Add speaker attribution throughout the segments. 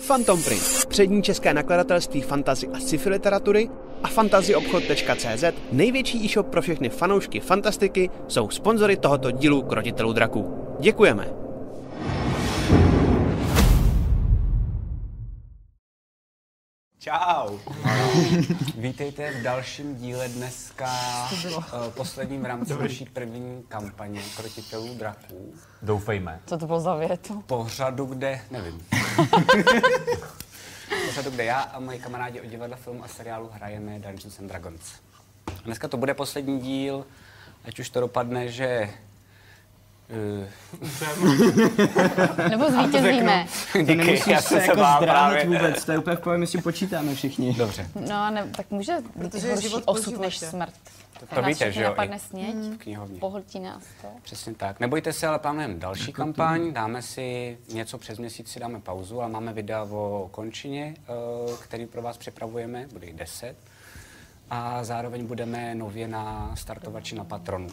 Speaker 1: Phantom Print, přední české nakladatelství fantazy a sci-fi literatury a fantazyobchod.cz, největší e-shop pro všechny fanoušky fantastiky, jsou sponzory tohoto dílu Krotitelů draků. Děkujeme!
Speaker 2: Čau! Vítejte v dalším díle dneska, eh, posledním v rámci naší první kampaně Krotitelů draků.
Speaker 3: Doufejme.
Speaker 4: Co to bylo za větu?
Speaker 2: Pořadu, kde, nevím. Pořadu, kde já a moji kamarádi od divadla, filmu a seriálu hrajeme Dungeons and Dragons. A dneska to bude poslední díl, ať už to dopadne, že eh,
Speaker 4: Nebo zvítězíme.
Speaker 5: To
Speaker 2: Díky,
Speaker 5: nemusíš
Speaker 2: já
Speaker 5: se
Speaker 2: jsem se
Speaker 5: jako
Speaker 2: bál
Speaker 5: zdráhat
Speaker 2: právě.
Speaker 5: vůbec, to je úplně v pohodě, my si počítáme všichni.
Speaker 2: Dobře,
Speaker 4: No, ne, tak může být
Speaker 6: Protože
Speaker 4: horší
Speaker 6: život Hmm.
Speaker 4: osud
Speaker 6: požijete.
Speaker 4: než smrt.
Speaker 2: to
Speaker 4: nás
Speaker 2: víte,
Speaker 4: všechny
Speaker 2: že jo, i-
Speaker 4: napadne sněť,
Speaker 5: Mhm.
Speaker 2: v knihovně.
Speaker 4: pohltí nás to.
Speaker 2: Přesně tak. Nebojte se, ale plánujeme další kampaň. Dáme si něco přes měsíc, si dáme pauzu, ale máme videa o končině, eh, který pro vás připravujeme, bude jich 10. A zároveň budeme nově na startovači na Patronu.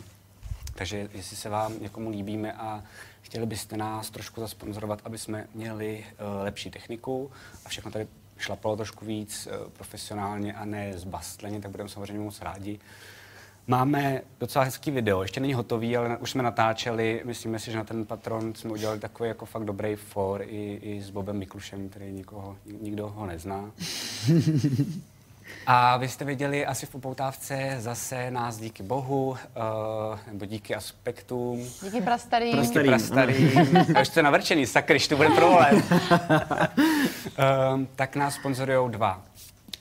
Speaker 2: Takže jestli se vám někomu líbíme a chtěli byste nás trošku zasponzorovat, aby jsme měli eh, lepší techniku a všechno tady šlapalo trošku víc eh, profesionálně a ne zbastleně, tak budeme samozřejmě moc rádi. Máme docela hezký video, ještě není hotový, ale na- už jsme natáčeli, myslíme si, že na ten patron jsme udělali takový jako fakt dobrý for i, i s Bobem Miklušem, který nikoho, nikdo ho nezná. A vy jste viděli asi v upoutávce zase nás díky bohu, uh, nebo díky aspektům,
Speaker 4: Díky prastarý.
Speaker 5: Prostě-
Speaker 2: díky prastarým. A už jste navrčený, sakryš, to bude problém. um, tak nás sponzorují dva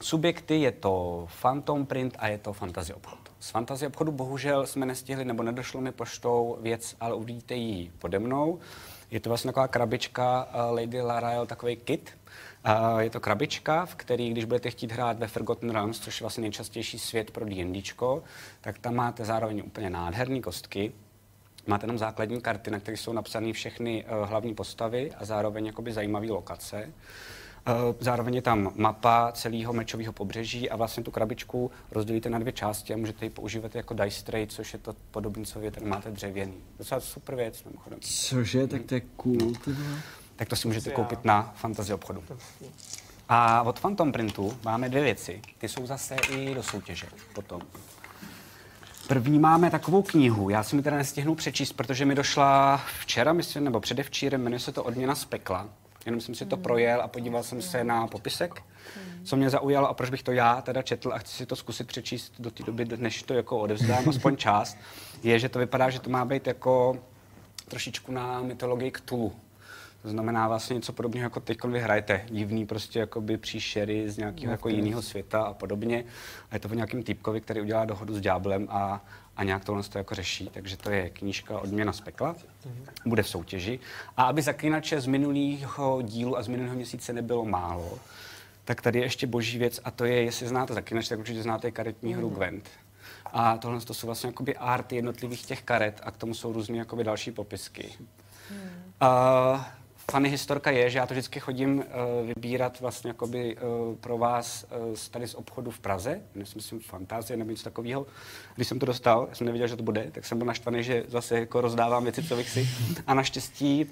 Speaker 2: subjekty, je to Phantom Print a je to Fantasy Obchod. Z Fantasy Obchodu bohužel jsme nestihli, nebo nedošlo mi poštou věc, ale uvidíte ji pode mnou. Je to vlastně taková krabička eh, Lady Larael, takový kit. Eh, Je to krabička, v který, když budete chtít hrát ve Forgotten Realms, což je vlastně nejčastější svět pro D&Dčko, tak tam máte zároveň úplně nádherné kostky, Máte tam základní karty, na kterých jsou napsané všechny uh, hlavní postavy a zároveň jakoby zajímavé lokace. Uh, zároveň je tam mapa celého mečového pobřeží a vlastně tu krabičku rozdělíte na dvě části a můžete ji používat jako dice tray, což je to podobné, co vy tady máte dřevěný. Docela super věc, mimochodem. No.
Speaker 5: Cože, tak to je cool, ty vole.
Speaker 2: Tak to si můžete koupit na fantasy obchodu. A od Phantom Printu máme dvě věci. Ty jsou zase i do soutěže potom. První máme takovou knihu, já si mi teda nestihnu přečíst, protože mi došla včera, myslím, nebo předevčírem, jmenuje se to Odměna z pekla. Jenom jsem si to projel a podíval jsem se na popisek, co mě zaujalo a proč bych to já teda četl a chci si to zkusit přečíst do té doby, než to jako odevzdám, aspoň část, je, že to vypadá, že to má být jako trošičku na mytologii Cthulhu. To znamená vlastně něco podobného, jako teď vy hrajete. Divný prostě jakoby příšery z nějakého jako jiného světa a podobně. A je to o nějakém týpkovi, který udělá dohodu s ďáblem a, a nějak tohle to jako řeší. Takže to je knížka Odměna z pekla. Bude v soutěži. A aby zaklínače z minulého dílu a z minulého měsíce nebylo málo, tak tady je ještě boží věc a to je, jestli znáte zaklínače, tak určitě znáte karetní hru Gwent. A tohle to jsou vlastně jakoby arty jednotlivých těch karet a k tomu jsou různé jakoby další popisky. Uh, funny historka je, že já to vždycky chodím uh, vybírat vlastně jakoby, uh, pro vás uh, z- tady z obchodu v Praze, myslím, myslím fantazie nebo něco takového. Když jsem to dostal, já jsem nevěděl, že to bude, tak jsem byl naštvaný, že zase jako rozdávám věci, co bych si. A naštěstí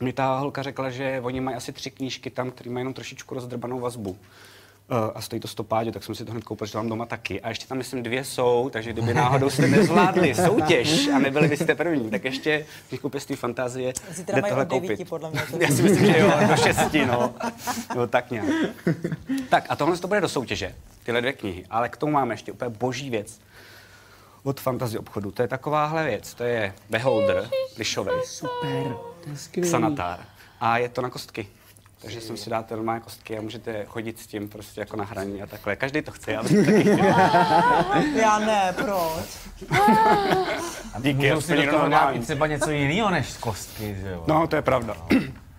Speaker 2: mi ta holka řekla, že oni mají asi tři knížky tam, které mají jenom trošičku rozdrbanou vazbu. Uh, a stojí to stopádě, tak jsem si to hned koupil, že to mám doma taky. A ještě tam, myslím, dvě jsou, takže kdyby náhodou jste nezvládli soutěž a nebyli byste první, tak ještě, když koupíte z té fantazie,
Speaker 6: Zítra
Speaker 2: jde
Speaker 6: mají
Speaker 2: tohle
Speaker 6: od devíti,
Speaker 2: koupit.
Speaker 6: podle mě. to
Speaker 2: Já si myslím, že jo, do šesti, no. no tak nějak. Tak a tohle to bude do soutěže, tyhle dvě knihy. Ale k tomu máme ještě úplně boží věc od fantasy obchodu. To je takováhle věc, to je Beholder, lišovej.
Speaker 5: Super, to je skvělý.
Speaker 2: Sanatár. A je to na kostky. Takže jsem si dáte normálně kostky a můžete chodit s tím prostě jako na hraní a takhle. Každý to chce, já bych to taky chtěl.
Speaker 6: Já ne, proč?
Speaker 3: A
Speaker 2: Díky,
Speaker 3: můžou
Speaker 2: aspoň
Speaker 3: si do
Speaker 2: někdo
Speaker 3: toho dát
Speaker 2: normální.
Speaker 3: i třeba něco jiného než kostky, že jo?
Speaker 2: No, to je pravda.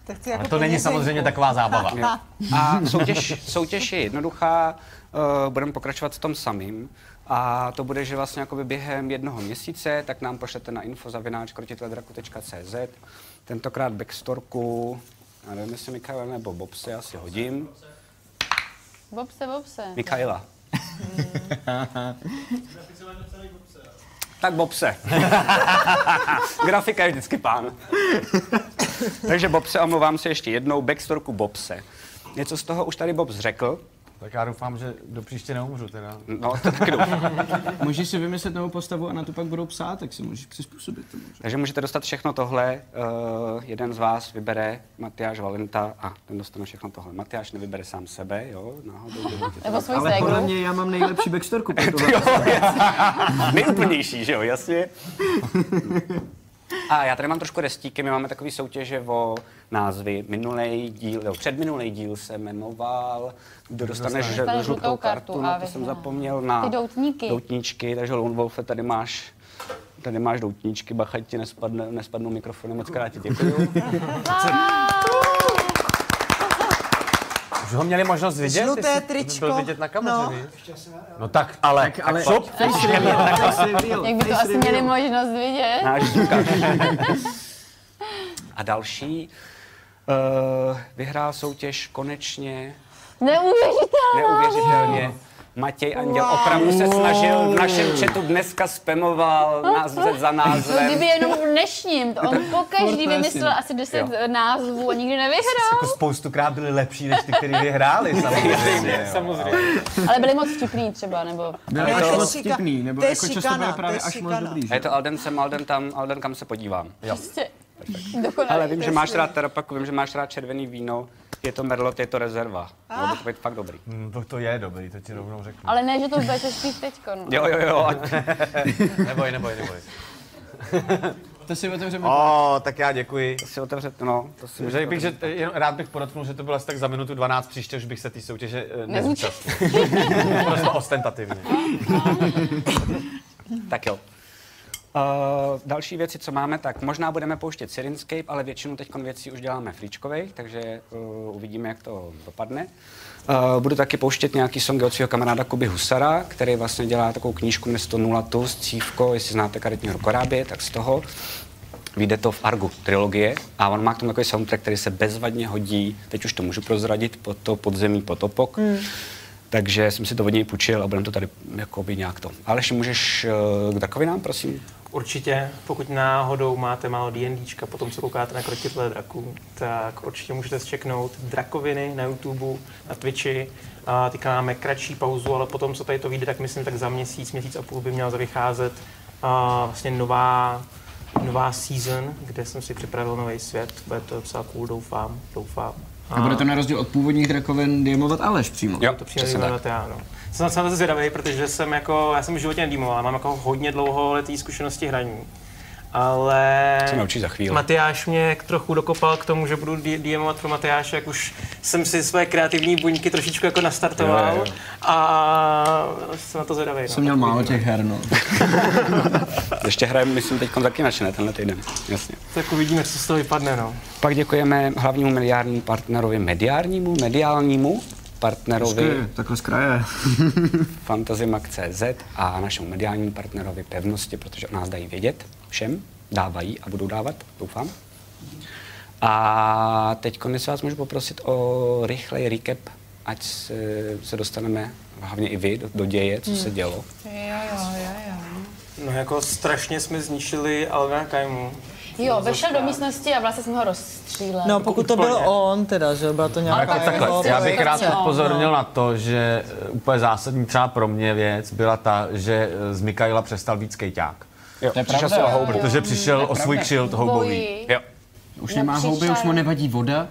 Speaker 6: Tak chci jako
Speaker 3: Ale to není
Speaker 6: peněženku.
Speaker 3: samozřejmě taková zábava.
Speaker 2: A soutěž, soutěž je jednoduchá, uh, budeme pokračovat v tom samým. A to bude, že vlastně jakoby během jednoho měsíce, tak nám pošlete na info.krotitledraku.cz Tentokrát backstorku, já nevím, jestli Mikaela nebo Bobse, já si hodím.
Speaker 4: Bobse, bobse.
Speaker 2: Mikaela. Tak Bobse. Grafika je vždycky pán. Takže Bobse, omlouvám se ještě jednou, backstorku Bobse. Něco z toho už tady Bob řekl.
Speaker 3: Tak já doufám, že do příště neumřu teda.
Speaker 2: No, to taky doufám.
Speaker 5: Můžeš si vymyslet novou postavu a na to pak budou psát, tak si můžeš přizpůsobit tomu. že?
Speaker 2: Takže můžete dostat všechno tohle. Uh, jeden z vás vybere Matyáš Valenta a ten dostane všechno tohle. Matyáš nevybere sám sebe, jo? Náhodou.
Speaker 4: Nebo svůj
Speaker 5: Ale podle
Speaker 4: ségru.
Speaker 5: mě já mám nejlepší backstorku pro tohle.
Speaker 2: Nejúplnější, že jo, jasně. A já tady mám trošku restíky, my máme takový soutěže o názvy. Minulej díl, jo, předminulej díl se jmenoval Kdo dostaneš
Speaker 4: Dostane
Speaker 2: žl- žlutou kartu, na to
Speaker 4: vyhraje.
Speaker 2: jsem zapomněl na
Speaker 4: Ty doutníky.
Speaker 2: doutníčky, takže Lone Wolfe, tady máš tady máš doutníčky, bacha ti nespadne, nespadnou mikrofony, moc krát ti děkuju.
Speaker 3: Už ho měli možnost vidět?
Speaker 6: Žluté
Speaker 3: jestli-
Speaker 6: tričko.
Speaker 3: Byl vidět na kameře,
Speaker 6: No.
Speaker 3: víš? No tak ale, tak, ale tak šup.
Speaker 5: Face reveal, face reveal,
Speaker 4: Jak by to
Speaker 5: face
Speaker 4: asi měli
Speaker 5: reveal.
Speaker 4: možnost vidět.
Speaker 2: Náš Dukaš. A další uh, vyhrál soutěž konečně
Speaker 4: Neuvěřitelné.
Speaker 2: Neuvěřitelně. Matěj Anděl opravdu se snažil, v našem chatu dneska spamoval název za
Speaker 4: No,
Speaker 2: názvem.
Speaker 4: kdyby jenom v dnešním, to on po každý vymyslel asi 10
Speaker 2: Jo.
Speaker 4: názvů a nikdy nevyhrál.
Speaker 3: Jako spoustukrát byli lepší, než ty, který vyhráli samozřejmě. jo.
Speaker 4: Ale byli moc vtipný třeba, nebo...
Speaker 5: Bylo
Speaker 6: Ale to
Speaker 5: až
Speaker 6: je
Speaker 5: jako moc
Speaker 6: šika-
Speaker 5: vtipný, nebo
Speaker 6: to je
Speaker 5: jako často
Speaker 6: šikana,
Speaker 5: bylo
Speaker 6: to
Speaker 5: právě
Speaker 6: je
Speaker 5: až moc
Speaker 6: šikana.
Speaker 5: dobrý.
Speaker 2: A je to Alden sem, Alden tam, Alden kam se podívám.
Speaker 4: Prostě dokonalý.
Speaker 2: Ale vím, že máš rád terapaku, vím, že máš rád červený víno, je to Merlot, je to rezerva. Bylo by to být fakt dobrý.
Speaker 3: Hm, To, to je dobrý, to ti rovnou řeknu.
Speaker 4: Ale ne, že to budeš spíš teďko, no.
Speaker 2: Jo, jo, jo, ať
Speaker 3: Neboj, neboj, neboj.
Speaker 5: To si otevřeme.
Speaker 3: O, tak já děkuji.
Speaker 2: si otevřete, no. To si
Speaker 3: Řekl bych, že t- jenom rád bych podotknul, že to bylo asi tak za minutu 12 příště, už bych se té soutěže eh, nezúčastnil. Prostě ostentativně.
Speaker 2: Tak jo. Uh, další věci, co máme, tak možná budeme pouštět Sirenscape, ale většinu teď věcí už děláme fríčkovej, takže uh, uvidíme, jak to dopadne. Uh, budu taky pouštět nějaký songy od svého kamaráda Kuby Husara, který vlastně dělá takovou knížku Město Nulatu s Cívko, jestli znáte karetního korábě, tak z toho. Vyjde to v Argu trilogie a on má k tomu takový soundtrack, který se bezvadně hodí, teď už to můžu prozradit, pod to podzemí potopok. Hmm. Takže jsem si to od něj půjčil a budeme to tady jakoby nějak to. Ale ještě můžeš eh, k drakovinám, prosím?
Speaker 7: Určitě, pokud náhodou máte málo D&Dčka, potom co koukáte na krotitele draků, tak určitě můžete zčeknout drakoviny na YouTube, na Twitchi. A teďka máme kratší pauzu, ale potom, co tady to vyjde, tak myslím, tak za měsíc, měsíc a půl by měla zavycházet a vlastně nová, nová season, kde jsem si připravil nový svět. Bude to docela cool, doufám, doufám.
Speaker 5: A bude to na rozdíl od původních drakoven diemovat Aleš přímo.
Speaker 2: Jo,
Speaker 7: to přijde vyhledat já, no. Jsem na to zvědavý, protože jsem jako, já jsem v životě nedýmoval, ale mám jako hodně dlouholetý zkušenosti hraní. Ale...
Speaker 2: Se naučí za chvíli.
Speaker 7: Matyáš mě k- trochu dokopal k tomu, že budu di- DMovat pro Matyáše, jak už jsem si své kreativní buňky trošičku jako nastartoval. A jsem na to zvědavý. No.
Speaker 5: Jsem měl málo těch her, no.
Speaker 2: Ještě hrajeme, myslím, teď taky načne tenhle týden. Jasně.
Speaker 7: no. Tak uvidíme, co z toho vypadne, no.
Speaker 2: Pak děkujeme hlavnímu mediárnímu partnerovi, mediárnímu, mediálnímu partnerovi
Speaker 5: Hezky, Takhle z kraje.
Speaker 2: Fantazimak.cz a našemu mediálnímu partnerovi Pevnosti, protože o nás dají vědět všem, dávají a budou dávat, doufám. A teď konec vás můžu poprosit o rychlej recap, ať se, se dostaneme, hlavně i vy, do, do děje, co se dělo.
Speaker 7: No jako strašně jsme zničili Alvena Kaimu.
Speaker 4: Jo, vešel do místnosti a vlastně jsem ho rozstřílel.
Speaker 6: No, pokud to byl on, teda, že byla No, to
Speaker 3: Ale
Speaker 6: nějaká
Speaker 3: jako takhle, já bych rád
Speaker 6: No.
Speaker 3: upozornil na to, že eh, úplně zásadní třeba pro mě věc byla ta, že eh, z Mikaela přestal být skejťák.
Speaker 2: Jo,
Speaker 5: To je
Speaker 2: přišel
Speaker 5: pravda.
Speaker 2: se o houbu.
Speaker 3: Protože přišel o svůj křilt houbový.
Speaker 4: Bojí.
Speaker 2: Jo.
Speaker 5: Už nemá houby, už mu nevadí voda.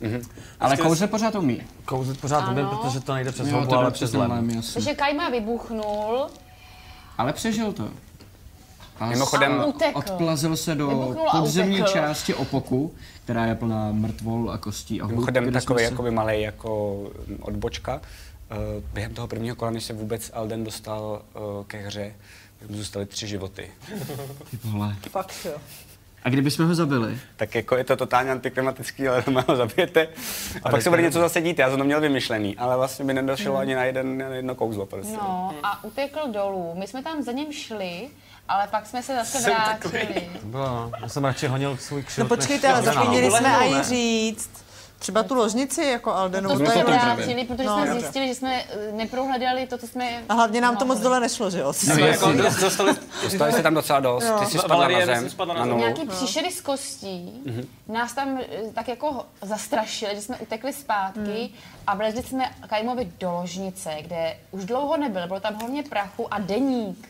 Speaker 2: Mhm.
Speaker 5: Ale
Speaker 2: Prostě
Speaker 5: kouře pořád umí.
Speaker 3: Kouzit pořád nebyl, protože to nejde přes
Speaker 5: Jo,
Speaker 3: houbu,
Speaker 5: to
Speaker 3: ale
Speaker 5: bylo
Speaker 3: přes
Speaker 5: přes
Speaker 3: lem.
Speaker 5: lem,
Speaker 6: Hm.
Speaker 5: jasně.
Speaker 4: Takže Kajma vybuchnul
Speaker 5: Ale přežil to.
Speaker 4: a
Speaker 5: Ale
Speaker 2: Mimochodem,
Speaker 4: utekl.
Speaker 5: Odplazil se do
Speaker 4: Vybuchnul a
Speaker 5: podzemní
Speaker 4: utekl.
Speaker 5: části opoku, která je plná mrtvol a kostí a hub,
Speaker 2: Mimochodem
Speaker 5: kde jsme
Speaker 2: takový
Speaker 5: se-
Speaker 2: jakoby malý jako mm, odbočka. Eh, Během toho prvního kola, než se vůbec Alden dostal eh, ke hře, tak mu zůstaly tři životy.
Speaker 5: Ty vole.
Speaker 6: Fakt, jo. No,
Speaker 5: A kdybychom ho zabili?
Speaker 2: Tak jako je to totálně antiklimatický, ale doma ho zabijete. A pak se bude něco zase dít. Já jsem to měl vymyšlený, ale vlastně by nedošlo ani na, jeden, na jedno kouzlo. Prostě.
Speaker 4: Mhm. No a utekl dolů. My jsme tam za ním šli, ale pak jsme se zase vrátili.
Speaker 3: Bylo, no. Já jsem radši honil svůj křilt.
Speaker 6: No
Speaker 3: než
Speaker 6: počkejte, ale
Speaker 3: křilt na
Speaker 6: zapomněli
Speaker 3: houbu.
Speaker 6: jsme aj říct, Třeba tu ložnici jako Aldenu.
Speaker 4: To
Speaker 6: to je
Speaker 4: jsme
Speaker 6: dobrá-
Speaker 4: vrátili, protože
Speaker 6: No.
Speaker 4: jsme zjistili, že jsme eh, neprohledali to, co jsme... No.
Speaker 6: A hlavně nám to moc dole nešlo, že jo?
Speaker 2: No,
Speaker 7: Jako,
Speaker 2: jako,
Speaker 7: dost- dostali,
Speaker 2: dostali se tam docela dost, ty jsi
Speaker 7: Va-
Speaker 2: spadla
Speaker 7: Valerie,
Speaker 2: na
Speaker 7: vy
Speaker 2: zem,
Speaker 7: jsi spadla na
Speaker 2: na
Speaker 7: zem.
Speaker 2: nulu.
Speaker 4: No.
Speaker 6: No.
Speaker 4: Nějaký příšery z kostí
Speaker 6: Mhm.
Speaker 4: nás tam eh, tak jako ho- zastrašili, že jsme utekli zpátky
Speaker 6: Hmm.
Speaker 4: a vlezli jsme Kajmovi do ložnice, kde už dlouho nebyl, bylo tam hlavně prachu a deník.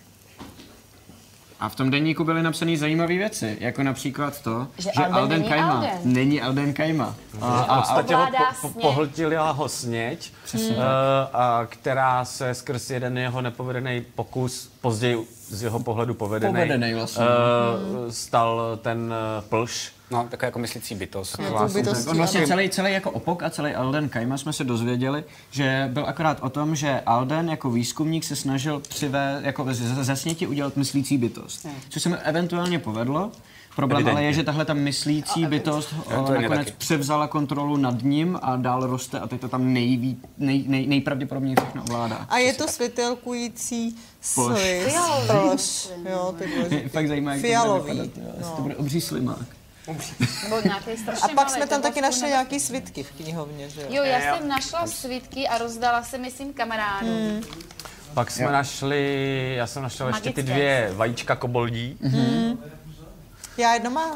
Speaker 5: A v tom denníku byly napsané zajímavé věci, jako například to,
Speaker 4: Že
Speaker 5: že,
Speaker 4: Alden
Speaker 5: Alden,
Speaker 4: není
Speaker 5: Kajma
Speaker 4: Alden.
Speaker 5: není Alden Kajma. A,
Speaker 8: A
Speaker 5: a,
Speaker 8: v podstatě ho
Speaker 4: ovládá
Speaker 8: po, po,
Speaker 4: sněh.
Speaker 8: pohltila ho sněť, eh, a která se skrz jeden jeho nepovedený pokus, později z jeho pohledu povedený,
Speaker 5: Povedenej vlastně.
Speaker 4: Mhm.
Speaker 8: eh, stal ten eh, plš.
Speaker 2: No, taková jako myslící bytost.
Speaker 4: Mhm.
Speaker 6: jako-
Speaker 5: On vlastně celý, celý jako opok a celý Alden Kajma jsme se dozvěděli, že byl akorát o tom, že Alden jako výzkumník se snažil přivé, jako z- z- ze sněti udělat myslící bytost.
Speaker 4: Hmm.
Speaker 5: Což se mu eventuálně povedlo. Problém ale je, že tahle ta myslící bytost o,
Speaker 2: to je
Speaker 5: nakonec
Speaker 2: taky.
Speaker 5: převzala kontrolu nad ním a dál roste a teď to tam nejví, nej, nej, nejpravděpodobněji všechno ovládá.
Speaker 6: A je to světelkující
Speaker 5: Ploš.
Speaker 6: slis. Ploš. Jo, ty
Speaker 5: Je
Speaker 6: důležitý.
Speaker 5: fakt zajímavé, jak to
Speaker 6: Fialový, no.
Speaker 5: bude vypadat. jo. Jestli to bude obří slimák.
Speaker 4: Byl nějaký strašně
Speaker 6: A pak
Speaker 4: malý,
Speaker 6: jsme tam
Speaker 4: to
Speaker 6: taky
Speaker 4: bylo
Speaker 6: našli nějaký svitky v knihovně, že jo?
Speaker 4: Jo, já jsem našla svítky a rozdala jsem je svým kamarádům.
Speaker 8: Pak jsme našli, já jsem našel ještě ty
Speaker 4: Magické.
Speaker 8: dvě vajíčka koboldí
Speaker 6: Já jedno mám.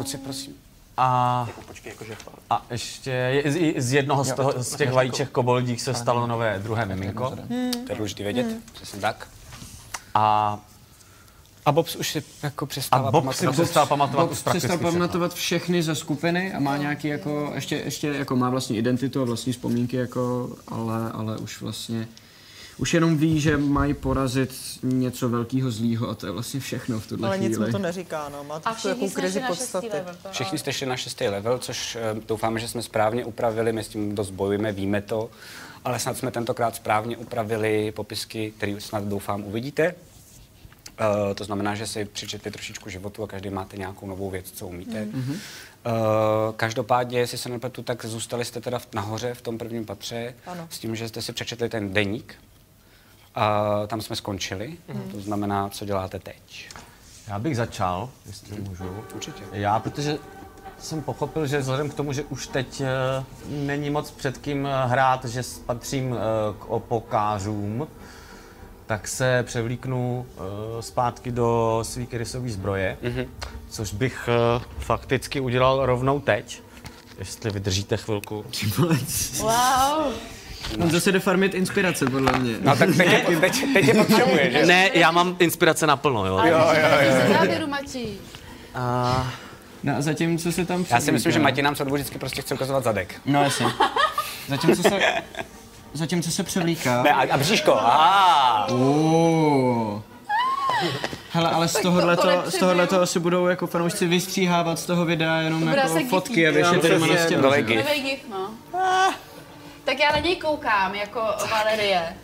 Speaker 8: a,
Speaker 7: počkej, jakože fakt.
Speaker 8: a ještě je- z, z jednoho z, toho, z těch vajíček koboldích se stalo nové druhé miminko.
Speaker 2: To je důležité
Speaker 4: Mhm.
Speaker 2: vědět, přesně tak.
Speaker 8: A,
Speaker 2: A Bobs už si jako přestává
Speaker 8: a Bob si
Speaker 2: pamatovat.
Speaker 8: přestal pamatovat
Speaker 5: Bob
Speaker 8: už
Speaker 5: přestal
Speaker 8: prakticky všechno.
Speaker 5: pamatovat všechny ze skupiny a má
Speaker 6: No.
Speaker 5: nějaký jako, ještě, ještě jako má vlastní identitu a vlastní vzpomínky jako, ale, ale už vlastně, už jenom ví, že mají porazit něco velkého zlýho a to je vlastně všechno v tuhle
Speaker 6: Ale nic mu
Speaker 5: chvíli.
Speaker 6: to neříká, no. Má
Speaker 4: A
Speaker 6: to
Speaker 4: všichni
Speaker 6: takovou
Speaker 4: jsme šli
Speaker 6: krizi
Speaker 4: na šestý
Speaker 6: podstaty.
Speaker 4: level. to-
Speaker 2: Všichni jste šli na šestý level, což eh, doufáme, že jsme správně upravili, my s tím dost bojujeme, víme to, ale snad jsme tentokrát správně upravili popisky, které snad doufám uvidíte. Eh, to znamená, že si přečetli trošičku životu a každý máte nějakou novou věc, co umíte. Mm-hmm. každopádně, jestli se nepletu, tak zůstali jste teda v- nahoře v tom prvním patře
Speaker 6: Ano.
Speaker 2: s tím, že jste si přečetli ten deník. A tam jsme skončili, to znamená, co děláte teď.
Speaker 8: Já bych začal, jestli můžu.
Speaker 2: Určitě.
Speaker 8: Já, protože jsem pochopil, že vzhledem k tomu, že už teď eh, není moc před kým eh, hrát, že s- patřím eh, k opokářům, tak se převlíknu eh, zpátky do svý rysové zbroje, což bych eh, fakticky udělal rovnou teď, jestli vydržíte chvilku.
Speaker 4: Wow.
Speaker 5: On zase jde farmit inspirace, podle mě.
Speaker 2: No tak teď, je- teď, teď je potřebuje, že?
Speaker 8: Ne, já mám inspirace naplno, jo.
Speaker 4: Z závěru, Matěj.
Speaker 5: No a zatímco se tam
Speaker 2: Já si myslím, že Matěj nám co dobu vždycky prostě chce ukazovat zadek.
Speaker 5: No jasně. Zatímco se, zatímco se převlíká.
Speaker 2: Ne, a, a bříško, a
Speaker 5: Uuu. Oh. Hele, ale z tohohleto, z
Speaker 4: nepřebiju.
Speaker 5: tohohleto asi budou jako fanoušci vystříhávat z toho videa jenom
Speaker 4: bude
Speaker 5: jako
Speaker 4: asi
Speaker 5: fotky
Speaker 4: gif.
Speaker 5: a věci, které má na
Speaker 2: přesně, no.
Speaker 5: stěnu.
Speaker 2: do
Speaker 5: že?
Speaker 2: legy.
Speaker 4: Nový gif, no.
Speaker 5: Ah.
Speaker 4: Tak já na něj koukám, jako Valerie.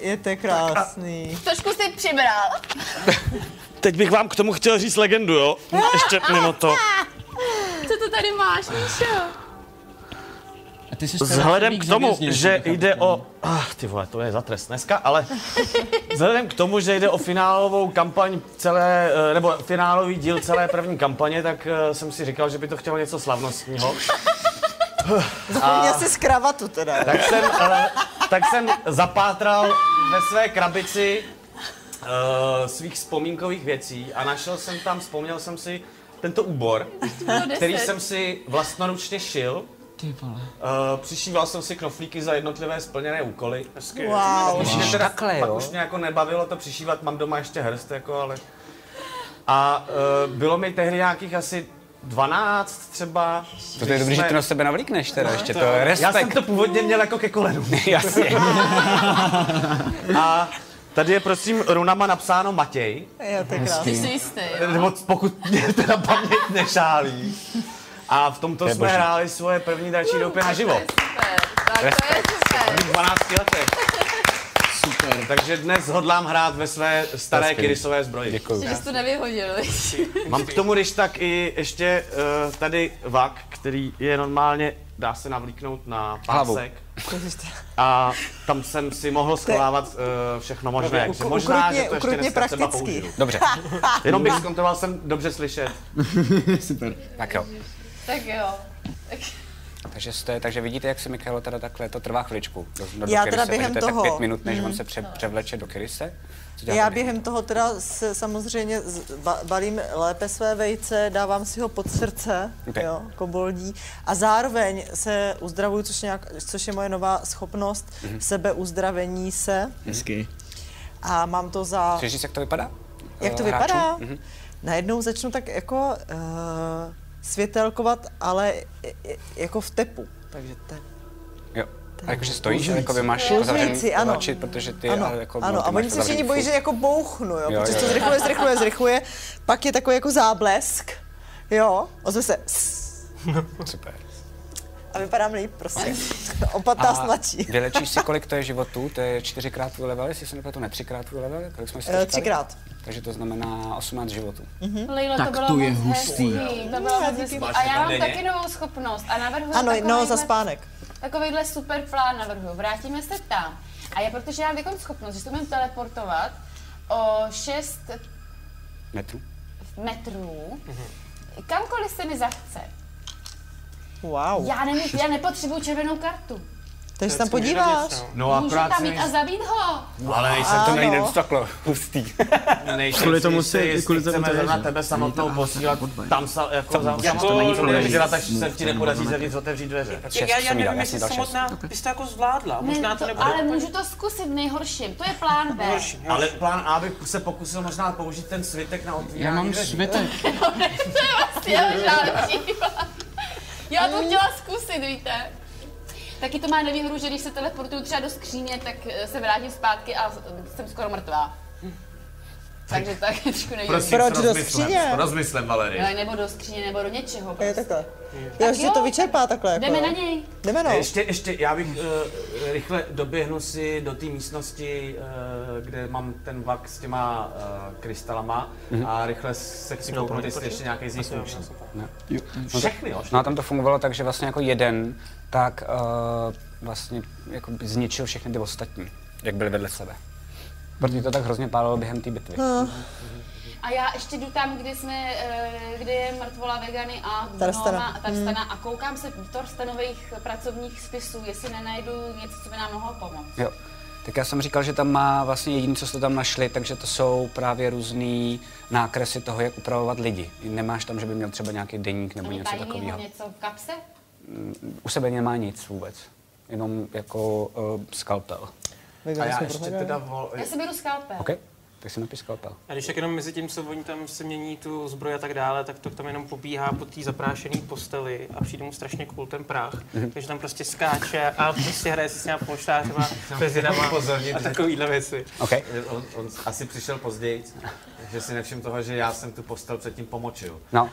Speaker 6: Je to krásný.
Speaker 4: Trošku si přibral.
Speaker 9: Teď bych vám k tomu chtěl říct legendu, jo? Ještě mimo to.
Speaker 4: Co to tady máš, Míšo?
Speaker 5: A ty jsi
Speaker 9: Vzhledem k tomu,
Speaker 5: zavězněn,
Speaker 9: že
Speaker 5: nechápu.
Speaker 9: jde o... Ach, ty vole, to je za trest dneska, ale... Vzhledem k tomu, že jde o finálovou kampaň celé, eh, nebo finálový díl celé první kampaně, tak eh, jsem si říkal, že by to chtělo něco slavnostního.
Speaker 6: Zapomněl jsi z kravatu teda. jo?
Speaker 9: Tak jsem, eh, tak jsem zapátral ve své krabici eh, svých vzpomínkových věcí a našel jsem tam, vzpomněl jsem si tento úbor, který jsem si vlastnoručně šil.
Speaker 5: Ty vole.
Speaker 9: Eh, přišíval jsem si knoflíky za jednotlivé splněné úkoly.
Speaker 6: Wow.
Speaker 9: Už mě teda,
Speaker 2: Takhle,
Speaker 9: pak
Speaker 2: jo?
Speaker 9: už mě jako nebavilo to přišívat, mám doma ještě hrst, jako, ale... A uh, bylo mi tehdy nějakých asi 12 třeba.
Speaker 2: to je
Speaker 9: když
Speaker 2: dobrý, že
Speaker 9: jsme-
Speaker 2: to na sebe navlíkneš teda ještě, to je
Speaker 9: Já jsem
Speaker 2: respekt.
Speaker 9: to původně měl jako ke kolenu.
Speaker 2: Jasně.
Speaker 9: A tady je prosím runama napsáno Matěj,
Speaker 6: Je to krásný.
Speaker 4: Jsi jistý.
Speaker 9: nebo pokud mě teda paměť nešálí. A v tomto jsme
Speaker 2: boží.
Speaker 9: hráli svoje první dračí doupě na
Speaker 4: To
Speaker 9: živo.
Speaker 4: je super. Tak to je super.
Speaker 9: V 12 letech. Super. Takže dnes hodlám hrát ve své staré
Speaker 2: skvělý.
Speaker 9: kyrysové zbroji.
Speaker 2: Děkuju.
Speaker 4: Že jsi to nevyhodil.
Speaker 9: Mám k tomu když tak i ještě uh, tady vak, který je normálně, dá se navlíknout na
Speaker 2: Hlavu.
Speaker 9: pásek. A tam jsem si mohl schovávat uh, všechno možné. Takže možná, že
Speaker 6: Ukrutně,
Speaker 9: to ještě
Speaker 6: ukrutně
Speaker 9: dneska třeba
Speaker 6: praktický.
Speaker 9: použiju.
Speaker 2: Dobře,
Speaker 9: Jenom bych zkontroloval, jsem dobře slyšet.
Speaker 5: Super.
Speaker 2: tak jo.
Speaker 4: Tak jo. Tak
Speaker 2: Takže, jste, takže vidíte, jak se Michaelo teda takhle, to trvá chviličku. Do, do, do
Speaker 6: Já
Speaker 2: kryse,
Speaker 6: teda
Speaker 2: takže
Speaker 6: během
Speaker 2: to je
Speaker 6: toho- Mhm.
Speaker 2: tak pět minut, než on se pře, převleče do kryse. Co děláte
Speaker 6: Já
Speaker 2: vy?
Speaker 6: během toho teda se samozřejmě z- ba- balím lépe své vejce, dávám si ho pod srdce,
Speaker 2: Ok.
Speaker 6: jo, koboldí, a zároveň se uzdravuju, což, nějak, což je moje nová schopnost,
Speaker 9: Mhm.
Speaker 6: sebeuzdravení se
Speaker 5: Hezky.
Speaker 6: a mám to za...
Speaker 2: Chceš říct, jak to vypadá?
Speaker 6: Jak to
Speaker 2: Eh, hráčů?
Speaker 6: vypadá?
Speaker 9: Mhm.
Speaker 6: Najednou začnu tak jako uh, světelkovat, ale i- i- jako v tepu. Takže te,
Speaker 2: Jo. A jakože stojíš, jako by máš jako
Speaker 6: Rozumíjící,
Speaker 2: zavřený
Speaker 6: ano.
Speaker 2: oči, protože ty
Speaker 6: ano,
Speaker 2: ale jako... no,
Speaker 6: ano.
Speaker 2: ty
Speaker 6: a
Speaker 2: máš
Speaker 6: oni se
Speaker 2: zavřený
Speaker 6: všichni
Speaker 2: furt.
Speaker 6: bojí, že jako bouchnu, jo,
Speaker 2: Jo,
Speaker 6: protože
Speaker 2: jo,
Speaker 6: to
Speaker 2: jo.
Speaker 6: zrychluje, zrychluje, zrychluje. Pak je takový jako záblesk, jo, ozve se "Ss"
Speaker 2: Super.
Speaker 6: a vypadám líp prostě. O 15 mladší.
Speaker 2: vylečíš si, kolik to je životů, to je čtyřikrát tvůj level, jestli se nepletu, ne třikrát tvůj level, kolik jsme si to
Speaker 6: Eh,
Speaker 2: říkali?
Speaker 6: třikrát. Mhm.
Speaker 2: Takže to znamená 18 životů.
Speaker 4: Lejlo,
Speaker 5: Hm? Tak
Speaker 4: to bylo
Speaker 5: to je
Speaker 4: moc
Speaker 5: hustý.
Speaker 4: hezký. To bylo moc hezký. A já mám taky novou schopnost a navrhuji
Speaker 6: Ano, no,
Speaker 4: takovejhle-
Speaker 6: za spánek.
Speaker 4: Takovýhle super plán navrhuji. Vrátíme se tam. A je protože já mám takovou schopnost, že se umím teleportovat o 6
Speaker 2: Metrů.
Speaker 4: metrů,
Speaker 7: Mhm.
Speaker 4: kamkoliv se mi zachce.
Speaker 6: Wow.
Speaker 4: Já, nemů, já nepotřebuju červenou kartu.
Speaker 6: Takže se tam podíváš.
Speaker 3: No
Speaker 4: Můžu
Speaker 3: akorát
Speaker 4: tam jít a zabít ho.
Speaker 2: Ale nejsem to
Speaker 6: Ano.
Speaker 2: nejde takhle hustý.
Speaker 3: nejsem
Speaker 5: Kvůli
Speaker 3: si
Speaker 5: tomu
Speaker 3: jistý,
Speaker 5: si-
Speaker 3: jestli
Speaker 5: kvůli tomu
Speaker 3: chceme
Speaker 5: to je,
Speaker 3: zrovna
Speaker 5: že?
Speaker 3: tebe
Speaker 5: Není
Speaker 3: samotnou
Speaker 5: to-
Speaker 3: posílat
Speaker 5: aha, tak
Speaker 3: tam sa, jako za,
Speaker 5: musíš,
Speaker 3: jako
Speaker 5: to není problém.
Speaker 3: vyžrat, tak se ti
Speaker 5: Move,
Speaker 3: nepodaří
Speaker 5: to není
Speaker 3: zevnitř otevřít dveře.
Speaker 7: Já,
Speaker 2: Šest
Speaker 7: já
Speaker 2: jsem
Speaker 7: nevím,
Speaker 2: udělal, já jsem
Speaker 7: jestli
Speaker 2: dal šest.
Speaker 7: samotná byste jako zvládla. Možná
Speaker 4: Ne,
Speaker 7: to
Speaker 4: to,
Speaker 7: nebude.
Speaker 4: ale můžu to zkusit v nejhorším. To je plán B.
Speaker 3: Ale plán A by se pokusil možná použít ten svitek na otvírání
Speaker 5: Já mám
Speaker 3: dveří.
Speaker 5: svitek.
Speaker 4: to je vlastně žádný plán. Já to chtěla zkusit, víte. Taky to má nevýhodu, že když se teleportuju třeba do skříně, tak eh, se vrátím zpátky a eh, jsem skoro mrtvá. Takže tak trošku nevýhodu.
Speaker 3: Prosím,
Speaker 6: Proč
Speaker 3: s
Speaker 6: do
Speaker 3: rozmyslem,
Speaker 6: skříně?
Speaker 3: s Rozmyslem, Valerie.
Speaker 4: Ale nebo do skříně, nebo do něčeho.
Speaker 6: Je
Speaker 4: Prostě.
Speaker 6: takhle. Jo, že
Speaker 4: jo.
Speaker 6: to vyčerpá takhle. Jako,
Speaker 4: Jdeme
Speaker 6: jo.
Speaker 4: na něj.
Speaker 6: Jdeme no.
Speaker 3: Ještě, ještě, já bych uh, rychle doběhnu si do té místnosti, uh, kde mám ten vak s těma uh, krystalama a rychle se chci kouknout, jestli ještě nějaký z nich funkční. Všechny, jo?
Speaker 2: No a tam to fungovalo tak, že vlastně jako jeden, tak uh, vlastně jako by zničil všechny ty ostatní, jak byly vedle sebe. Protože to tak hrozně pálilo během té bitvy.
Speaker 4: A já ještě jdu tam, kde jsme, eh, kde je mrtvola vegany a
Speaker 6: Tarstana.
Speaker 4: Gnoma a Tarstana a koukám se do Tarstanových pracovních spisů, jestli nenajdu něco, co by nám mohlo pomoct.
Speaker 2: Jo. Tak já jsem říkal, že tam má vlastně jediné, co jste tam našli, takže to jsou právě různé nákresy toho, jak upravovat lidi. Nemáš tam, že by měl třeba nějaký deník nebo
Speaker 4: Ani
Speaker 2: něco
Speaker 4: tajného
Speaker 2: takového.
Speaker 4: něco v kapse?
Speaker 2: U sebe nemá nic vůbec. Jenom jako uh, skalpel.
Speaker 3: A já ještě teda vol...
Speaker 4: Já si beru skalpel.
Speaker 2: OK? Tak si napiš skalpel.
Speaker 7: A když tak jenom mezi tím, co oni tam se mění tu zbroj a tak dále, tak to tam jenom pobíhá po té zaprášené posteli a přijde mu strašně cool ten prach. Takže tam prostě skáče a prostě hraje si s nějakou polštářema, pezinama
Speaker 3: upozornit,
Speaker 7: a
Speaker 3: že-
Speaker 7: takovýhle věci.
Speaker 2: OK?
Speaker 3: On, on asi přišel později, že si nevšiml toho, že já jsem tu postel předtím pomočil.
Speaker 2: No.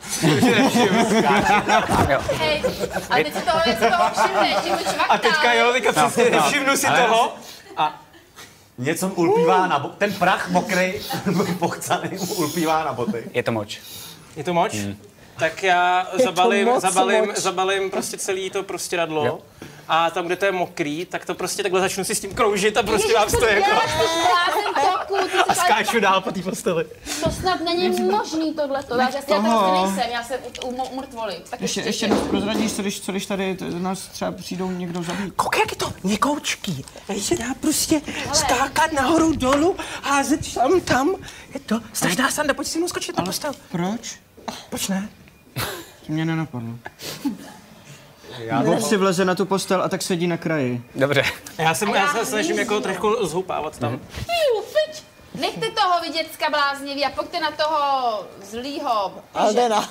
Speaker 2: jo.
Speaker 4: Hej, a teď si toho něco toho všimneš, že mu čvaká.
Speaker 7: A teďka jo, teďka přesně
Speaker 3: no.
Speaker 7: všimnu si
Speaker 3: Ale-
Speaker 7: toho.
Speaker 3: Něco mu ulpívá na bo- ten prach mokrý, pochcaný mu ulpívá na boty.
Speaker 2: Je to moč.
Speaker 7: Je to moč? Tak já zabalím,
Speaker 6: moc
Speaker 7: zabalím,
Speaker 6: moč.
Speaker 7: zabalím prostě celý to prostě radlo.
Speaker 2: Jo.
Speaker 7: A tam, kde to je mokrý, tak to prostě takhle začnu si s tím kroužit a prostě
Speaker 4: Ježiš,
Speaker 7: vám
Speaker 4: co
Speaker 7: to jako...
Speaker 4: děláš, ty blázen toku, ty si děláš-
Speaker 7: Skáču dál po té posteli.
Speaker 4: to snad není možný tohleto, já prostě já teda nejsem, já jsem u, u, u mrtvoli. Tak
Speaker 5: Ještě, ještě jednou prozradíš, co když, co když tady t- nás třeba přijdou někdo zabít.
Speaker 10: Kouk, jak je to měkoučký. Tady se dá prostě
Speaker 4: Hele.
Speaker 10: skákat nahoru, dolů, házet tam, tam. Je to strašná sanda, pojď si mnou skočit na postel.
Speaker 5: Proč?
Speaker 10: Proč ne?
Speaker 5: To mě nenapadlo. Bob si vleze na tu postel a tak sedí na kraji.
Speaker 2: Dobře.
Speaker 7: Já, jsem,
Speaker 4: A
Speaker 7: já
Speaker 4: já
Speaker 7: se snažím
Speaker 4: hýzu.
Speaker 7: jako trošku zhoupávat tam.
Speaker 4: Fiu, fič. Nechte toho viděcka bláznivý a pojďte na toho zlýho.
Speaker 6: Aldena.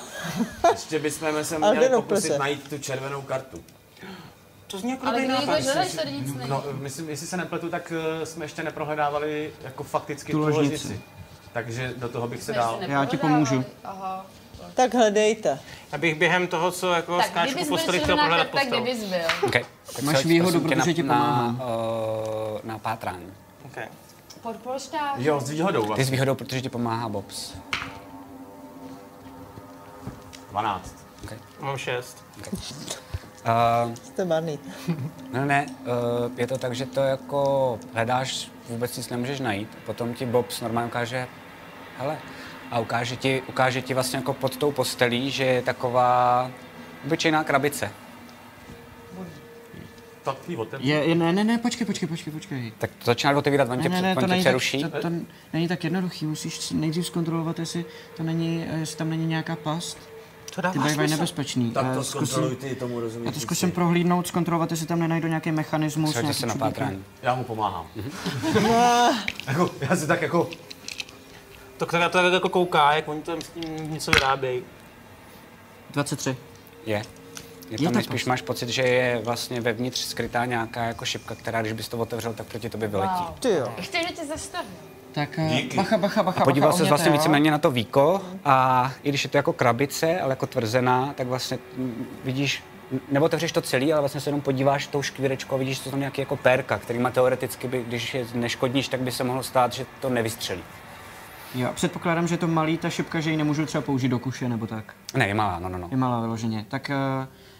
Speaker 3: Ještě bychom se
Speaker 6: Ale
Speaker 3: měli
Speaker 6: jenom
Speaker 3: pokusit
Speaker 6: prostě.
Speaker 3: najít tu červenou kartu.
Speaker 10: To zní jako
Speaker 4: Ale
Speaker 10: dobrý
Speaker 4: kdo ji
Speaker 10: nápad.
Speaker 4: zaželeš, tady nic není.
Speaker 3: No, myslím, jestli se nepletu, tak eh, jsme ještě neprohledávali jako fakticky tu
Speaker 5: Tu ložnici.
Speaker 3: ložnici. Takže do toho bych se
Speaker 4: Jsme
Speaker 3: dal.
Speaker 4: si
Speaker 5: Já ti
Speaker 4: neprodávali.
Speaker 5: pomůžu.
Speaker 4: Aha.
Speaker 6: Tak hledejte.
Speaker 7: Já bych během toho, co jako
Speaker 4: Tak
Speaker 7: skáču po
Speaker 4: kdybys byl
Speaker 7: posteli, chtěl
Speaker 4: červená
Speaker 7: prohledat
Speaker 4: karta,
Speaker 7: postel.
Speaker 4: kdybys byl.
Speaker 2: OK. Tak
Speaker 5: Máš
Speaker 2: se hoď,
Speaker 5: výhodu,
Speaker 2: prosím tě,
Speaker 5: protože ti
Speaker 2: na,
Speaker 5: pomáhám.
Speaker 2: na, eh, na pátrání.
Speaker 7: Okay.
Speaker 4: Pod polštář.
Speaker 3: Jo, s výhodou
Speaker 2: Ty
Speaker 3: vlastně.
Speaker 2: s výhodou, protože ti pomáhá Bobs.
Speaker 3: 12.
Speaker 7: Mám šest.
Speaker 2: Uh,
Speaker 6: Jste marný.
Speaker 2: Ne, ne, eh, je to tak, že to jako hledáš, vůbec nic nemůžeš najít. Potom ti Bobs normálně ukáže, hele, a ukáže ti, ukáže ti vlastně jako pod tou postelí, že je taková obyčejná krabice.
Speaker 9: Tak jí otem.
Speaker 5: Je, je, ne, ne, ne, počkej, počkej, počkej, počkej.
Speaker 2: Tak to začíná otevírat, on tě,
Speaker 5: Ne, ne, ne,
Speaker 2: on
Speaker 5: to
Speaker 2: tě
Speaker 5: není, tak,
Speaker 2: přeruší.
Speaker 5: to, to, není tak jednoduchý, musíš si nejdřív zkontrolovat, jestli, to není, eh, jestli tam není nějaká past.
Speaker 11: To
Speaker 5: Ty
Speaker 11: dává
Speaker 5: bývají
Speaker 11: smysl.
Speaker 5: nebezpečný.
Speaker 12: Tak
Speaker 5: Eh,
Speaker 12: to
Speaker 5: zkusím-
Speaker 12: zkontroluj ty, tomu rozumíš.
Speaker 5: Já to zkusím prohlídnout, zkontrolovat, jestli tam nenajdu nějaký mechanismus.
Speaker 2: Přehoďte
Speaker 5: nějaký
Speaker 2: se na
Speaker 5: čudíky.
Speaker 2: pátrání.
Speaker 9: Já mu pomáhám. Mhm. jako, já si tak jako...
Speaker 7: Tak tak na to tak jako kouká, jak oni tam s tím něco vyrábějí.
Speaker 5: 23.
Speaker 2: Je. Je
Speaker 5: Je
Speaker 2: tam
Speaker 5: to
Speaker 2: spíš máš pocit, že je vlastně vevnitř skrytá nějaká jako šipka, která když bys to otevřel, tak proti tobě vyletí.
Speaker 4: Wow.
Speaker 6: Ty jo.
Speaker 4: Chci, že tě zastavím.
Speaker 5: Tak eh, bacha, bacha, bacha.
Speaker 2: A podíval
Speaker 5: bacha,
Speaker 2: se
Speaker 5: ohněte,
Speaker 2: vlastně
Speaker 5: jo?
Speaker 2: víceméně na to víko a i když je to jako krabice, ale jako tvrzená, tak vlastně mm, vidíš, nebo otevřeš to celý, ale vlastně se jenom podíváš tou škvírečkou a vidíš, že to tam nějaký jako perka, který má teoreticky, by, když je neškodníš, tak by se mohlo stát, že to nevystřelí.
Speaker 5: Jo, předpokládám, že je to malý ta šipka, že ji nemůžu třeba použít do kuše nebo tak.
Speaker 2: Ne, je malá, no, no, no.
Speaker 5: Je malá vyloženě. Tak, eh,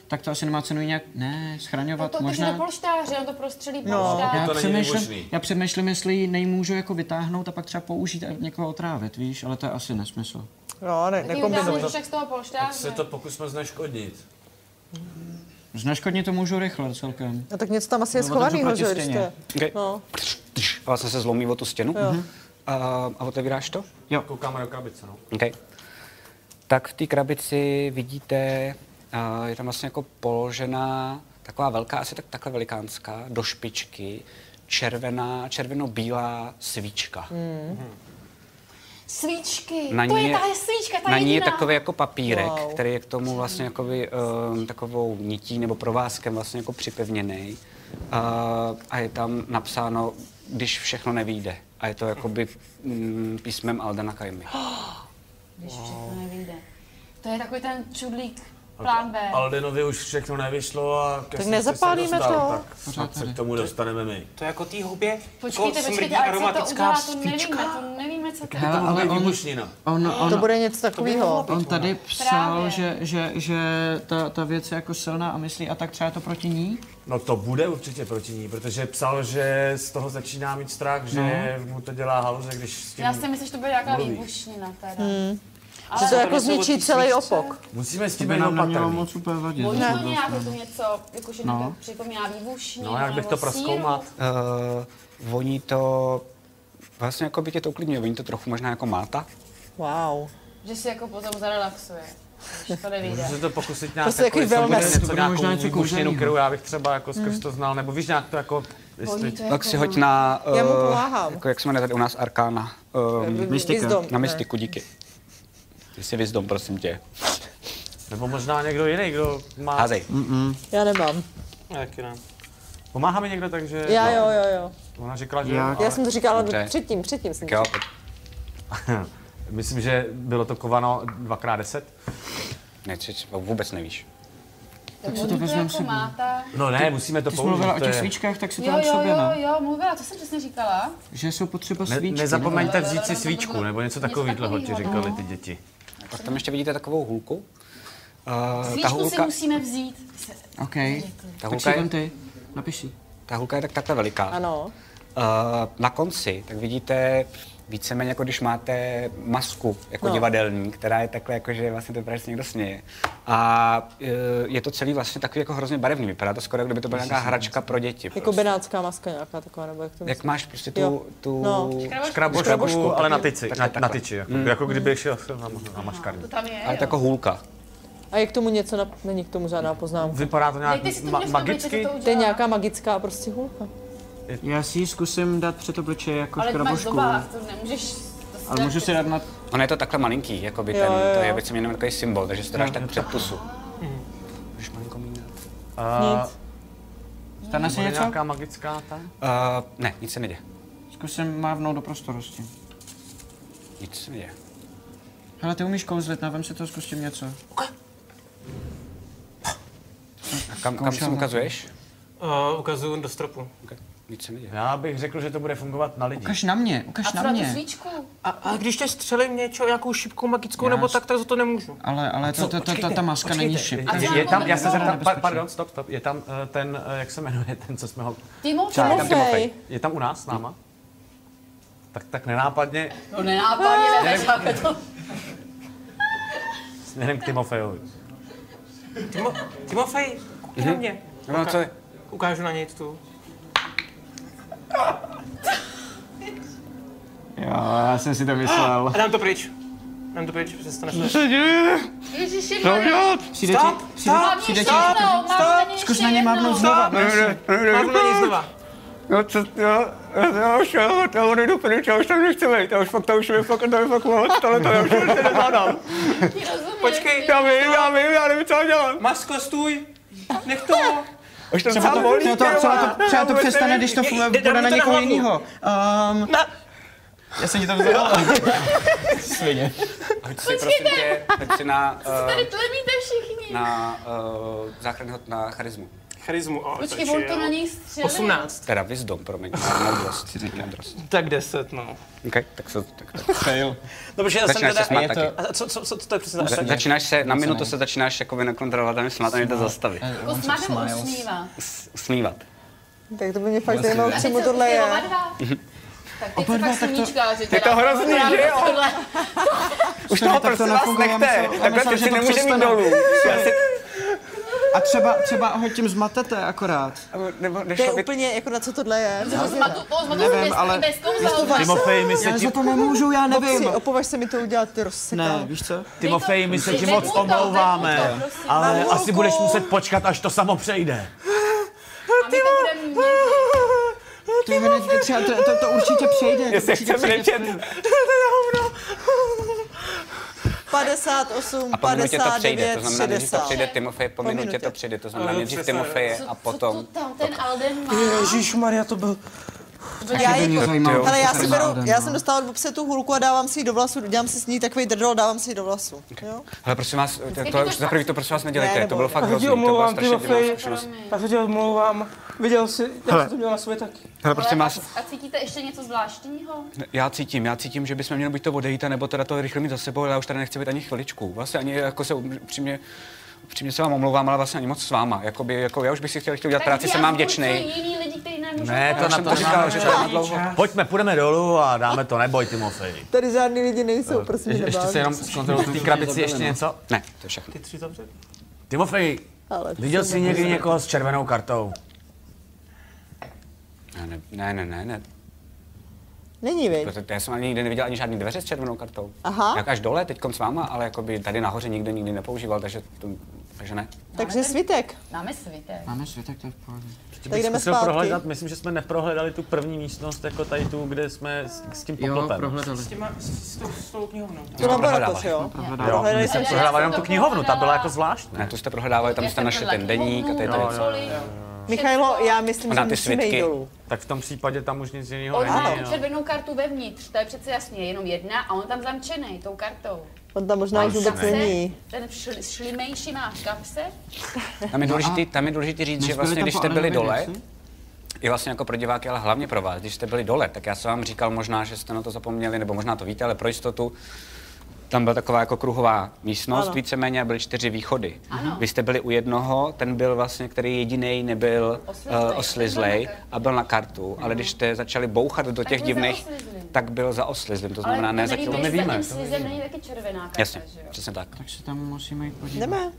Speaker 5: tak to asi nemá cenu ji nějak, ne,
Speaker 4: No
Speaker 5: schraňovat
Speaker 4: to
Speaker 5: možná.
Speaker 4: možná... do polštáře, on to prostřelí polštář.
Speaker 5: já,
Speaker 4: No.
Speaker 9: To není
Speaker 5: přemýšlím,
Speaker 9: možný.
Speaker 5: já přemýšlím, jestli ji nejmůžu jako vytáhnout a pak třeba použít a někoho otrávit, víš, ale to je asi nesmysl.
Speaker 6: Jo, No, ne,
Speaker 4: Ty udělám
Speaker 6: nekombinuj.
Speaker 4: z toho polštáře.
Speaker 9: Se to pokusme zneškodnit.
Speaker 5: Znaškodně to můžu rychle celkem.
Speaker 6: No tak něco tam asi je
Speaker 5: No, otevřu
Speaker 6: schovanýho, že jo,
Speaker 5: proti
Speaker 6: když to
Speaker 5: stěně.
Speaker 6: je.
Speaker 2: Okay.
Speaker 6: No.
Speaker 2: A vlastně se zlomí o tu stěnu a, a otevíráš to.
Speaker 9: Koukáme do krabice, no.
Speaker 2: Okay. Tak v té krabici vidíte, a je tam vlastně jako položená taková velká, asi tak takhle velikánská, do špičky, červená, červeno-bílá svíčka.
Speaker 4: Svíčky, Hmm. to je, ta svíčka, ta
Speaker 2: na ní je
Speaker 4: jediná.
Speaker 2: takový jako papírek, wow.
Speaker 6: Wow.
Speaker 2: který je k tomu vlastně jakoby, um, takovou nití nebo provázkem vlastně jako připevněný. A, a je tam napsáno, když všechno nevíde. A je to jakoby mm, písmem Aldana Kajmy.
Speaker 4: Když všechno nevyjde. To je takový ten čudlík plán B.
Speaker 9: Aldenovi už všechno nevyšlo a... ke
Speaker 6: Tak
Speaker 9: snížce
Speaker 6: nezapálíme
Speaker 9: se dostal,
Speaker 6: to.
Speaker 9: Tak snad se k tomu dostaneme my.
Speaker 7: To je jako tý hubě.
Speaker 4: Počkejte,
Speaker 7: Jako
Speaker 4: počkejte,
Speaker 7: smrdí
Speaker 4: ale co to
Speaker 7: aromatická
Speaker 4: udělá, to
Speaker 7: svíčka.
Speaker 4: nevíme, to nevíme, co to je.
Speaker 5: Hele, ale on,
Speaker 9: výbušnina.
Speaker 5: on, on,
Speaker 6: To bude něco takového.
Speaker 5: on tady psal,
Speaker 4: Právě.
Speaker 5: že, že, že ta, ta věc je jako silná a myslí a tak třeba to proti ní?
Speaker 9: No to bude určitě proti ní, protože psal, že z toho začíná mít strach, že mu to dělá haluze, když s tím...
Speaker 4: Já si myslím, že to bude nějaká
Speaker 9: Mluví.
Speaker 4: výbušnina teda. Hmm.
Speaker 6: Že
Speaker 4: Ale
Speaker 6: to
Speaker 4: to
Speaker 6: jako zničí celý opok.
Speaker 9: Musíme s tím
Speaker 5: By
Speaker 9: být
Speaker 5: nám nemělo
Speaker 9: opatrný.
Speaker 5: moc úplně vadit.
Speaker 4: možná
Speaker 5: Ne.
Speaker 4: nějak je to něco, jakože no. připomíná výbušninu.
Speaker 9: No, jak bych to
Speaker 4: nebo síru.
Speaker 9: proskoumat?
Speaker 2: Uh, voní to, vlastně jako by tě to uklidňuje, voní to trochu možná jako máta.
Speaker 6: Wow.
Speaker 4: Že si jako potom zarelaxuje, když to nevíde.
Speaker 9: Můžeme to pokusit nějak
Speaker 6: Prostě takový
Speaker 9: jestli bude
Speaker 6: wellness.
Speaker 5: To
Speaker 9: něco,
Speaker 5: bude
Speaker 9: nějakou
Speaker 5: možná něco
Speaker 9: výbušninu,
Speaker 5: kouzelného.
Speaker 9: kterou já bych třeba jako skrz to znal, nebo víš nějak to jako...
Speaker 4: Voní
Speaker 9: Jestli...
Speaker 4: to jako
Speaker 2: Tak si hoď na,
Speaker 6: no. Já mu
Speaker 2: eh,
Speaker 6: pomáhám. Eh,
Speaker 2: jako, jak se jmenuje tady u nás, Arkána. Um,
Speaker 5: Mystika.
Speaker 6: Vyzdom.
Speaker 2: na mystiku, díky. Ty si vyzdom, prosím tě.
Speaker 9: Nebo možná někdo jiný, kdo má...
Speaker 2: Házej.
Speaker 6: Já nemám.
Speaker 7: Taky ne.
Speaker 9: Pomáhá mi někdo, takže...
Speaker 6: Já jo, jo, jo.
Speaker 9: Ona říkala, že...
Speaker 5: Já-
Speaker 9: ale-
Speaker 6: Já jsem to říkala
Speaker 2: Dobře.
Speaker 6: předtím, předtím jsem
Speaker 2: Tak jo,
Speaker 6: to
Speaker 2: pojď.
Speaker 9: Myslím, že bylo to kováno 2x10.
Speaker 2: ne, či, či, vůbec nevíš.
Speaker 4: Tak si to vezmeme jako máta.
Speaker 9: No ne, musíme to
Speaker 5: Ty jsi mluvila o
Speaker 9: to
Speaker 5: těch
Speaker 9: je-
Speaker 5: svíčkách, tak si to
Speaker 4: Jo,
Speaker 5: dám
Speaker 4: jo,
Speaker 5: sobě, no.
Speaker 4: jo,
Speaker 5: ne?
Speaker 4: jo, mluvila, to jsem přesně říkala.
Speaker 5: Že jsou potřeba
Speaker 9: Ne,
Speaker 5: svíčky.
Speaker 9: nezapomeňte
Speaker 4: no.
Speaker 9: vzít si svíčku, nebo něco
Speaker 4: Něco
Speaker 9: takového, ti
Speaker 4: takovýho,
Speaker 9: říkali ty děti.
Speaker 2: Pak tam ještě vidíte takovou hůlku. Uh, ta
Speaker 4: Svíčku si
Speaker 2: hůlka,
Speaker 4: musíme vzít. Se-
Speaker 5: ne? OK.
Speaker 2: ta
Speaker 5: Tak
Speaker 2: hůlka,
Speaker 5: si
Speaker 2: je,
Speaker 5: vem ty. Napiš si.
Speaker 2: ta hůlka je tak takhle veliká.
Speaker 6: Ano.
Speaker 2: Uh, na konci, tak vidíte víceméně jako když máte masku jako no. divadelní, která je takhle jako, že vlastně to právě se někdo směje. A uh, je to celý vlastně takový jako hrozně barevný, vypadá to skoro, jak kdyby to byla nějaká hračka pro děti.
Speaker 6: Jako
Speaker 2: Prostě.
Speaker 6: benátská maska nějaká taková, nebo jak to
Speaker 2: Jak
Speaker 6: myslíš?
Speaker 2: máš prostě
Speaker 6: Jo.
Speaker 2: tu, tu
Speaker 6: No.
Speaker 9: Krabošku,
Speaker 2: Škrabošku,
Speaker 9: ale
Speaker 2: tak-
Speaker 9: na tyči,
Speaker 2: tak-
Speaker 9: na,
Speaker 2: takhle.
Speaker 9: na tyči, jako, jako kdyby šel jsem na, na maškardu.
Speaker 4: To tam je,
Speaker 2: ale
Speaker 4: jo.
Speaker 2: jako hůlka.
Speaker 6: A je k tomu něco, na... není k tomu žádná poznámka.
Speaker 9: Vypadá to nějak
Speaker 4: Dejte si to
Speaker 9: ma-
Speaker 4: ma-
Speaker 9: magicky,
Speaker 4: to udělá.
Speaker 6: To je nějaká magická prostě hůlka.
Speaker 5: Já si ji zkusím dát před obličej jako
Speaker 4: Ale ty máš
Speaker 5: škrabošku.
Speaker 4: zobák, to nemůžeš... to
Speaker 5: Ale můžu si dát na...
Speaker 2: Ono je to takhle malinký, jako by
Speaker 6: Jo,
Speaker 2: ten,
Speaker 6: jo,
Speaker 2: to
Speaker 6: jo. Mhm.
Speaker 2: je věcem jenom takový symbol, takže si to dáš tak před pusu. Můžeš malinko mít.
Speaker 6: Nic.
Speaker 5: Stane se
Speaker 9: je
Speaker 5: něco?
Speaker 9: nějaká magická ta?
Speaker 2: Uh, ne, nic se neděje.
Speaker 5: Zkusím mávnout do prostoru s tím.
Speaker 2: Nic se neděje.
Speaker 5: Hele, ty umíš kouzlit, navem si to, zkusím něco.
Speaker 2: A kam, kam se
Speaker 5: Zkoušel.
Speaker 2: ukazuješ?
Speaker 7: Uh, ukazuju do stropu.
Speaker 2: Okay. Nic se neděje.
Speaker 9: Já bych řekl, že to bude fungovat na lidi.
Speaker 5: Ukaž na mě,
Speaker 4: A
Speaker 5: ukaž
Speaker 4: co
Speaker 5: na
Speaker 4: na tu
Speaker 5: mě.
Speaker 4: svíčku?
Speaker 7: A, a když tě střelím něčo, nějakou šipkou magickou
Speaker 5: Já
Speaker 7: nebo
Speaker 5: s-
Speaker 7: tak, tak za to nemůžu.
Speaker 5: Ale, ale to, to, to, to, ta maska není šipka.
Speaker 4: A
Speaker 9: Je,
Speaker 4: co
Speaker 9: je
Speaker 4: na
Speaker 9: tam,
Speaker 4: tom
Speaker 9: já se
Speaker 4: nebezpečí?
Speaker 9: zeptám, pa, pardon, stop, stop, je tam eh, ten, eh, jak se jmenuje, ten, co jsme ho,
Speaker 4: Timofej.
Speaker 2: tam Timofej.
Speaker 9: je tam u nás, s náma? Tak, tak nenápadně
Speaker 4: To nenápadně, nenápadně to.
Speaker 9: směrem k Timofejovi.
Speaker 5: Mhm.
Speaker 7: Timo, Timofej, koukni na mě.
Speaker 2: No, co je?
Speaker 7: Ukážu na něj tu.
Speaker 5: Jo, já jsem si to myslel.
Speaker 7: A dám to pryč. Dám to pryč, přestane se.
Speaker 4: Ježiši, no,
Speaker 5: Přijde ti, přijde,
Speaker 4: mám
Speaker 5: přijde
Speaker 4: ještě
Speaker 5: ti,
Speaker 4: jednou, mám na ní
Speaker 5: zkus
Speaker 4: ještě
Speaker 5: na ně mávnout
Speaker 4: jednou.
Speaker 5: znova. prosím.
Speaker 7: Mám na něj znova.
Speaker 10: No co, jo, já už, eh, jo, já odejdu pryč, já už tam nechci být, já už fakt, to už mi fakt, to mi fakt moc, tohle to já už se nezvládám.
Speaker 4: Ti rozumím.
Speaker 7: Počkej,
Speaker 4: ty.
Speaker 10: Já vím, já vím, já nevím, co mám dělat.
Speaker 7: Masko, stůj! Nech to!
Speaker 10: Už to
Speaker 5: Třeba
Speaker 10: sám
Speaker 5: to,
Speaker 10: bolí,
Speaker 5: třeba to,
Speaker 10: ty
Speaker 5: třeba
Speaker 10: vole,
Speaker 5: to, třeba
Speaker 10: já
Speaker 5: to
Speaker 10: vůbec
Speaker 5: přestane,
Speaker 10: nevím.
Speaker 5: když to
Speaker 7: Je- je- dám
Speaker 5: bude
Speaker 7: to
Speaker 5: na
Speaker 7: na
Speaker 5: někoho
Speaker 7: hlavu.
Speaker 5: jiného. Um, já jsem ti to vzal.
Speaker 2: Hoď si prosím tě, hoď si na,
Speaker 4: Tady
Speaker 2: uh,
Speaker 4: tlemíte všichni.
Speaker 2: na uh, záchranný hod na charizmu.
Speaker 7: Charizmu, ale
Speaker 4: Počkej, on to na něj střelil.
Speaker 7: 18.
Speaker 2: Teda wisdom, promiň, na moudrost. moudrost.
Speaker 7: Tak 10, no.
Speaker 2: Okay, tak se, tak, tak.
Speaker 5: Fail.
Speaker 7: No, protože já jsem
Speaker 2: Začínáš se
Speaker 7: teda...
Speaker 2: smát
Speaker 5: je to-
Speaker 2: taky.
Speaker 7: A co, co, co, to je přesně
Speaker 2: Za,
Speaker 7: za
Speaker 2: začínáš se, na minutu se začínáš jako nekontrolovatelně smát a jde zastavit.
Speaker 4: Jako s Marou usmívá.
Speaker 2: S- Usmívat.
Speaker 6: Tak to by mě fakt zajímalo, k čemu tohle
Speaker 4: Ty
Speaker 6: je.
Speaker 4: oba dva? Tak teď se pak sluníčkáři teda.
Speaker 10: to hrozný,
Speaker 4: Právě
Speaker 10: že jo?
Speaker 4: tohle.
Speaker 10: Už toho
Speaker 5: tak to
Speaker 10: prosím vás
Speaker 5: nefungovalo, já
Speaker 10: nechte,
Speaker 5: myslel- já
Speaker 10: takhle
Speaker 5: myslel,
Speaker 10: ty
Speaker 5: že
Speaker 10: si
Speaker 5: to
Speaker 10: nemůže mít
Speaker 5: přestane.
Speaker 10: dolů. Já si,
Speaker 5: A třeba, třeba ho tím zmatete akorát.
Speaker 10: nebo
Speaker 6: To je
Speaker 10: nešlo by
Speaker 6: úplně, jako na co tohle je.
Speaker 4: To zmatu, to zmatu
Speaker 5: Nevím,
Speaker 4: bez,
Speaker 5: ale-
Speaker 4: bez kouzla.
Speaker 9: Timofej, my se
Speaker 5: Já
Speaker 9: ti,
Speaker 5: za to nemůžu, já nevím.
Speaker 6: Opsi, opovaž se mi to udělat, ty rozseká.
Speaker 5: Ne, víš co?
Speaker 9: Timofej, my se
Speaker 4: Dej
Speaker 9: ti
Speaker 4: to,
Speaker 9: moc
Speaker 4: dej to, dej
Speaker 9: omlouváme,
Speaker 4: to, prosím.
Speaker 9: ale
Speaker 6: Mám
Speaker 9: asi
Speaker 6: ruku.
Speaker 9: budeš muset počkat, až to samo přejde.
Speaker 4: A my to budeme mít.
Speaker 5: Ty vole, to třeba- to, to, to určitě přejde. to
Speaker 10: Jestli
Speaker 5: určitě
Speaker 10: chce
Speaker 5: přejde.
Speaker 10: brečet,
Speaker 6: 58,
Speaker 2: A po minutě to přejde, to
Speaker 6: 59,
Speaker 2: znamená, nejdřív to
Speaker 6: 60.
Speaker 2: přijde Timofej, po
Speaker 6: Po
Speaker 2: minutě to
Speaker 6: minutě.
Speaker 2: přijde, to znamená
Speaker 7: Ano,
Speaker 2: nejdřív
Speaker 7: přesně.
Speaker 2: Timofeje a
Speaker 4: Co
Speaker 2: potom...
Speaker 4: tu tam ten Alden má?
Speaker 10: Maria, to byl...
Speaker 6: Já
Speaker 5: To mě
Speaker 6: jí,
Speaker 5: zajímalo,
Speaker 6: ale
Speaker 5: to
Speaker 6: já
Speaker 5: se
Speaker 6: si
Speaker 5: zajímalo,
Speaker 6: beru,
Speaker 5: no.
Speaker 6: já jsem dostala od Bobse tu hulku a dávám si ji do vlasu, dělám si s ní takový drdol, dávám si ji do vlasu. Jo?
Speaker 2: Ale prosím vás, to, to už za prvý to prosím vás
Speaker 6: Ne,
Speaker 2: nedělejte,
Speaker 6: nebo-
Speaker 2: to bylo fakt
Speaker 7: Já ti
Speaker 2: hrozný, to byla
Speaker 7: omlouvám,
Speaker 2: strašně divná
Speaker 7: Timofej.
Speaker 2: zkušenost.
Speaker 7: Tak se tě odmlouvám. Viděl jsi, já jsem to měl na sobě taky.
Speaker 2: Ale prosím vás,
Speaker 4: A cítíte ještě něco zvláštního?
Speaker 2: prostě já cítím, já cítím, že bychom měli buď to odejít, nebo teda to rychle mít za sebou, ale já už tady nechci být ani chviličku. Vlastně ani jako se upřímně, upřímně se vám omlouvám, ale vlastně ani moc s váma. Jakoby, jako já už bych si chtěl, chtěl udělat práci, jsem vám vděčný.
Speaker 4: Jiný lidi, kteří nám můžou
Speaker 9: Ne,
Speaker 4: ne,
Speaker 9: to
Speaker 2: Já už
Speaker 9: na
Speaker 2: jsem
Speaker 9: to
Speaker 2: to říkal,
Speaker 9: nemáme
Speaker 2: že to
Speaker 9: čas.
Speaker 2: je dlouho.
Speaker 9: Pojďme, půjdeme dolů a dáme to, neboj, Timofej.
Speaker 6: Tady žádný lidi nejsou, prosím,
Speaker 3: Je, ještě se
Speaker 6: nebál.
Speaker 3: jenom zkontroluji v té krabici ještě něco.
Speaker 2: Ne, to je všechno.
Speaker 9: Timofej,
Speaker 6: Ale
Speaker 9: viděl jsi někdy někoho s červenou kartou?
Speaker 2: Ne, ne, ne, ne, ne.
Speaker 6: Není, viď?
Speaker 2: Protože já jsem ani nikdy neviděl ani žádný dveře s červenou kartou.
Speaker 6: Aha.
Speaker 2: Jak až dole, teď s váma, ale jakoby tady nahoře nikdo nikdy nepoužíval, takže, to, takže ne.
Speaker 6: Takže svitek,
Speaker 4: Máme svitek.
Speaker 5: Máme svitek, to je v pohodě.
Speaker 6: tak jdeme
Speaker 9: Zkusil
Speaker 6: zpátky.
Speaker 9: prohledat, myslím, že jsme neprohledali tu první místnost, jako tady tu, kde jsme s, s tím
Speaker 5: Jo,
Speaker 9: poklopem.
Speaker 5: prohledali.
Speaker 7: S těma, s, s tou, s tou knihovnou.
Speaker 6: To laboratoř,
Speaker 2: prohledávali.
Speaker 6: jo?
Speaker 9: jo.
Speaker 6: Prohledali
Speaker 9: jsem
Speaker 6: jsme
Speaker 4: to.
Speaker 9: prohledával jenom tu knihovnu, ta byla jako
Speaker 2: Ne,
Speaker 9: zvláštní.
Speaker 2: tu jste prohledávali, tam
Speaker 4: Já
Speaker 2: jste
Speaker 4: jsem
Speaker 2: našli
Speaker 4: vedla
Speaker 2: ten deník a tady
Speaker 4: knihovnu,
Speaker 2: tady.
Speaker 4: cokoliv.
Speaker 6: Michailo, já myslím,
Speaker 2: Ona
Speaker 6: že
Speaker 2: ty
Speaker 6: musíme jít
Speaker 2: svitky.
Speaker 6: dolů.
Speaker 9: Tak v tom případě tam už nic jiného
Speaker 4: On má
Speaker 9: není.
Speaker 4: tu červenou kartu vevnitř, to je přece jasně, jenom jedna a on tam zamčený tou kartou.
Speaker 6: On tam možná už vůbec
Speaker 4: Se,
Speaker 6: No, není.
Speaker 4: ten šl, šlimejší má v kapse.
Speaker 2: Tam je
Speaker 4: No
Speaker 2: důležitý, tam je důležitý říct, že
Speaker 5: Nezbyly
Speaker 2: vlastně,
Speaker 5: tam
Speaker 2: když
Speaker 5: po
Speaker 2: jste byli
Speaker 5: Adenovi
Speaker 2: dole,
Speaker 5: věci?
Speaker 2: i vlastně jako pro diváky, ale hlavně pro vás, když jste byli dole, tak já jsem vám říkal možná, že jste na to zapomněli, nebo možná to víte, ale pro jistotu, tam byla taková jako kruhová místnost,
Speaker 6: Ano.
Speaker 2: víceméně a byly čtyři východy.
Speaker 4: Ano.
Speaker 2: Vy jste byli u jednoho, ten byl vlastně, který jediný nebyl
Speaker 4: Oslizlej.
Speaker 2: eh, oslizlej
Speaker 4: Ten byl na kartu.
Speaker 2: a byl na kartu, ale když jste začali bouchat do těch
Speaker 4: byl
Speaker 2: divných,
Speaker 4: zaoslizlej.
Speaker 2: tak byl za oslizlem, to
Speaker 4: Ale
Speaker 2: znamená ne za
Speaker 4: nevíme,
Speaker 2: kilo.
Speaker 4: jestli
Speaker 9: nevíme,
Speaker 4: za tím
Speaker 9: to
Speaker 4: slizem není taky červená karta,
Speaker 2: Jasně,
Speaker 4: že jo?
Speaker 2: přesně tak.
Speaker 5: Tak se tam musíme jít podívat.
Speaker 6: Jdeme.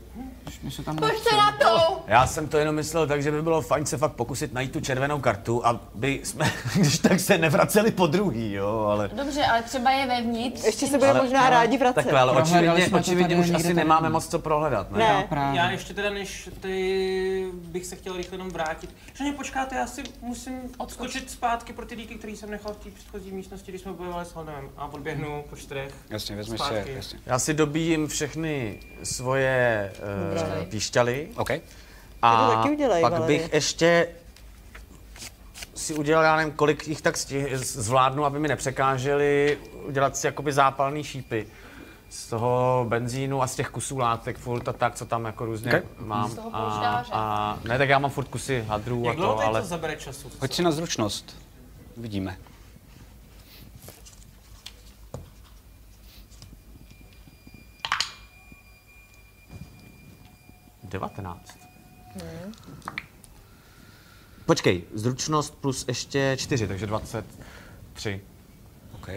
Speaker 5: My se tam
Speaker 4: Pojďte na to!
Speaker 9: Já jsem to jenom myslel tak, že by bylo fajn se fakt pokusit najít tu červenou kartu, aby jsme, když tak se nevraceli po druhý, jo, ale...
Speaker 4: Dobře, ale třeba je vevnitř.
Speaker 6: Ještě se budeme možná rádi vracet.
Speaker 9: Takhle, ale
Speaker 5: Prohledali
Speaker 9: očividně,
Speaker 5: jsme to
Speaker 9: očividně
Speaker 5: tady,
Speaker 9: už
Speaker 5: někde
Speaker 9: asi
Speaker 5: tady.
Speaker 9: nemáme moc co prohledat, ne?
Speaker 6: Ne,
Speaker 5: Právě.
Speaker 7: Já ještě teda, než ty bych se chtěl rychle jenom vrátit. Že mě počkáte, já si musím odskočit zpátky pro ty díky, které jsem nechal v té předchozí místnosti, když jsme bojovali s Honem a odběhnu po čtyřech.
Speaker 2: Jasně, vezmi si,
Speaker 7: Zpátky.
Speaker 2: jasně.
Speaker 9: Já si dobíjím všechny svoje uh, píšťaly
Speaker 2: OK.
Speaker 9: a
Speaker 6: To taky udělej,
Speaker 9: pak
Speaker 6: Valerie.
Speaker 9: bych ještě si udělal, já nevím, kolik jich tak stih- zvládnu, aby mi nepřekáželi udělat si jakoby zápalný šípy z toho benzínu a z těch kusů látek furt a tak, co tam jako různě
Speaker 2: Okay.
Speaker 9: mám.
Speaker 4: toho
Speaker 9: a,
Speaker 4: polštáře.
Speaker 9: a, ne, tak já mám furt kusy hadrů a
Speaker 7: Jak dlouho
Speaker 9: to,
Speaker 7: tady
Speaker 9: ale...
Speaker 7: to zabere času?
Speaker 2: Hoď si na zručnost. Uvidíme.
Speaker 9: Devatenáct. Počkej, zručnost plus ještě čtyři, takže 23.
Speaker 2: OK.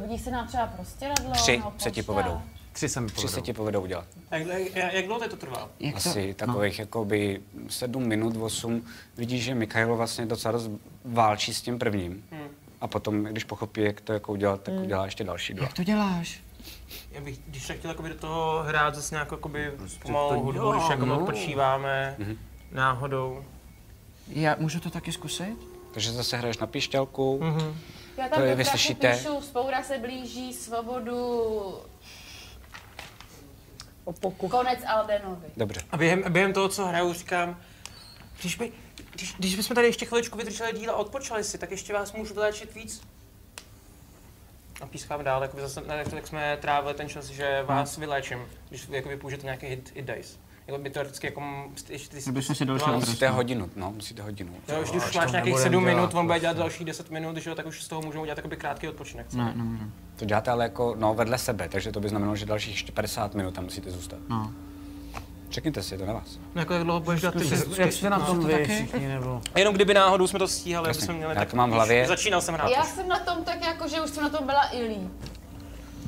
Speaker 4: Hodí se nám třeba prostě radlo.
Speaker 2: Tři
Speaker 4: no,
Speaker 2: se ti
Speaker 4: pošta.
Speaker 2: povedou.
Speaker 3: Tři se mi
Speaker 2: Tři se
Speaker 3: povedou.
Speaker 2: ti povedou udělat.
Speaker 7: Jak, jak, jak dlouho to trvá?
Speaker 5: Jak to? No.
Speaker 2: Asi takových jakoby sedm minut, osm. Vidíš, že Mikhailo vlastně docela dost válčí s tím prvním. A potom, když pochopí, jak to jako udělat, tak udělá ještě další dva.
Speaker 5: Jak to děláš?
Speaker 7: Já bych, když tak chtěl jakoby, do toho hrát zase nějakou jakoby,
Speaker 2: Prostě
Speaker 7: pomalou hudbu, když jakoby,
Speaker 2: no.
Speaker 7: odpočíváme
Speaker 2: Mhm.
Speaker 7: náhodou.
Speaker 5: Já můžu to taky zkusit?
Speaker 2: Takže zase hraješ na pišťalku.
Speaker 5: Mhm.
Speaker 4: Já
Speaker 2: To
Speaker 4: tam
Speaker 2: je,
Speaker 4: do
Speaker 2: vy
Speaker 4: krachu
Speaker 2: slyšíte?
Speaker 4: píšu, spoura se blíží, svobodu,
Speaker 6: Opoku.
Speaker 4: konec Aldenovi.
Speaker 2: Dobře.
Speaker 7: A během, během toho, co hraju, říkám, když, by, když, když bychom tady ještě chviličku vydrželi díl a odpočali si, tak ještě vás můžu vyléčit víc. A pískám dál, jakoby zase, ne, tak jsme trávili ten čas, že vás vyléčím, když jakoby použijete nějaký hit, hit dice. Jakoby teoreticky jako... m- st- Ještě, ty,
Speaker 5: Kdybychom si došli
Speaker 7: no,
Speaker 5: na
Speaker 7: jo,
Speaker 2: Musíte hodinu, no, musíte hodinu.
Speaker 7: už když máš nějakých 7 minut, on bude dělat další 10 minut, že jo, tak už z toho můžeme udělat jakoby krátký odpočinek.
Speaker 5: Ne, nemůžu.
Speaker 2: To děláte ale jako, no, vedle sebe, takže to by znamenalo, že dalších ještě 50 minut tam musíte zůstat.
Speaker 5: No.
Speaker 2: Řekněte si, je to na vás.
Speaker 7: No, jako jak dlouho budeš dělat ty
Speaker 9: Jak jste na tom vy všichni, nebo?
Speaker 7: Jenom kdyby náhodou jsme to stíhali, aby
Speaker 2: Jasně.
Speaker 7: jsme měli
Speaker 2: Já to mám v hlavě.
Speaker 7: Už Začínal jsem hrát.
Speaker 4: Já
Speaker 7: už.
Speaker 4: jsem na tom tak jako, že už jsem na tom byla i líp.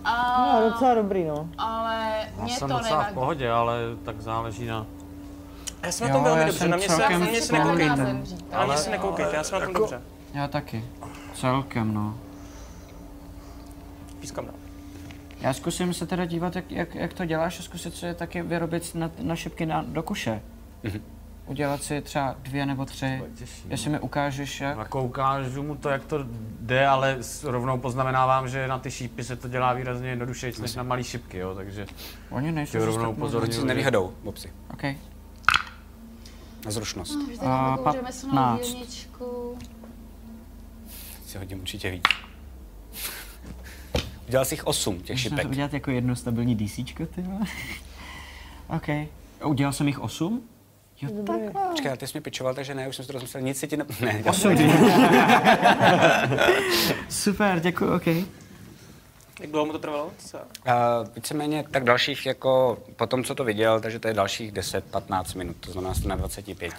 Speaker 4: A,
Speaker 6: No, docela dobrý, no.
Speaker 4: ale
Speaker 9: Já
Speaker 4: mě to
Speaker 9: jsem docela v
Speaker 4: nevadí.
Speaker 9: pohodě, ale tak záleží na...
Speaker 7: Já jsem na
Speaker 5: Jo,
Speaker 7: tom velmi
Speaker 5: já
Speaker 7: dobře,
Speaker 5: jsem
Speaker 7: na mě se, na
Speaker 5: celkem
Speaker 7: mě se
Speaker 5: spokojený.
Speaker 7: nekoukejte.
Speaker 5: Ten.
Speaker 7: Ale mě se nekoukejte, já jsem na tom dobře.
Speaker 5: Já taky. Celkem, no.
Speaker 7: Pískám dál.
Speaker 5: Já zkusím se teda dívat, jak, jak, jak to děláš a zkusit se taky vyrobit na, na šipky na, do koše.
Speaker 9: Mhm.
Speaker 5: Udělat si třeba dvě nebo tři, jestli mi ukážeš, jak...
Speaker 9: Jako ukážu mu to, jak to jde, ale s- rovnou poznamenávám, že na ty šípy se to dělá výrazně jednodušeji než na malý šipky, jo, takže...
Speaker 5: Oni nejsou
Speaker 9: Tě
Speaker 5: zas
Speaker 9: rovnou
Speaker 5: tak moc-
Speaker 9: upozorňuji.
Speaker 2: Hoď si s nevýhodou, Bobsi.
Speaker 5: OK.
Speaker 2: Na zrušnost.
Speaker 5: A,
Speaker 4: Můžeme sunout
Speaker 5: 15.
Speaker 4: jedničku.
Speaker 2: Si hodím určitě víc. Udělal jsi jich 8 těch
Speaker 5: Musím
Speaker 2: šipek.
Speaker 5: to udělat jako jedno stabilní DCčko, ty vole. OK. Udělal jsem jich osm? Jo, takhle.
Speaker 2: Počkej, ale ty jsi mě pičoval, takže ne, už jsem si to rozmyslel, nic si ti ne... ne já-
Speaker 5: Osm, Super, děkuji, OK.
Speaker 7: Jak dlouho mu to trvalo? Co?
Speaker 2: Uh, víceméně tak dalších jako, po tom, co to viděl, takže to je dalších 10-15 minut, to znamená jste na 25.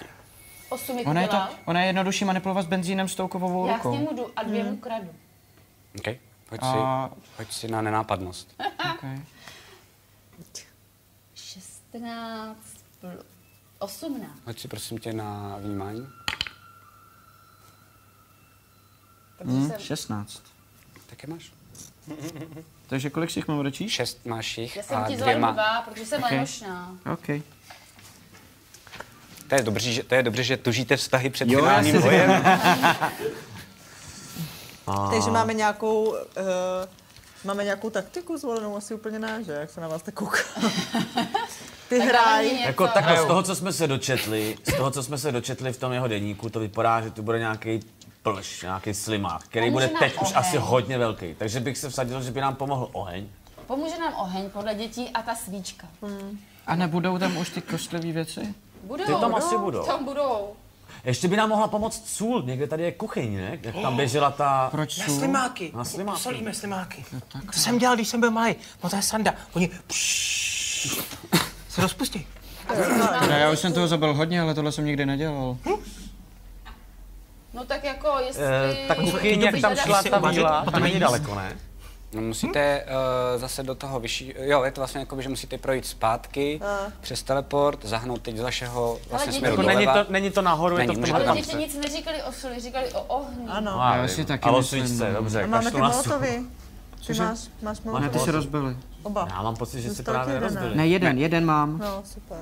Speaker 4: Osm jich
Speaker 5: Ona je, to,
Speaker 4: udělal.
Speaker 5: ona je jednodušší manipulovat s benzínem s tou kovovou
Speaker 4: Já s ním
Speaker 5: rukou.
Speaker 4: jdu a dvě mu kradu.
Speaker 2: OK? Hoď si,
Speaker 5: A-
Speaker 2: hoď si na nenápadnost.
Speaker 5: Okay.
Speaker 4: 16 plus 18.
Speaker 2: Hoď si prosím tě na vnímání.
Speaker 4: Protože
Speaker 5: Mhm.
Speaker 4: jsem,
Speaker 5: 16.
Speaker 2: Taky máš?
Speaker 5: Takže kolik si jich mám ročíš?
Speaker 2: Šest máš jich
Speaker 4: já jsem
Speaker 2: a
Speaker 4: ti zvolila
Speaker 2: dvěma.
Speaker 4: dva, protože jsem
Speaker 5: Ok.
Speaker 4: lenošná.
Speaker 5: OK.
Speaker 2: To je dobře, že, to je dobře, že tužíte vztahy před
Speaker 5: Jo, já
Speaker 2: finálním
Speaker 5: si-
Speaker 2: bojem.
Speaker 6: Takže máme nějakou, uh, máme nějakou taktiku zvolenou, asi úplně ne, že? Jak se na vás tak kouká. Ty
Speaker 4: Tak
Speaker 6: hraj.
Speaker 4: není něco.
Speaker 9: Jako tak z toho, co jsme se dočetli, z toho, co jsme se dočetli v tom jeho deníku, to vypadá, že tu bude nějaký plš, nějaký slimák, který
Speaker 4: A
Speaker 9: bude
Speaker 4: může nám
Speaker 9: teď už
Speaker 4: oheň.
Speaker 9: asi hodně velký. Takže bych se vsadil, že by nám pomohl oheň.
Speaker 4: Pomůže nám oheň podle dětí a ta svíčka.
Speaker 5: A nebudou tam už ty kostlivé věci?
Speaker 4: Budou. no?
Speaker 9: Ty tam asi budou.
Speaker 4: Tam budou.
Speaker 9: Ještě by nám mohla pomoct sůl, někde tady je kuchyň, ne? Jak tam běžela ta...
Speaker 5: Proč
Speaker 7: Na
Speaker 5: jsou?
Speaker 7: slimáky.
Speaker 9: Na slimáky. No
Speaker 7: Solíme slimáky. to jsem dělal, když jsem byl malý. No to je sanda. Oni pšš, se rozpustí.
Speaker 5: Ne, já už jsem toho zabil hodně, ale tohle jsem nikdy nedělal.
Speaker 4: No tak jako, jestli...
Speaker 9: Eh, ta kuchyň, jak tam šla ta víla, tam není daleko, ne?
Speaker 2: No, musíte
Speaker 6: Hm?
Speaker 2: uh, zase do toho vyšší, jo, je to vlastně jako, by, že musíte projít zpátky přes teleport, zahnout teď z vašeho vlastně
Speaker 4: děti-
Speaker 2: směru
Speaker 4: Jako
Speaker 9: Není
Speaker 2: doleva.
Speaker 9: to, není to nahoru, je
Speaker 2: Není,
Speaker 9: to v tom
Speaker 2: můžete
Speaker 4: Ale
Speaker 2: tam
Speaker 4: děti
Speaker 2: se-
Speaker 4: nic neříkali o soli, říkali o ohni.
Speaker 6: Ano.
Speaker 9: Já
Speaker 5: Já
Speaker 9: vím.
Speaker 5: si taky
Speaker 9: A o
Speaker 5: myslím,
Speaker 9: svíčce,
Speaker 5: no.
Speaker 9: dobře,
Speaker 6: A máme ty
Speaker 9: kašlu na sůl.
Speaker 6: molotovy. Ty máš, máš
Speaker 5: Ne, ty
Speaker 6: molotovy.
Speaker 5: se rozbily.
Speaker 6: Oba.
Speaker 9: Já mám pocit, že se
Speaker 6: Zůstal
Speaker 9: právě
Speaker 6: ti jeden, ne?
Speaker 9: rozbili.
Speaker 5: Ne, jeden, jeden mám.
Speaker 6: No, super.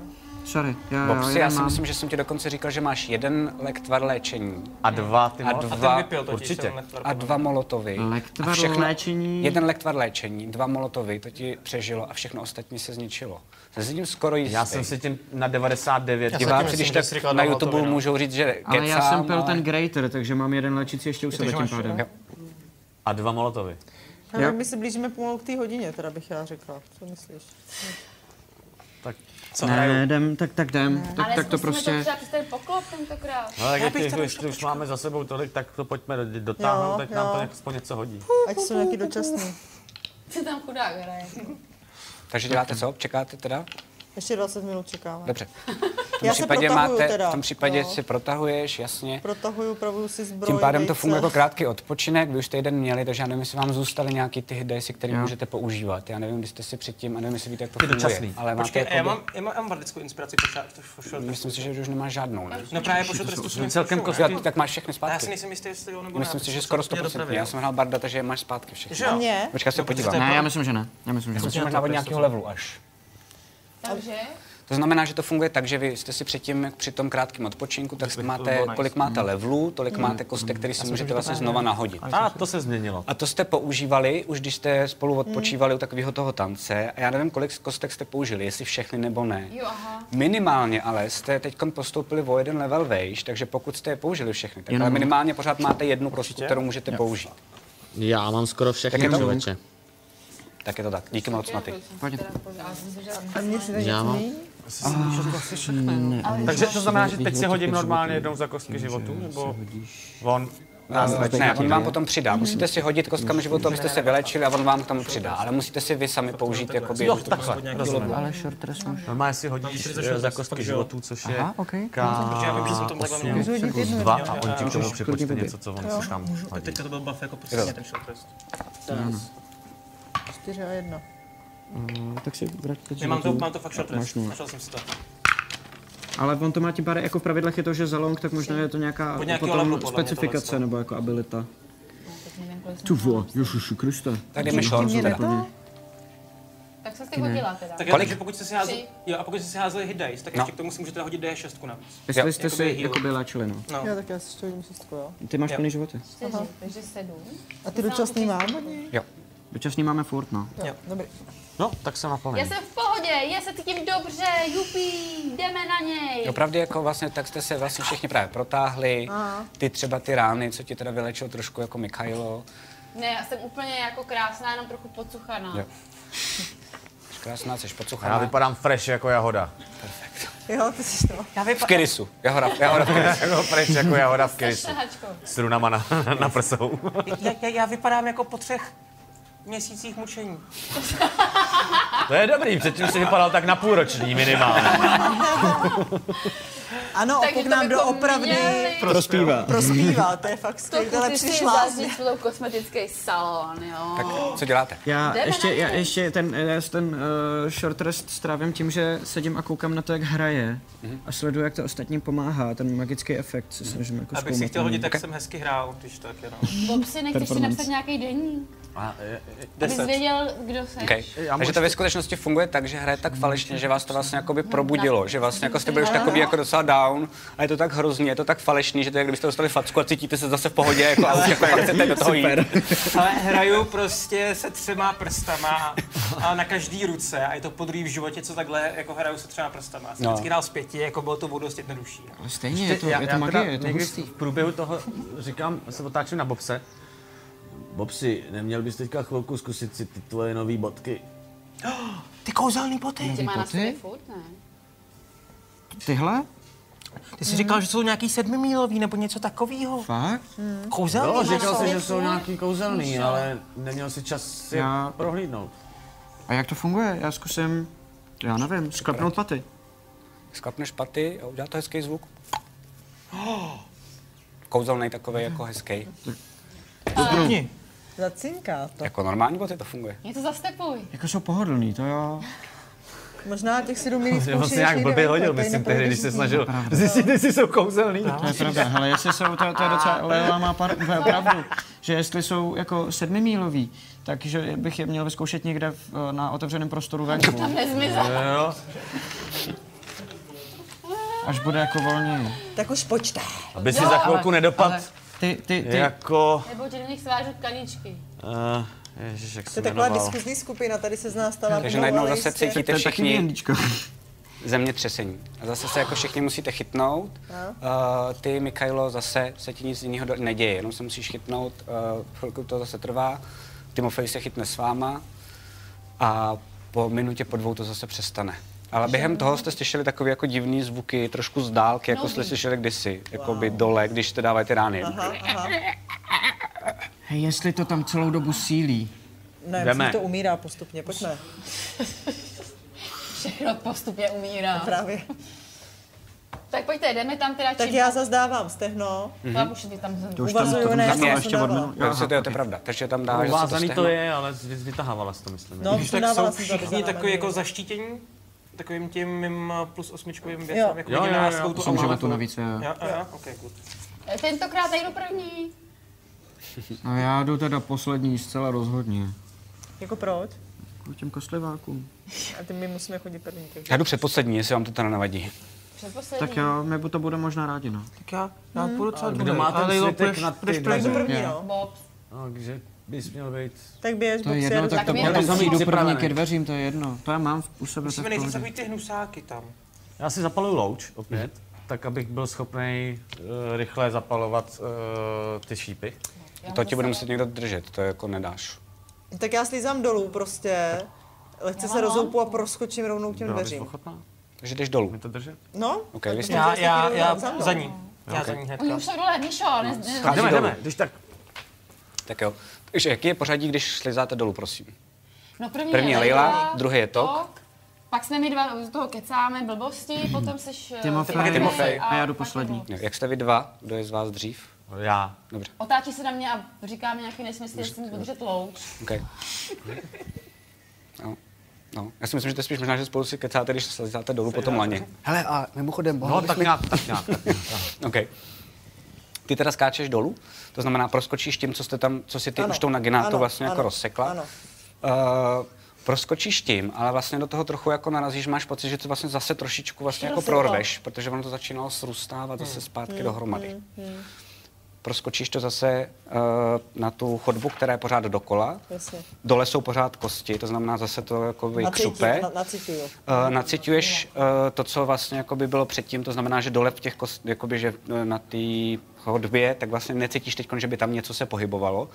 Speaker 5: Sorry, jo, jo,
Speaker 2: Bobsi, já
Speaker 5: jeden
Speaker 2: si
Speaker 5: mám.
Speaker 2: myslím, že jsem ti dokonce říkal, že máš jeden lektvar léčení
Speaker 9: A dva, ty
Speaker 2: a
Speaker 9: a
Speaker 7: A
Speaker 2: dva,
Speaker 7: ten vypil totiž.
Speaker 9: určitě.
Speaker 7: ten lektvar.
Speaker 2: a dva molotovy.
Speaker 5: Lektvar
Speaker 2: a
Speaker 5: léčení.
Speaker 2: Jeden lektvar léčení, dva molotovy, to ti přežilo a všechno ostatní se zničilo. Jsem si tím skoro jistý.
Speaker 9: Já jsem si tím na 99
Speaker 2: Diváci,
Speaker 7: myslím,
Speaker 2: když
Speaker 7: že jsi
Speaker 2: tak
Speaker 7: říkal
Speaker 2: na
Speaker 7: dva
Speaker 2: YouTube
Speaker 7: molotovy, no.
Speaker 2: můžou říct, že kecám,
Speaker 5: Ale já jsem pil
Speaker 2: ale-
Speaker 5: ten greater, takže mám jeden léčící ještě u sebe tím pádem.
Speaker 9: a dva molotovy.
Speaker 6: Hele, my se blížíme pomalu k té hodině, teda bych já řekla. Co myslíš?
Speaker 9: Tak
Speaker 7: Co
Speaker 5: Ne,
Speaker 7: hraju?
Speaker 5: ne, jdem, tak, tak jdem.
Speaker 4: Ale
Speaker 5: Tak, tak to
Speaker 4: zkusíme to
Speaker 5: prostě...
Speaker 4: třeba přes ten poklop tentokrát.
Speaker 9: Ale
Speaker 7: Já
Speaker 9: no, jak
Speaker 7: bych
Speaker 9: těch,
Speaker 7: chtěla
Speaker 9: ještě už máme za sebou tolik, tak to pojďme do- dotáhnout,
Speaker 6: Jo,
Speaker 9: tak nám to
Speaker 6: jo.
Speaker 9: aspoň něco hodí.
Speaker 6: Ať jsou nějaký dočasný.
Speaker 4: Co tam chudák hraje?
Speaker 2: Takže děláte co? Čekáte teda?
Speaker 6: Ještě 20 minut čekáme.
Speaker 2: Dobře. tom
Speaker 6: No. Já se
Speaker 2: případě
Speaker 6: protahuju
Speaker 2: máte,
Speaker 6: teda,
Speaker 2: v tom případě
Speaker 6: no.
Speaker 2: si protahuješ, jasně.
Speaker 6: Protahuju, upravuju si zbroj.
Speaker 2: Tím pádem to
Speaker 6: vejce.
Speaker 2: funguje jako krátký odpočinek, vy už týden měli, takže já nevím, jestli vám zůstaly nějaký ty hidesy, které můžete používat. Já nevím, kdy jste si předtím, a nevím, jestli víte, jak to funguje.
Speaker 3: dočasný.
Speaker 2: Ale máte
Speaker 7: Počkej,
Speaker 2: jako,
Speaker 7: já mám, já mám, já mám vardickou inspiraci po šá- po šá-
Speaker 2: myslím si, že už nemáš žádnou, ne?
Speaker 7: No právě po šátru.
Speaker 2: Celkem kostky, tak máš všechny
Speaker 7: Já si
Speaker 2: zpátky.
Speaker 7: nejsem jistý, jestli jo nebo ne.
Speaker 2: Myslím si,
Speaker 7: protože
Speaker 2: že
Speaker 7: jsem
Speaker 2: skoro
Speaker 7: to mě
Speaker 2: 100%.
Speaker 7: dopravil.
Speaker 2: Já jsem hrál barda, takže je máš zpátky všechny.
Speaker 7: Že jo?
Speaker 6: Mě?
Speaker 2: Počkej, já se podívám.
Speaker 5: Ne, já myslím, že ne. Já myslím, že ne.
Speaker 2: Možná od nějakého levelu až.
Speaker 4: Takže?
Speaker 2: To znamená, že to funguje tak, že vy jste si předtím, jak při tom krátkém odpočinku, tak máte, kolik máte levelů, tolik máte kostek, který si můžete vlastně znova nahodit.
Speaker 3: A to se změnilo.
Speaker 2: A to jste používali, už když jste spolu odpočívali u takového toho tance. A já nevím, kolik kostek jste použili, jestli všechny nebo ne.
Speaker 4: Jo, aha.
Speaker 2: Minimálně ale jste teď postoupili o jeden level vejš, takže pokud jste je použili všechny, tak ale minimálně pořád máte jednu kostku, kterou můžete použít.
Speaker 9: Já mám skoro všechny,
Speaker 2: Tak je to-
Speaker 9: člověče.
Speaker 2: Tak je to tak. Díky moc, Maty.
Speaker 6: A mě si tady
Speaker 9: Já mám-
Speaker 6: nic není?
Speaker 3: Takže to znamená, že teď si hodím normálně jednou za kostky životu, nebo on?
Speaker 2: Ne, on vám potom přidá. Musíte si hodit kostkami životu, abyste se vylečili a on vám k tomu přidá. Ale musíte si vy sami použít jakoby... Jo,
Speaker 5: Ale short rest
Speaker 9: No,
Speaker 5: můžu.
Speaker 3: Normálně si hodíš eh, za kostky životů, což je
Speaker 5: Aha, OK.
Speaker 7: Protože já vím, že jsem to takhle měl.
Speaker 6: Můžu hodit jednu.
Speaker 3: dva a on ti k tomu připočte něco, co on si tam hodí.
Speaker 7: Teďka to byl buff jako prostě ten šatrest.
Speaker 6: Čtyři a jedna.
Speaker 5: Tak si vraťte
Speaker 7: Nemám to, mám to fakt šatrest.
Speaker 5: nula.
Speaker 7: Našel jsem si to.
Speaker 5: Ale on to má tím pádem jako v pravidlech je to, že za long, tak možná je to nějaká
Speaker 7: Pod nějakýho
Speaker 5: potom
Speaker 7: levelu podle mě
Speaker 5: specifikace
Speaker 7: tohle.
Speaker 5: nebo jako abilita.
Speaker 4: Teď nevím, kolik jsem
Speaker 5: Tu vo, Ježiši Kriste.
Speaker 2: Tak jdeme short
Speaker 6: Mě
Speaker 2: teda.
Speaker 6: neto?
Speaker 4: Tak se ty hodila teda.
Speaker 7: Tak
Speaker 4: Tak
Speaker 7: já,
Speaker 2: Kolik?
Speaker 7: takže pokud jste si házeli, jo, a pokud jste si házeli hit dice, tak
Speaker 2: No.
Speaker 7: ještě k tomu si můžete hodit D6 navíc.
Speaker 2: Jo.
Speaker 5: Jestli jste
Speaker 7: Jakoby
Speaker 5: si
Speaker 7: Jako heal.
Speaker 5: jakoby léčili, no.
Speaker 7: No.
Speaker 6: Jo, tak já si ještě hodím šestku, jo.
Speaker 5: Ty máš
Speaker 7: Jo.
Speaker 5: plný životy.
Speaker 4: čtyři, takže sedm.
Speaker 6: A ty dočasný mám od ní?
Speaker 5: Dočasný máme furt, no.
Speaker 6: Jo, dobrý.
Speaker 3: No, tak jsem
Speaker 4: Já
Speaker 3: naplněný.
Speaker 4: jsem v pohodě, já se cítím dobře, jupí, jdeme na něj.
Speaker 2: Opravdu jako vlastně tak jste se vlastně všichni právě protáhli, ty třeba ty rány, co ti teda vylečil trošku jako Mikhailo,
Speaker 4: Ne, já jsem úplně jako krásná, jenom trochu pocuchaná.
Speaker 2: Jo. Jsi krásná, jsi
Speaker 9: Já
Speaker 2: pocuchaná.
Speaker 9: vypadám fresh jako jahoda.
Speaker 6: Jo, ty jsi to.
Speaker 2: V Kyrisu, jahora, jahora v Kyrisu.
Speaker 9: Jako fresh jako jahoda v
Speaker 4: Seš
Speaker 9: krysu.
Speaker 4: tahačko.
Speaker 9: S runama na, na prsou.
Speaker 7: Já, já, já vypadám jako po třech měsících mučení.
Speaker 9: To je dobrý, předtím si vypadal tak na půlroční minimálně.
Speaker 6: Ano,
Speaker 4: Takže
Speaker 6: opuk
Speaker 4: to
Speaker 6: nám do
Speaker 4: bychom
Speaker 6: opravdy
Speaker 4: měli.
Speaker 5: Prospívá.
Speaker 6: prospívá, to je fakt skvělé,
Speaker 4: To
Speaker 6: ale
Speaker 4: ty si
Speaker 6: přišla.
Speaker 4: zazdíš budou kosmetický salon, jo.
Speaker 2: Tak co děláte?
Speaker 5: Já
Speaker 4: Jdeme
Speaker 5: ještě,
Speaker 4: na
Speaker 5: já
Speaker 4: něj.
Speaker 5: ještě ten, eh, já si ten uh, short rest strávím tím, že sedím a koukám na to, jak hraje a sleduju, jak to ostatním pomáhá, ten magický efekt se snažím jako
Speaker 7: Abych si
Speaker 5: zkoumat.
Speaker 7: chtěl hodit, jak jsem hezky hrál, když tak jenom.
Speaker 4: Bob si nechceš si napsat nějaký denník, abys
Speaker 7: Deset.
Speaker 4: věděl, kdo seš.
Speaker 2: Okay. Takže to ve skutečnosti funguje tak, že hraje tak falešně, že vás to vlastně jakoby probudilo, že vlastně jako jste byli už takový jako docela down a je to tak hrozně, je to tak falešný, že to je, jak kdybyste dostali facku a cítíte se zase v pohodě, jako, a už jako fakt chcete do toho jít.
Speaker 7: Ale hraju prostě se třema prstama a na každý ruce a je to podruhý v životě, co takhle jako hraju se třema prstama. Já Jsem
Speaker 2: No.
Speaker 7: no. vždycky hrál z pěti, jako bylo to o dost jednodušší.
Speaker 5: Ale Stejně, je to, je to magie, je to hustý.
Speaker 9: v průběhu toho říkám, se otáčím na Bobse. Bobsi, neměl bys teďka chvilku zkusit si ty tvoje nový bodky?
Speaker 7: Ty kouzelný boty!
Speaker 4: Ty má na
Speaker 5: Boty?
Speaker 4: sobě furt, ne?
Speaker 5: Tyhle?
Speaker 7: Ty jsi říkal, že jsou nějaký sedmimílový nebo něco takového.
Speaker 5: Fakt?
Speaker 7: Kouzelný?
Speaker 9: No, říkal
Speaker 4: jsou.
Speaker 9: jsi, že jsou nějaký kouzelný, ale neměl si čas si je
Speaker 5: Já-
Speaker 9: prohlídnout.
Speaker 5: A jak to funguje? Já zkusím, já nevím, sklapnout paty.
Speaker 2: Sklapneš paty a udělá to hezký zvuk. Kouzelný takový jako hezký.
Speaker 6: Zacinká to.
Speaker 2: Jako normální boty to funguje.
Speaker 4: Něco zastepuj.
Speaker 5: Jako jsou pohodlný, to jo.
Speaker 6: Možná těch sedm milíc
Speaker 9: On se nějak blbě hodil, myslím tehdy, když se snažil zjistit, jestli jsou kouzelný.
Speaker 5: To je pravda, hele, jestli jsou, to, to je docela, Leila má par, pravdu, že jestli jsou jako sedmimílový, takže bych je měl vyzkoušet někde v, na otevřeném prostoru venku,
Speaker 4: Nezmizel.
Speaker 9: Jo,
Speaker 5: až bude jako volněji.
Speaker 6: Tak už počte.
Speaker 9: aby si za chvilku nedopadl
Speaker 5: Ty, ty, ty,
Speaker 9: jako...
Speaker 4: Nebo ti do nich svážu kaničky.
Speaker 9: eh, Ježiš, jak
Speaker 6: To
Speaker 9: se
Speaker 6: je taková
Speaker 9: jmenoval.
Speaker 6: diskuzní skupina, tady se z nás stala
Speaker 2: Takže
Speaker 6: pomalu,
Speaker 2: najednou
Speaker 6: ale
Speaker 2: zase
Speaker 6: jistě.
Speaker 2: cítíte
Speaker 5: taky
Speaker 2: všichni
Speaker 5: jendičko.
Speaker 2: zemětřesení. A zase se jako všichni musíte chytnout. Uh, ty, Mikhailo, zase se ti nic jiného do- neděje, jenom se musíš chytnout. Uh, chvilku to zase trvá. Timofej se chytne s váma a po minutě, po dvou to zase přestane. Ale během toho jste slyšeli takové jako divné zvuky, trošku z dálky, jako jste slyšeli kdysi, jako by dole, když jste dávají ty rány.
Speaker 5: Hej, jestli to tam celou dobu sílí.
Speaker 6: Ne,
Speaker 9: Jdeme.
Speaker 6: myslím, to umírá postupně, pojďme.
Speaker 4: No. Všechno postupně umírá.
Speaker 6: Právě.
Speaker 4: Tak pojďte, jdeme tam teda
Speaker 6: Tak
Speaker 4: čím.
Speaker 6: já zazdávám stehno,
Speaker 4: Mhm. Já už tam
Speaker 5: To už tam,
Speaker 6: uvazuju,
Speaker 5: to,
Speaker 6: ne,
Speaker 5: tam
Speaker 6: já
Speaker 5: dala
Speaker 6: jsem
Speaker 5: ještě
Speaker 6: dávala.
Speaker 5: odmenu. Jo,
Speaker 2: Takže to,
Speaker 5: aha,
Speaker 2: je, to je
Speaker 5: ok.
Speaker 2: pravda, takže tam dáváš zase
Speaker 9: Vázaný to
Speaker 2: stehno.
Speaker 9: je, ale z- vytahávala jsi to, myslím.
Speaker 6: no,
Speaker 7: Když tak
Speaker 6: dávala
Speaker 7: jsou
Speaker 6: jsem to, aby
Speaker 7: všichni
Speaker 6: to
Speaker 7: takový jako
Speaker 6: nebylo.
Speaker 7: zaštítění, takovým tím mým eh, plus osmičkovým věcem, jako
Speaker 9: Jo, jo, jo,
Speaker 7: jedenáctkou
Speaker 9: to
Speaker 7: tu
Speaker 5: Jsem životu
Speaker 7: amulatu.
Speaker 5: navíc, jo.
Speaker 7: Jo, jo, jo, ok, good.
Speaker 4: E, Tentokrát nejdu první.
Speaker 5: No já jdu teda poslední zcela rozhodně.
Speaker 6: Jako proč?
Speaker 5: K těm kostlivákům.
Speaker 6: A ty my musíme chodit první. takže-
Speaker 2: Já jdu předposlední, jestli vám to teda nevadí.
Speaker 4: Předposlední.
Speaker 5: Tak jo, mi to bude možná rádi, no.
Speaker 10: Tak já, já půjdu třeba
Speaker 9: Kdo má ten svitek na ty
Speaker 6: Tak jdu
Speaker 9: dveře?
Speaker 6: první, no.
Speaker 4: Bob.
Speaker 9: Takže bys měl být...
Speaker 6: Tak běž,
Speaker 5: To je
Speaker 6: boxer,
Speaker 5: jedno, tak
Speaker 4: tak
Speaker 5: to
Speaker 4: mě
Speaker 5: potom
Speaker 4: nezapomínej.
Speaker 5: jdu první
Speaker 9: Připravený.
Speaker 5: ke dveřím, to je jedno. To já mám v- u sebe, tak
Speaker 7: Musíme
Speaker 5: v
Speaker 7: nejdřív
Speaker 5: pohodě.
Speaker 7: takový ty hnusáky tam.
Speaker 9: Já si zapaluju louč opět, tak abych byl schopný rychle zapalovat eh, ty šípy.
Speaker 4: Já
Speaker 2: To
Speaker 4: mám
Speaker 2: ti bude
Speaker 4: zase-
Speaker 2: muset někdo držet, to jako nedáš.
Speaker 6: Tak já slízám dolů prostě, lehce
Speaker 4: Já
Speaker 6: se
Speaker 4: mám.
Speaker 6: rozhoupu a proskočím rovnou k těm
Speaker 9: Byla bys
Speaker 6: dveřím.
Speaker 9: ochotná?
Speaker 2: Takže jdeš dolů.
Speaker 9: Mi to držet?
Speaker 6: No,
Speaker 2: OK, vy jste...
Speaker 7: Já,
Speaker 6: taky
Speaker 7: já,
Speaker 6: jdou
Speaker 7: já
Speaker 6: za mnou.
Speaker 7: za ní. Já za ní
Speaker 4: Oni
Speaker 7: hnedka.
Speaker 4: už jsou dole, Míšo, ne, ne,
Speaker 2: Schází
Speaker 9: Jdeme,
Speaker 2: dolů.
Speaker 9: jdeme, když tak.
Speaker 2: Tak jo. Takže jaký je pořadí, když slizáte dolů, prosím?
Speaker 4: No první,
Speaker 2: První
Speaker 4: je
Speaker 2: je Leila, druhý je Tok.
Speaker 4: Pak jsme my dva z toho kecáme blbosti, potom seš eh,
Speaker 5: Timofej.
Speaker 4: Timofej
Speaker 2: Timofej.
Speaker 5: A já jdu
Speaker 4: pak
Speaker 5: poslední.
Speaker 4: Bob.
Speaker 2: Jo, Jak jste vy dva? Kdo je z vás dřív?
Speaker 9: Já.
Speaker 2: Dobře,
Speaker 4: Otáčí se na mě a říká mi nějaký nesmysl, jestli mi budu držet louč.
Speaker 2: OK. No. No. Já si myslím, že to je spíš možná, že spolu si kecáte, když slizáte dolů po tom laně. Hele, a mimochodem,
Speaker 9: No, tak nějak, tak nějak.
Speaker 2: OK. Ty teda skáčeš dolů, to znamená proskočíš tím, co, jste tam, co si ty
Speaker 6: Ano,
Speaker 2: už tou naginátou
Speaker 6: ano,
Speaker 2: vlastně jako
Speaker 6: ano,
Speaker 2: rozsekla.
Speaker 6: ano.
Speaker 2: Uh, proskočíš tím, ale vlastně do toho trochu jako narazíš, máš pocit, že to vlastně zase trošičku vlastně jako
Speaker 6: Rozsekla.
Speaker 2: prorveš, protože ono to začínalo srůstávat
Speaker 6: Hmm.
Speaker 2: zase zpátky dohromady. Proskočíš to zase uh, na tu chodbu, která je pořád dokola.
Speaker 6: jasně.
Speaker 2: Dole jsou pořád kosti, to znamená zase to jako křupe.
Speaker 6: na, nacituju.
Speaker 2: Eh, nacituješ eh, to, co vlastně jakoby bylo předtím, to znamená, že dole v těch kost, jakoby, že eh, na té chodbě, tak vlastně necítíš teď, že by tam něco se pohybovalo.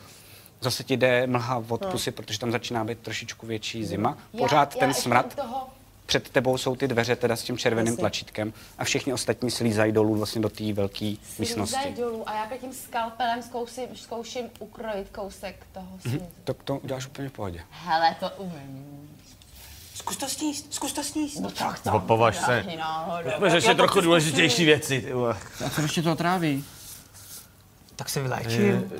Speaker 2: Zase ti jde mlha od
Speaker 4: No.
Speaker 2: pusy, protože tam začíná být trošičku větší zima. Pořád ten
Speaker 4: ještě
Speaker 2: smrad.
Speaker 4: u Toho,
Speaker 2: Před tebou jsou ty dveře teda s tím červeným
Speaker 6: Jasně.
Speaker 2: tlačítkem a všichni ostatní slízají dolů vlastně do té velké
Speaker 4: místnosti.
Speaker 2: místnosti.
Speaker 4: dolů a já tím skalpelem zkouším, zkouším ukrojit kousek
Speaker 2: Mhm.
Speaker 4: toho sněhu.
Speaker 2: To, to uděláš úplně v pohodě.
Speaker 4: Hele, to umím.
Speaker 7: Zkus to sníst, zkus to sníst.
Speaker 4: No tak to
Speaker 9: Opovaž se.
Speaker 4: Ani náhodou.
Speaker 9: Řeš je trochu důležitější věci, ty vole.
Speaker 5: A co ještě to tráví?
Speaker 7: Tak se vylečím.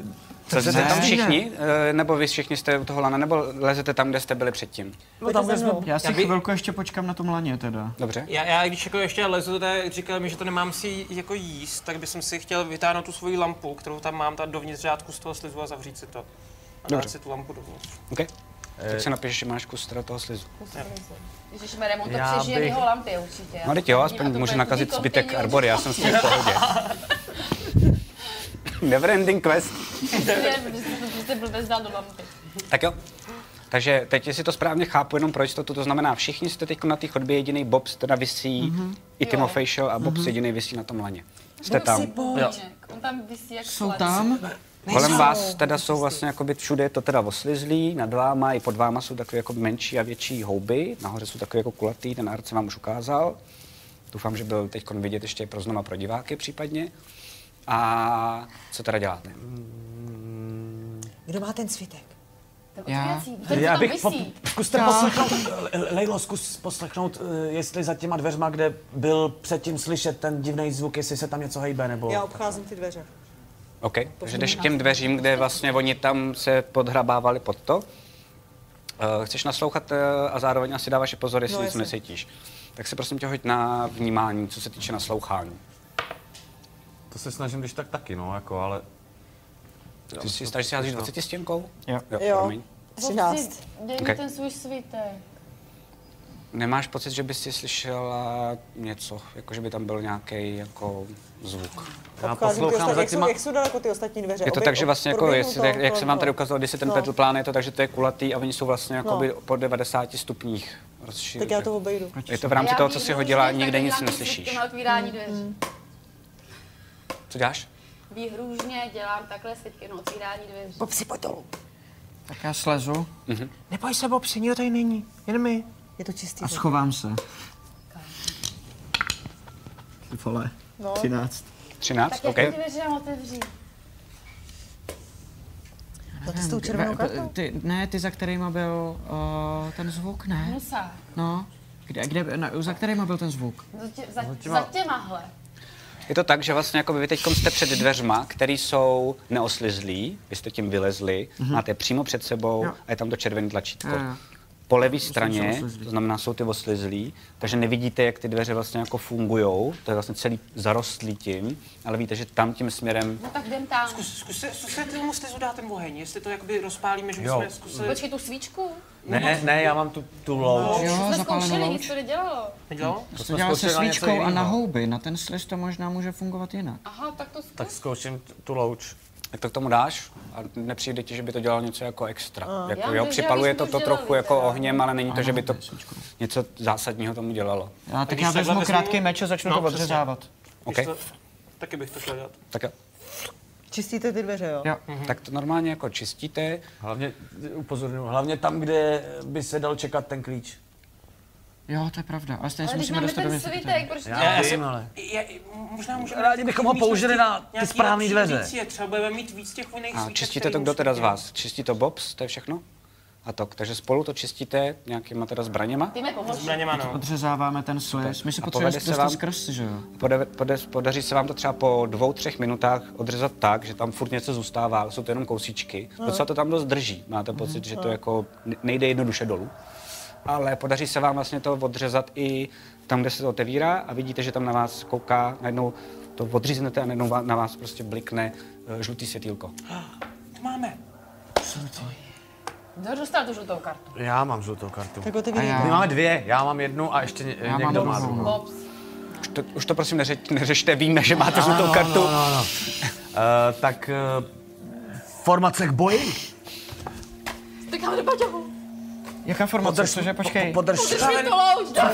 Speaker 2: Co jste tam všichni? Eh, Nebo vy všichni jste u toho lana, nebo lezete tam, kde jste byli předtím?
Speaker 6: No tam jsme...
Speaker 5: Já si
Speaker 7: Já by-
Speaker 5: chvilku ještě počkám na tom laně teda.
Speaker 2: Dobře?
Speaker 7: Já, já když jako ještě lezu, tak říkal mi, že to nemám si jako jíst, tak bych si chtěl vytáhnout tu svoji lampu, kterou tam mám, ta dovnitř řádku z toho slizu a zavřít si to. A
Speaker 2: Dobře.
Speaker 7: dát si tu lampu dovnitř.
Speaker 2: OK? Tak se napiš, že máš kus teda toho slizu. No,
Speaker 4: Když jsme remont, to
Speaker 9: Já
Speaker 4: přežije
Speaker 9: bych-
Speaker 4: jeho lampy určitě.
Speaker 2: No teď jo, aspoň může
Speaker 4: jako
Speaker 2: nakazit zbytek Arbory, já jsem s tím v pohodě. Neverending quest.
Speaker 4: Prostě Jste blbec dal do lampy.
Speaker 2: Tak jo. Takže teď, jestli to správně chápu, jenom pro jistotu, to znamená, všichni jste teď na té chodbě, jediný Bob teda visí, i Timofej šel a Bob jediný visí na tom laně. Jste tam.
Speaker 4: Půjček. On tam vysí jak
Speaker 5: Jsou
Speaker 4: slad.
Speaker 5: tam?
Speaker 2: Kolem vás teda jsou vlastně jakoby všude je to teda oslizlý, nad váma i pod váma jsou takové jako menší a větší houby, nahoře jsou takové jako kulatý, ten art se vám už ukázal. Doufám, že byl teď vidět ještě pro znova pro diváky případně. A co teda děláte?
Speaker 6: Kdo má ten svitek?
Speaker 4: Ten
Speaker 5: Já-
Speaker 4: otvírací, Ten, co
Speaker 9: Já
Speaker 4: tam
Speaker 9: bych po,
Speaker 4: vysí.
Speaker 9: zkuste poslechnout, Le- Lejlo, zkus poslechnout, eh, jestli za těma dveřma, kde byl předtím slyšet ten divný zvuk, jestli se tam něco hejbe, nebo...
Speaker 6: Já obcházím ty dveře.
Speaker 2: OK, takže jdeš k těm dveřím, kde vlastně oni tam se podhrabávali pod to. Eh, Chceš naslouchat eh, a zároveň asi dáváš i pozor, jestli
Speaker 6: No,
Speaker 2: něco
Speaker 6: jasně.
Speaker 2: necítíš. Tak se prosím tě hoď na vnímání, co se týče naslouchání.
Speaker 9: To se snažím když tak taky, no, jako, ale...
Speaker 2: Ty si stáš si házíš 20 stěnkou?
Speaker 5: Jo.
Speaker 6: Jo.
Speaker 2: promiň.
Speaker 6: Třináct.
Speaker 4: Dej mi
Speaker 2: Ok.
Speaker 4: ten svůj svitek.
Speaker 2: Nemáš pocit, že bys si slyšela něco, jako že by tam byl nějaký jako zvuk?
Speaker 9: Já
Speaker 6: Obcházím ty
Speaker 9: poslouchám
Speaker 6: ostatní,
Speaker 9: za
Speaker 6: jak, jsou,
Speaker 9: těma...
Speaker 6: jak jsou daleko ty ostatní dveře?
Speaker 2: Je to
Speaker 6: Obě-
Speaker 2: tak, že vlastně jako,
Speaker 6: proběhnu
Speaker 2: jestli,
Speaker 6: to
Speaker 2: jak, jak jsem vám
Speaker 6: kolem
Speaker 2: tady
Speaker 6: toho.
Speaker 2: ukazoval, když se ten
Speaker 6: No.
Speaker 2: pedal plán je to tak, že to je kulatý a oni jsou vlastně jako
Speaker 6: No.
Speaker 2: po 90 stupních rozšířené.
Speaker 6: Tak já to obejdu.
Speaker 2: Je to v rámci
Speaker 4: Já
Speaker 2: toho, co
Speaker 4: vím,
Speaker 2: si
Speaker 4: že
Speaker 2: hodila,
Speaker 4: už nejsem
Speaker 2: nikde nic
Speaker 4: takový
Speaker 2: neslyšíš.
Speaker 4: s tím otvírání dveří.
Speaker 2: Co děláš?
Speaker 4: Výhružně dělám takhle světky na otvírání dveří.
Speaker 6: Popsi, pojď dolů.
Speaker 5: Tak já slezu
Speaker 10: Neboj se, Bob, nikdo tady není, jen my.
Speaker 6: Je to čistý.
Speaker 5: a schovám se. Ty vole,
Speaker 6: No.
Speaker 5: 13.
Speaker 2: 13,
Speaker 4: Tak jak
Speaker 2: OK.
Speaker 4: ty dveře mám otevřít?
Speaker 6: No to s tou červenou
Speaker 5: Ve-
Speaker 6: kartou.
Speaker 5: Ty, ne, ty, za kterýma byl uh, ten zvuk, ne?
Speaker 4: Nusa.
Speaker 5: No. Kde, kde, na, za kterýma byl ten zvuk?
Speaker 4: Za, tě, za, za těmahle.
Speaker 2: Je to tak, že vlastně jako vy teď jste před dveřma, které jsou neoslizlí, vy jste tím vylezli, mm-hmm. máte přpřímo před sebou
Speaker 5: Mhm. Jo.
Speaker 2: a je tam to červené tlačítko.
Speaker 5: Jo, jo.
Speaker 2: Po levé
Speaker 5: jsou
Speaker 2: straně,
Speaker 5: oslizlí.
Speaker 2: to znamená, jsou ty oslizlí, takže nevidíte, jak ty dveře vlastně jako fungují, to je vlastně celý zarostlý tím, ale víte, že tam tím směrem
Speaker 4: No tak jdem tam.
Speaker 7: Zkus, zkus, se- zkus se tomu slizu dát ten oheň, jestli to jakoby rozpálíme, že
Speaker 3: Jo.
Speaker 7: bychom zkusili.
Speaker 4: Počkej tu svíčku.
Speaker 3: Ne, ne, já mám tu, tu louč.
Speaker 5: No,
Speaker 4: Jo, jsme
Speaker 5: zapálenou
Speaker 4: zkoušeli,
Speaker 5: louč.
Speaker 4: nic to nedělalo.
Speaker 7: Nedělalo?
Speaker 5: To
Speaker 3: jsme
Speaker 5: se dělá se
Speaker 3: zkoušeli na něco
Speaker 5: svíčkou a na
Speaker 3: jinýho.
Speaker 5: houby. Na ten sliz to možná může fungovat jinak.
Speaker 4: Aha, tak to zkus.
Speaker 3: Tak zkouším t- tu louč.
Speaker 2: jak to k tomu dáš a nepřijde ti, že by to dělalo něco jako extra.
Speaker 4: Já
Speaker 2: Jako,
Speaker 4: bych-
Speaker 2: jo,
Speaker 4: já bych
Speaker 2: připaluje
Speaker 4: to
Speaker 2: to, to
Speaker 4: dělala
Speaker 2: trochu jako
Speaker 4: teda.
Speaker 2: ohněm, ale není to, že by to
Speaker 5: to je svíčko.
Speaker 2: něco zásadního tomu dělalo.
Speaker 5: Já, tak
Speaker 7: když
Speaker 5: já
Speaker 7: takhle
Speaker 5: vezmu
Speaker 7: vezmu-
Speaker 5: krátký meč a začnu
Speaker 7: No,
Speaker 5: to
Speaker 7: přesně.
Speaker 5: odřezávat.
Speaker 2: Okay?
Speaker 7: To, taky bych to chtěl dělat.
Speaker 2: Tak, jo.
Speaker 6: Čistíte ty dveře, jo?
Speaker 5: Jo.
Speaker 4: Mhm.
Speaker 2: tak to normálně jako čistíte,
Speaker 3: Hlavně, upozorňuji, hlavně tam, kde by se dal čekat ten klíč.
Speaker 5: Jo, to je pravda. Ale stejně
Speaker 4: Ale
Speaker 5: se
Speaker 4: když
Speaker 5: musíme
Speaker 4: máme
Speaker 5: dostat do
Speaker 4: ten
Speaker 5: města.
Speaker 4: svitek, proč to
Speaker 3: Já jsem ale.
Speaker 7: Je, možná můžeme...
Speaker 3: Rádi bychom ho
Speaker 7: mít
Speaker 3: použili
Speaker 7: nějaký-
Speaker 3: na ty
Speaker 7: nějaký
Speaker 3: správný
Speaker 7: lepší
Speaker 3: dveře.
Speaker 7: indicie, Třeba budeme mít víc těch vojných
Speaker 2: A čistíte to kdo teda z vás? Čistí to Bobs, to je všechno? A to, takže spolu to čistíte nějakýma teda zbraněma?
Speaker 4: Ty mi pomohli.
Speaker 7: Zbraněma, no.
Speaker 5: Odřezáváme ten sliz. My se
Speaker 2: A
Speaker 5: potřebujeme
Speaker 2: povede se
Speaker 5: dostat
Speaker 2: vám-
Speaker 5: skrz, že jo?
Speaker 2: Poda- poda- podaří se vám to třeba po dvou, třech minutách odřezat tak, že tam furt něco zůstává, ale jsou to jenom kousíčky. Docela to tam dost drží. Máte pocit, že to jako ne- nejde jednoduše dolů. Ale podaří se vám vlastně to odřezat i tam, kde se to otevírá a vidíte, že tam na vás kouká, najednou to odříznete a najednou vá- na vás prostě blikne eh, žlutý světýlko.
Speaker 7: To máme.
Speaker 4: Kdo dostal tu žlutou kartu?
Speaker 3: Já mám žlutou kartu.
Speaker 6: Tak
Speaker 5: A
Speaker 6: otevírám.
Speaker 5: já,
Speaker 9: No,
Speaker 3: My máme dvě, já mám jednu a ještě ně,
Speaker 5: já mám
Speaker 3: někdo má
Speaker 5: druhou.
Speaker 3: druhou.
Speaker 5: no.
Speaker 4: Bobs.
Speaker 2: Už to, už to prosím neře- neřešte, víme, že máte žlutou kartu.
Speaker 3: Uh, tak uh, formace k boji?
Speaker 4: Tak ale do Paťahu.
Speaker 5: Jaká formace? Cože, počkej.
Speaker 3: Podrž.
Speaker 4: Už mi to louč, dám.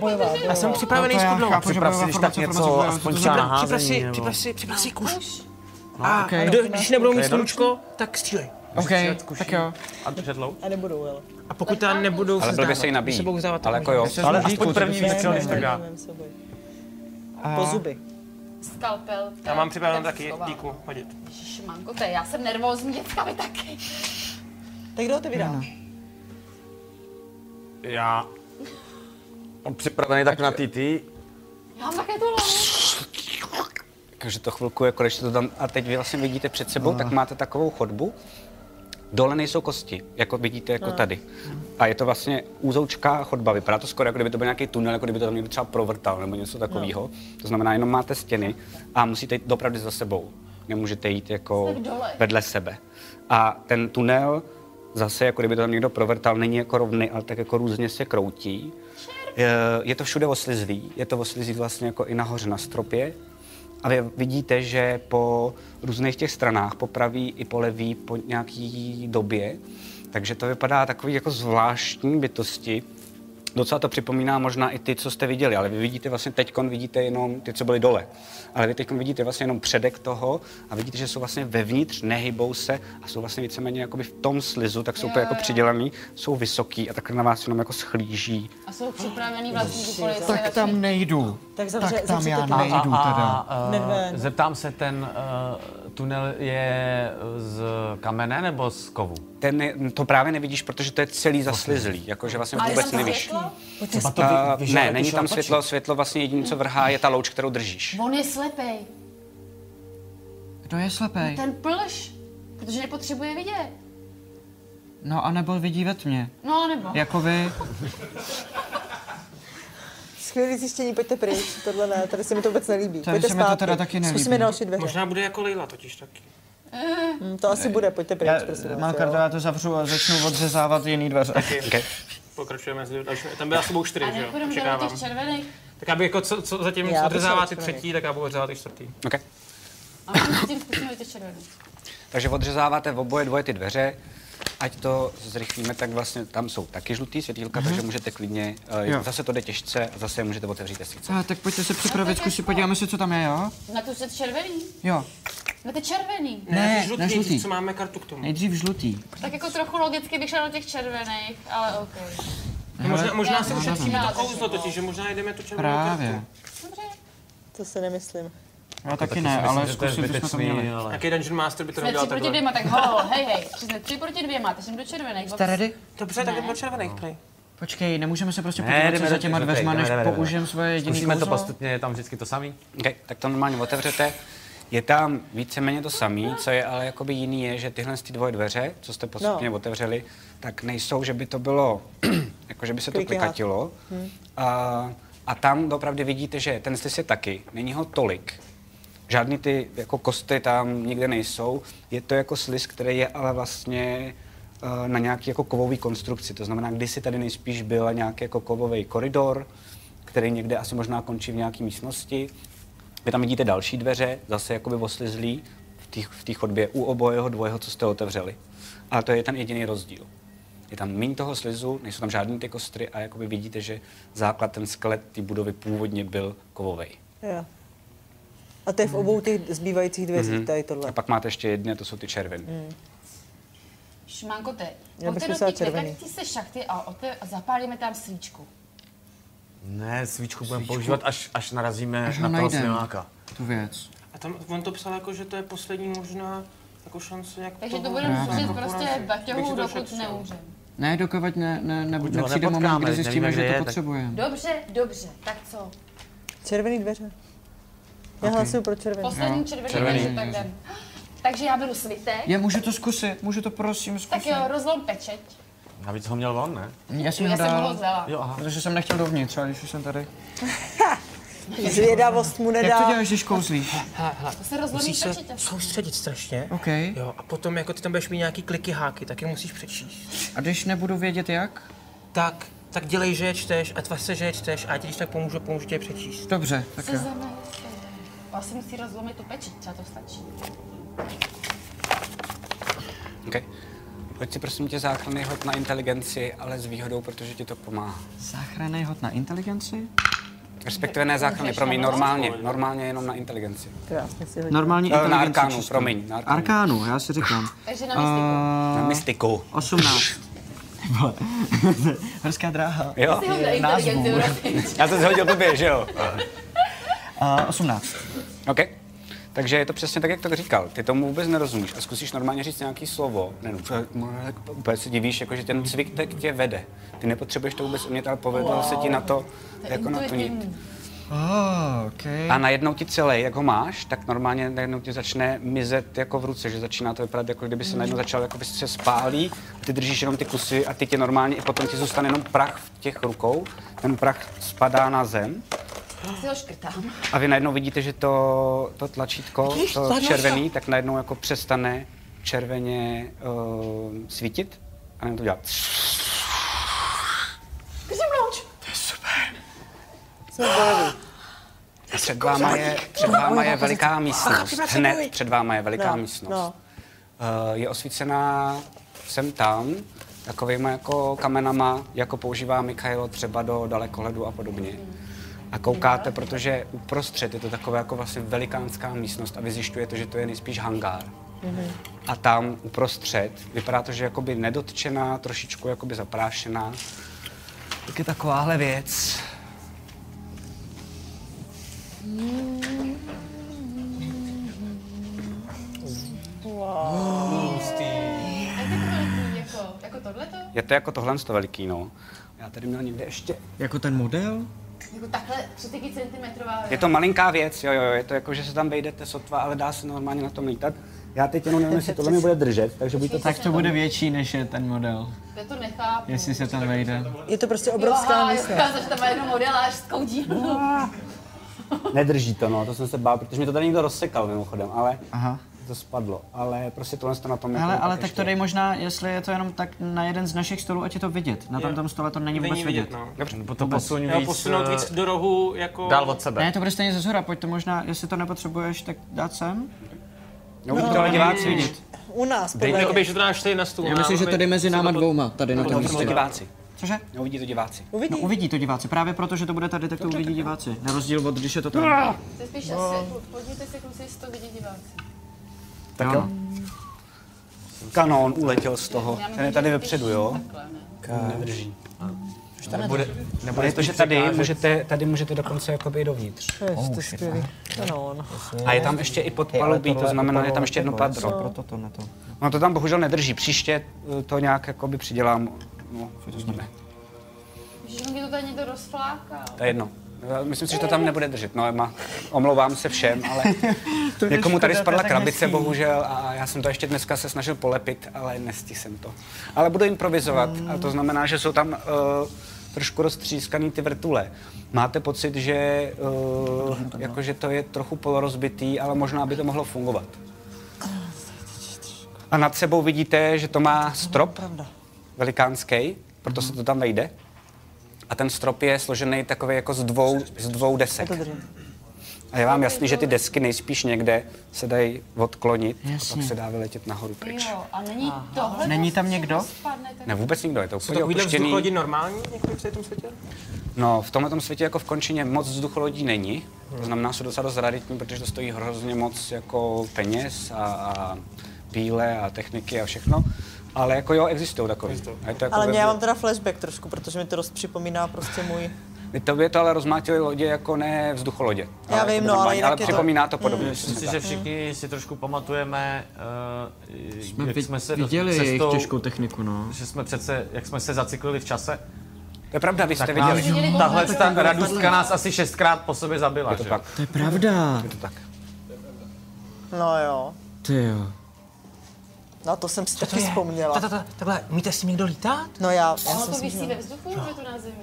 Speaker 6: bojová.
Speaker 7: Jsem
Speaker 3: No,
Speaker 7: připravený s
Speaker 5: já
Speaker 7: kudlou.
Speaker 5: chápu, že
Speaker 3: Připrav si
Speaker 5: bojová
Speaker 3: když tak
Speaker 5: formace, formace
Speaker 3: něco,
Speaker 5: bojová,
Speaker 3: aspoň
Speaker 5: to
Speaker 3: třeba na
Speaker 7: Připrav si,
Speaker 3: házení. nebo-
Speaker 7: připrav si, připrav si No, kuš. no. A kdo, když nebudou mít slučko, no. tak střílej.
Speaker 5: OK, tak jo.
Speaker 3: A držet louč?
Speaker 6: A nebudou, ale.
Speaker 7: A pokud ta nebudou
Speaker 2: Ale blbě se ji nabíjí.
Speaker 7: se budou vzdávat,
Speaker 2: ale
Speaker 7: tak
Speaker 2: jako jo.
Speaker 5: Jsi
Speaker 3: Ale
Speaker 5: zlý
Speaker 3: aspoň
Speaker 5: kluci,
Speaker 3: první
Speaker 5: to
Speaker 3: výstřel,
Speaker 5: je
Speaker 3: než tak dá.
Speaker 6: Vemem s sebou. Po zuby.
Speaker 4: Skalpel.
Speaker 7: Já mám připraven taky
Speaker 4: slova.
Speaker 7: díku hodit.
Speaker 4: Ježišmanko, to je, já jsem nervózní, děcka vy taky.
Speaker 6: Tak kdo otevírá?
Speaker 3: Já. On připravený tak na ty ty.
Speaker 4: Já mám také tu louč.
Speaker 2: Takže to chvilku jako když to tam, a teď vy vlastně vidíte před sebou, tak máte takovou chodbu. Dole nejsou kosti, jako vidíte jako tady. A je to vlastně úzoučká chodba. Vypadá to skoro, jako kdyby to byl nějaký tunel, jako kdyby to tam někdo třeba provrtal nebo něco takového. To znamená, jenom máte stěny a musíte jít dopravdy za sebou. Nemůžete jít jako
Speaker 4: Jsme v dole.
Speaker 2: vedle sebe. A ten tunel zase, jako kdyby to tam někdo provrtal, není jako rovný, ale tak jako různě se kroutí. Je, je to všude oslizlý, je to oslizlý vlastně jako i nahoře na stropě. A vy vidíte, že po různých těch stranách, po pravý i po levý, po nějaký době, takže to vypadá takový jako zvláštní bytosti. Docela to připomíná možná i ty, co jste viděli, ale vy vidíte vlastně teď vidíte jenom ty, co byly dole. Ale vy teď vidíte vlastně jenom předek toho a vidíte, že jsou vlastně vevnitř, nehybou se a jsou vlastně víceméně jakoby v tom slizu, tak jsou úplně jako přidělaný, jsou vysoký a takhle na vás jenom jako schlíží.
Speaker 4: A jsou připravený vlastní úkoly. jestli
Speaker 5: Tak
Speaker 4: radši-
Speaker 5: tam nejdu.
Speaker 6: Tak zavře-
Speaker 5: Tak tam
Speaker 6: zavřete
Speaker 5: já
Speaker 6: to.
Speaker 5: nejdu teda.
Speaker 3: A,
Speaker 6: Ne,
Speaker 3: uh,
Speaker 6: ne.
Speaker 3: zeptám se, ten
Speaker 9: eh,
Speaker 3: uh, tunel je z kamene nebo z kovu?
Speaker 2: Ten, je- to právě nevidíš, protože to je celý zaslizlý, jakože vlastně
Speaker 4: Ale
Speaker 2: vůbec
Speaker 4: tam
Speaker 2: nevíš.
Speaker 4: světlo?
Speaker 3: Třeba to
Speaker 2: A, ne, není tam světlo, světlo vlastně jediné, co vrhá, je ta louč, kterou držíš.
Speaker 4: On je slepej.
Speaker 5: Kdo je slepej?
Speaker 4: Ten plš. Protože nepotřebuje vidět.
Speaker 5: No, anebo vidí ve tmě.
Speaker 4: No, nebo.
Speaker 5: Jako vy.
Speaker 6: Skvělý zjištění, pojďte pryč. Tohle ne, tady se mi to vůbec nelíbí.
Speaker 5: Tady
Speaker 6: Pojďte
Speaker 5: se mi to
Speaker 6: zpátky.
Speaker 5: teda taky nelíbí.
Speaker 6: Zkusíme další dveře.
Speaker 7: Možná bude jako Leila totiž taky.
Speaker 6: Hm, to asi bude, pojďte pryč,
Speaker 5: Já,
Speaker 6: prosím vás,
Speaker 5: mám
Speaker 6: jo.
Speaker 5: kartu, já to zavřu a začnu odřezávat jiný dveře.
Speaker 2: Okay.
Speaker 7: Pokračujeme s dalšími. Tam byla s tebou
Speaker 4: A
Speaker 7: čtyři, že jo?
Speaker 4: nepůjdeme do
Speaker 7: Očekávám.
Speaker 4: těch červených.
Speaker 7: Tak aby jako co, co zatím
Speaker 6: Já bych
Speaker 7: odřezává ty
Speaker 6: se odčkala.
Speaker 7: třetí, tak já budu odřezávat ty čtvrtý.
Speaker 2: Okay.
Speaker 4: A my tím zkusíme do těch červených.
Speaker 2: Takže odřezáváte v oboje dvoje ty dveře. Ať to zrychlíme, tak vlastně tam jsou taky žlutý světílka, takže můžete klidně, eh,
Speaker 5: Jo.
Speaker 2: zase to jde těžce a zase je můžete otevřít, jestli chcete.
Speaker 5: A, tak pojďte se připravit,
Speaker 4: No, tak
Speaker 5: zkusit,
Speaker 4: jako.
Speaker 5: podíváme se, co tam je, jo?
Speaker 4: Na tu set červený?
Speaker 5: Jo,
Speaker 4: Na ty červený.
Speaker 5: Ne,
Speaker 7: ty žlutý,
Speaker 5: na žlutý.
Speaker 7: ty, co máme kartu k tomu.
Speaker 5: nejdřív žlutý.
Speaker 4: Tak jako trochu logicky bych šla do těch červených, ale OK.
Speaker 7: No, možná, možná
Speaker 4: Já
Speaker 7: si
Speaker 4: jsem
Speaker 7: ušetříme
Speaker 4: nevím.
Speaker 7: to kouzlo totiž, že možná jdeme tu červenou
Speaker 5: Právě.
Speaker 7: kartu.
Speaker 4: Dobře.
Speaker 6: To se nemyslím.
Speaker 5: Já taky ne, ale zkusit bychom to měli.
Speaker 3: ale...
Speaker 7: Jaký Dungeon Master by to
Speaker 4: Jsme
Speaker 7: neudělal
Speaker 4: tři proti
Speaker 7: takhle?
Speaker 4: dvěma, tak hol, hej, hej. Jsme tři proti dvěma, tak jsem do červených.
Speaker 5: Jste ready?
Speaker 7: Dobře, tak jdeme do červených, prej.
Speaker 5: Počkej, nemůžeme se prostě
Speaker 9: Ne,
Speaker 5: podívat,
Speaker 9: jdeme
Speaker 5: co za
Speaker 9: do těch
Speaker 5: těma
Speaker 9: dveří,
Speaker 5: dveřma,
Speaker 9: jdeme,
Speaker 5: než
Speaker 9: jdeme, jdeme.
Speaker 5: použijeme svoje jediné
Speaker 9: Zkusíme to prostě
Speaker 5: kouzlo?
Speaker 9: postupně, je tam vždycky to samý.
Speaker 2: Okay, tak to normálně otevřete. Je tam víceméně to samé, co je ale jakoby jiný je, že tyhle ty dvoje dveře, co jste postupně
Speaker 6: No.
Speaker 2: otevřeli, tak nejsou, že by to bylo, jako že by se to
Speaker 6: Kliky
Speaker 2: klikatilo. A, a tam opravdu vidíte, že ten slis je taky, není ho tolik. Žádný ty jako kosty tam nikde nejsou. Je to jako slis, který je ale vlastně eh, na nějaký jako kovový konstrukci. To znamená, kdysi tady nejspíš byl nějaký jako kovový koridor, který někde asi možná končí v nějaké místnosti. Vy tam vidíte další dveře, zase jakoby oslizlí v té v té chodbě u obojeho dvojeho, co jste otevřeli. Ale to je ten jediný rozdíl. Je tam méně toho slizu, nejsou tam žádný ty kostry a jakoby vidíte, že základ, ten skelet té budovy původně byl kovový.
Speaker 6: Jo. A to je v obou těch zbývajících dveřích,
Speaker 5: Mhm.
Speaker 6: tady tohle.
Speaker 2: A pak máte ještě jedné, to jsou ty červený. Mm.
Speaker 4: Šmánko, ty,
Speaker 6: Já bych
Speaker 4: pojďte do
Speaker 6: myslela
Speaker 4: té
Speaker 6: červený.
Speaker 4: kvekartice šachty a, ote- a zapálíme tam svíčku.
Speaker 9: Ne, svíčku budeme používat, až, až narazíme
Speaker 5: Až ho
Speaker 9: na toho
Speaker 5: najdem.
Speaker 9: slimáka.
Speaker 5: Tu věc.
Speaker 7: A tam on to psal jako, že to je poslední možná jako šance nějak
Speaker 4: Takže to
Speaker 7: toho-
Speaker 4: budeme muset
Speaker 7: toho
Speaker 4: prostě
Speaker 7: porazit. Bych
Speaker 4: baťohu,
Speaker 7: si to
Speaker 4: dokud
Speaker 7: šetřil.
Speaker 4: neumřem.
Speaker 5: Ne, dokud ne, ne, ne,
Speaker 9: ho
Speaker 5: nepřijde moment,
Speaker 9: nepotkáme,
Speaker 5: kdy
Speaker 9: když
Speaker 5: zjistíme,
Speaker 9: nevíme,
Speaker 5: že
Speaker 9: kde
Speaker 5: to
Speaker 9: je, tak-
Speaker 5: potřebujeme.
Speaker 4: Dobře, dobře, tak co?
Speaker 6: Červený dveře. Já hlasuju pro červený.
Speaker 4: Poslední červený, takže tak jdem. Takže já beru svitek,
Speaker 5: Já můžu to zkusit, můžu to prosím
Speaker 4: tak
Speaker 5: zkusit.
Speaker 4: jo, rozlom pečeť.
Speaker 9: Navíc ho měl on, ne?
Speaker 5: Já jsem
Speaker 4: Já
Speaker 5: ho
Speaker 4: jsem ho
Speaker 5: dal,
Speaker 4: vzala.
Speaker 9: Jo, aha.
Speaker 5: protože jsem nechtěl dovnitř, ale když už jsem tady.
Speaker 6: Zvědavost mu
Speaker 5: Jak to
Speaker 6: nedá.
Speaker 5: děláš, když kouzlíš?
Speaker 4: To se rozlomí
Speaker 7: Musíš se
Speaker 4: pečeť.
Speaker 7: soustředit strašně.
Speaker 5: OK.
Speaker 7: Jo, a potom jako ty tam budeš mít nějaký kliky háky, tak je musíš přečíst.
Speaker 5: A když nebudu vědět jak?
Speaker 7: Tak, tak dělej, že je čteš a tvař se, že je čteš a já ti když tak pomůžu, pomůžu tě je přečíst.
Speaker 5: Dobře, tak
Speaker 4: Se
Speaker 5: jo.
Speaker 4: znamená, asi musí rozlomit tu pečeť, třeba to stačí.
Speaker 2: Okay. Hoď si prosím tě záchranný hod na inteligenci, ale s výhodou, protože ti to pomáhá.
Speaker 5: Záchranný hod na inteligenci?
Speaker 2: Respektive ne záchrany, promiň, normálně, normálně jenom na inteligenci.
Speaker 6: Krásně si hodí.
Speaker 5: Normální
Speaker 2: Eh, Na
Speaker 5: inteligenci
Speaker 2: arkánu,
Speaker 5: čistou.
Speaker 2: promiň, na arkánu.
Speaker 5: Arkánu, já si říkám.
Speaker 4: Takže na místě.
Speaker 2: Na mystiku.
Speaker 5: 18. Ty vole. Horská dráha.
Speaker 2: Jo?
Speaker 4: Ty ho na inteligenci urobíš.
Speaker 2: Já jsem zhodil blbě, že jo?
Speaker 5: A 18.
Speaker 2: OK. Takže je to přesně tak, jak to říkal. Ty tomu vůbec nerozumíš a zkusíš normálně říct nějaký slovo. Ne, no, tak úplně se divíš, jako, že ten cvik tak tě vede. Ty nepotřebuješ to vůbec umět, ale povedlo se ti na to, jako na to jít.
Speaker 4: Intuitivní.
Speaker 5: Oh, okay.
Speaker 2: A najednou ti celý, jak ho máš, tak normálně najednou ti začne mizet jako v ruce, že začíná to vypadat, jako kdyby se najednou začal, jako by se spálí, a ty držíš jenom ty kusy a ty tě normálně, i potom ti zůstane jenom prach v těch rukou, ten prach spadá na zem
Speaker 4: Si ho škrtám.
Speaker 2: a vy najednou vidíte, že to, to tlačítko, to červený, tak najednou jako přestane červeně uh, svítit a najednou to dělá.
Speaker 4: Kde mlouč?
Speaker 6: Jsme boleví.
Speaker 2: A před váma je, před váma je veliká místnost. Hned před váma je veliká
Speaker 6: No,
Speaker 2: místnost.
Speaker 6: no.
Speaker 2: Eh, Je osvícená sem tam, takovýma jako kamenama, jako používá Mikhailo třeba do dalekohledu a podobně. A koukáte, protože uprostřed je to taková jako vlastně velikánská místnost a vy zjišťujete, že to je nejspíš hangár.
Speaker 6: Mhm.
Speaker 2: A tam uprostřed vypadá to, že je jakoby nedotčená, trošičku jakoby zaprášená. Tak je takováhle věc.
Speaker 4: Jako, jako tohleto?
Speaker 2: Je to jako tohle to veliký, no. Já tady měl někde ještě
Speaker 5: Jako ten model?
Speaker 4: Jako takhle 30 centimetrová.
Speaker 2: Je to malinká věc, jo, jo, jo, je to jako, že se tam vejdete sotva, ale dá se normálně na tom lítat. Já teď jenom nevím, jestli tohle mi bude držet, takže buď to tak.
Speaker 5: Tak to bude větší, než je ten model.
Speaker 4: Já to nechápu.
Speaker 5: Jestli se tam vejde.
Speaker 6: Je to prostě
Speaker 4: Jo, aha,
Speaker 6: obrovská
Speaker 4: jo,
Speaker 6: místnost.
Speaker 4: ukázal, že tam má jenom modelářskou dílnu.
Speaker 2: Nedrží to, no, to jsem se bál, protože mi to tady někdo rozsekal mimochodem, ale
Speaker 5: Aha.
Speaker 2: to spadlo. Ale prostě tohle to na tom
Speaker 5: Hele,
Speaker 2: jako
Speaker 5: ale
Speaker 2: pak
Speaker 5: tak to
Speaker 2: ještě-
Speaker 5: dej možná, jestli je to jenom tak na jeden z našich stolů, ať je to vidět. Na tom stole to není vůbec
Speaker 7: Není
Speaker 5: vidět.
Speaker 7: vidět, no.
Speaker 9: Nebo to posuň
Speaker 7: Jo,
Speaker 9: víc,
Speaker 7: posunout
Speaker 9: eh,
Speaker 7: víc do rohu, jako...
Speaker 9: dál od sebe.
Speaker 5: Ne, to bude stejně ze zhora, pojď to možná, jestli to nepotřebuješ, tak dát sem.
Speaker 2: No, už to ale diváci vidí.
Speaker 5: vidět.
Speaker 6: U nás, podle
Speaker 7: Dej,
Speaker 6: mě.
Speaker 7: jakoby, jako že to dáš tady na stůl.
Speaker 5: Já myslím,
Speaker 7: a
Speaker 5: že
Speaker 7: my
Speaker 5: tady mezi
Speaker 7: si to
Speaker 5: náma
Speaker 7: po-
Speaker 5: dvouma, tady na
Speaker 7: to
Speaker 5: tom
Speaker 7: potom
Speaker 5: místě.
Speaker 2: Diváci.
Speaker 5: Cože?
Speaker 2: No, vidí to diváci.
Speaker 5: No
Speaker 6: Uvidí.
Speaker 5: uvidí to diváci, právě proto, že to bude tady, tak to uvidí diváci. Na rozdíl od když je to tam.
Speaker 4: To je spíš asi, podívejte se, kluci, jestli to vidí diváci.
Speaker 2: Tak jo. Kanón uletěl z toho.
Speaker 4: Já myslím,
Speaker 2: Ten je
Speaker 4: že
Speaker 2: tady
Speaker 4: spíš
Speaker 2: vepředu, jo?
Speaker 4: takhle, ne?
Speaker 2: Nedrží.
Speaker 9: Nebude,
Speaker 2: Ale
Speaker 9: nebude
Speaker 2: je to, že tady můžete, tady můžete dokonce jakoby i dovnitř.
Speaker 6: To no, je skvělý. Kanon.
Speaker 2: A je tam ještě i pod palubí, to znamená, je tam ještě jedno patro.
Speaker 5: Proto to na to.
Speaker 2: No to tam bohužel nedrží, příště eh, to nějak jakoby přidělám. No, uvidíme.
Speaker 4: Ježiš, mě to tady někdo rozflákal.
Speaker 2: To je jedno. Eh, Myslím si, že to tam nebude držet. No, Emma, omlouvám se všem, ale někomu tady spadla krabice, bohužel, a já jsem to ještě dneska se snažil polepit, ale nestihl jsem to. Ale budu improvizovat, a to znamená, že jsou tam uh, trošku roztřískaný ty vrtule. Máte pocit, že, uh, jako, že to je trochu polorozbitý, ale možná by to mohlo fungovat. A nad sebou vidíte, že to má strop velikánský, proto se to tam vejde. A ten strop je složený takový jako z dvou, z dvou desek. A je vám jasný, že ty desky nejspíš někde se dají odklonit a pak se dá vyletět nahoru pryč.
Speaker 4: Jo, a není tohle
Speaker 5: Není tam někdo?
Speaker 4: co spadne, tak...
Speaker 2: Ne, vůbec nikdo, je to úplně
Speaker 7: Takovýhle
Speaker 2: opuštěný.
Speaker 7: vzducholodí normální někdy v tom světě?
Speaker 2: No, v tomhle světě jako v končině moc vzducholodí není. To znamená, jsou docela dost raritní, protože to stojí hrozně moc jako peněz a, a píle a techniky a všechno. Ale jako jo, existují takový. A je to jako
Speaker 6: Ale
Speaker 2: ve-
Speaker 6: mě já mám teda flashback trošku, protože mi to dost připomíná prostě můj...
Speaker 2: Vy Tobě to ale rozmátily lodě jako ne vzducholodě.
Speaker 6: Já vím,
Speaker 2: jako
Speaker 6: no, ale
Speaker 2: normální,
Speaker 6: jinak
Speaker 2: ale
Speaker 6: je to-
Speaker 2: připomíná to podobně.
Speaker 9: Myslím si, že všichni si trošku pamatujeme, eh,
Speaker 5: Jsme,
Speaker 9: jak
Speaker 5: vi-
Speaker 9: jsme se
Speaker 5: viděli
Speaker 9: dost-
Speaker 5: jejich těžkou techniku, no.
Speaker 9: že jsme přece, jak jsme se zacyklili v čase,
Speaker 2: To je pravda, vy jste
Speaker 9: tak nás,
Speaker 2: viděli.
Speaker 4: Viděli
Speaker 9: tahle
Speaker 4: bombu,
Speaker 9: ta radustka nás asi šestkrát po sobě zabila,
Speaker 2: Je to
Speaker 9: že?
Speaker 2: tak.
Speaker 5: To je pravda.
Speaker 6: No jo.
Speaker 5: Ty jo.
Speaker 6: Na to jsem si taky vzpomněla.
Speaker 10: Takhle, umíte s ním někdo lítat?
Speaker 6: No já, já
Speaker 4: Ono
Speaker 6: jsem
Speaker 4: to
Speaker 6: si
Speaker 4: visí ve vzduchu, už je to na zemi.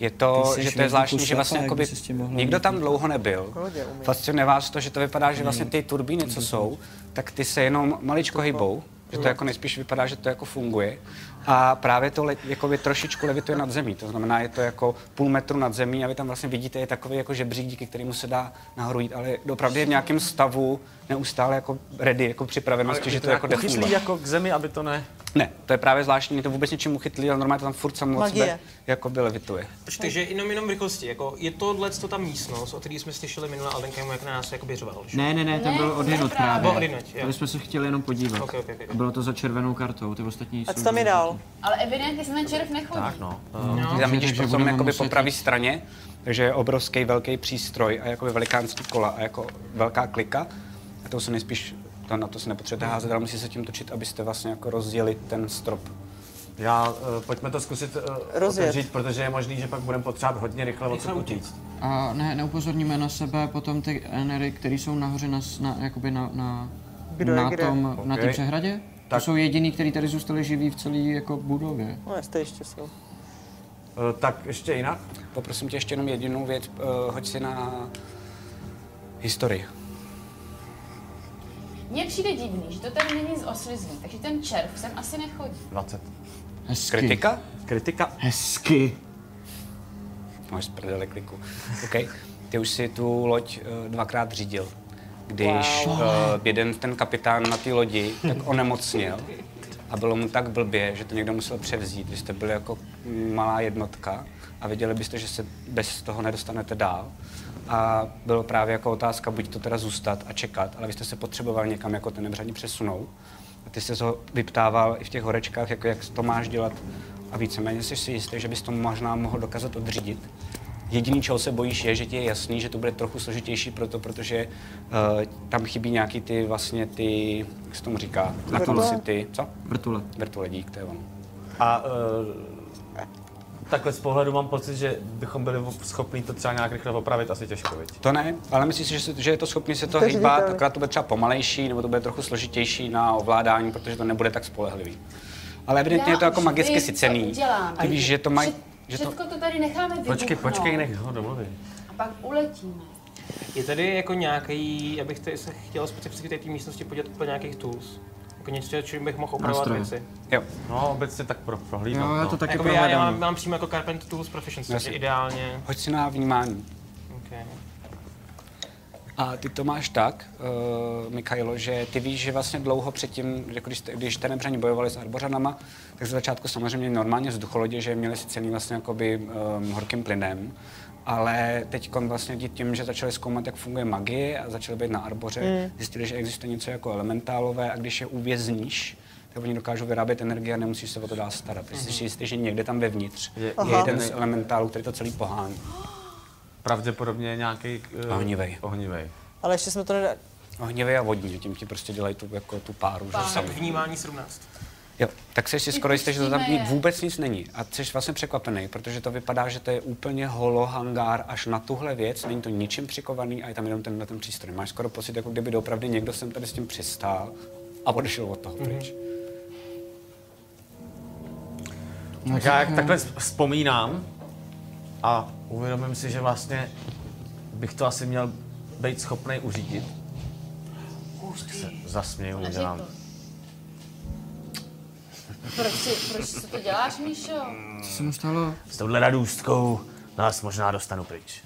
Speaker 2: Je to,
Speaker 5: Ty jsi
Speaker 2: že to je zvláštní,
Speaker 5: švejku
Speaker 2: že vlastně
Speaker 5: šlapa, jak
Speaker 2: jakoby,
Speaker 5: by se s tím mohla
Speaker 2: nikdo
Speaker 5: mít.
Speaker 2: tam dlouho nebyl. Fascinuje vás to, že to vypadá, že vlastně ty turbíny, co jsou, tak ty se jenom maličko hejbou, že to jako nejspíš vypadá, že to jako funguje. A právě to le, jakoby trošičku levituje nad zemí, to znamená, je to jako půl metru nad zemí a vy tam vlastně vidíte, je takový jako žebřík, díky kterému se dá nahoru jít, ale opravdu je v nějakém stavu neustále jako ready, jako připravenosti, že to jako jde
Speaker 9: Uchytlí
Speaker 2: fungovat.
Speaker 9: jako k zemi, aby to ne...
Speaker 2: Ne, to je právě zvláštní, to vůbec ničím uchytlí, ale normálně to tam furt samo od
Speaker 6: Magie.
Speaker 2: sebe jakoby levituje.
Speaker 7: Takže jenom, jenom v rychlosti, jako je tohle to ta místnost, o který jsme slyšeli minule Aldenka, jak na nás jakoby řval. že?
Speaker 5: Ne, ne, ne, to
Speaker 4: Ne,
Speaker 5: bylo
Speaker 4: to
Speaker 5: odinut
Speaker 4: je právě.
Speaker 5: právě.
Speaker 7: Bylo odjinud, jo.
Speaker 5: Tady jsme se chtěli jenom podívat.
Speaker 7: Ok, ok, ok.
Speaker 5: Bylo to za červenou kartou, ty ostatní
Speaker 6: A
Speaker 5: jsou
Speaker 6: co tam je
Speaker 5: žluté.
Speaker 6: dál?
Speaker 4: Ale evidentně se ten červ nechodí.
Speaker 9: Tak no.
Speaker 2: Ty tam vidíš
Speaker 5: takže
Speaker 2: potom
Speaker 5: budeme
Speaker 2: jakoby po
Speaker 5: muset
Speaker 2: pravé straně, takže je obrovský velký přístroj a jakoby velikánský kola a jako velká klika. A to se nejspíš, to na to se nepotřebujete házet, ale musí se tím točit, abyste vlastně jako rozdělili ten strop.
Speaker 9: Já, eh, pojďme to zkusit eh,
Speaker 6: Rozjet.
Speaker 9: otevřít, protože je možný, že pak budeme potřebovat hodně rychle odsud utíct.
Speaker 5: A ne, neupozorníme na sebe potom ty enery, které jsou nahoře na, s- na, jakoby na, na,
Speaker 6: Kdo je
Speaker 5: na,
Speaker 6: kde?
Speaker 5: tom, na té
Speaker 9: Ok.
Speaker 5: přehradě? Tak.
Speaker 9: Tak.
Speaker 5: To jsou jediný, který tady zůstali živí v celé jako budově.
Speaker 6: No jestli ještě jsou.
Speaker 9: Eh, Tak ještě jinak?
Speaker 2: Poprosím tě ještě jenom jedinou věc, uh, hoď si na historii.
Speaker 4: Mně přijde divný, že to tady není z oslizlí, takže ten červ sem asi nechodí.
Speaker 9: 20.
Speaker 5: Hezky.
Speaker 2: Kritika?
Speaker 9: Kritika?
Speaker 5: Hezky.
Speaker 2: Máš z prdele kliku. OK. Ty už si tu loď eh, dvakrát řídil. Když wow. jeden ten kapitán na té lodi tak onemocněl a bylo mu tak blbě, že to někdo musel převzít. Vy jste byli jako malá jednotka a věděli byste, že se bez toho nedostanete dál. A bylo právě jako otázka, buď to teda zůstat a čekat, ale vy jste se potřeboval někam jako ten nebřadní přesunout. A ty jsi se ho vyptával i v těch horečkách, jako jak to máš dělat. A víceméně jsi si jistý, že bys to možná mohl dokázat odřídit. Jediný, čeho se bojíš, je, že ti je jasný, že to bude trochu složitější proto, protože uh, tam chybí nějaký ty vlastně ty, jak se tomu říká, na konci ty, co?
Speaker 5: Vrtule.
Speaker 2: Vrtule, dík, to je ono.
Speaker 9: A eh, takhle z pohledu mám pocit, že bychom byli schopni to třeba nějak rychle opravit, asi těžko, viď?
Speaker 2: To ne, ale myslím si, že, se, že je to schopný se to hýbat, akorát to bude třeba pomalejší, nebo to bude trochu složitější na ovládání, protože to nebude tak spolehlivý. Ale evidentně
Speaker 4: Já
Speaker 2: je to jako
Speaker 4: už
Speaker 2: magicky
Speaker 4: vím,
Speaker 2: sycený.
Speaker 4: co udělám.
Speaker 2: Ty víš, že to mají...
Speaker 4: Vše-
Speaker 2: Že to,
Speaker 4: Všechno to tady necháme vybuchnout.
Speaker 9: Počkej, počkej, nech ho domluví.
Speaker 4: A pak uletíme.
Speaker 7: Je tady jako nějaký, já bych tady se chtěl specificky té té místnosti podívat po nějakých tools. Jako něco, čím bych mohl opravovat
Speaker 5: Nástroje.
Speaker 7: věci.
Speaker 2: jo,
Speaker 9: No, obecně tak pro, prohlídnout,
Speaker 5: Jo, já
Speaker 9: no.
Speaker 5: to taky
Speaker 7: Jakoby já, já mám,
Speaker 5: prohledám.
Speaker 7: mám přímo jako Carpenter Tools Proficiency, takže
Speaker 2: Jasně.
Speaker 7: ideálně.
Speaker 2: hoď si na vnímání.
Speaker 7: Okay.
Speaker 2: A ty to máš tak, uh, Mikhailo, že ty víš, že vlastně dlouho předtím, jako když, když tenebřani bojovali s arbořanama, tak z začátku samozřejmě normálně vzducholodě, že je měli si cený vlastně jakoby um, horkým plynem, ale teď vlastně dí- tím, že začali zkoumat, jak funguje magie a začali být na arboře, zjistili, že existuje něco jako elementálové a když je uvězníš, tak oni dokážou vyrábět energii a nemusíš se o to dál starat. Jsi si jistý, že někde tam vevnitř je, je jeden z elementálů, který to celý pohání.
Speaker 9: Pravděpodobně nějaký... eh,
Speaker 2: Ohnivej.
Speaker 9: Ohnivej.
Speaker 6: Ale ještě jsme to nedali.
Speaker 2: Ohnivý a vodní, že tím ti prostě dělají tu, jako tu páru, že sami.
Speaker 7: Vnímání 17.
Speaker 2: Jo, tak se si skoro jistý, že to tam
Speaker 4: Vypustíme je.
Speaker 2: vůbec nic není. A jsi vlastně překvapený, protože to vypadá, že to je úplně holo hangár až na tuhle věc, není to ničím přikovaný a je tam jenom tenhle ten přístroj. Máš skoro pocit, jako kdyby doopravdy někdo sem tady s tím přistál a odešel od toho pryč.
Speaker 9: Tak já jak takhle vzp- vzpomínám a uvědomím si, že vlastně bych to asi měl být schopný uřídit. Tak se zasměju, udělám.
Speaker 4: Proč, si, proč si to děláš, Míšo?
Speaker 5: Co se mu stalo?
Speaker 9: S touhle radůstkou nás možná dostanu pryč.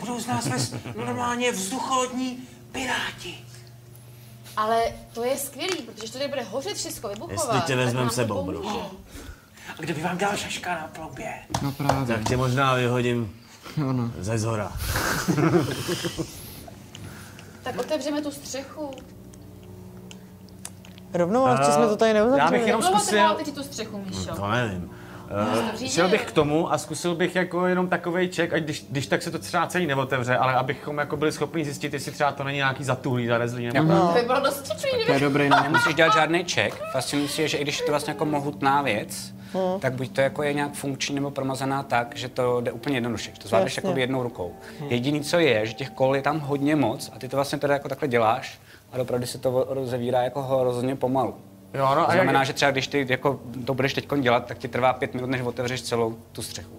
Speaker 10: Budou z nás ves, normálně vzducholodní piráti.
Speaker 4: Ale to je skvělý, protože to tady bude hořet všechno, vybuchovat.
Speaker 9: Jestli tě
Speaker 4: tak
Speaker 9: vezmem
Speaker 4: nám to
Speaker 9: sebou,
Speaker 4: pomůže.
Speaker 9: bro.
Speaker 10: A kdo by vám dal šaška na ploubě?
Speaker 5: No právě.
Speaker 9: Tak tě možná vyhodím
Speaker 5: Ano.
Speaker 9: ze zhora.
Speaker 4: Tak otevřeme tu střechu.
Speaker 6: Rovnou,
Speaker 5: No,
Speaker 6: ale ještě jsme to tady neuzavřeli.
Speaker 9: já bych jenom-
Speaker 4: Jak dlouho
Speaker 9: zkusil-
Speaker 4: trvalo teď tu střechu, Míšo?
Speaker 9: To nevím. Eh,
Speaker 4: Jsi no. to řídil?
Speaker 9: Šel bych k tomu a zkusil bych jako jenom takový ček, ať když, když tak se to třeba celý neotevře, ale abychom jako byli schopni zjistit, jestli třeba to není nějaký zatuhlý, zarezlý nebo
Speaker 4: To by bylo dost vtipný,
Speaker 5: To
Speaker 4: kdyby...
Speaker 5: je dobrý nám.
Speaker 2: Nemusíš dělat žádný ček. Fascinující je, že i když je to vlastně jako mohutná věc, tak buď to jako je nějak funkční nebo promazaná tak, že to jde úplně jednoduše, že to zvládneš
Speaker 6: Jasně.
Speaker 2: jako jednou rukou.
Speaker 9: Hmm.
Speaker 2: Jediný, co je, že těch kol je tam hodně moc a ty to vlastně teda jako takhle děláš a opravdu se to rozevírá jako hrozně pomalu.
Speaker 9: Jo, no
Speaker 2: to
Speaker 9: a
Speaker 2: znamená,
Speaker 9: jak-
Speaker 2: že třeba když ty jako to budeš teď dělat, tak ti trvá pět minut, než otevřeš celou tu střechu.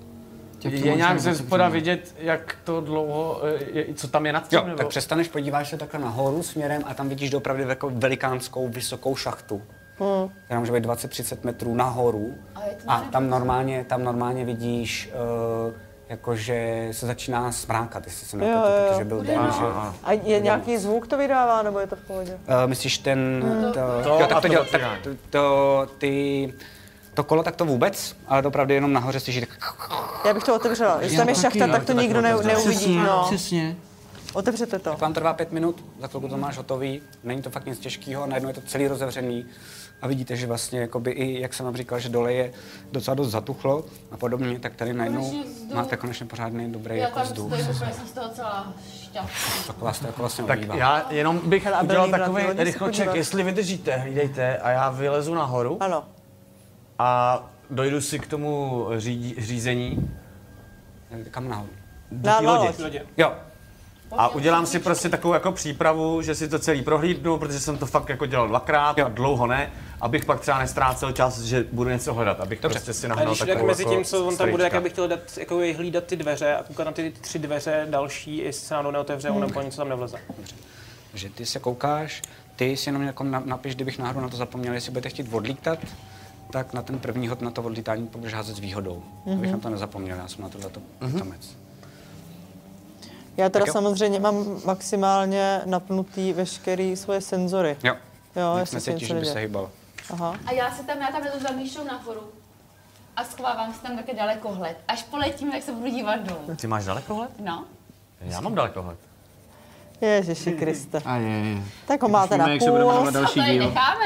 Speaker 9: Je nějak ze spoda vidět, jak to dlouho, eh, je, co tam je nad tím?
Speaker 2: Jo, tak přestaneš, podíváš se takhle nahoru směrem a tam vidíš opravdu jako velikánskou vysokou šachtu.
Speaker 6: Hmm.
Speaker 2: Která může být 20-30 metrů nahoru.
Speaker 4: A je tma
Speaker 2: A tam normálně, tam normálně vidíš, uh, jakože se začíná smrákat, jestli se nepletu,
Speaker 6: jo, jo.
Speaker 2: protože byl den, že... Uh,
Speaker 6: A je nějaký zvuk to vydává, nebo je to v pohodě?
Speaker 2: Eh, myslíš ten...
Speaker 4: No
Speaker 2: To,
Speaker 9: To
Speaker 2: jo,
Speaker 9: a
Speaker 2: tak
Speaker 9: to
Speaker 2: to, děl, tak
Speaker 9: zatírání.
Speaker 2: to, to, ty, to kolo tak to vůbec, ale opravdu jenom nahoře slyšíš tak...
Speaker 6: Já bych to otevřela. Když tam je
Speaker 5: taky,
Speaker 6: šachta,
Speaker 5: jo,
Speaker 6: tak to nikdo ne, neuvidí.
Speaker 5: Přesně,
Speaker 6: No.
Speaker 5: přesně.
Speaker 6: Otevřete to.
Speaker 2: Vám to trvá pět minut, za chvilku to máš hotový, není to fakt nic těžkého, najednou je to celý rozevřený a vidíte, že vlastně jakoby i, jak jsem vám říkal, že dole je docela dost zatuchlo a podobně, tak tady najednou
Speaker 4: Konečně vzduch.
Speaker 2: máte konečně pořádný dobrý
Speaker 4: Já
Speaker 2: jako
Speaker 4: tam
Speaker 2: vzduch.
Speaker 4: stojím, úplně jsem z toho celá šťastná.
Speaker 2: Tak vás to jako vlastně
Speaker 9: Tak
Speaker 2: obývá.
Speaker 9: já jenom bych rád
Speaker 6: Berlín
Speaker 9: udělal
Speaker 6: na ty
Speaker 9: takový
Speaker 6: lodi se
Speaker 9: rychloček,
Speaker 6: podívat.
Speaker 9: jestli vydržíte, hlídejte a já vylezu nahoru
Speaker 6: Ano.
Speaker 9: a dojdu si k tomu řídí, řízení
Speaker 2: Eh, Kam nahoru?
Speaker 9: do
Speaker 6: Na
Speaker 9: té
Speaker 6: na
Speaker 9: lodi.
Speaker 6: loď.
Speaker 2: Jo,
Speaker 9: A udělám si prostě takovou jako přípravu, že si to celý prohlídnu, protože jsem to fakt jako dělal dvakrát a dlouho ne, abych pak třeba nestrácel čas, že budu něco hledat, abych Dobře. prostě si
Speaker 7: A
Speaker 9: nahnal
Speaker 7: když
Speaker 9: takovou
Speaker 7: tak mezi
Speaker 9: jako
Speaker 7: tím, co on tam bude, tak
Speaker 9: strýčka.
Speaker 7: já bych chtěl dát, jako je hlídat ty dveře a koukat na ty tři dveře další, jestli se náhodou neotevře, ono nebo něco tam nevleze.
Speaker 2: že ty se koukáš, ty si jenom jako na- napiš, kdybych náhodou na to zapomněl, jestli budete chtít odlítat, tak na ten první hod na to odlítání budeš házet s výhodou.
Speaker 4: Mhm.
Speaker 2: Mm-hmm. Abych na to nezapomněl, já jsem na tohle to
Speaker 9: Mhm.
Speaker 2: mm-hmm.
Speaker 6: Já teda
Speaker 2: Tak jo.
Speaker 6: samozřejmě mám maximálně napnutý veškerý svoje senzory.
Speaker 2: Jo.
Speaker 6: Jo,
Speaker 2: Nic
Speaker 6: jestli se
Speaker 2: necítíš,
Speaker 6: něco
Speaker 2: že by se
Speaker 6: neděje.
Speaker 2: hýbal.
Speaker 6: Aha.
Speaker 4: A já se tam, já tam jdu za Míšou nahoru. A schovávám se tam také dalekohled. Až poletím, tak se budu dívat dolů.
Speaker 9: Ty máš dalekohled?
Speaker 4: No.
Speaker 9: Já mám dalekohled.
Speaker 6: Ježiši Kriste.
Speaker 5: A je, je.
Speaker 6: Tak ho máte na
Speaker 5: Víme, Hmm. jak se bude jmenovat
Speaker 6: půl.
Speaker 4: A to
Speaker 5: další
Speaker 4: je
Speaker 5: díl.
Speaker 4: necháme.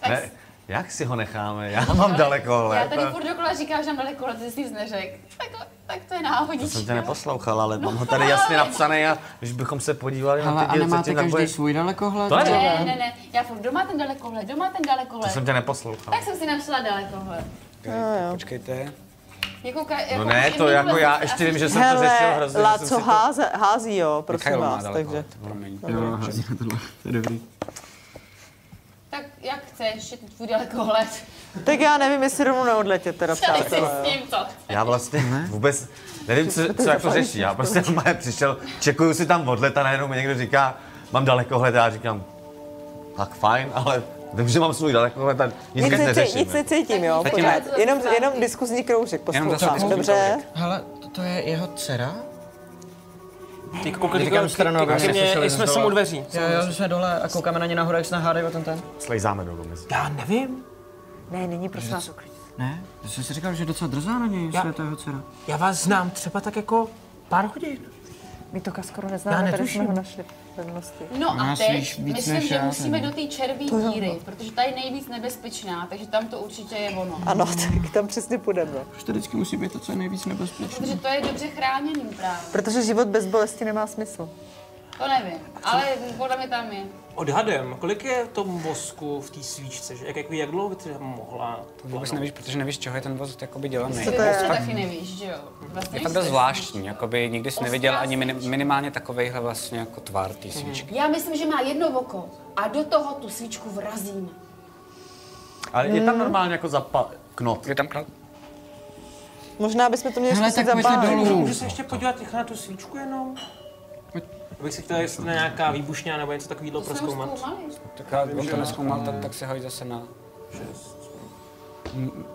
Speaker 4: Tak
Speaker 9: Ne, jak si ho necháme? Já mám dalekohled.
Speaker 4: já tady furt dokola říkám, že mám dalekohled, ty jsi nic neřekl. Tak, tak to je
Speaker 9: To
Speaker 4: náhodíčka.
Speaker 9: jsem tě neposlouchal,
Speaker 4: No,
Speaker 9: ale mám ho tady jasně napsaný a když bychom se podívali
Speaker 5: Ale
Speaker 9: na
Speaker 5: a
Speaker 9: ty dílce,
Speaker 5: nemáte
Speaker 9: tak
Speaker 5: každý
Speaker 9: bude-
Speaker 5: svůj dalekohled?
Speaker 9: To je-
Speaker 4: Ne, ne, ne, já furt doma ten dalekohled, doma ten
Speaker 9: To
Speaker 4: dalekohled.
Speaker 9: jsem tě neposlouchal.
Speaker 4: Tak jsem si našla dalekohled.
Speaker 2: Tak počkejte.
Speaker 4: Jako, ka- jako
Speaker 9: No ne, to jako já ještě vím, že jsem to řešil
Speaker 6: Hele,
Speaker 9: hrozně, že jsem si
Speaker 6: Laco
Speaker 9: to...
Speaker 6: háze, hází, jo, prosím
Speaker 2: Michael má
Speaker 6: vás.
Speaker 2: daleko,
Speaker 6: Takže.
Speaker 2: takže... promiň.
Speaker 5: Jo, hází na tohle. To je dobrý.
Speaker 4: Tak jak chceš, je to tvůj dalekohled.
Speaker 6: Tak já nevím, jestli rovnou neodletět teda,
Speaker 4: Co ty si
Speaker 6: přátelé.
Speaker 4: s tím, co?
Speaker 9: Já vlastně vůbec nevím, co, co jako řeší. Já prostě normálně přišel, čekuju si tam odlet a najednou mi někdo říká, mám dalekohled a já říkám, tak fajn, ale vím, že mám svůj dalekohled a nic
Speaker 6: Nic,
Speaker 9: víc
Speaker 6: necítím,
Speaker 9: neřeším.
Speaker 6: nic necítím, jo,
Speaker 4: Zatím
Speaker 6: pořád.
Speaker 4: ne.
Speaker 6: Jenom, jenom diskuzní kroužek
Speaker 2: Jenom zase
Speaker 6: poslouchám,
Speaker 2: diskuzní
Speaker 6: dobře?
Speaker 2: kroužek.
Speaker 5: Hele, to, to je jeho dcera?
Speaker 7: Ty koukli
Speaker 5: Říkám
Speaker 7: ty-
Speaker 5: stranou,
Speaker 7: ty-
Speaker 5: aby
Speaker 7: ty-
Speaker 5: neslyšeli
Speaker 7: mě-
Speaker 5: zas
Speaker 7: jsme
Speaker 5: dole.
Speaker 7: sem u dveří.
Speaker 5: Jo, jo, že jsme dole a koukáme na ně nahoru, jak se nahádají o ten ten.
Speaker 9: Slejzáme dolů, myslím.
Speaker 7: Já nevím.
Speaker 6: Ne, není prosím vás uklid.
Speaker 5: Ne, to jsi si říkal, že je docela drzá na něj, jestli je to jeho dcera.
Speaker 7: Já vás znám třeba tak jako pár hodin.
Speaker 6: My to Kaskoru
Speaker 7: Já
Speaker 6: neznáme, tady
Speaker 7: netuším.
Speaker 6: jsme ho našli v pevnosti.
Speaker 4: No a
Speaker 5: Nás
Speaker 4: teď
Speaker 5: víš víc
Speaker 4: myslím,
Speaker 5: než
Speaker 4: že
Speaker 5: já,
Speaker 4: musíme
Speaker 5: nebo?
Speaker 4: do té červí díry, protože ta je nejvíc nebezpečná, takže tam to určitě je ono.
Speaker 6: Ano, tak tam přesně půjdeme.
Speaker 5: Už to vždycky musí být to, co je nejvíc nebezpečné.
Speaker 4: Protože to je dobře chráněný právě.
Speaker 6: Protože život bez bolesti nemá smysl.
Speaker 4: To nevím, ale podle mě tam je.
Speaker 7: Odhadem, kolik je to mozku v té svíčce, že? Jak, jako jak, jak dlouho by třeba mohla
Speaker 2: To vůbec nevíš, protože nevíš, čeho je ten voz jakoby
Speaker 4: Ty
Speaker 2: dělaný.
Speaker 4: to je... taky nevíš, že jo? Vlastně
Speaker 2: Je fakt
Speaker 4: nejsi-
Speaker 2: dost zvláštní, jako- jakoby nikdy jsi neviděl
Speaker 4: Ostrá
Speaker 2: ani minim,
Speaker 4: svíčka.
Speaker 2: minimálně takovejhle vlastně jako tvar
Speaker 4: Mhm.
Speaker 2: té svíčky.
Speaker 4: Já myslím, že má jedno oko a do toho tu svíčku vrazím.
Speaker 9: Ale je tam normálně jako zapa... knot.
Speaker 2: Je tam knot?
Speaker 6: Možná bychom to měli
Speaker 5: Hele,
Speaker 6: zkusit
Speaker 5: tak pojďte
Speaker 6: zapálit.
Speaker 5: dolů.
Speaker 7: Můžu se ještě podívat rychle na tu svíčku jenom? Abych si chtěl, jestli to je nějaká výbušňa nebo něco takového
Speaker 4: To jsme už
Speaker 7: proskoumat.
Speaker 4: zkoumali.
Speaker 2: Tak já on to neskoumal, tak, tak se hoď zase na...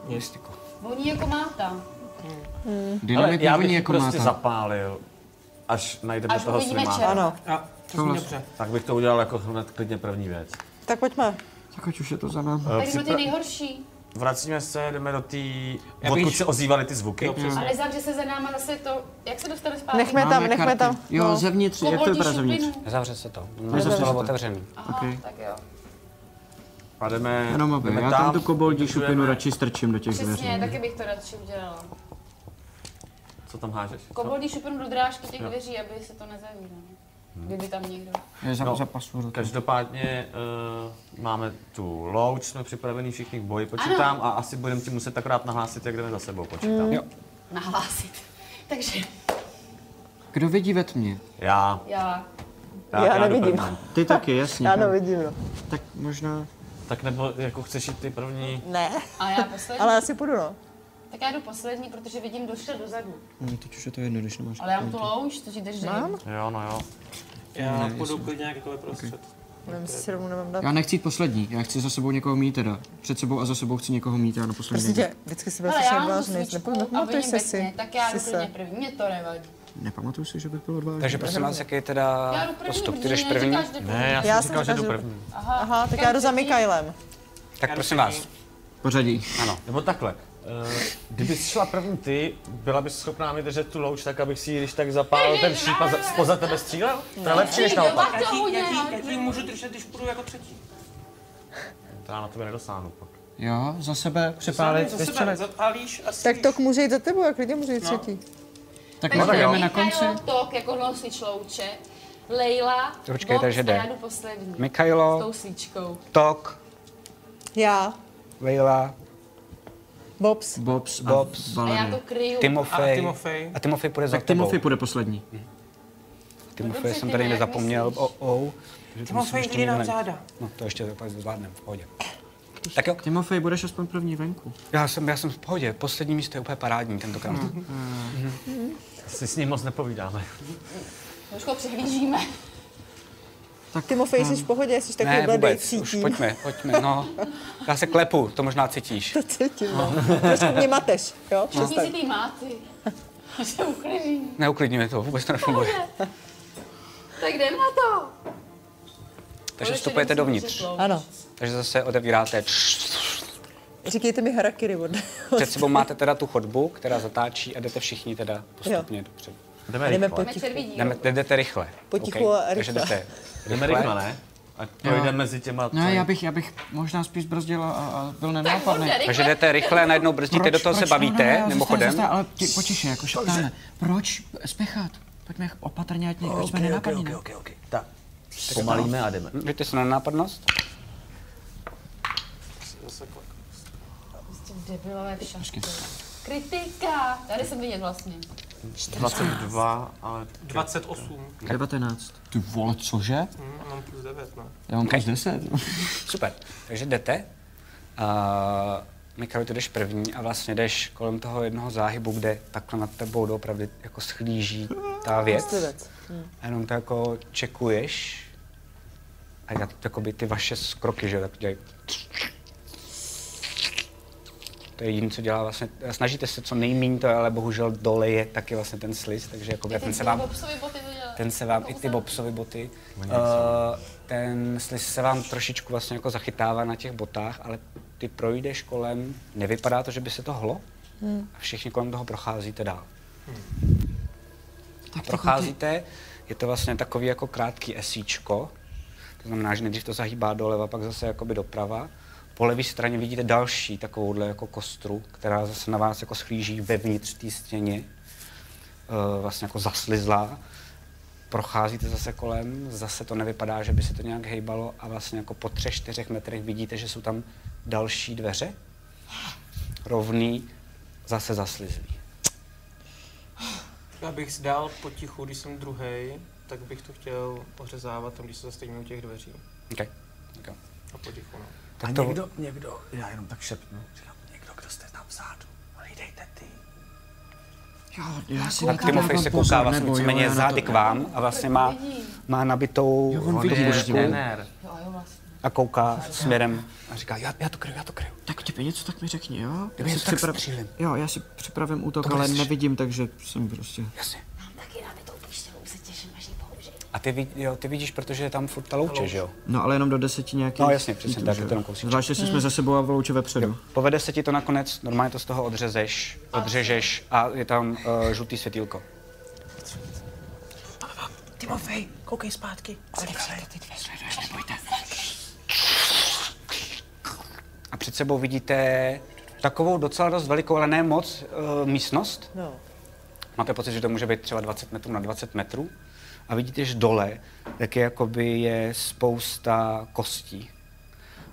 Speaker 2: Mystiku.
Speaker 4: Voní jako máta.
Speaker 5: Dynamit
Speaker 9: já
Speaker 5: nevoní
Speaker 9: bych
Speaker 5: jako
Speaker 9: prostě
Speaker 5: máta.
Speaker 9: zapálil, až najdeme
Speaker 4: Až
Speaker 9: toho
Speaker 4: uvidíme
Speaker 9: svýma.
Speaker 4: červ.
Speaker 6: Ano,
Speaker 7: A, to zní dobře.
Speaker 9: Tak bych to udělal jako hned klidně první věc.
Speaker 6: tak pojďme.
Speaker 5: Tak ať už je to za námi.
Speaker 9: Eh,
Speaker 4: Takže jsme ty
Speaker 9: připra-
Speaker 4: nejhorší.
Speaker 9: Vracíme se, jdeme do té...
Speaker 7: Já bych-
Speaker 9: Odkud se ozývaly ty zvuky?
Speaker 7: Jo, přesně.
Speaker 4: A nezap, že se za náma zase to, jak se dostali zpátky?
Speaker 6: Nechme tam, nechme tam.
Speaker 5: Jo,
Speaker 6: No.
Speaker 5: zevnitř, jak to
Speaker 4: Koboldi
Speaker 5: vypadá zevnitř?
Speaker 4: šupinu.
Speaker 2: Nezavře se to.
Speaker 5: Nezavře
Speaker 2: Nezavře
Speaker 5: se
Speaker 2: to
Speaker 5: to.
Speaker 2: otevřený.
Speaker 4: Aha,
Speaker 5: Okej.
Speaker 4: tak jo.
Speaker 9: A jdeme,
Speaker 5: Jenom aby,
Speaker 9: jdeme
Speaker 5: já tam tu koboldí
Speaker 9: ukazujeme-
Speaker 5: šupinu radši strčím do těch dveří.
Speaker 4: Přesně, taky bych to radši udělala.
Speaker 9: Co tam hážeš?
Speaker 4: Koboldí šupinu Jako do drážky těch dveří, aby se to nezavíralo. Kdyby tam někdo.
Speaker 5: Je za,
Speaker 9: No.
Speaker 5: zapasu do toho.
Speaker 9: Každopádně uh, máme tu louč, jsme připraveni všichni k boji, počítám, a asi budeme ti muset akorát nahlásit, jak jdeme za sebou, počítám. Jo.
Speaker 4: nahlásit. Takže
Speaker 5: Kdo vidí ve tmě?
Speaker 9: Já,
Speaker 4: já.
Speaker 9: já,
Speaker 6: Já
Speaker 9: jdu
Speaker 6: nevidím.
Speaker 9: první.
Speaker 5: Ty taky, jasně.
Speaker 6: Já
Speaker 5: tak.
Speaker 6: nevidím, no.
Speaker 5: Tak možná...
Speaker 9: Tak nebo jako chceš jít ty první?
Speaker 6: Ne,
Speaker 4: A já poslední.
Speaker 6: ale asi půjdu, no.
Speaker 4: Tak já jdu poslední, protože vidím došle dozadu.
Speaker 5: No, teď už je to jedno, když nemáš.
Speaker 4: Ale já mám tu louč, což jdeš Mám?
Speaker 9: Jo, no jo.
Speaker 7: Já půjdu klidně nějak takové prostřed.
Speaker 6: Nevím, jestli si rovnou nemám dát.
Speaker 5: Já nechci jít poslední, já chci za sebou někoho mít teda. Před sebou a za sebou chci někoho mít, já na poslední
Speaker 6: Prostě
Speaker 5: nejdu.
Speaker 6: tě, vždycky si byl
Speaker 4: Ale já
Speaker 6: slyšel
Speaker 4: mám tu
Speaker 6: blázný,
Speaker 4: svíčku a
Speaker 6: nepamatuješ
Speaker 4: vidím
Speaker 6: se
Speaker 4: ve tmě,
Speaker 6: si.
Speaker 4: tak já jdu
Speaker 6: si
Speaker 4: klidně
Speaker 6: se.
Speaker 4: první, mě to nevadí.
Speaker 5: Nepamatuju si, že by bylo odvážné.
Speaker 2: Takže prosím vás, jaký je teda
Speaker 4: Já jdu první,
Speaker 2: postup? Ty
Speaker 4: protože
Speaker 2: jdeš
Speaker 4: mi
Speaker 2: první?
Speaker 4: říkáš, jde
Speaker 9: Ne, já,
Speaker 6: Já jsem
Speaker 9: jsem říkal, že jdu
Speaker 6: říkal, že-
Speaker 9: první.
Speaker 6: Aha, tak já jdu za
Speaker 4: třetí.
Speaker 6: Mikaelem.
Speaker 2: Tak prosím vás,
Speaker 5: Pořadí.
Speaker 2: ano.
Speaker 9: Nebo takhle. Uh, kdyby jsi šla první ty, byla bys schopná mi držet tu louč tak, abych si ji když tak zapálil ten šíp a za- spoza tebe střílel? To je lepší než
Speaker 4: Ty, jo,
Speaker 9: naopak.
Speaker 4: tak to
Speaker 7: Jaký,
Speaker 4: udělám.
Speaker 7: jaký, jaký můžu držet, když půjdu jako třetí?
Speaker 9: To já na tebe nedosáhnu pak.
Speaker 5: Jo, za sebe
Speaker 7: Ale
Speaker 5: přepálit,
Speaker 7: za sebe
Speaker 5: vystřelit.
Speaker 7: zapálíš a
Speaker 6: Tak to může jít za tebou, jak lidi může jít
Speaker 4: No.
Speaker 6: třetí.
Speaker 5: Tak
Speaker 4: Takže
Speaker 5: no, tak jdeme na
Speaker 4: Mikael
Speaker 5: konci.
Speaker 4: Tok jako nosič louče, Leila,
Speaker 2: Počkej,
Speaker 4: Vox
Speaker 2: takže
Speaker 4: a
Speaker 2: jde.
Speaker 4: já jdu poslední. S
Speaker 2: Mikajlo,
Speaker 4: tou svíčkou.
Speaker 2: Tok,
Speaker 6: Já,
Speaker 2: Leila,
Speaker 6: Bobs.
Speaker 5: Bobs,
Speaker 2: Bobs.
Speaker 5: Bobs,
Speaker 4: A já
Speaker 5: Baleny.
Speaker 4: to kryju.
Speaker 2: Timofej.
Speaker 7: A Timofej.
Speaker 2: A Timofej půjde za
Speaker 5: Tak
Speaker 2: tebou.
Speaker 5: Timofej půjde poslední.
Speaker 4: No
Speaker 2: Timofej
Speaker 4: dobře,
Speaker 2: jsem
Speaker 4: ty
Speaker 2: tady
Speaker 4: nějak
Speaker 2: nezapomněl.
Speaker 4: myslíš.
Speaker 2: O, o.
Speaker 7: Timofej, jdi nám záda.
Speaker 2: No to ještě pak zvládnem, v pohodě. Tak jo,
Speaker 5: Timofej, budeš aspoň první venku.
Speaker 2: já jsem, já jsem v pohodě. Poslední místo je úplně parádní tentokrát.
Speaker 9: Si s ním moc nepovídáme.
Speaker 4: Už ho přehlížíme.
Speaker 6: Timofej, jsi
Speaker 5: hm.
Speaker 6: v pohodě, jsi
Speaker 2: Ne,
Speaker 6: takový bledý,
Speaker 2: vůbec, už
Speaker 6: cítím.
Speaker 2: pojďme, pojďme, no. Já se klepu, to možná cítíš.
Speaker 6: To cítím, no. Trošku mě mateš,
Speaker 5: No.
Speaker 6: jo?
Speaker 2: No,
Speaker 4: Všichni
Speaker 6: Přestaň.
Speaker 4: si ty máty. A se uklidní.
Speaker 2: Neuklidňuje to, vůbec to nefunguje.
Speaker 4: Tak jdem na to.
Speaker 2: Takže vstupujete dovnitř.
Speaker 6: Ano.
Speaker 2: Takže zase otevíráte.
Speaker 6: Říkejte mi harakiri od...
Speaker 2: Před sebou máte teda tu chodbu, která zatáčí a jdete všichni teda postupně dopředu.
Speaker 9: Jdeme
Speaker 6: Jdeme
Speaker 9: rychle.
Speaker 4: Jsme
Speaker 6: potichu.
Speaker 4: červidí.
Speaker 2: Jdeme, jdete rychle.
Speaker 6: Potichu
Speaker 2: OK?
Speaker 6: a
Speaker 2: Takže
Speaker 6: rychle.
Speaker 2: jdete
Speaker 9: Jdeme rychle, ne? Ať projdeme mezi těma...
Speaker 5: Ne, No, já bych, já bych možná spíš brzdil a, a byl nenápadný.
Speaker 2: Takže jdete rychle a najednou brzdíte, do toho se
Speaker 5: ne, ne,
Speaker 2: bavíte,
Speaker 5: zůstaň,
Speaker 2: mimochodem.
Speaker 5: zůstaň, ale ti- potiše, jako šeptáme. Proč spěchat? Pojďme jak opatrně, ať, okay, ať jsme no. nenápadní. ne?
Speaker 9: Tak, pomalíme a jdeme.
Speaker 2: Víte se na nápadnost?
Speaker 4: Prostě debilové v šašky. Kritika. Tady jsem vidět vlastně.
Speaker 9: 22, ale
Speaker 7: 28.
Speaker 5: 19. Ty vole, cože?
Speaker 7: Hm, a mám plus 9, no.
Speaker 5: Já mám plus 10.
Speaker 2: Super. Takže jdete. A Mikro, ty jdeš první a vlastně jdeš kolem toho jednoho záhybu, kde takhle nad tebou doopravdy jako schlíží ta věc. A jenom to jako čekuješ. A já jakoby ty vaše kroky, že tak dělají. To je jediné, co dělá vlastně. Snažíte se co nejméně to, ale bohužel dole je taky vlastně ten sliz, takže jakoby ten se vám
Speaker 4: Bobsovi boty to dělá.
Speaker 2: ten se vám, i
Speaker 4: Jako
Speaker 2: ty bobsovy boty, uh, ten sliz se vám trošičku vlastně jako zachytává na těch botách, ale ty projdeš kolem, nevypadá to, že by se to hlo, a všichni kolem toho procházíte dál. A procházíte, je to vlastně takový jako krátký esíčko, to znamená, že nejdřív to zahýbá doleva, pak zase jakoby doprava. Po levé straně vidíte další takovouhle jako kostru, která zase na vás jako schlíží vevnitř té stěně, eh, vlastně jako zaslizlá. procházíte zase kolem, zase to nevypadá, že by se to nějak hejbalo a vlastně jako po třech, čtyřech metrech vidíte, že jsou tam další dveře, rovný, zase zaslizlý.
Speaker 7: Já bych dál potichu, když jsem druhý, tak bych to chtěl ořezávat tam, když se zastavíme u těch dveří.
Speaker 2: Okay. Okay.
Speaker 7: A potichu, no.
Speaker 2: Tak
Speaker 9: A
Speaker 2: to-
Speaker 9: někdo, někdo, já jenom tak šepnu, říkám, někdo, kdo jste tam vzadu, hlídejte ty.
Speaker 5: Jo, já si jako
Speaker 2: Tak Timofej se kouká vlastně víceméně zády k vám a vlastně má, má nabitou
Speaker 5: Jo, on vidí,
Speaker 2: nůžku
Speaker 5: že-
Speaker 3: Trenér.
Speaker 4: Jo, jo, vlastně.
Speaker 2: a kouká směrem a říká, já, já to kryju, já to kryju.
Speaker 5: Tak ty něco tak mi řekni, jo?
Speaker 2: Kdyby něco, tak střílim.
Speaker 5: Jo, já si připravím útok,
Speaker 2: To
Speaker 5: ale
Speaker 2: budeš-
Speaker 5: nevidím, takže jsem prostě...
Speaker 2: Jasně.
Speaker 4: Mám taky rád tou píštělou, se těším, až ji použiju.
Speaker 2: A ty, vid- jo, ty vidíš, protože je tam furt ta louče, že jo?
Speaker 5: No ale jenom do deseti nějakých...
Speaker 2: No, jasně, přesně,
Speaker 5: metrů,
Speaker 2: tak
Speaker 5: že
Speaker 2: je to
Speaker 5: jo?
Speaker 2: jenom kousíček.
Speaker 5: Zvlášť, jestli jsme za sebou a v louče vepředu.
Speaker 2: Povede se ti to nakonec, normálně to z toho odřezeš, odřežeš a je tam uh, žlutý světýlko.
Speaker 6: Timofej, koukej zpátky.
Speaker 2: A před sebou vidíte takovou docela dost velikou, ale ne moc, uh, místnost.
Speaker 6: No.
Speaker 2: Máte pocit, že to může být třeba 20 metrů na 20 metrů. A vidíte, že dole tak je, jakoby je spousta kostí.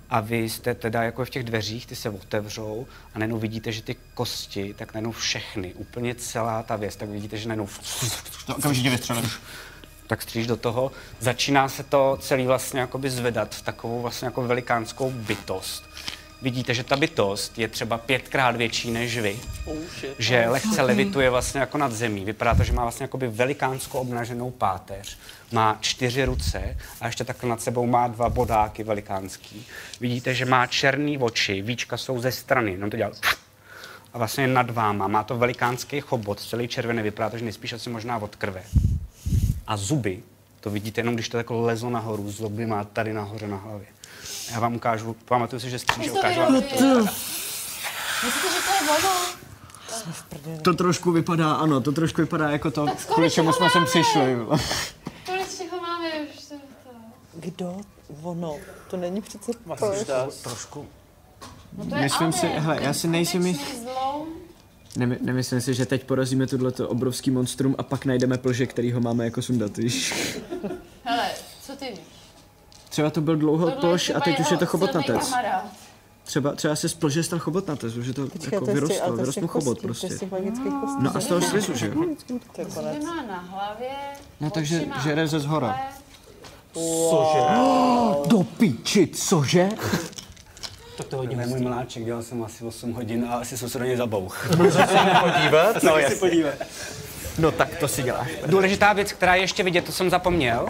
Speaker 2: A vy jste teda jako v těch dveřích, ty se otevřou a najednou vidíte, že ty kosti, tak najednou všechny, úplně celá ta věc, tak vidíte, že najednou
Speaker 5: To okamžitě vystřelím.
Speaker 2: tak stříž do toho. Začíná se to celý vlastně jakoby zvedat v takovou vlastně jako velikánskou bytost. Vidíte, že ta bytost je třeba pětkrát větší než vy, že lehce levituje vlastně jako nad zemí. Vypadá to, že má vlastně jakoby velikánskou obnaženou páteř, má čtyři ruce a ještě takhle nad sebou má dva bodáky velikánský. Vidíte, že má černý oči, víčka jsou ze strany, no to dělá a vlastně je nad váma. Má to velikánský chobot, celý červený, vypadá to, že nejspíš asi možná od krve. A zuby, to vidíte jenom, když to takhle lezlo nahoru, zuby má tady nahoře na hlavě. Já vám ukážu, pamatuju si, že stříže
Speaker 4: Ty to
Speaker 2: ukážu vám.
Speaker 4: vyrobíš. Myslíte, že to je ono?
Speaker 5: To trošku vypadá, ano, to trošku vypadá jako to,
Speaker 4: Tak skoro
Speaker 5: kvůli
Speaker 4: se
Speaker 5: čemu jsme sem
Speaker 4: chováme.
Speaker 5: přišli. jo.
Speaker 4: Tolik všeho máme už. To, to.
Speaker 6: Kdo? Ono. To není přece...
Speaker 4: No to je
Speaker 5: Myslím si-
Speaker 4: Alden,
Speaker 5: hele,
Speaker 4: ten
Speaker 5: já si nejsem
Speaker 4: konečný zlou.
Speaker 5: Nemy, nemyslím si, že teď porazíme tohleto obrovský monstrum a pak najdeme plže, který ho máme jako sundat, víš?
Speaker 4: Hele, co ty víš?
Speaker 5: Třeba to byl dlouho
Speaker 4: Tohle
Speaker 5: plž a
Speaker 4: třeba
Speaker 5: teď už je
Speaker 4: jeho
Speaker 5: to
Speaker 4: silnej
Speaker 5: chobotnatec.
Speaker 4: kamarád.
Speaker 5: Třeba, třeba se z plže stal chobotnatec, už je to jako vyrostlo, vyrostl mu chobot prostě.
Speaker 6: magických kostí.
Speaker 5: No a z toho slizu, že jo?
Speaker 6: To je konec.
Speaker 4: Zuby má na hlavě.
Speaker 5: No, takže
Speaker 4: oči má
Speaker 5: žere ze zhora.
Speaker 4: takhle.
Speaker 5: Do piči, cože?
Speaker 2: To je můj mláček, dělal jsem asi 8 hodin a asi jsem se do něj zabouch.
Speaker 13: Podívat?
Speaker 2: No, jasně.
Speaker 13: No tak to si děláš.
Speaker 2: Důležitá věc, která je ještě vidět, to jsem zapomněl,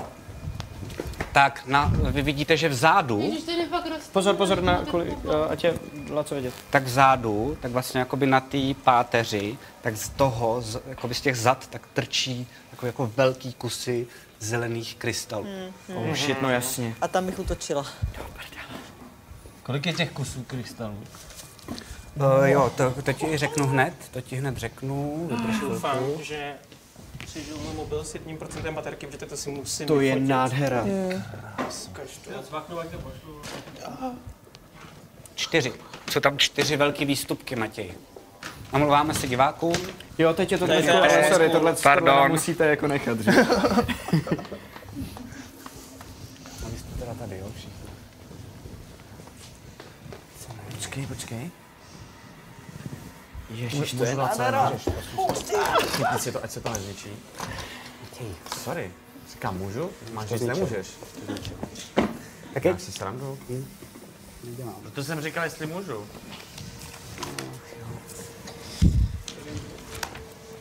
Speaker 2: tak na, vy vidíte, že vzadu,
Speaker 4: Ježiš, ten je fakt roz...
Speaker 5: Pozor, pozor, na kolik, ať je co vědět.
Speaker 2: tak vzadu, tak vlastně jakoby na té páteři, tak z toho, z, jakoby z těch zad, tak trčí jako, jako velký kusy zelených krystalů.
Speaker 5: Oh shit, no jasně.
Speaker 6: A tam bych utočila.
Speaker 3: Kolik je těch kusů krystalů?
Speaker 2: Uh, jo, to, to ti řeknu hned, to ti hned řeknu, vydrž
Speaker 7: Hmm.
Speaker 2: chvilku.
Speaker 7: Doufám, že přežil můj mobil s jedním procentem baterky, protože to si musím
Speaker 5: To je
Speaker 7: vyfotit.
Speaker 5: nádhera.
Speaker 7: Každou.
Speaker 2: Čtyři. Jsou tam čtyři velký výstupky, Matěj. Omlouváme se divákům.
Speaker 5: Jo, teď je to tak
Speaker 7: to je-
Speaker 5: jako, sorry, tohle,
Speaker 2: Pardon.
Speaker 5: tohle musíte jako nechat, že?
Speaker 2: A vy jste teda tady, jo, všichni.
Speaker 5: Počkej, počkej. Ježiš, to je
Speaker 9: Ať se to, ať se to nezničí. Sorry. Říkám, můžu? Máš říct, nemůžeš. Tak Hmm. já si srandu.
Speaker 3: Proto jsem říkal, jestli můžu.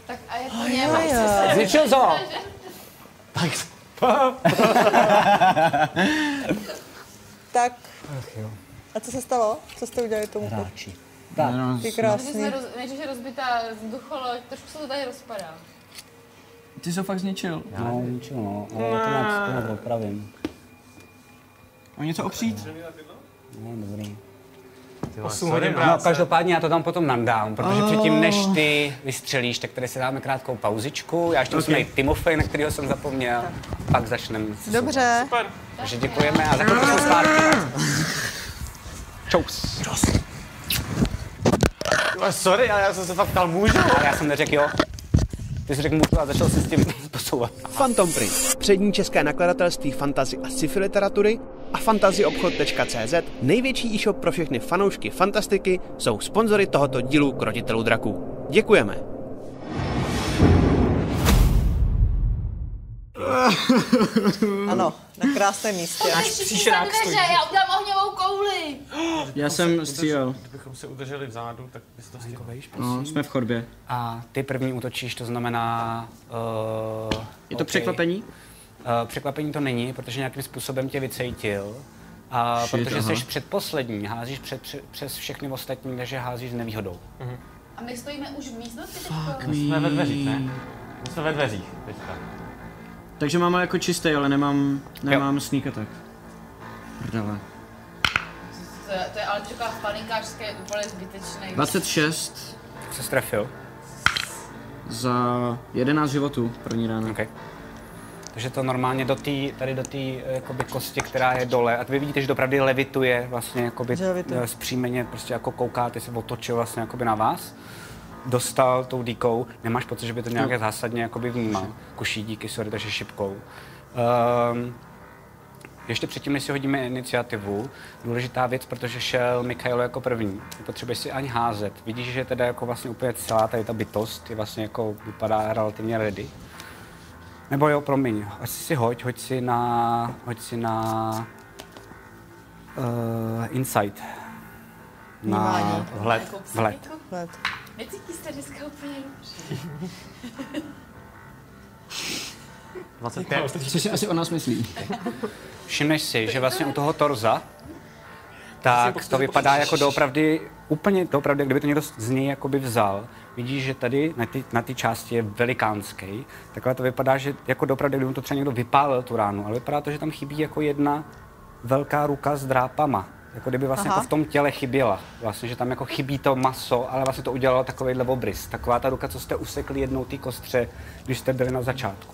Speaker 4: Tak a je to němec.
Speaker 2: Zničil to!
Speaker 6: Tak. A co se stalo? Co jste udělali tomu?
Speaker 5: No.
Speaker 6: Hráči. Tak. Ty
Speaker 4: Než
Speaker 6: krásný.
Speaker 4: je roz, než je rozbitá vzducholoď, trošku se to tady rozpadá.
Speaker 5: Ty jsi ho fakt zničil.
Speaker 2: No, ničil, no, ale to nějak, to nějak opravím.
Speaker 5: O něco opřít?
Speaker 2: No, dobrý.
Speaker 13: Osm hodin
Speaker 2: No, každopádně já to tam potom nandám, protože předtím, než ty vystřelíš, tak tady si dáme krátkou pauzičku. Já ještě musím najít Timofej, na kterého jsem zapomněl. Pak začneme. se
Speaker 6: Dobře.
Speaker 2: Takže děkujeme a za chvilku jsme zpátky. Čaus.
Speaker 9: No,
Speaker 13: Sorry, ale já jsem se fakt ptal, můžu?
Speaker 2: Ale já jsem neřekl jo. Ty jsi řekl mu a začal si s tím posouvat.
Speaker 1: Phantom Print, přední české nakladatelství fantazy a sci-fi literatury a fantazyobchod.cz, největší e-shop pro všechny fanoušky fantastiky, jsou sponzory tohoto dílu Krotitelů draků. Děkujeme.
Speaker 6: Ano, na krásném místě.
Speaker 4: Příště dveře, já udělám ohňovou kouli.
Speaker 5: Já jsem střílel.
Speaker 9: Kdybychom se udrželi vzadu, tak bys to stihl.
Speaker 5: No, jsme v chodbě.
Speaker 2: A ty první útočíš, to znamená... Uh,
Speaker 5: Je to
Speaker 2: ok.
Speaker 5: překvapení?
Speaker 2: Uh, překvapení to není, protože nějakým způsobem tě vycejtil. A
Speaker 5: Shit,
Speaker 2: protože
Speaker 5: aha.
Speaker 2: jsi předposlední, házíš před, před, přes všechny ostatní, takže házíš s nevýhodou.
Speaker 4: A my stojíme už v místnosti
Speaker 5: Fuck
Speaker 4: teďko.
Speaker 5: me.
Speaker 9: Ve dveřích, ne? My jsme ve dveřích teďka.
Speaker 5: Takže mám jako čistý, ale nemám, nemám sneak attack. Prdele.
Speaker 4: To, je- to je ale taková panikářské úplně zbytečný.
Speaker 5: 26
Speaker 2: Tak se strefil.
Speaker 5: za 11 životů první ráno.
Speaker 2: Okay. Hm. Takže to normálně do té tady do té eh, jakoby kosti, která je dole. A vy vidíte, že dopravdy levituje vlastně jakoby
Speaker 6: Že levituje.
Speaker 2: eh, zpřímeně, prostě jako kouká, ty se otočil vlastně jakoby na vás. Dostal tou dýkou, nemáš pocit, že by to
Speaker 6: No.
Speaker 2: nějak zásadně jakoby vnímal. Kuší díky, sorry, takže šipkou. Um, ještě předtím, než si hodíme iniciativu, důležitá věc, protože šel Mikhailo jako první. Nepotřebuješ si ani házet. Vidíš, že teda jako vlastně úplně celá tady ta bytost je vlastně jako vypadá relativně ready. Nebo jo, promiň, asi si hoď, hoď si na, hoď si na uh, insight. Na vhled, vhled.
Speaker 6: Let.
Speaker 4: Necítí se dneska úplně dobře.
Speaker 9: 25.
Speaker 5: Co si asi o nás myslí?
Speaker 2: Všimneš si, že vlastně u toho torza, tak to vypadá jako doopravdy, úplně doopravdy, jak kdyby to někdo z něj jakoby vzal. Vidíš, že tady na ty, na ty části je velikánský. Takhle to vypadá, že jako doopravdy, kdyby mu to třeba někdo vypálil tu ránu, ale vypadá to, že tam chybí jako jedna velká ruka s drápama. Jako kdyby vlastně jako v tom těle chyběla. Vlastně, že tam jako chybí to maso, ale vlastně to udělalo takovýhle obrys. Taková ta ruka, co jste usekli jednou té kostře, když jste byli na začátku.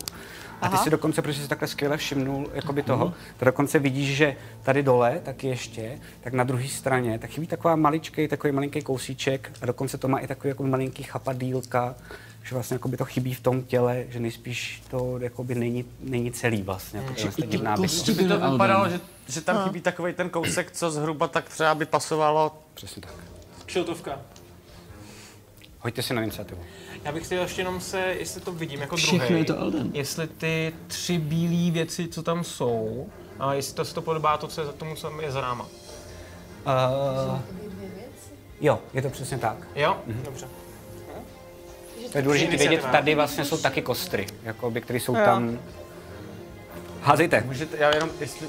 Speaker 2: A ty si dokonce, protože jsi takhle skvěle všimnul jakoby toho, tak dokonce vidíš, že tady dole, tak ještě, tak na druhé straně, tak chybí taková maličký, takový malinký kousíček a dokonce to má i takový jako malinký chapadýlka, že vlastně jakoby to chybí v tom těle, že nejspíš to jakoby není, není celý vlastně. Jako tenhle ten nábytek.
Speaker 5: Kosti
Speaker 9: By to
Speaker 5: byly,
Speaker 9: vypadalo,
Speaker 5: Alden.
Speaker 9: že, že tam
Speaker 6: No.
Speaker 9: chybí takový ten kousek, co zhruba tak třeba by pasovalo.
Speaker 2: Přesně tak.
Speaker 7: Šiltovka.
Speaker 2: Hoďte si na iniciativu.
Speaker 7: Já bych chtěl ještě jenom se, jestli to vidím jako
Speaker 5: Všechno je
Speaker 7: druhý,
Speaker 5: to Alden.
Speaker 7: jestli ty tři bílé věci, co tam jsou, a jestli to se to podobá to, co je za tomu, co je za náma.
Speaker 2: Uh, jo, je to přesně tak.
Speaker 7: Jo?
Speaker 5: Mhm.
Speaker 7: Dobře.
Speaker 2: To je důležité vědět,
Speaker 7: Iniciativa.
Speaker 2: tady vlastně jsou taky kostry, jakoby, které jsou tam. Házejte,
Speaker 9: Můžete, já jenom, jestli,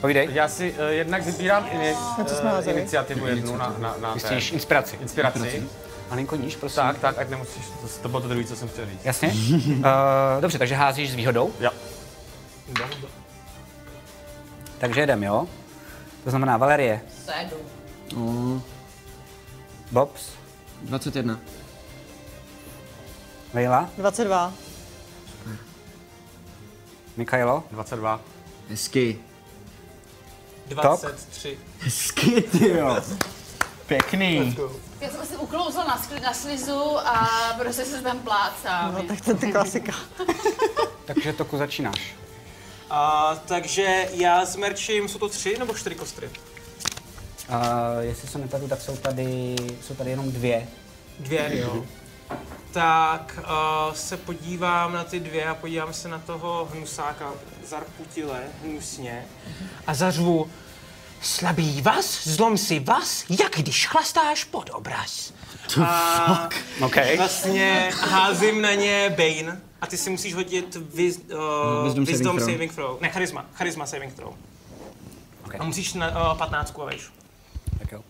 Speaker 2: povídej.
Speaker 9: já si uh, jednak vybírám ini,
Speaker 6: co jsme
Speaker 9: eh,
Speaker 6: házeli?
Speaker 9: iniciativu jednu na, na, na té
Speaker 2: Myslíš inspiraci.
Speaker 9: inspiraci.
Speaker 2: Malinko níž, prosím.
Speaker 9: Tak, tak, ať nemusíš, to, to bylo to druhé, co jsem chtěl říct.
Speaker 2: Jasně. uh, dobře, takže házíš s výhodou.
Speaker 9: Jo.
Speaker 2: Takže jedem, jo? To znamená Valerie,
Speaker 4: Sedm.
Speaker 5: O,
Speaker 2: Bobs,
Speaker 5: 21.
Speaker 2: Leila,
Speaker 6: 22.
Speaker 2: Mikhailo,
Speaker 9: 22.
Speaker 5: Hezky.
Speaker 7: 23.
Speaker 5: Hezky, ty jo. Pěkný.
Speaker 4: Já jsem si uklouzla na, skli, na slizu a prostě se tam plácám.
Speaker 6: No tak to je klasika.
Speaker 2: takže toku začínáš.
Speaker 7: A, takže já zmerčím, jsou to tři nebo čtyři kostry?
Speaker 2: Uh, jestli se nepletu, tak jsou tady, jsou tady jenom dvě.
Speaker 7: Dvě, jo. Tak uh, se podívám na ty dvě a podívám se na toho hnusáka zarputile, hnusně. A zařvu, slabý vás, zlom si vás, jak když chlastáš pod obraz. a
Speaker 2: OK.
Speaker 7: vlastně házím na ně Bane a ty si musíš hodit viz, uh,
Speaker 5: No, Wisdom
Speaker 7: wisdom,
Speaker 5: saving throw.
Speaker 7: saving throw. Ne, charisma, charisma saving throw.
Speaker 2: Okay.
Speaker 7: A musíš na uh, 15 a vejš.
Speaker 2: Tak jo.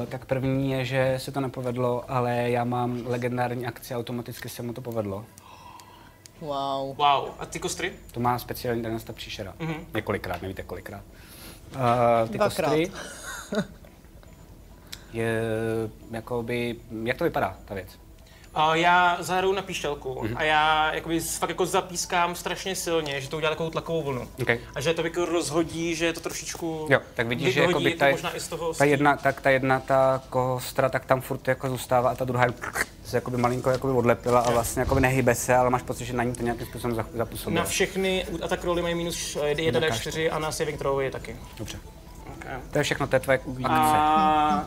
Speaker 2: Uh, tak první je, že se to nepovedlo, ale já mám legendární akci, automaticky se mu to povedlo.
Speaker 6: Wow.
Speaker 7: Wow, a ty kostry?
Speaker 2: To má speciální danost ta příšera.
Speaker 7: Mhm.
Speaker 2: Mm-hmm. Několikrát, nevíte kolikrát. Uh, ty
Speaker 6: Dvakrát.
Speaker 2: kostry. Je, jakoby, jak to vypadá, ta věc?
Speaker 7: A já zahraju na píšťalku
Speaker 2: Mhm.
Speaker 7: a já jakoby s- fakt jako zapískám strašně silně, že to udělá takovou tlakovou vlnu.
Speaker 2: Okay.
Speaker 7: A že to jako rozhodí, že to trošičku
Speaker 2: Jo, tak vidíš, že
Speaker 7: vyhodí,
Speaker 2: jakoby
Speaker 7: je to
Speaker 2: ta,
Speaker 7: možná i z toho
Speaker 2: ta,
Speaker 7: ostrý.
Speaker 2: jedna, tak ta jedna ta kostra tak tam furt jako zůstává a ta druhá jako se jakoby malinko jakoby odlepila a vlastně jakoby nehybe se, ale máš pocit, že na ní to nějakým způsobem za- zapůsobilo.
Speaker 7: Na všechny attack roly mají minus 1 D4 a na saving throw je taky.
Speaker 2: Dobře.
Speaker 7: Okay.
Speaker 2: To je všechno, to je tvoje akce.
Speaker 7: A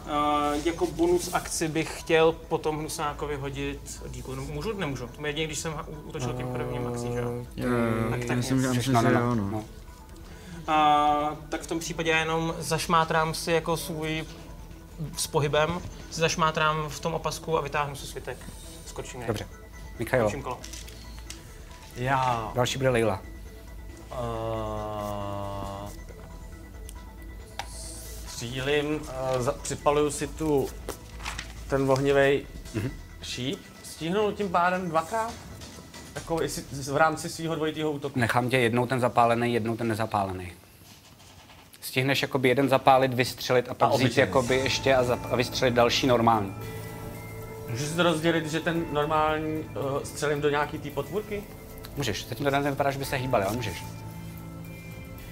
Speaker 7: uh, jako bonus akci bych chtěl potom Hnusákovi hodit díku. No, můžu? Nemůžu. To mi jedině, když jsem ha- u- útočil tím prvním akcí, že
Speaker 2: Eh,
Speaker 7: jo?
Speaker 5: Tak, tak myslím, že myslím,
Speaker 2: No,
Speaker 5: že
Speaker 2: no, no.
Speaker 5: jo, no.
Speaker 2: no.
Speaker 7: A, tak v tom případě já jenom zašmátrám si jako svůj s pohybem, si zašmátrám v tom opasku a vytáhnu si svitek. Skočím na něj.
Speaker 2: Dobře. Michailo,
Speaker 7: Skočím kolo.
Speaker 9: Já
Speaker 2: další bude Leila.
Speaker 9: Uh, střílim, uh, za, připaluju si tu ten ohnivý šíp. Stihnul tím pádem dvakrát? Jako jestli, v rámci svého dvojitého útoku.
Speaker 2: Nechám tě jednou ten zapálený, jednou ten nezapálený. Stihneš jakoby jeden zapálit, vystřelit a pak
Speaker 9: A
Speaker 2: vzít
Speaker 9: obyčejný.
Speaker 2: jakoby ještě a, zap- a vystřelit další normální.
Speaker 9: Můžu si to rozdělit, že ten normální uh, střelím do nějaký té potvůrky?
Speaker 2: Můžeš, teď to nevypadá, že by se hýbali, ale můžeš.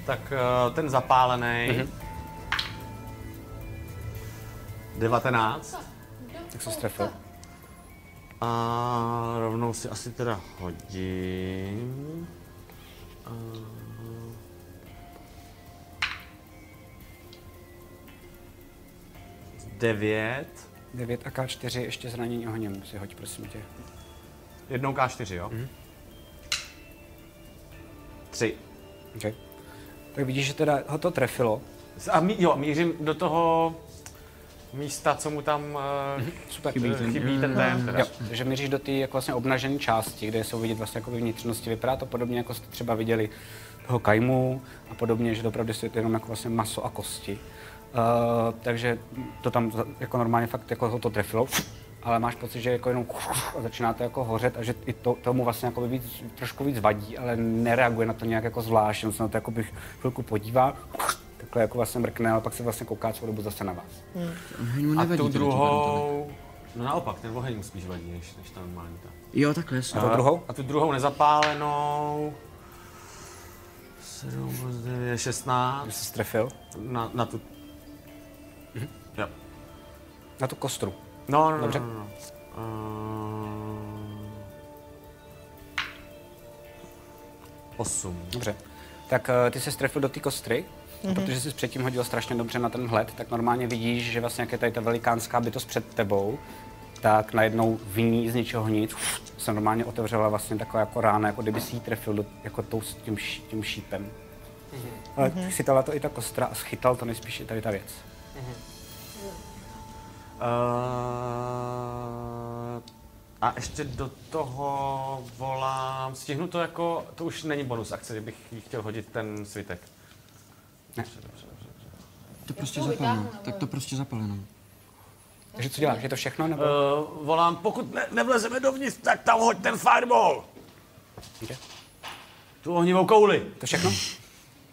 Speaker 9: Tak uh, ten zapálený. 19.
Speaker 2: Tak se strefil.
Speaker 9: A rovnou si asi teda hodím. A... Devět.
Speaker 2: 9 a K4 ještě zranění ohněm si hoď, prosím tě.
Speaker 9: Jednou K4, jo? Tři.
Speaker 2: Okay. Tak vidíš, že teda ho to trefilo.
Speaker 9: A mí, jo, mířím do toho místa, co mu tam
Speaker 5: Mhm.
Speaker 9: eh,
Speaker 2: Super.
Speaker 9: chybí, ten, chybí ten ten. Teda.
Speaker 2: Jo, takže míříš do té jako vlastně obnažené části, kde jsou vidět vlastně jako vnitřnosti. Vypadá to podobně, jako jste třeba viděli toho kajmu a podobně, že opravdu jsou to jenom jako vlastně maso a kosti. Uh, takže to tam za- jako normálně fakt jako ho to trefilo, ale máš pocit, že jako jenom a začíná to jako hořet a že i to, tomu vlastně jako víc, trošku víc vadí, ale nereaguje na to nějak jako zvlášť, on se na to jako bych chvilku podívá, takhle jako vlastně mrkne, ale pak se vlastně kouká celou dobu zase na vás.
Speaker 5: Mu
Speaker 9: A tu
Speaker 5: nevadí tady to
Speaker 9: druhou... No naopak, ten oheň mu spíš vadí, než, než ta normální ta.
Speaker 5: barevno. Jo, takhle. jasně.
Speaker 2: A tu druhou?
Speaker 9: A tu druhou nezapálenou... 7 plus 9, 16
Speaker 2: Jsi strefil?
Speaker 9: na, na tu... Mhm. Jo.
Speaker 2: Na tu kostru.
Speaker 9: No, no,
Speaker 2: Dobře.
Speaker 9: no, no, no. Ehm, Osm.
Speaker 2: Dobře. Tak eh, ty se strefil do té kostry, mm-hmm. protože jsi předtím hodil strašně dobře na ten hled, tak normálně vidíš, že vlastně jak je tady ta velikánská bytost před tebou, tak najednou v ní z ničeho nic uf, se normálně otevřela vlastně taková jako rána, jako kdyby si jí trefil do, jako tou, s tím, š- tím šípem. Mm-hmm. Ale chytala to i ta kostra a schytal to nejspíš i tady ta věc.
Speaker 9: Eh, Ehm, a ještě do toho volám, stihnu to jako, to už není bonus akce, kdybych jí chtěl hodit ten svitek.
Speaker 5: To prostě zapaleno. Tak to prostě zapaleno.
Speaker 2: Takže co děláš? Je to všechno? Nebo...
Speaker 9: Uh, volám, pokud ne, nevlezeme dovnitř, tak tam hoď ten fireball.
Speaker 2: Kde?
Speaker 9: Tu ohnivou kouli.
Speaker 2: To všechno?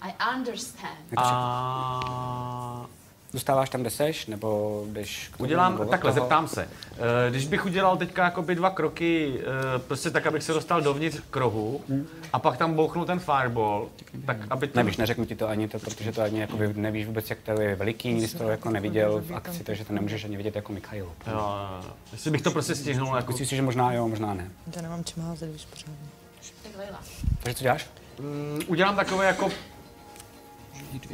Speaker 4: I understand.
Speaker 9: A
Speaker 2: Dostáváš tam, kde seš, nebo jdeš k tomu,
Speaker 9: udělám,
Speaker 2: nebo od
Speaker 9: takhle,
Speaker 2: toho?
Speaker 9: zeptám se. Eh, Když bych udělal teďka jakoby dva kroky, eh, prostě tak, abych se dostal dovnitř krohu, a pak tam bouchnul ten fireball, tak aby to...
Speaker 2: Nevíš, neřeknu ti to ani to, protože to ani jako nevíš vůbec, jak to je veliký, nikdy jsi to jako neviděl v akci, takže to nemůžeš ani vidět jako Mikhail.
Speaker 9: Jo, jo, jo. Jestli bych to prostě stihnul jako...
Speaker 2: Myslíš si, že možná jo, možná ne.
Speaker 6: Já nemám čím házet, víš pořádně.
Speaker 4: Tak Leila.
Speaker 2: Takže co děláš?
Speaker 9: Mm, Udělám takové jako...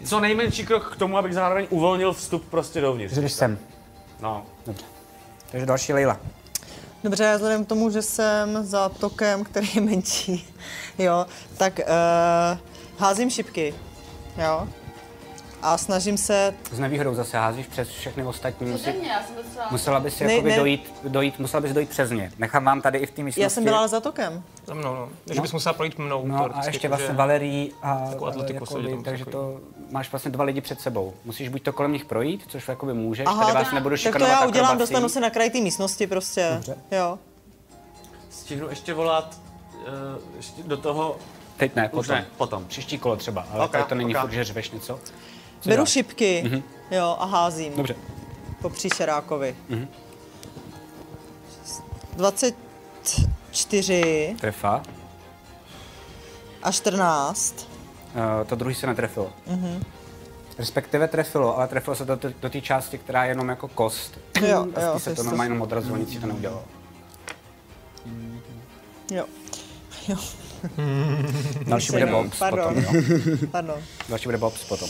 Speaker 9: Co nejmenší krok k tomu, abych zároveň uvolnil vstup prostě dovnitř.
Speaker 2: Takže jdeš sem.
Speaker 9: No.
Speaker 2: Takže další Leila.
Speaker 6: Dobře, já vzhledem k tomu, že jsem za tokem, který je menší, jo, tak uh, házím šipky, jo, a snažím se,
Speaker 2: S nevýhodou zase házíš přes všechny ostatní.
Speaker 4: Ode
Speaker 2: Musí,
Speaker 4: mě, já jsem docela...
Speaker 2: musela bys
Speaker 6: Ne,
Speaker 2: ne,
Speaker 6: ne.
Speaker 2: dojít, dojít, musela bys dojít přes ně. Nechám vám tady i v té místnosti.
Speaker 6: já jsem byla ale za tokem.
Speaker 7: Za mnou, no. Takže bys musela projít mnou.
Speaker 2: No a
Speaker 7: teoreticky,
Speaker 2: ještě
Speaker 7: protože-
Speaker 2: vlastně Valerii a
Speaker 7: Takovou atletiku
Speaker 2: jakoby,
Speaker 7: sedět tam
Speaker 2: takže
Speaker 7: takový.
Speaker 2: to máš vlastně dva lidi před sebou. Musíš buď to kolem nich projít, což jakoby můžeš,
Speaker 6: Aha,
Speaker 2: tady vás
Speaker 6: tak-
Speaker 2: nebudu
Speaker 6: Tak to
Speaker 2: šikanovat
Speaker 6: já udělám,
Speaker 2: akrobací.
Speaker 6: dostanu se na kraj té místnosti prostě, Dobře. jo.
Speaker 9: Stihnu ještě volat eh, ještě do toho...
Speaker 2: Teď ne, potom.
Speaker 9: Už ne, potom.
Speaker 2: Příští kolo třeba, ale
Speaker 9: Ok,
Speaker 2: okay, to není
Speaker 9: ok.
Speaker 2: furt, že řveš něco. Co
Speaker 6: Beru
Speaker 2: děláš? Mhm.
Speaker 6: šipky, jo, a házím
Speaker 2: Dobře.
Speaker 6: po příšerákovi. 24
Speaker 2: Trefa.
Speaker 6: a 14.
Speaker 2: Eh, to druhý se netrefilo. Mm-hmm.
Speaker 6: Mhm.
Speaker 2: Respektive trefilo, ale trefilo se do, do, do té části, která je jenom jako kost.
Speaker 6: Jo,
Speaker 2: a z
Speaker 6: jo,
Speaker 2: té se
Speaker 6: to
Speaker 2: to
Speaker 6: je
Speaker 2: normálně jenom odrazilo, nic si to neudělalo.
Speaker 6: Jo. Jo,
Speaker 2: Další bude
Speaker 6: Sedm,
Speaker 2: Bobs
Speaker 6: no. pardon.
Speaker 2: potom, jo.
Speaker 6: pardon.
Speaker 2: Další bude Bobs potom.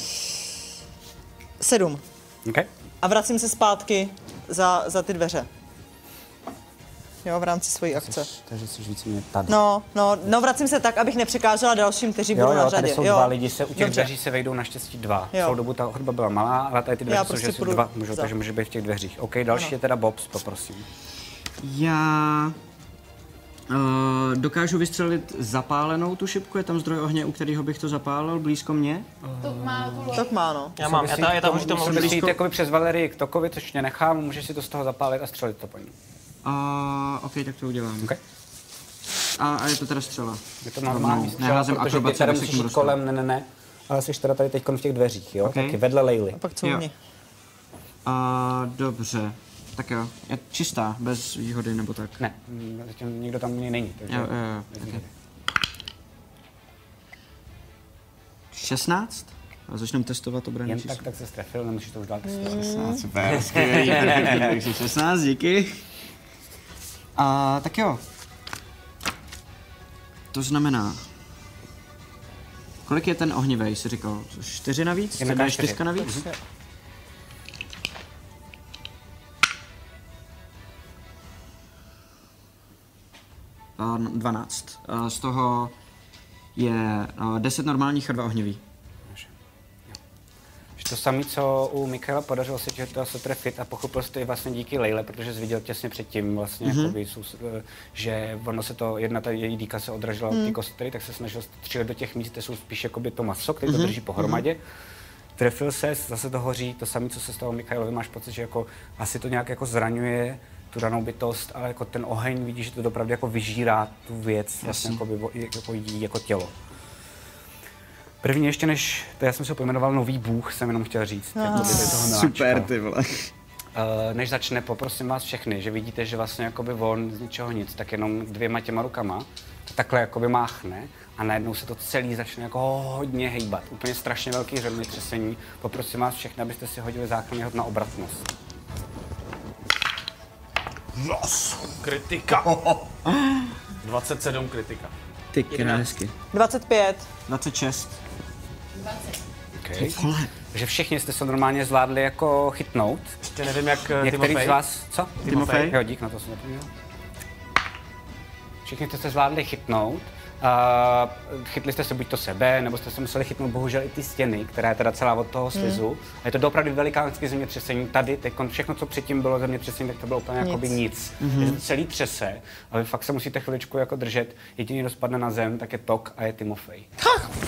Speaker 6: Sedm.
Speaker 2: Okay.
Speaker 6: A vracím se zpátky za, za ty dveře. Jo, v rámci svojí akce.
Speaker 2: Takže jsi víc mě tady.
Speaker 6: No, no, no, vracím se tak, abych nepřekážela dalším, kteří
Speaker 2: Jo,
Speaker 6: budou na
Speaker 2: jo,
Speaker 6: řadě.
Speaker 2: tady jsou
Speaker 6: jo.
Speaker 2: dva lidi, se u těch
Speaker 6: Dobře.
Speaker 2: dveří se vejdou naštěstí dva.
Speaker 6: Jo.
Speaker 2: Celou dobu ta chodba byla malá, ale tady ty
Speaker 6: Já
Speaker 2: dveře jsou,
Speaker 6: prostě
Speaker 2: že si
Speaker 6: půjdu
Speaker 2: dva můžou,
Speaker 6: za.
Speaker 2: takže může být v těch dveřích. OK, další je teda Bobs, poprosím.
Speaker 5: Já uh, dokážu vystřelit zapálenou tu šipku, je tam zdroj ohně, u kterého bych to zapálil, blízko mě.
Speaker 4: To má tu loď.
Speaker 6: Tak má, no.
Speaker 7: Já mám, já, ta, já tam už to mám.
Speaker 2: Můžeš jít jakoby přes Valerii k Tokovi, což mě nechám, můžeš si to z toho zapálit a střelit to po ní.
Speaker 5: Uh, OK, tak to udělám.
Speaker 2: OK?
Speaker 5: A, a je to teda střela.
Speaker 2: Je to normální
Speaker 5: No,
Speaker 2: střela,
Speaker 5: neházím
Speaker 2: protože ty
Speaker 5: akrobaci,
Speaker 2: teda
Speaker 5: abych se k
Speaker 2: musíš
Speaker 5: tomu
Speaker 2: jít
Speaker 5: dostal.
Speaker 2: kolem, ne, ne, ne. Ale jsi teda tady teď v těch dveřích, jo?
Speaker 5: OK.
Speaker 2: Taky vedle Lejly.
Speaker 6: A pak co u
Speaker 5: Jo.
Speaker 6: mě?
Speaker 5: Uh, dobře. Tak jo, je čistá, bez výhody nebo tak.
Speaker 2: Ne, mm, zatím nikdo tam není, takže...
Speaker 5: Jo, jo, jo. Okay. 16? A začneme testovat obrany
Speaker 2: Jen
Speaker 5: číslo.
Speaker 2: tak, tak se strefil, nemusíš to už dál testovat.
Speaker 5: 16, super, skvělý. Takže 16, díky. A tak jo. To znamená, kolik je ten ohnivej, jsi říkal? Čtyři navíc?
Speaker 2: Jedna
Speaker 5: Jedna
Speaker 2: čtyři. Mhm.
Speaker 5: čtyřka navíc? A n- 12. A Z toho je a, 10 normálních a 2 ohnivý.
Speaker 2: Že To samé, co u Michaela, podařilo se ti to se trefit a pochopil jsi to i vlastně díky Lejle, protože jsi viděl těsně předtím, vlastně, mm-hmm. jakoby, sous- eh, že ono se to, jedna ta její dýka se odražila od ty kostry, tak se snažil střílet do těch míst, kde jsou spíš jakoby to maso, který mm-hmm. to drží pohromadě. Trefil se, zase to hoří, to samé, co se stalo Michailovi, máš pocit, že jako, asi to nějak jako zraňuje tu danou bytost, ale jako ten oheň vidíš, že to opravdu jako vyžírá tu věc, vlastně, jakoby, vo- jako, jí jako tělo. První ještě než, to já jsem se pojmenoval Nový Bůh, jsem jenom chtěl říct. No. Toho Super, ty vole. Uh, než začne, poprosím vás všechny, že vidíte, že vlastně jakoby on z ničeho nic, tak jenom dvěma těma rukama to takhle jakoby máchne a najednou se to celý začne jako hodně hejbat. Úplně strašně velký zemětřesení. Poprosím vás všechny, abyste si hodili základní hod na obratnost.
Speaker 13: Kritika. 27 kritika.
Speaker 5: Ty krásky.
Speaker 6: 25.
Speaker 5: 26.
Speaker 2: Okay. Že všichni jste se normálně zvládli jako chytnout.
Speaker 13: Ještě nevím, jak eh,
Speaker 2: Některý
Speaker 13: Timofej.
Speaker 2: z vás, co?
Speaker 5: Timofej?
Speaker 2: Jo, dík, na to jsem zapomněl. Všichni jste se zvládli chytnout. A eh, chytli jste se buď to sebe, nebo jste se museli chytnout bohužel i ty stěny, která je teda celá od
Speaker 6: Hmm.
Speaker 2: toho slizu. Mm. A je to opravdu velikánské zemětřesení. Tady teď všechno, co předtím bylo zemětřesení, tak to bylo úplně jakoby nic. Mm-hmm. to celý třese a vy fakt se musíte chviličku jako držet. Jediný, kdo spadne na zem, tak je Tok a je Timofej.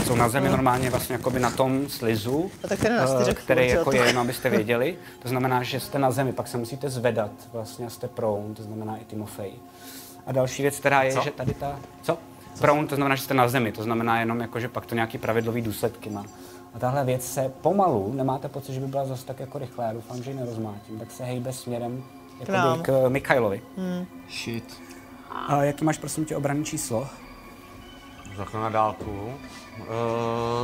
Speaker 2: Jsou na zemi normálně vlastně jakoby na tom slizu,
Speaker 6: A tak to je na
Speaker 2: eh,
Speaker 6: čtyřech
Speaker 2: který
Speaker 6: furt,
Speaker 2: jako
Speaker 6: jo,
Speaker 2: je
Speaker 6: to-
Speaker 2: jenom abyste věděli. To znamená, že jste na zemi, pak se musíte zvedat, vlastně jste proun, to znamená i Timofej. A další věc, která je, že tady ta... Co? Proun, to znamená, že jste na zemi, to znamená jenom jako, že pak to nějaký pravidlový důsledky má. A tahle věc se pomalu, nemáte pocit, že by byla zase tak jako rychlá, já doufám, že ji nerozmátím, tak se hejbe směrem
Speaker 6: nám.
Speaker 2: jakoby k Mikailovi.
Speaker 5: Shit.
Speaker 2: A jaký máš, prosím tě, obranné číslo?
Speaker 13: Takhle na dálku. Uh,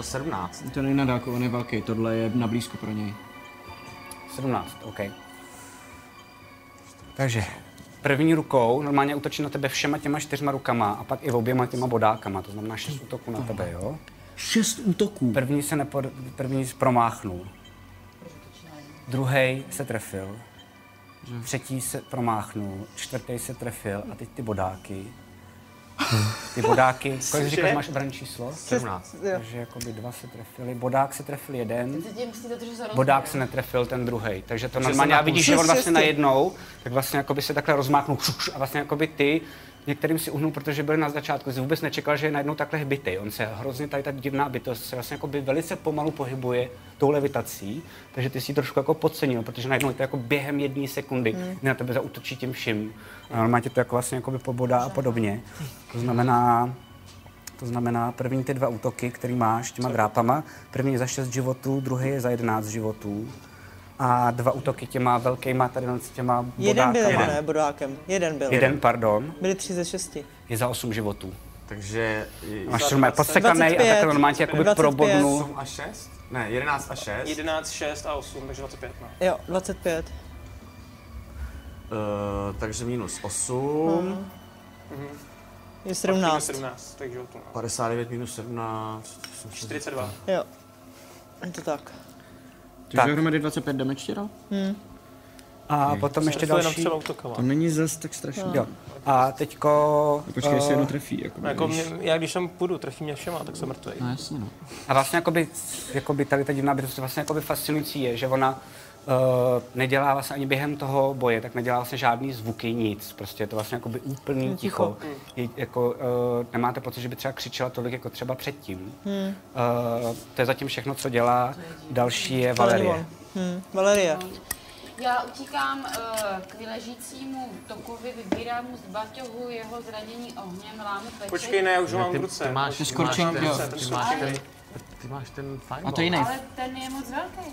Speaker 13: 17.
Speaker 5: To není na dálku, on je velký, tohle je na blízko pro něj.
Speaker 2: 17, OK. Takže první rukou normálně útočí na tebe všema těma čtyřma rukama a pak i oběma těma bodákama, to znamená šest útoků na tebe, jo?
Speaker 5: Šest útoků.
Speaker 2: První se nepod... první promáchnul. Druhý se trefil. Třetí se promáchnul, čtvrtý se trefil a teď ty bodáky. Ty bodáky, kolik říkáš, máš obranné číslo?
Speaker 13: 17.
Speaker 2: Takže jakoby dva se trefili, bodák se trefil jeden.
Speaker 4: Zatím musíte držet za
Speaker 2: Bodák se netrefil ten druhý, takže to
Speaker 13: jsem
Speaker 2: normálně,
Speaker 13: na
Speaker 2: já
Speaker 13: půl.
Speaker 2: vidíš, že on
Speaker 6: Přesně.
Speaker 2: vlastně najednou, tak vlastně jakoby se takhle rozmáknul kšu, kšu, a vlastně jakoby ty některým si uhnul, protože byl na začátku, jsi vůbec nečekal, že je najednou takhle hbitý. On se hrozně, tady ta divná bytost se vlastně jakoby velice pomalu pohybuje tou levitací, takže ty si ji trošku jako podcenil, protože najednou je to jako během jedné sekundy,
Speaker 6: Hmm.
Speaker 2: kdy na tebe zautočí tím vším. A normálně tě to jako vlastně jakoby pobodá a podobně. To znamená, to znamená první ty dva útoky, který máš těma drápama. První je za 6 životů, druhý je za 11 životů. a dva útoky těma velkýma tady s těma bodákama.
Speaker 6: Jeden byl, ne, bodákem. Jeden byl.
Speaker 2: Jeden, pardon,
Speaker 6: Byli tři ze šesti.
Speaker 2: je za 8 životů.
Speaker 9: Takže je-
Speaker 2: Máš to normálně posekanej a
Speaker 6: 25.
Speaker 2: takhle normálně tě jakoby
Speaker 6: 25.
Speaker 2: probodnu.
Speaker 9: 8 a 6? Ne, 11 a 6.
Speaker 7: 11, 6 a 8, takže 25. No.
Speaker 6: Jo, 25.
Speaker 9: Eh, takže minus 8,
Speaker 6: No,
Speaker 2: Mhm.
Speaker 6: Je
Speaker 7: Takže
Speaker 6: 17.
Speaker 7: 17, takže jo, to no.
Speaker 9: 59 minus 17,
Speaker 7: 42.
Speaker 6: Jo. Je to tak.
Speaker 5: Takže tak. dohromady 25 damage ti dal?
Speaker 2: A potom ještě
Speaker 7: Hmm. To jenom
Speaker 2: další.
Speaker 7: třeba utokovat.
Speaker 5: To není zas tak strašný.
Speaker 2: Jo. A teďko...
Speaker 5: Počkej, jestli
Speaker 2: eh,
Speaker 5: jedno trefí, jako,
Speaker 7: No, jako mě, já když tam půjdu, trefí mě všema, tak jsem mrtvý.
Speaker 5: No jasně, no.
Speaker 2: A vlastně jakoby, jakoby tady ta divná bytost vlastně jakoby fascinující je, že ona uh, nedělá vlastně ani během toho boje, tak nedělá vlastně žádný zvuky, nic. Prostě je to vlastně jakoby úplný ticho. Je, jako, uh, nemáte pocit, že by třeba křičela tolik jako třeba předtím. Hmm. Uh, to je zatím všechno, co dělá. Další je Valerie.
Speaker 6: Hm. Valerie.
Speaker 4: Já utíkám eh, k ležícímu tokovi, vybírám mu z baťohu jeho zranění ohněm, lámu pečeť.
Speaker 7: Počkej, ne, já už ho mám v ruce.
Speaker 9: Ty máš,
Speaker 5: Ty
Speaker 9: ty máš
Speaker 5: skorčil,
Speaker 9: ten,
Speaker 5: jo.
Speaker 9: ty máš ten, ty máš ten fireball.
Speaker 5: A to je jiný.
Speaker 4: Ale ten je moc velký.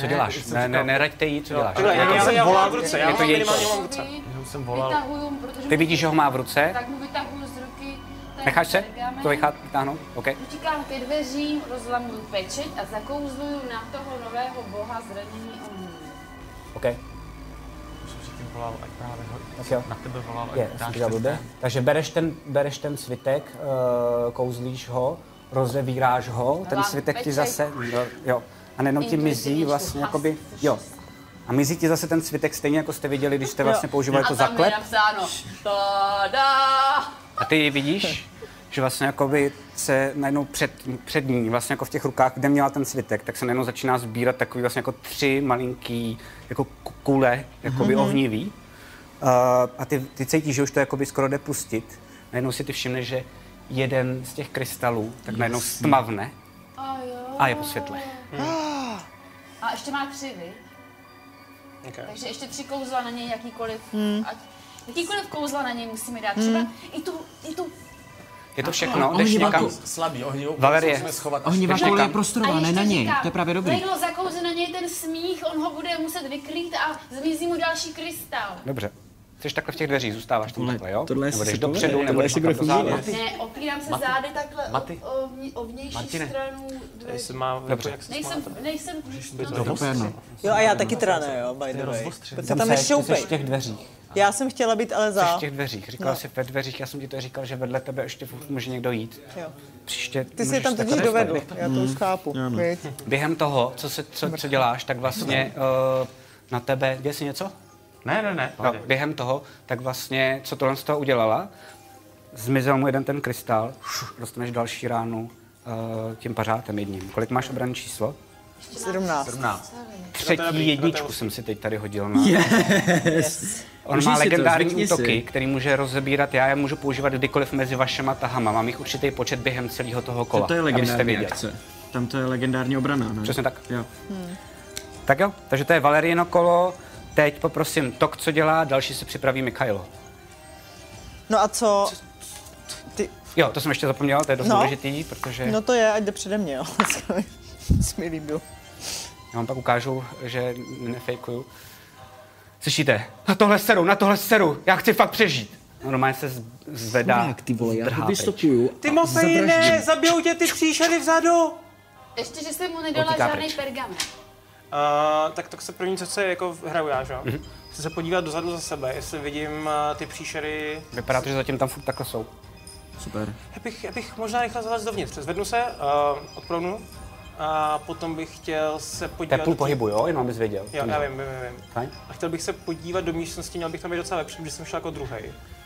Speaker 2: Co děláš? Ne, ne, neraďte jí, co děláš.
Speaker 7: Takhle, já, já, já ho mám v ruce, já
Speaker 2: Je
Speaker 7: ho
Speaker 2: to
Speaker 7: mám
Speaker 2: její
Speaker 7: minimálně mám v ruce.
Speaker 4: Ruky
Speaker 9: Jenom jsem volal.
Speaker 4: Vytahuju, protože
Speaker 2: Ty vidíš, že ho má v ruce.
Speaker 4: Tak mu vytahuju z ruky. ten
Speaker 2: Necháš se?
Speaker 4: pergamen.
Speaker 2: To vytáhnout? OK.
Speaker 4: Utíkám ke dveřím, rozlamuju pečeť a zakouzluju na toho nového boha zranění ohněm.
Speaker 2: OK. Tak jo.
Speaker 9: Na tebe volal,
Speaker 2: Je, jsem říkal blbě. Takže bereš ten, bereš ten svitek, eh, kouzlíš ho, rozevíráš ho, ten
Speaker 4: Vám
Speaker 2: svitek ti
Speaker 4: pečeť.
Speaker 2: zase, jo, jo. A najednou ti
Speaker 4: Intuitivně
Speaker 2: mizí
Speaker 4: čtu.
Speaker 2: vlastně
Speaker 4: Has.
Speaker 2: jakoby, jo. A mizí ti zase ten svitek, stejně jako jste viděli, když jste vlastně
Speaker 9: No
Speaker 2: používali
Speaker 4: a
Speaker 2: to
Speaker 4: tam
Speaker 2: zaklep.
Speaker 4: je napsáno. Tada!
Speaker 2: A ty ji vidíš, že vlastně jakoby se najednou před, před ní, vlastně jako v těch rukách, kde měla ten svitek, tak se najednou začíná sbírat takový vlastně jako tři malinký jako ku- kule, jakoby mm-hmm. ohnivý. Uh, a ty, ty cítíš, že už to jakoby skoro jde pustit. Najednou si ty všimneš, že jeden z těch krystalů tak najednou stmavne
Speaker 4: A jo. Hmm.
Speaker 2: a je po světle.
Speaker 4: A ještě má tři, vy?
Speaker 7: Okay.
Speaker 4: Takže ještě tři kouzla na něj, jakýkoliv. Hmm. Ať, jakýkoliv kouzla na něj musíme dát. Třeba
Speaker 5: Hmm.
Speaker 4: i tu, i tu.
Speaker 2: Je to všechno,
Speaker 5: a
Speaker 2: jdeš
Speaker 5: ohniva
Speaker 2: někam.
Speaker 5: kul-
Speaker 9: Slabý ohnivou,
Speaker 2: Valerie.
Speaker 9: musíme schovat. až-
Speaker 5: Ohnivá
Speaker 2: Ještě
Speaker 5: koule je
Speaker 2: kam?
Speaker 5: prostorová,
Speaker 4: a
Speaker 5: ne
Speaker 4: ještě
Speaker 5: na něj.
Speaker 4: říkám,
Speaker 5: To je právě dobrý.
Speaker 4: Leglo zakouze na něj ten smích, on ho bude muset vyklít a zmizí mu další krystal.
Speaker 2: Dobře. Jsi takhle v těch dveřích, zůstáváš tam
Speaker 5: Tohle-
Speaker 2: takhle, jo?
Speaker 5: tohle je
Speaker 2: nebo jdeš
Speaker 5: super,
Speaker 2: dopředu,
Speaker 5: tohle
Speaker 2: nebo
Speaker 5: je
Speaker 2: jdeš
Speaker 5: super
Speaker 2: někam dozadu.
Speaker 5: funguje.
Speaker 4: Ne, opírám se zády takhle
Speaker 9: Maty.
Speaker 4: o, o, vní- o vnější
Speaker 9: Martine.
Speaker 4: stranu. dveří.
Speaker 7: Jestli má,
Speaker 2: Dobře.
Speaker 7: Dobře. jak se
Speaker 4: Nejsem,
Speaker 7: smáte.
Speaker 4: nejsem,
Speaker 5: To je úplně jedno.
Speaker 6: Jo, a já taky teda ne, jo, by the way. Protože tam
Speaker 2: Ty seš- ty seš
Speaker 6: nešoupej.
Speaker 2: v těch dveřích.
Speaker 6: Já jsem chtěla být ale
Speaker 2: Jsi
Speaker 6: za.
Speaker 2: v těch dveřích. Říkala
Speaker 6: No.
Speaker 2: jsi ve dveřích, já jsem ti to říkal, že vedle tebe ještě furt může někdo jít.
Speaker 6: Jo.
Speaker 2: Příště
Speaker 6: Ty jsi
Speaker 2: můžeš
Speaker 6: je tam totiž
Speaker 2: takhle
Speaker 6: dovedl,
Speaker 2: dostat. no.
Speaker 6: já to už chápu. viď?
Speaker 2: Během toho, co, se, co, co děláš, tak vlastně eh, na tebe, děje si něco?
Speaker 9: Ne, ne, ne.
Speaker 2: No, během toho, tak vlastně, co tohle z toho udělala, zmizel mu jeden ten krystal, šuš, dostaneš další ránu eh, tím pařátem jedním. Kolik máš obranné číslo?
Speaker 6: 17.
Speaker 9: 17.
Speaker 2: Třetí jedničku jsem si teď tady hodil na... On
Speaker 5: Užij
Speaker 2: má
Speaker 5: si to,
Speaker 2: legendární
Speaker 5: zvykni si.
Speaker 2: útoky, který může rozebírat já, je můžu používat kdykoliv mezi vašema tahama. Mám jich určitý počet během celého toho kola,
Speaker 5: To je
Speaker 2: abyste
Speaker 5: legendární
Speaker 2: věděli.
Speaker 5: akce. Tam to je legendární obrana, ne?
Speaker 2: Přesně tak.
Speaker 5: Jo.
Speaker 2: Tak jo, takže to je Valeriano kolo. Teď poprosím Tok, co dělá, další se připraví Mikhailo.
Speaker 6: No a co? Ty,
Speaker 2: Jo, to jsem ještě zapomněl, to je dost
Speaker 6: No.
Speaker 2: důležitý, protože
Speaker 6: no to je, ať jde přede mě, jo. Jsi mi líbil.
Speaker 2: já vám pak ukážu, že nefejkuju. Slyšíte? Na tohle seru, na tohle seru, já chci fakt přežít. No, Normálně se z- zvedá,
Speaker 5: Tak ty vole, já
Speaker 2: zdrhá
Speaker 5: to
Speaker 2: pryč.
Speaker 5: vystopuju.
Speaker 7: Ty
Speaker 5: a
Speaker 7: mofej,
Speaker 5: zavraždím.
Speaker 7: ne, zabijou tě ty příšery vzadu!
Speaker 4: ještě, že jsem mu nedala
Speaker 2: Utíká
Speaker 4: žádný
Speaker 2: pryč.
Speaker 4: pergamen.
Speaker 7: Uh, tak to se první, co se jako hraju já, že? jo?
Speaker 2: Mhm.
Speaker 7: Chci se podívat dozadu za sebe, jestli vidím uh, ty příšery.
Speaker 2: Vypadá to, že zatím tam furt takhle jsou.
Speaker 5: Super.
Speaker 7: Já bych, já bych možná rychle zalez dovnitř. Zvednu se, uh, odplounu a potom bych chtěl se
Speaker 2: To
Speaker 7: podívat...
Speaker 2: je půl
Speaker 7: do té-
Speaker 2: pohybu, jo? Jenom abys věděl.
Speaker 7: Jo, já vím, vím, vím. vím.
Speaker 2: Fajn.
Speaker 7: A chtěl bych se podívat do místnosti, měl bych tam být docela lepší, protože jsem šel jako druhý.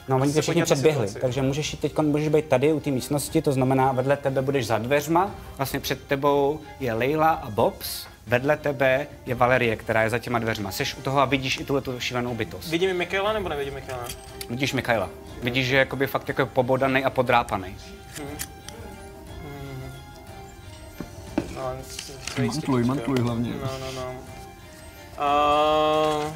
Speaker 2: No, oni tě
Speaker 7: se
Speaker 2: všichni
Speaker 7: podívat na
Speaker 2: předběhli,
Speaker 7: situaci.
Speaker 2: takže můžeš teď můžeš být tady u té místnosti, to znamená, vedle tebe budeš za dveřma, vlastně před tebou je Leila a Bobs, vedle tebe je Valerie, která je za těma dveřma. Jsi u toho a vidíš i tuhle tu šílenou bytost.
Speaker 7: Vidím i Michaela nebo nevidím Michaela?
Speaker 2: Vidíš Mikhaila. Vidíš, že je jakoby fakt jako pobodaný a podrápaný.
Speaker 7: No,
Speaker 5: Mantluj, mantluj hlavně.
Speaker 7: No, no, no. Uh,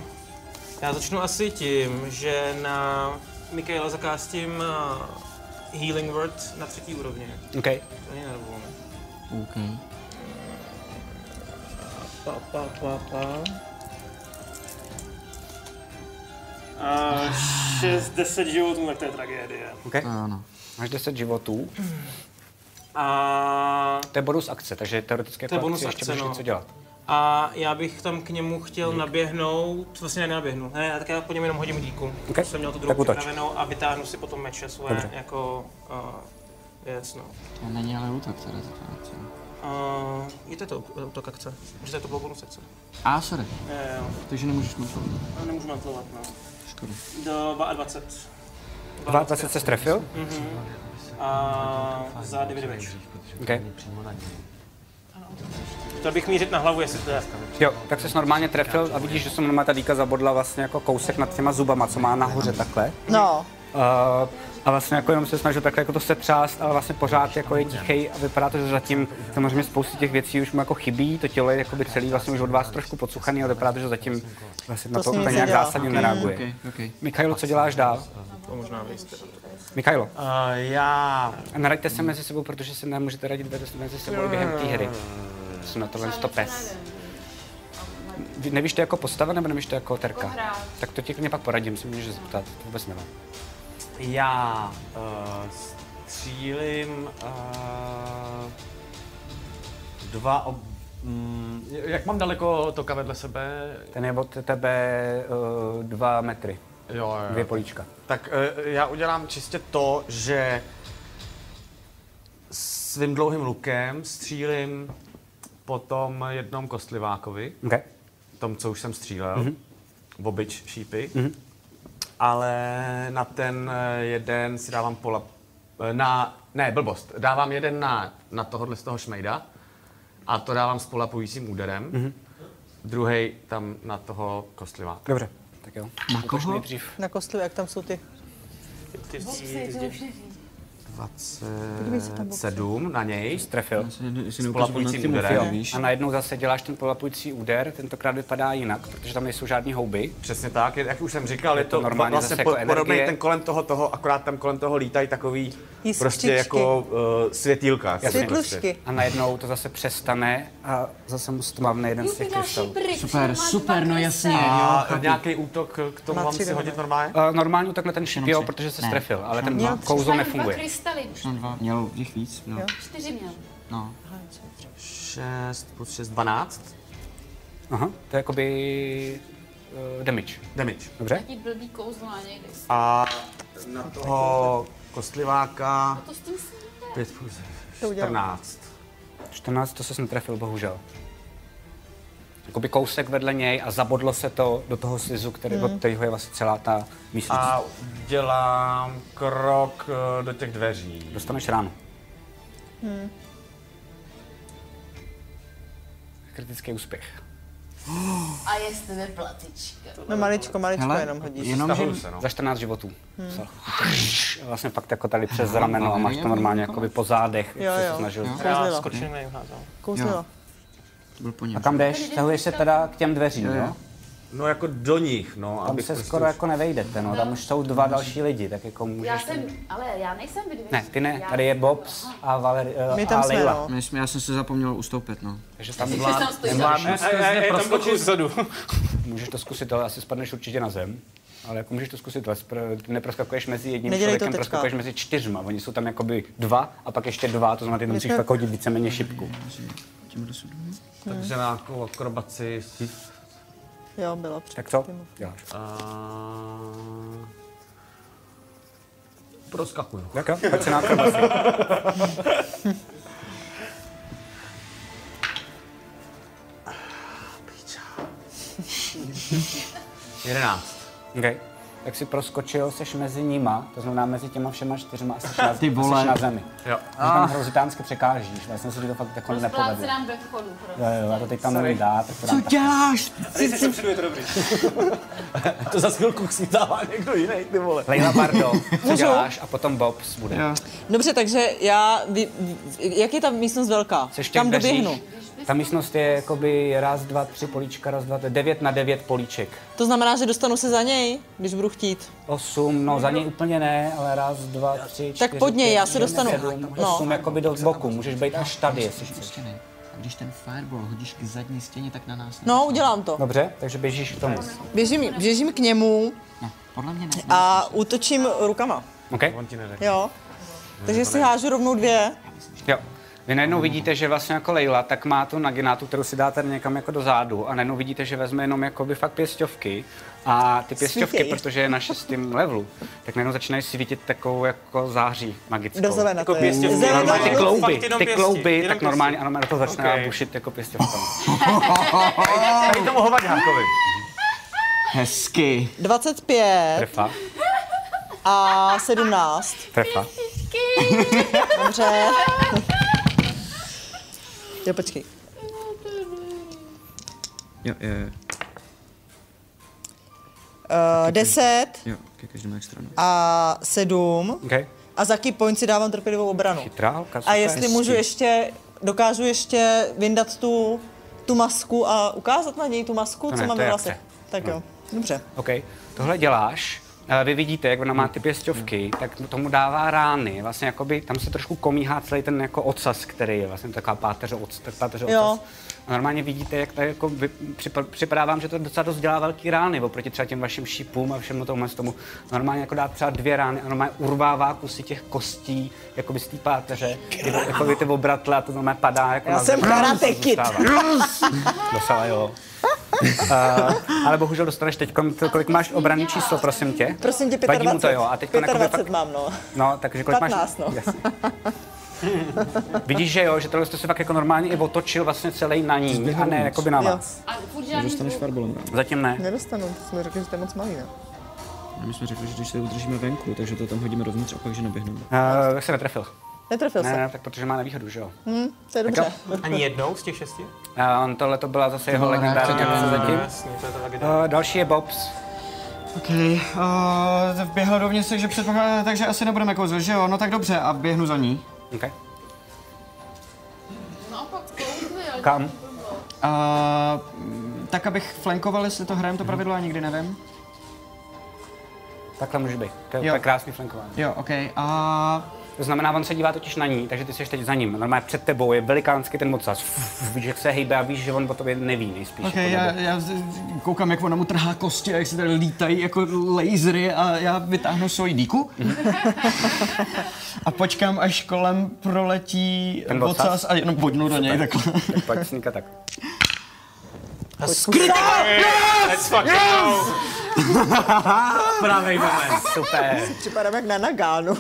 Speaker 7: já začnu asi tím, že na Michaela zakástím uh, Healing Word na třetí úrovni.
Speaker 2: OK.
Speaker 7: To není nervovou.
Speaker 5: OK.
Speaker 7: Pa, pa, pa, pa. A 6, 10 životů, tak to je tragédie.
Speaker 2: Okay? Ano. Máš 10 životů,
Speaker 7: A,
Speaker 2: to je bonus akce, takže teoreticky
Speaker 7: To je
Speaker 2: jako
Speaker 7: bonus
Speaker 2: akci ještě
Speaker 7: akce,
Speaker 2: můžeš
Speaker 7: no.
Speaker 2: něco dělat.
Speaker 7: a já bych tam k němu chtěl naběhnout, vlastně ne, naběhnu, ne, tak já po něm jenom hodím díku.
Speaker 2: Okay.
Speaker 7: Jsem měl tu
Speaker 2: Tak
Speaker 7: druhou
Speaker 2: útoč.
Speaker 7: připravenou a vytáhnu si potom meče svoje
Speaker 2: Dobře.
Speaker 7: jako uh, věc, no.
Speaker 5: To není ale útok teda.
Speaker 7: Uh, je to to útok akce, protože to bylo bonus akce.
Speaker 5: A, sorry,
Speaker 7: Jo, jo,
Speaker 5: takže nemůžeš mít
Speaker 7: jo. nemůžu natlovat, no.
Speaker 5: Škoda.
Speaker 7: Do 22.
Speaker 2: 22 se strefil?
Speaker 7: Mhm. A za 9 damage.
Speaker 2: Okay.
Speaker 7: Chtěl bych mířit na hlavu, jestli to je.
Speaker 2: Jo, tak ses normálně trefil a vidíš, že se normálně ta díka zabodla vlastně jako kousek nad těma zubama, co má nahoře takhle.
Speaker 6: No,
Speaker 2: Uh, a vlastně jako jenom se snažil takhle jako to setřást, ale vlastně pořád jako je tichej a vypadá to, že zatím samozřejmě spousty těch věcí už mu jako chybí, to tělo je jakoby celý vlastně už od vás trošku pocuchaný, ale vypadá to, že zatím vlastně na
Speaker 6: To
Speaker 2: to
Speaker 6: s ním
Speaker 2: úplně
Speaker 6: nic
Speaker 2: nějak
Speaker 6: nedělá.
Speaker 2: zásadně nereaguje.
Speaker 5: Okay, okay.
Speaker 2: Mikhailo, co děláš dál?
Speaker 7: To možná vyjste.
Speaker 2: Mikhailo,
Speaker 3: A
Speaker 9: Eh,
Speaker 3: já...
Speaker 2: naraďte se mezi sebou, protože se nemůžete radit bez- mezi sebou během té hry. Jsem na tohle to pes. Vy- Nevíš to jako postava nebo nevíš to jako terka? Tak to ti klidně pak poradím, si můžeš zeptat, to vůbec nevím.
Speaker 3: Já uh,
Speaker 9: eh,
Speaker 3: střílim uh, dva ob... Mm, jak mám daleko toka vedle sebe?
Speaker 2: Ten je od tebe uh, dva metry,
Speaker 3: Jo, jo.
Speaker 2: dvě políčka.
Speaker 3: Tak eh, já udělám čistě to, že svým dlouhým lukem střílím po tom jednom kostlivákovi,
Speaker 2: Okay.
Speaker 3: tom, co už jsem střílel, mm-hmm. bobič šípy, mm-hmm. ale na ten eh, jeden si dávám pola, eh, na, ne, blbost, dávám jeden na, na tohohle z toho šmejda a to dávám s polapujícím úderem, mm-hmm. druhý tam na toho kostliváka.
Speaker 2: Dobře, tak jo.
Speaker 5: Na koho?
Speaker 6: na kostli, jak tam jsou ty.
Speaker 7: Ty
Speaker 4: Boxy, to už neví.
Speaker 3: 27 na něj,
Speaker 2: Trefil.
Speaker 5: Jestli
Speaker 3: polapujícím
Speaker 5: neukazoval na
Speaker 3: úderem.
Speaker 5: ty
Speaker 2: Jo.
Speaker 5: mufy, víš?
Speaker 2: A najednou zase děláš ten polapující úder, tentokrát vypadá jinak, protože tam nejsou žádný houby.
Speaker 3: Přesně tak, je- jak už jsem říkal, je
Speaker 2: to
Speaker 3: to,
Speaker 2: normálně
Speaker 3: vlastně
Speaker 2: zase
Speaker 3: po,
Speaker 2: jako
Speaker 3: podobný
Speaker 2: energie.
Speaker 3: ten kolem toho, toho, akorát tam kolem toho lítají takový
Speaker 6: Jiskřičky.
Speaker 3: prostě jako uh, světýlka.
Speaker 6: Světlušky.
Speaker 2: A najednou to zase přestane a zase mu stmavne jeden z
Speaker 4: Jupi,
Speaker 2: těch
Speaker 4: další
Speaker 2: krystalů.
Speaker 4: pryč,
Speaker 5: Super,
Speaker 4: máš dva
Speaker 5: super, no
Speaker 4: krysy.
Speaker 5: jasně.
Speaker 3: A
Speaker 5: Jo, chápu.
Speaker 3: nějaký útok k tomu
Speaker 6: Má
Speaker 3: mám
Speaker 6: tři
Speaker 3: si hodit
Speaker 6: dohromady.
Speaker 3: normálně?
Speaker 2: Uh, normálně tak na ten šip,
Speaker 5: Jenom
Speaker 2: jo,
Speaker 5: tři.
Speaker 2: protože se
Speaker 5: Ne.
Speaker 2: strefil, ale ten
Speaker 6: Měl tři.
Speaker 2: kouzlo
Speaker 4: Mám Dva
Speaker 2: nefunguje.
Speaker 4: krystaly, už
Speaker 5: Mám dva. Měl jich víc, měl.
Speaker 4: čtyři měl.
Speaker 5: No.
Speaker 3: 6 plus 6, 12
Speaker 2: Aha, to je jakoby uh, damage.
Speaker 3: damage.
Speaker 2: Dobře?
Speaker 4: Jaký blbý kouzlo na někde.
Speaker 3: A na toho kostliváka
Speaker 4: To s tím jsem
Speaker 3: 5 plus
Speaker 6: To udělám.
Speaker 3: 14.
Speaker 2: 14, to se netrefil, bohužel. Jakoby kousek vedle něj a zabodlo se to do toho slizu, který, od kterého je vlastně celá ta místnost.
Speaker 3: A dělám krok eh, do těch dveří.
Speaker 2: Dostaneš ránu. Kritický úspěch.
Speaker 4: A jestli neplatička.
Speaker 6: No maličko, maličko
Speaker 5: Hele,
Speaker 6: jenom hodíš.
Speaker 5: jenom,
Speaker 3: Stahuju
Speaker 5: že...
Speaker 3: se, no.
Speaker 2: Za 14 životů. Hmm. Vlastně pak jako tady přes rameno a máš to normálně jakoby po zádech,
Speaker 6: Jo,
Speaker 2: jak jsi se
Speaker 6: jo.
Speaker 2: snažil.
Speaker 7: Já
Speaker 6: Kouzlila.
Speaker 7: skočím na no. něj házel.
Speaker 6: Kouzlila.
Speaker 5: Byl po něm.
Speaker 2: A kam jdeš? Stahuješ se teda k těm dveřím, jo?
Speaker 3: No jako do nich, no.
Speaker 2: Tam
Speaker 3: abych
Speaker 2: se
Speaker 3: prostě
Speaker 2: skoro
Speaker 3: už-
Speaker 2: jako nevejdete, no. Tam už jsou dva další lidi, tak jako
Speaker 4: Já
Speaker 2: můžeš...
Speaker 4: jsem, ale já nejsem vydvěř.
Speaker 2: Ne, ty ne, tady je Bobs a Valeri,
Speaker 6: My tam
Speaker 2: a
Speaker 6: jsme,
Speaker 2: Leila.
Speaker 6: no.
Speaker 5: My jsme- Já jsem se zapomněl ustoupit, no.
Speaker 2: Takže tam
Speaker 4: Jsi tam stojí.
Speaker 3: Zvládnu skrz proskočit
Speaker 7: zadu.
Speaker 2: Můžeš to zkusit, ale asi spadneš určitě na zem. Ale jako můžeš to zkusit, ale spr- ty neproskakuješ mezi jedním
Speaker 6: Nedělej to
Speaker 2: člověkem,
Speaker 6: teďka.
Speaker 2: proskakuješ mezi čtyřma. Oni jsou tam jakoby dva a pak ještě dva, to znamená, ty tam musíš
Speaker 6: jsme-
Speaker 2: pak hodit víceméně šipku.
Speaker 5: Tímhle se domů.
Speaker 3: Takže na nějakou akrobaci.
Speaker 6: Jo, bylo před.
Speaker 2: Tak co děláš?
Speaker 3: A... Proskakuju.
Speaker 2: Tak jo, pojď se na akrobaci.
Speaker 3: Jedenáct.
Speaker 2: okay. Tak si proskočil, seš mezi nima, to znamená mezi těma všema čtyřma a seš na,
Speaker 5: Ty vole.
Speaker 2: seš na zemi.
Speaker 3: Jo.
Speaker 2: Takže tam hrozitánsky překážíš, vlastně se ti to fakt jako
Speaker 4: Rozpláce
Speaker 2: nepovedlo.
Speaker 4: nám do prostě. chodu.
Speaker 2: Jo, jo, já to teď tam nevím dát, tak to dám
Speaker 5: Co
Speaker 2: tak.
Speaker 5: děláš?
Speaker 3: To za chvilku schytává někdo jiný, ty vole.
Speaker 2: Leila Bardo, co děláš a potom Bobs bude.
Speaker 6: Dobře, takže já, vy, vy- jak je ta místnost velká?
Speaker 2: Seš těch
Speaker 6: Kam
Speaker 2: dveřích.
Speaker 6: doběhnu?
Speaker 2: Ta místnost je jakoby raz, dva, tři políčka, raz, dva, tři, devět na devět políček.
Speaker 6: To znamená, že dostanu se za něj, když budu chtít.
Speaker 2: Osm, no za něj úplně ne, ale raz, dva, tři, čtyři,
Speaker 6: pod něj,
Speaker 2: pět,
Speaker 6: já se
Speaker 2: šest,
Speaker 6: dostanu.
Speaker 2: Sedm,
Speaker 6: No.
Speaker 2: osm, jakoby do boku, můžeš být až tady, jestli chceš.
Speaker 5: Prostě Když ten fireball hodíš k zadní stěně, tak na nás
Speaker 6: No, udělám to.
Speaker 2: Dobře, takže běžíš k tomu.
Speaker 6: Běžím, běžím k němu
Speaker 5: Ne, podle mě ne.
Speaker 6: a útočím rukama.
Speaker 2: OK?
Speaker 6: Jo. Takže si hážu rovnou dvě.
Speaker 2: Jo. Vy najednou vidíte, že vlastně jako Leila, tak má tu naginátu, kterou si dáte někam jako do zádu a najednou vidíte, že vezme jenom jako by fakt pěstovky a ty pěstovky,
Speaker 6: Svítěj.
Speaker 2: protože je na šestém levelu, tak najednou začínají svítit takovou jako září magickou.
Speaker 6: Do zelena to je.
Speaker 7: pěstě-
Speaker 6: Zelená
Speaker 2: Normálně ty klouby,
Speaker 7: Fakt jenom
Speaker 2: ty
Speaker 7: pěstí,
Speaker 2: klouby,
Speaker 7: jenom
Speaker 2: tak
Speaker 7: pěstí.
Speaker 2: normálně, ano, to začne
Speaker 7: Ok.
Speaker 2: okay. bušit jako pěstovkami.
Speaker 9: Tady tomu hovaďákovi.
Speaker 5: Hezky.
Speaker 6: 25
Speaker 2: Trefa,
Speaker 6: a 17.
Speaker 2: trefa.
Speaker 6: Dobře. Jo, počkej. Eh,
Speaker 5: Jo, eh, jo, jo,
Speaker 6: Uh, 10
Speaker 5: jo, ke každému jak stranu.
Speaker 6: a 7
Speaker 2: Okay.
Speaker 6: a za key point si dávám trpělivou obranu.
Speaker 2: Chytrá holka,
Speaker 6: A
Speaker 2: super.
Speaker 6: jestli můžu ještě, dokážu ještě vyndat tu, tu masku a ukázat na něj tu masku,
Speaker 2: To
Speaker 6: co
Speaker 2: ne,
Speaker 6: mám
Speaker 2: to
Speaker 6: ve
Speaker 2: je No.
Speaker 6: vlasech.
Speaker 2: akce.
Speaker 6: Tak jo, dobře.
Speaker 2: OK, tohle děláš, eh, vy vidíte, jak ona má ty pěstovky, tak tomu dává rány, vlastně jakoby tam se trošku komíhá celý ten jako ocas, který je vlastně taková páteře, oc, tak páteře
Speaker 6: Jo.
Speaker 2: ocas. A normálně vidíte, jak tady jako vy, připr- připadá vám, že to docela dost dělá velký rány oproti třeba těm vašim šípům a všemu tomu, tomu. Normálně jako dá třeba dvě rány a normálně urvává kusy těch kostí, jakoby z té páteře, ty, jakoby ty obratle a to normálně padá jako
Speaker 6: Já jsem
Speaker 2: zem, normálně
Speaker 6: karate
Speaker 2: to
Speaker 6: kid.
Speaker 2: zůstává. Docela jo. Uh, ale bohužel dostaneš teď, kolik máš obraný číslo, prosím tě?
Speaker 6: Prosím tě,
Speaker 2: Vadí
Speaker 6: 25.
Speaker 2: mu to, jo. A teď
Speaker 6: 25 mám, no.
Speaker 2: No, takže kolik
Speaker 6: 15,
Speaker 2: máš?
Speaker 6: no.
Speaker 2: Jasně. Vidíš, že jo, že tohle jste se fakt jako normálně i otočil vlastně celý na ní, a ne jakoby na
Speaker 6: Jo.
Speaker 2: vás.
Speaker 4: A furt žádný
Speaker 5: Dostaneš
Speaker 4: zvuk.
Speaker 5: fireballem ráno.
Speaker 2: Zatím ne.
Speaker 6: Nedostanu, to jsme řekli, že to je moc malý, ne?
Speaker 5: A my jsme řekli, že když se udržíme venku, takže to tam hodíme dovnitř a pak, že neběhneme.
Speaker 2: Uh, jak se netrefil?
Speaker 6: Netrefil
Speaker 2: Ne,
Speaker 6: se,
Speaker 2: ne, tak protože má nevýhodu, že jo.
Speaker 6: to je dobře.
Speaker 7: Ani jednou z těch šesti?
Speaker 2: Uh, on tohle to byla zase jeho
Speaker 5: byla
Speaker 2: legendární
Speaker 5: reakce,
Speaker 2: akce zatím.
Speaker 7: Jasně, to je to legendární.
Speaker 2: Uh, další je Bobs.
Speaker 5: OK, uh, běhl dovnitř, takže předpokládám, takže asi nebudeme kouzlit, že jo? No tak dobře, a běhnu za ní.
Speaker 2: Okay.
Speaker 4: No, pak kouzli, ale
Speaker 2: Kam?
Speaker 5: Uh, Eh, tak abych flankoval, jestli to hrajeme to pravidlo, já nikdy nevím.
Speaker 2: Takhle může být. To je
Speaker 5: Jo.
Speaker 2: úplně krásný flankování.
Speaker 5: Jo, OK, a
Speaker 2: To znamená, on se dívá totiž na ní, takže ty jsi teď za ním. Normálně před tebou je velikánský ten mocas. Víš, jak se hejbe a víš, že on o tobě neví nejspíš.
Speaker 5: OK,
Speaker 2: jako nebo-
Speaker 5: já, já z- koukám, jak ona mu trhá kosti a jak se tady lítají jako lasery a já vytáhnu svoji díku. a počkám, až kolem proletí
Speaker 2: Ten vocas?
Speaker 5: vocas a jenom bodnu do něj takhle.
Speaker 2: Tak pojď sníka tak.
Speaker 7: Let's fucking go!
Speaker 2: Pravý moment. Super.
Speaker 6: Připadám jak na Nagánu.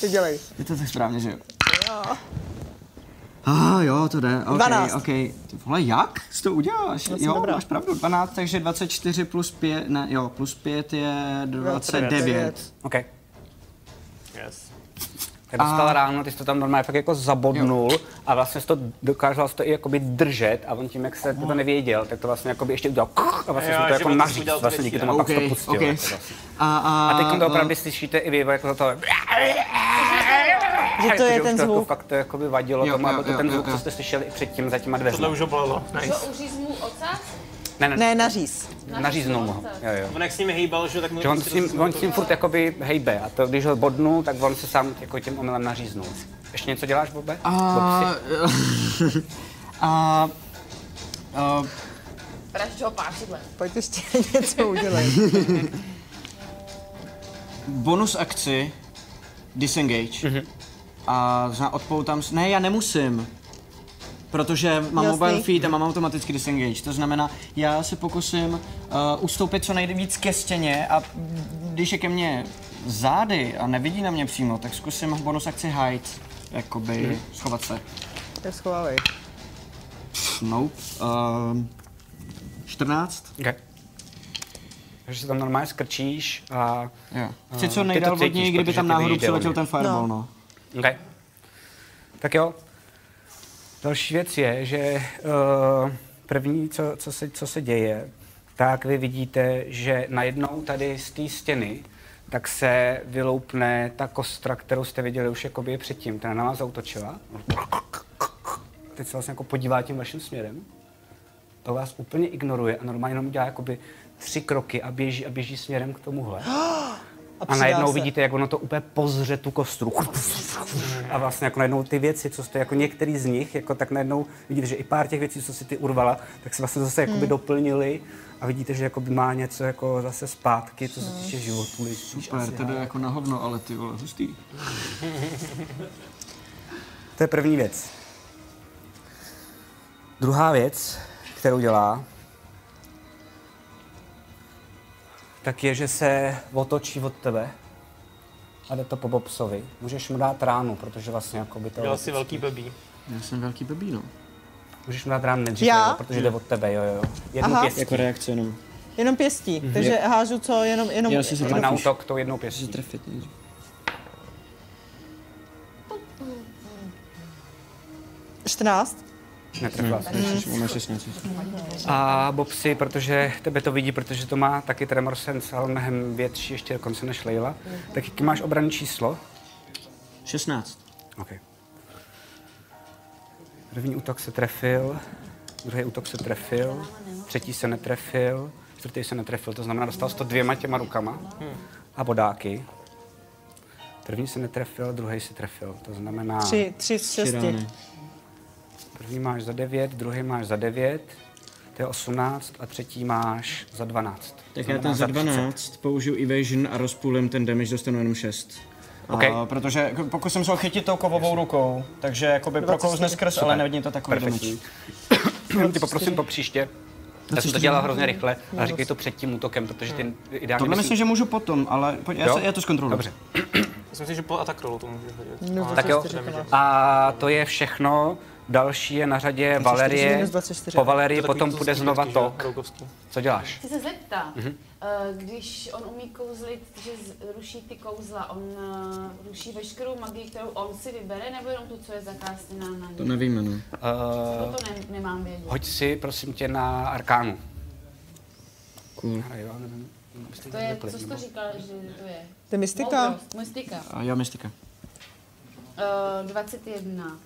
Speaker 6: Ty dělej.
Speaker 5: Je to tak správně, že jo? A ah, jo, to jde. Okay,
Speaker 6: 12.
Speaker 5: OK. Ty vole, jak jsi to uděláš?
Speaker 6: jsem
Speaker 5: jo,
Speaker 6: dobrá.
Speaker 5: máš pravdu, 12, takže 24 plus 5, ne, jo, plus 5 No, je 29.
Speaker 2: OK.
Speaker 7: Yes.
Speaker 2: Tak dostala a... ráno, ty jsi to tam normálně fakt jako zabodnul a vlastně jsi to dokázal jsi to i jakoby držet a on tím, jak se to nevěděl, tak to vlastně jakoby ještě udělal kuch, a vlastně
Speaker 7: Jo,
Speaker 2: jsme to
Speaker 7: že
Speaker 2: jako
Speaker 7: on to
Speaker 2: naříz,
Speaker 7: udělal
Speaker 2: vlastně díky
Speaker 7: větší,
Speaker 2: tomu a pak jsi to
Speaker 5: OK,
Speaker 2: pustil.
Speaker 5: OK.
Speaker 2: jako vlastně.
Speaker 5: A, a,
Speaker 2: A teď to
Speaker 5: eh,
Speaker 2: opravdu slyšíte i vy, jako to
Speaker 6: Že to je
Speaker 2: už
Speaker 6: ten
Speaker 2: to jako
Speaker 6: zvuk.
Speaker 2: fakt to jakoby vadilo
Speaker 5: Jo,
Speaker 2: tomu,
Speaker 5: jo,
Speaker 2: aby to
Speaker 5: jo,
Speaker 2: ten
Speaker 5: jo,
Speaker 2: zvuk,
Speaker 5: jo.
Speaker 2: co jste slyšeli i předtím za těma dveřmi.
Speaker 7: Tohle už obolelo.
Speaker 4: to
Speaker 7: Nice.
Speaker 4: uříz mu ocas?
Speaker 2: Ne, ne,
Speaker 6: Ne, naříz.
Speaker 2: naříznul mu ho. Jo, jo.
Speaker 7: On jak s nimi hejbal, že tak mu
Speaker 2: Že on s ním, on s ním furt jakoby hejbe a to, když ho bodnu, tak on se sám jako tím omylem naříznul. Ještě něco děláš, Bobe?
Speaker 5: A,
Speaker 2: Bobsi?
Speaker 5: a, a,
Speaker 4: Vražď ho pášidlem.
Speaker 6: Pojď ještě něco udělej.
Speaker 5: bonus akci disengage.
Speaker 2: Mhm.
Speaker 5: A zna, odpoutám se. Ne, já nemusím. Protože mám
Speaker 6: Jasný.
Speaker 5: mobile feed a mám automaticky disengage. To znamená, já se pokusím uh, ustoupit co nejvíc ke stěně a když je ke mně zády a nevidí na mě přímo, tak zkusím bonus akci hide. Jakoby
Speaker 2: Mhm.
Speaker 5: schovat se. No,
Speaker 6: Tak schovávej.
Speaker 5: Nope. Uh, 14?
Speaker 2: Okay. Takže se tam normálně skrčíš a...
Speaker 5: Jo. Chci
Speaker 2: Eh, Ty to
Speaker 5: co nejdál od
Speaker 2: cítíš,
Speaker 5: něj, kdyby
Speaker 2: protože
Speaker 5: tam
Speaker 2: ty
Speaker 5: náhodou
Speaker 2: víš, kde on
Speaker 5: přiletěl
Speaker 2: je.
Speaker 5: ten fireball,
Speaker 6: No.
Speaker 5: no.
Speaker 2: Okay. Tak jo. Další věc je, že uh, první, co, co, se, co se děje, tak vy vidíte, že najednou tady z té stěny tak se vyloupne ta kostra, kterou jste viděli už jakoby předtím, která na vás zautočila. Teď se vlastně jako podívá tím vaším směrem. To vás úplně ignoruje a normálně jenom dělá jakoby tři kroky a běží a běží směrem k tomuhle. A najednou vidíte, jak ono to úplně pozře tu kostru. A vlastně jako najednou ty věci, co jste, jako některý z nich, jako tak najednou vidíte, že i pár těch věcí, co si ty urvala, tak se vlastně zase jakoby doplnili a vidíte, že jakoby má něco jako zase zpátky, co se týče životu. když spíš
Speaker 5: Super,
Speaker 2: asi
Speaker 5: to jde
Speaker 2: já.
Speaker 5: jako na hovno, ale ty vole, hustý.
Speaker 2: To je první věc. Druhá věc, kterou dělá, tak je, že se otočí od tebe a jde to po Bobsovi. Můžeš mu dát ránu, protože vlastně jako by to...
Speaker 7: Dělal si velký blbý.
Speaker 5: Já jsem velký blbý, no.
Speaker 2: Můžeš mu dát ránu nejdřív,
Speaker 6: Já?
Speaker 2: jo, protože jde od tebe, jo, jo. jo. Jednu
Speaker 6: Aha.
Speaker 2: pěstí.
Speaker 5: Jako reakce jenom.
Speaker 6: Jenom pěstí, takže hážu co, jenom, jenom...
Speaker 5: Já si se
Speaker 2: Ale na
Speaker 5: trefíš.
Speaker 2: útok tou jednou
Speaker 5: Si
Speaker 2: pěstí.
Speaker 5: trefit nejdřív.
Speaker 6: čtrnáct.
Speaker 2: Netrefila se.
Speaker 5: Jsi na 16.
Speaker 2: A Bobsy, protože tebe to vidí, protože to má taky Tremor Sense, ale mnohem větší ještě dokonce než Leila, tak jaký máš obranné číslo?
Speaker 5: 16.
Speaker 2: OK. První útok se trefil, druhý útok se trefil, třetí se netrefil, čtvrtý se netrefil, to znamená, dostal jsi to dvěma těma rukama
Speaker 5: Hmm.
Speaker 2: a bodáky. První se netrefil, druhý se trefil, to znamená,
Speaker 6: Tři, tři z
Speaker 5: Tři
Speaker 6: šesti.
Speaker 5: rány.
Speaker 2: první máš za devět, druhý máš za devět, to je 18 a třetí máš za 12. To
Speaker 5: Tak já
Speaker 2: znamená
Speaker 5: ten za
Speaker 2: 30.
Speaker 5: 12 použiju evasion a rozpůlím ten damage, dostanu jenom 6.
Speaker 2: OK.
Speaker 5: A, protože k- pokusím se ho chytit tou kovovou rukou, takže jakoby prokouzne skrz, ale nevidím to takový damage.
Speaker 2: Perfektní. Jenom ti poprosím po příště. Já jsem to dělal hrozně rychle, ale říkej to před tím útokem, protože ty ideálně...
Speaker 5: Hmm. Tohle myslím, že můžu potom, ale pojď, já,
Speaker 2: Jo?
Speaker 5: se, já to zkontroluji.
Speaker 2: Dobře.
Speaker 7: Myslím si, že po attack rollu to můžeš hodit.
Speaker 6: No,
Speaker 7: Ale
Speaker 2: Tak jo. A to je všechno. Další je na řadě Valerie.
Speaker 6: minus 24.
Speaker 2: Po
Speaker 7: to
Speaker 2: Valerii
Speaker 7: je takový
Speaker 2: potom
Speaker 7: to
Speaker 2: půjde
Speaker 7: zlý
Speaker 2: znova
Speaker 7: vždycky, že jo,
Speaker 2: tok.
Speaker 7: rougovský.
Speaker 2: Co děláš?
Speaker 4: Chci se zeptat,
Speaker 2: Mhm.
Speaker 4: eh, když on umí kouzlit, že z- ruší ty kouzla, on eh, ruší veškerou magii, kterou on si vybere, nebo jenom tu, co je zakástěná na
Speaker 5: To
Speaker 4: ní?
Speaker 5: nevíme, no.
Speaker 4: To, to ne- nemám vědět.
Speaker 2: Eh, Hoď si, prosím tě, na Arkánu.
Speaker 5: Cool.
Speaker 2: Hra, jo, nevím, jestli
Speaker 4: To je,
Speaker 2: vypli,
Speaker 4: co jsi
Speaker 2: nebo-
Speaker 4: to říkal, že to je?
Speaker 6: To je mystika.
Speaker 4: Moudrost, Mystika.
Speaker 5: A já mystika.
Speaker 4: Eh, 21.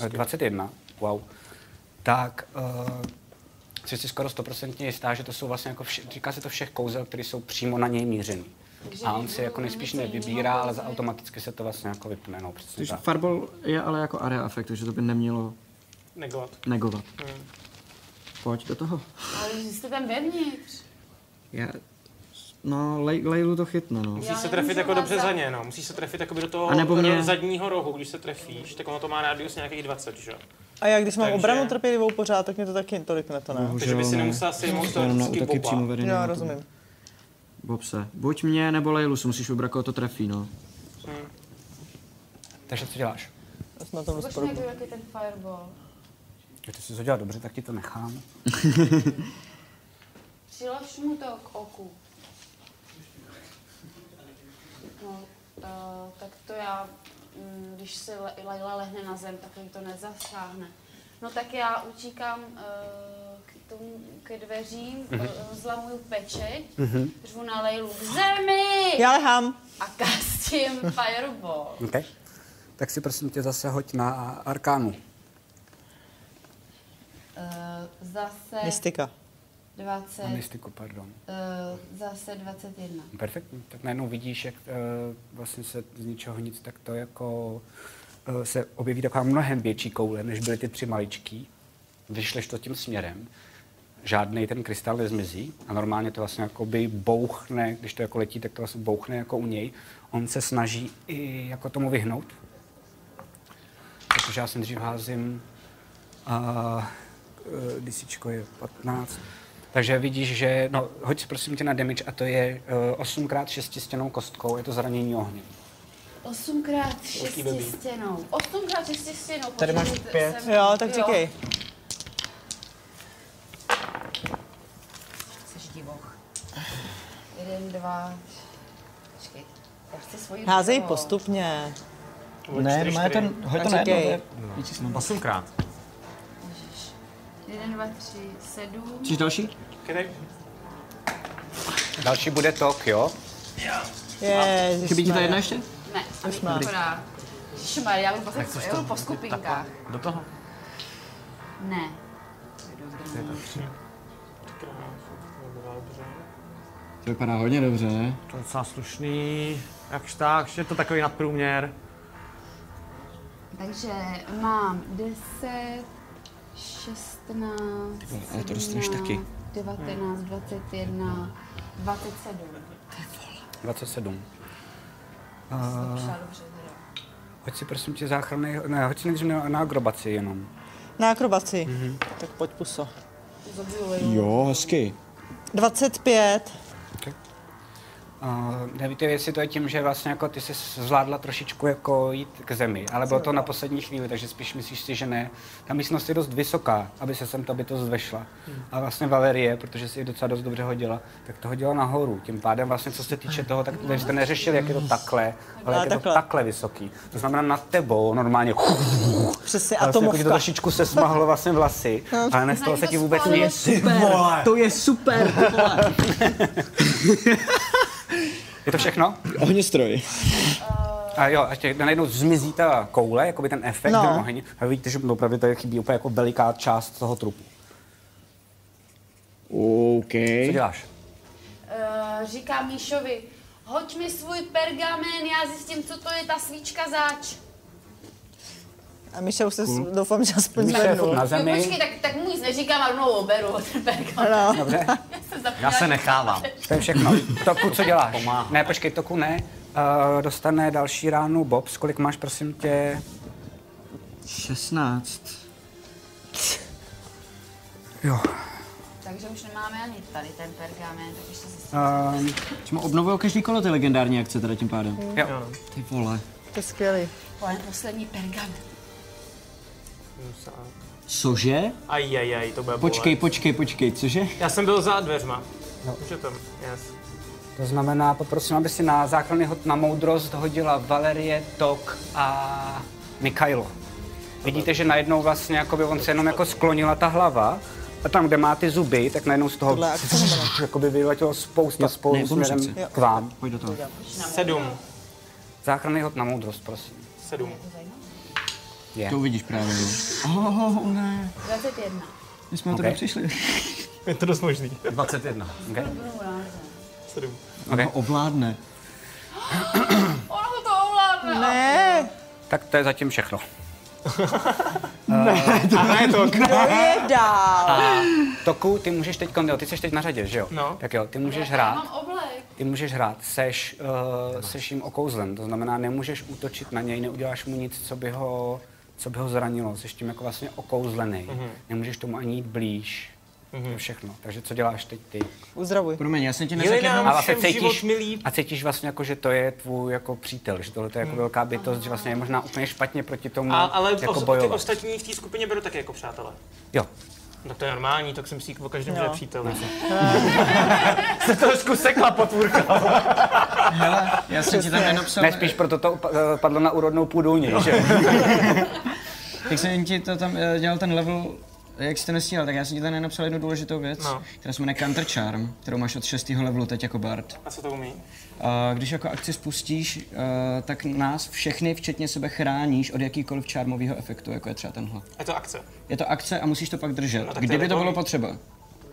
Speaker 2: Eh, 21, wow. Tak, uh, jsi si skoro stoprocentně jistá, že to jsou vlastně jako, vše, říká se to všech kouzel, které jsou přímo na něj mířený. A on si jako nejspíš nevybírá, ale za automaticky se to vlastně jako vypne, no přesně
Speaker 5: Což
Speaker 2: tak.
Speaker 5: fireball je ale jako area efekt, takže to by nemělo
Speaker 7: Negovat.
Speaker 5: negovat. Pojď do toho.
Speaker 4: Ale že jste tam vevnitř.
Speaker 5: Já... No, Lej- Lejlu to chytne, no.
Speaker 7: Musíš se
Speaker 4: nemůžu
Speaker 7: trefit jako
Speaker 4: vás
Speaker 7: dobře
Speaker 4: za-
Speaker 7: za ně, no. Musíš se trefit jakoby do toho
Speaker 5: A nebo mě.
Speaker 7: ro- zadního rohu, když se trefíš, tak ono to má rádius nějakých 20, že jo?
Speaker 6: A já když mám
Speaker 7: Takže-
Speaker 6: obranu trpělivou pořád, tak mě to taky tolik na to ne.
Speaker 7: Takže
Speaker 5: no.
Speaker 7: by si nemusela sejmout
Speaker 5: To jenom na
Speaker 7: teoreticky
Speaker 5: útoky
Speaker 7: oba.
Speaker 5: přímo vedený.
Speaker 6: Jo,
Speaker 5: no, to-
Speaker 6: rozumím.
Speaker 5: Bobse, buď mě nebo Lejlu, si musíš vybrat, koho to trefí, no.
Speaker 2: Takže co děláš?
Speaker 6: Já jsem na tom
Speaker 4: Proč
Speaker 6: rozporu.
Speaker 4: nejdu jaký ten fireball?
Speaker 2: Když ty jsi to dělal dobře, tak ti to nechám.
Speaker 4: Přilož mu to k oku. No, eh, tak to já, mm, když se Le- Leila lehne na zem, tak jí to nezasáhne. No tak já utíkám eh, k, tomu, ke dveřím,
Speaker 2: Mhm.
Speaker 4: mm-hmm. rozlamuju pečeť, mm-hmm. řvu na Leilu k zemi
Speaker 6: Já lehám.
Speaker 4: a kastím fireball.
Speaker 2: Okay. Tak si prosím tě zase hoď na Arkánu.
Speaker 4: Eh, zase
Speaker 6: Mystika.
Speaker 4: 20,
Speaker 2: Na mystiku, pardon.
Speaker 4: eh, zase 21.
Speaker 2: Perfektní. Tak najednou vidíš, jak eh, vlastně se z ničeho nic, tak to jako eh, se objeví taková mnohem větší koule, než byly ty tři maličký. Vyšleš to tím směrem, žádný ten krystal nezmizí a normálně to vlastně jakoby bouchne, když to jako letí, tak to vlastně bouchne jako u něj. On se snaží i jako tomu vyhnout, protože já jsem dřív házím a eh, disičko je 15. Takže vidíš, že, no, hoď si prosím tě na damage a to je eh, 8x6 stěnou kostkou, je to zranění ohně.
Speaker 4: Osmkrát šestistěnou. Osmkrát šestistěnou.
Speaker 5: Tady máš
Speaker 4: počkej,
Speaker 5: pět.
Speaker 4: jsem-
Speaker 6: Jo, tak říkej.
Speaker 4: Jsi divoch. Jeden, dva, počkej. Já chci svoji
Speaker 6: Házej
Speaker 4: divoch.
Speaker 6: postupně.
Speaker 5: Ne, má to, hoď to
Speaker 6: Tak
Speaker 5: najednou,
Speaker 6: říkej.
Speaker 5: to je víc číslo.
Speaker 9: Osmkrát.
Speaker 4: Ježiš. Jeden, dva, tři, sedm.
Speaker 5: Chceš další?
Speaker 2: Další bude tok, jo?
Speaker 6: Ježišmarja.
Speaker 5: Chybí ti ta jedna ještě?
Speaker 4: Ne, a mi akorát. Ježišmar, já bych vlastně já jdu po skupinkách.
Speaker 9: Do toho.
Speaker 4: Ne. Jdu do druhé.
Speaker 5: To vypadá hodně dobře, ne?
Speaker 9: To je docela slušný, jakž tak, je to takový nadprůměr.
Speaker 4: Takže mám 10, 16,
Speaker 5: ale to dostaneš taky.
Speaker 4: 19, 21, 27.
Speaker 2: 27.
Speaker 5: No.
Speaker 4: To přišla dobře teda.
Speaker 2: Hoď si prosím tě záchrany, ne, hoď si nejdřív na, na akrobaci jenom.
Speaker 6: Na akrobaci. Tak pojď puso.
Speaker 5: Jo, hezky.
Speaker 6: 25.
Speaker 2: Uh, nevíte, jestli to je tím, že vlastně jako ty jsi zvládla trošičku jako jít k zemi, ale bylo to na poslední chvíli, takže spíš myslíš si, že ne. Ta místnost je dost vysoká, aby se sem ta bytost vešla.
Speaker 6: Hmm.
Speaker 2: A vlastně Valerie, protože si ji docela dost dobře hodila, tak to hodila nahoru. Tím pádem vlastně, co se týče toho, tak vy jste neřešili, jak je to takhle, ale jak je to
Speaker 6: takhle.
Speaker 2: takhle vysoký. To znamená nad tebou normálně
Speaker 6: Přesně,
Speaker 2: A
Speaker 6: a to
Speaker 2: vlastně,
Speaker 6: No.
Speaker 2: jako ti to
Speaker 6: movka.
Speaker 2: trošičku se smahlo vlastně vlasy, ale nestalo se ti vůbec
Speaker 4: spálilo
Speaker 2: nic.
Speaker 5: To je super, ty vole.
Speaker 2: Je to všechno?
Speaker 5: Ohněstroj.
Speaker 2: A jo, a ještě najednou zmizí ta koule, jakoby ten efekt,
Speaker 6: No.
Speaker 2: no. ten oheň. A vidíte, že opravdu tady chybí úplně jako veliká část toho trupu.
Speaker 5: OK.
Speaker 2: Co děláš?
Speaker 4: Eh, říká Míšovi, hoď mi svůj pergamen, já zjistím, co to je ta svíčka záč.
Speaker 6: A Míša už se s- doufám, že aspoň
Speaker 2: Míša je furt
Speaker 6: zvednul.
Speaker 2: na
Speaker 4: Jo,
Speaker 2: zemi.
Speaker 4: počkej, tak, tak mu nic neříkám a rovnou oberu ten pergamen.
Speaker 6: No.
Speaker 2: Dobře,
Speaker 4: jsem zapomněla,
Speaker 9: Já se
Speaker 4: že-
Speaker 9: nechávám.
Speaker 2: to je všechno. Toku, co děláš? Ne, počkej, Toku ne. Uh, dostane další ránu Bobs. Kolik máš, prosím tě?
Speaker 5: 16.
Speaker 2: Jo.
Speaker 4: Takže už nemáme ani tady ten pergamen, tak
Speaker 5: No.
Speaker 4: ještě zjistím.
Speaker 2: Um,
Speaker 5: Čemu obnovují každý kolo ty legendární akce teda tím pádem.
Speaker 2: jo.
Speaker 5: Ty vole.
Speaker 6: To je skvělý.
Speaker 4: Pane, poslední pergamen.
Speaker 5: Cože?
Speaker 7: Aj, aj, aj, to bude
Speaker 5: Počkej, počkej, počkej, cože?
Speaker 7: Já jsem byl za dveřma. No. Už je tam, yes.
Speaker 2: To znamená, poprosím, aby si na základný hod na moudrost hodila Valerie, Tok a Mikhailo. Vidíte, že najednou vlastně jakoby on se jenom jako sklonila ta hlava a tam, kde má ty zuby, tak najednou z toho
Speaker 6: Tohle je akce nebo ne?
Speaker 2: jakoby vyletělo spousta
Speaker 5: ne,
Speaker 2: spolu
Speaker 5: bonus
Speaker 2: směrem
Speaker 5: akce.
Speaker 2: k vám.
Speaker 5: Pojď do toho.
Speaker 7: Sedm,
Speaker 2: Záchranný hod na moudrost, prosím.
Speaker 7: sedm.
Speaker 5: To uvidíš právě. jo. Oh, oh, ne.
Speaker 4: 21.
Speaker 5: My jsme o
Speaker 2: Ok.
Speaker 5: tebe přišli.
Speaker 7: Je to dost možný.
Speaker 9: 21.
Speaker 2: Okay?
Speaker 7: Sedm.
Speaker 5: Okay. Ovládne.
Speaker 4: Ono ho to ovládne.
Speaker 6: Ne,
Speaker 2: Tak to je zatím všechno.
Speaker 6: to je dál.
Speaker 2: Toku, ty můžeš teď, jo, ty jsi teď na řadě, že jo?
Speaker 7: No.
Speaker 2: Tak jo, ty můžeš
Speaker 4: Já
Speaker 2: hrát.
Speaker 4: mám oblek.
Speaker 2: Ty můžeš hrát, seš, uh, seš jim okouzlen, to znamená, nemůžeš útočit na něj, neuděláš mu nic, co by ho, co by ho zranilo, seš tím jako vlastně okouzlený,
Speaker 7: Mhm.
Speaker 2: nemůžeš tomu ani jít blíž, to je všechno. Takže co děláš teď ty?
Speaker 6: Uzdravuj.
Speaker 5: Promiň, já jsem ti
Speaker 7: Jeli
Speaker 5: neřekl.
Speaker 7: nám
Speaker 2: A
Speaker 7: a
Speaker 2: vlastně
Speaker 7: všem život
Speaker 2: cítíš,
Speaker 7: milý. Mhm.
Speaker 2: a cítíš vlastně jako, že to je tvůj jako přítel, že tohle to je jako velká bytost, že vlastně je možná úplně špatně proti
Speaker 5: No,
Speaker 2: tomu
Speaker 7: A, ale
Speaker 2: jako
Speaker 7: os, ty
Speaker 2: bojovat.
Speaker 7: ostatní v té skupině beru taky jako přátelé.
Speaker 2: Jo,
Speaker 7: No to je normální, tak jsem si o každém no. přítel.
Speaker 9: Trošku sekla potvůrka.
Speaker 5: Hele, já jsem ti tam nenapsal.
Speaker 2: ne spíš proto to pa- padlo na úrodnou půdu u něj, že jo?
Speaker 5: Jak jsem ti to tam eh, dělal ten level, jak jsi to nestíhal, tak já jsem ti tam nenapsal jednu důležitou věc,
Speaker 7: No.
Speaker 5: která se jmenuje Counter Charm, kterou máš od 6. levelu teď jako Bard.
Speaker 7: A co to umí?
Speaker 5: A když jako akci spustíš, eh, tak nás všechny, včetně sebe, chráníš od jakýkoliv čármového efektu, jako je třeba tenhle.
Speaker 7: Je to akce.
Speaker 5: Je to akce a musíš to pak držet,
Speaker 7: No, tak to je
Speaker 5: kdyby to
Speaker 7: dobrý.
Speaker 5: bylo potřeba.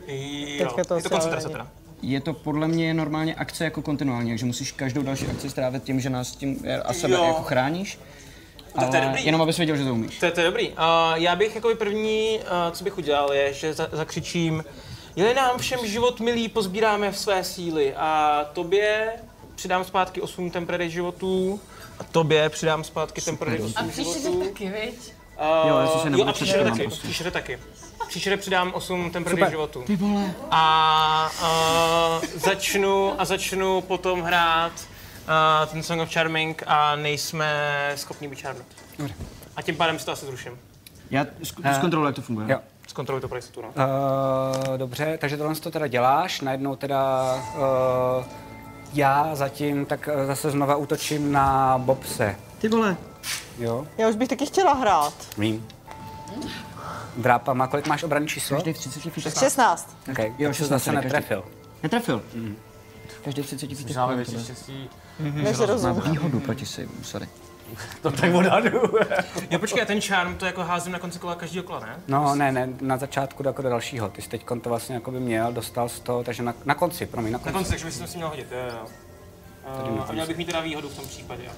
Speaker 7: Jo.
Speaker 6: Teďka to
Speaker 7: je to
Speaker 6: asi
Speaker 7: koncentrace
Speaker 6: ale
Speaker 7: teda.
Speaker 5: Je to podle mě normálně akce jako kontinuální, takže musíš každou další akci strávit tím, že nás tím eh, a sebe
Speaker 7: Jo. No,
Speaker 5: jako chráníš.
Speaker 7: to je
Speaker 5: Ale
Speaker 7: dobrý.
Speaker 5: jenom abys věděl, že to umíš.
Speaker 7: To je, to je dobrý. A já bych jako první, a co bych udělal, je, že za, zakřičím, je nám všem život milý, pozbíráme v své síly a tobě přidám zpátky 8 temporary životů a tobě přidám zpátky temporary 8
Speaker 4: A příště to taky, viď?
Speaker 7: A,
Speaker 5: Jo, jestli se
Speaker 7: jo,
Speaker 5: nebude
Speaker 7: a příšere
Speaker 5: přetrvám
Speaker 7: taky,
Speaker 5: prostě.
Speaker 7: příšere taky. Příšere přidám 8 temporary životů.
Speaker 5: Ty vole.
Speaker 7: A, a začnu a začnu potom hrát a, ten Song of Charming a nejsme schopni vyčárnout.
Speaker 2: Dobře.
Speaker 7: A tím pádem si to asi zruším.
Speaker 5: Já zk- zkontroluji, jak to funguje.
Speaker 2: jo.
Speaker 7: Zkontroluj to pro jistotu, no.
Speaker 2: Uh, dobře, takže tohle to teda děláš, najednou teda uh, já zatím tak eh, zase znova útočím na Bobse,
Speaker 5: Ty vole.
Speaker 2: jo?
Speaker 6: Já už bych taky chtěla hrát.
Speaker 2: Vím. Drápa má, kolik máš obrany číslo?
Speaker 5: Každý v 30 feetech.
Speaker 6: 16.
Speaker 2: Okay.
Speaker 5: Jo,
Speaker 2: Jo, že
Speaker 5: 16
Speaker 2: zase
Speaker 5: tady, každý.
Speaker 2: netrefil.
Speaker 5: Netrefil. Každý v 30 feetech.
Speaker 9: Máme větší štěstí.
Speaker 6: Než rozum.
Speaker 5: Výhodu proti saveu, sorry.
Speaker 3: to tak odhadu.
Speaker 7: Jo, počkej, a ten čárm to jako házím na konci kola každého kola, ne?
Speaker 2: No, ne, ne, na začátku jako do dalšího. Ty jsi teď to vlastně jako by měl, dostal z toho, takže na, na konci, promiň, na
Speaker 7: Na
Speaker 2: konci.
Speaker 7: konci, takže bych si to si měl hodit, jo, jo, jo.
Speaker 2: Tady na
Speaker 7: Uh, a měl
Speaker 2: konci.
Speaker 7: bych mít teda výhodu v tom případě, jo.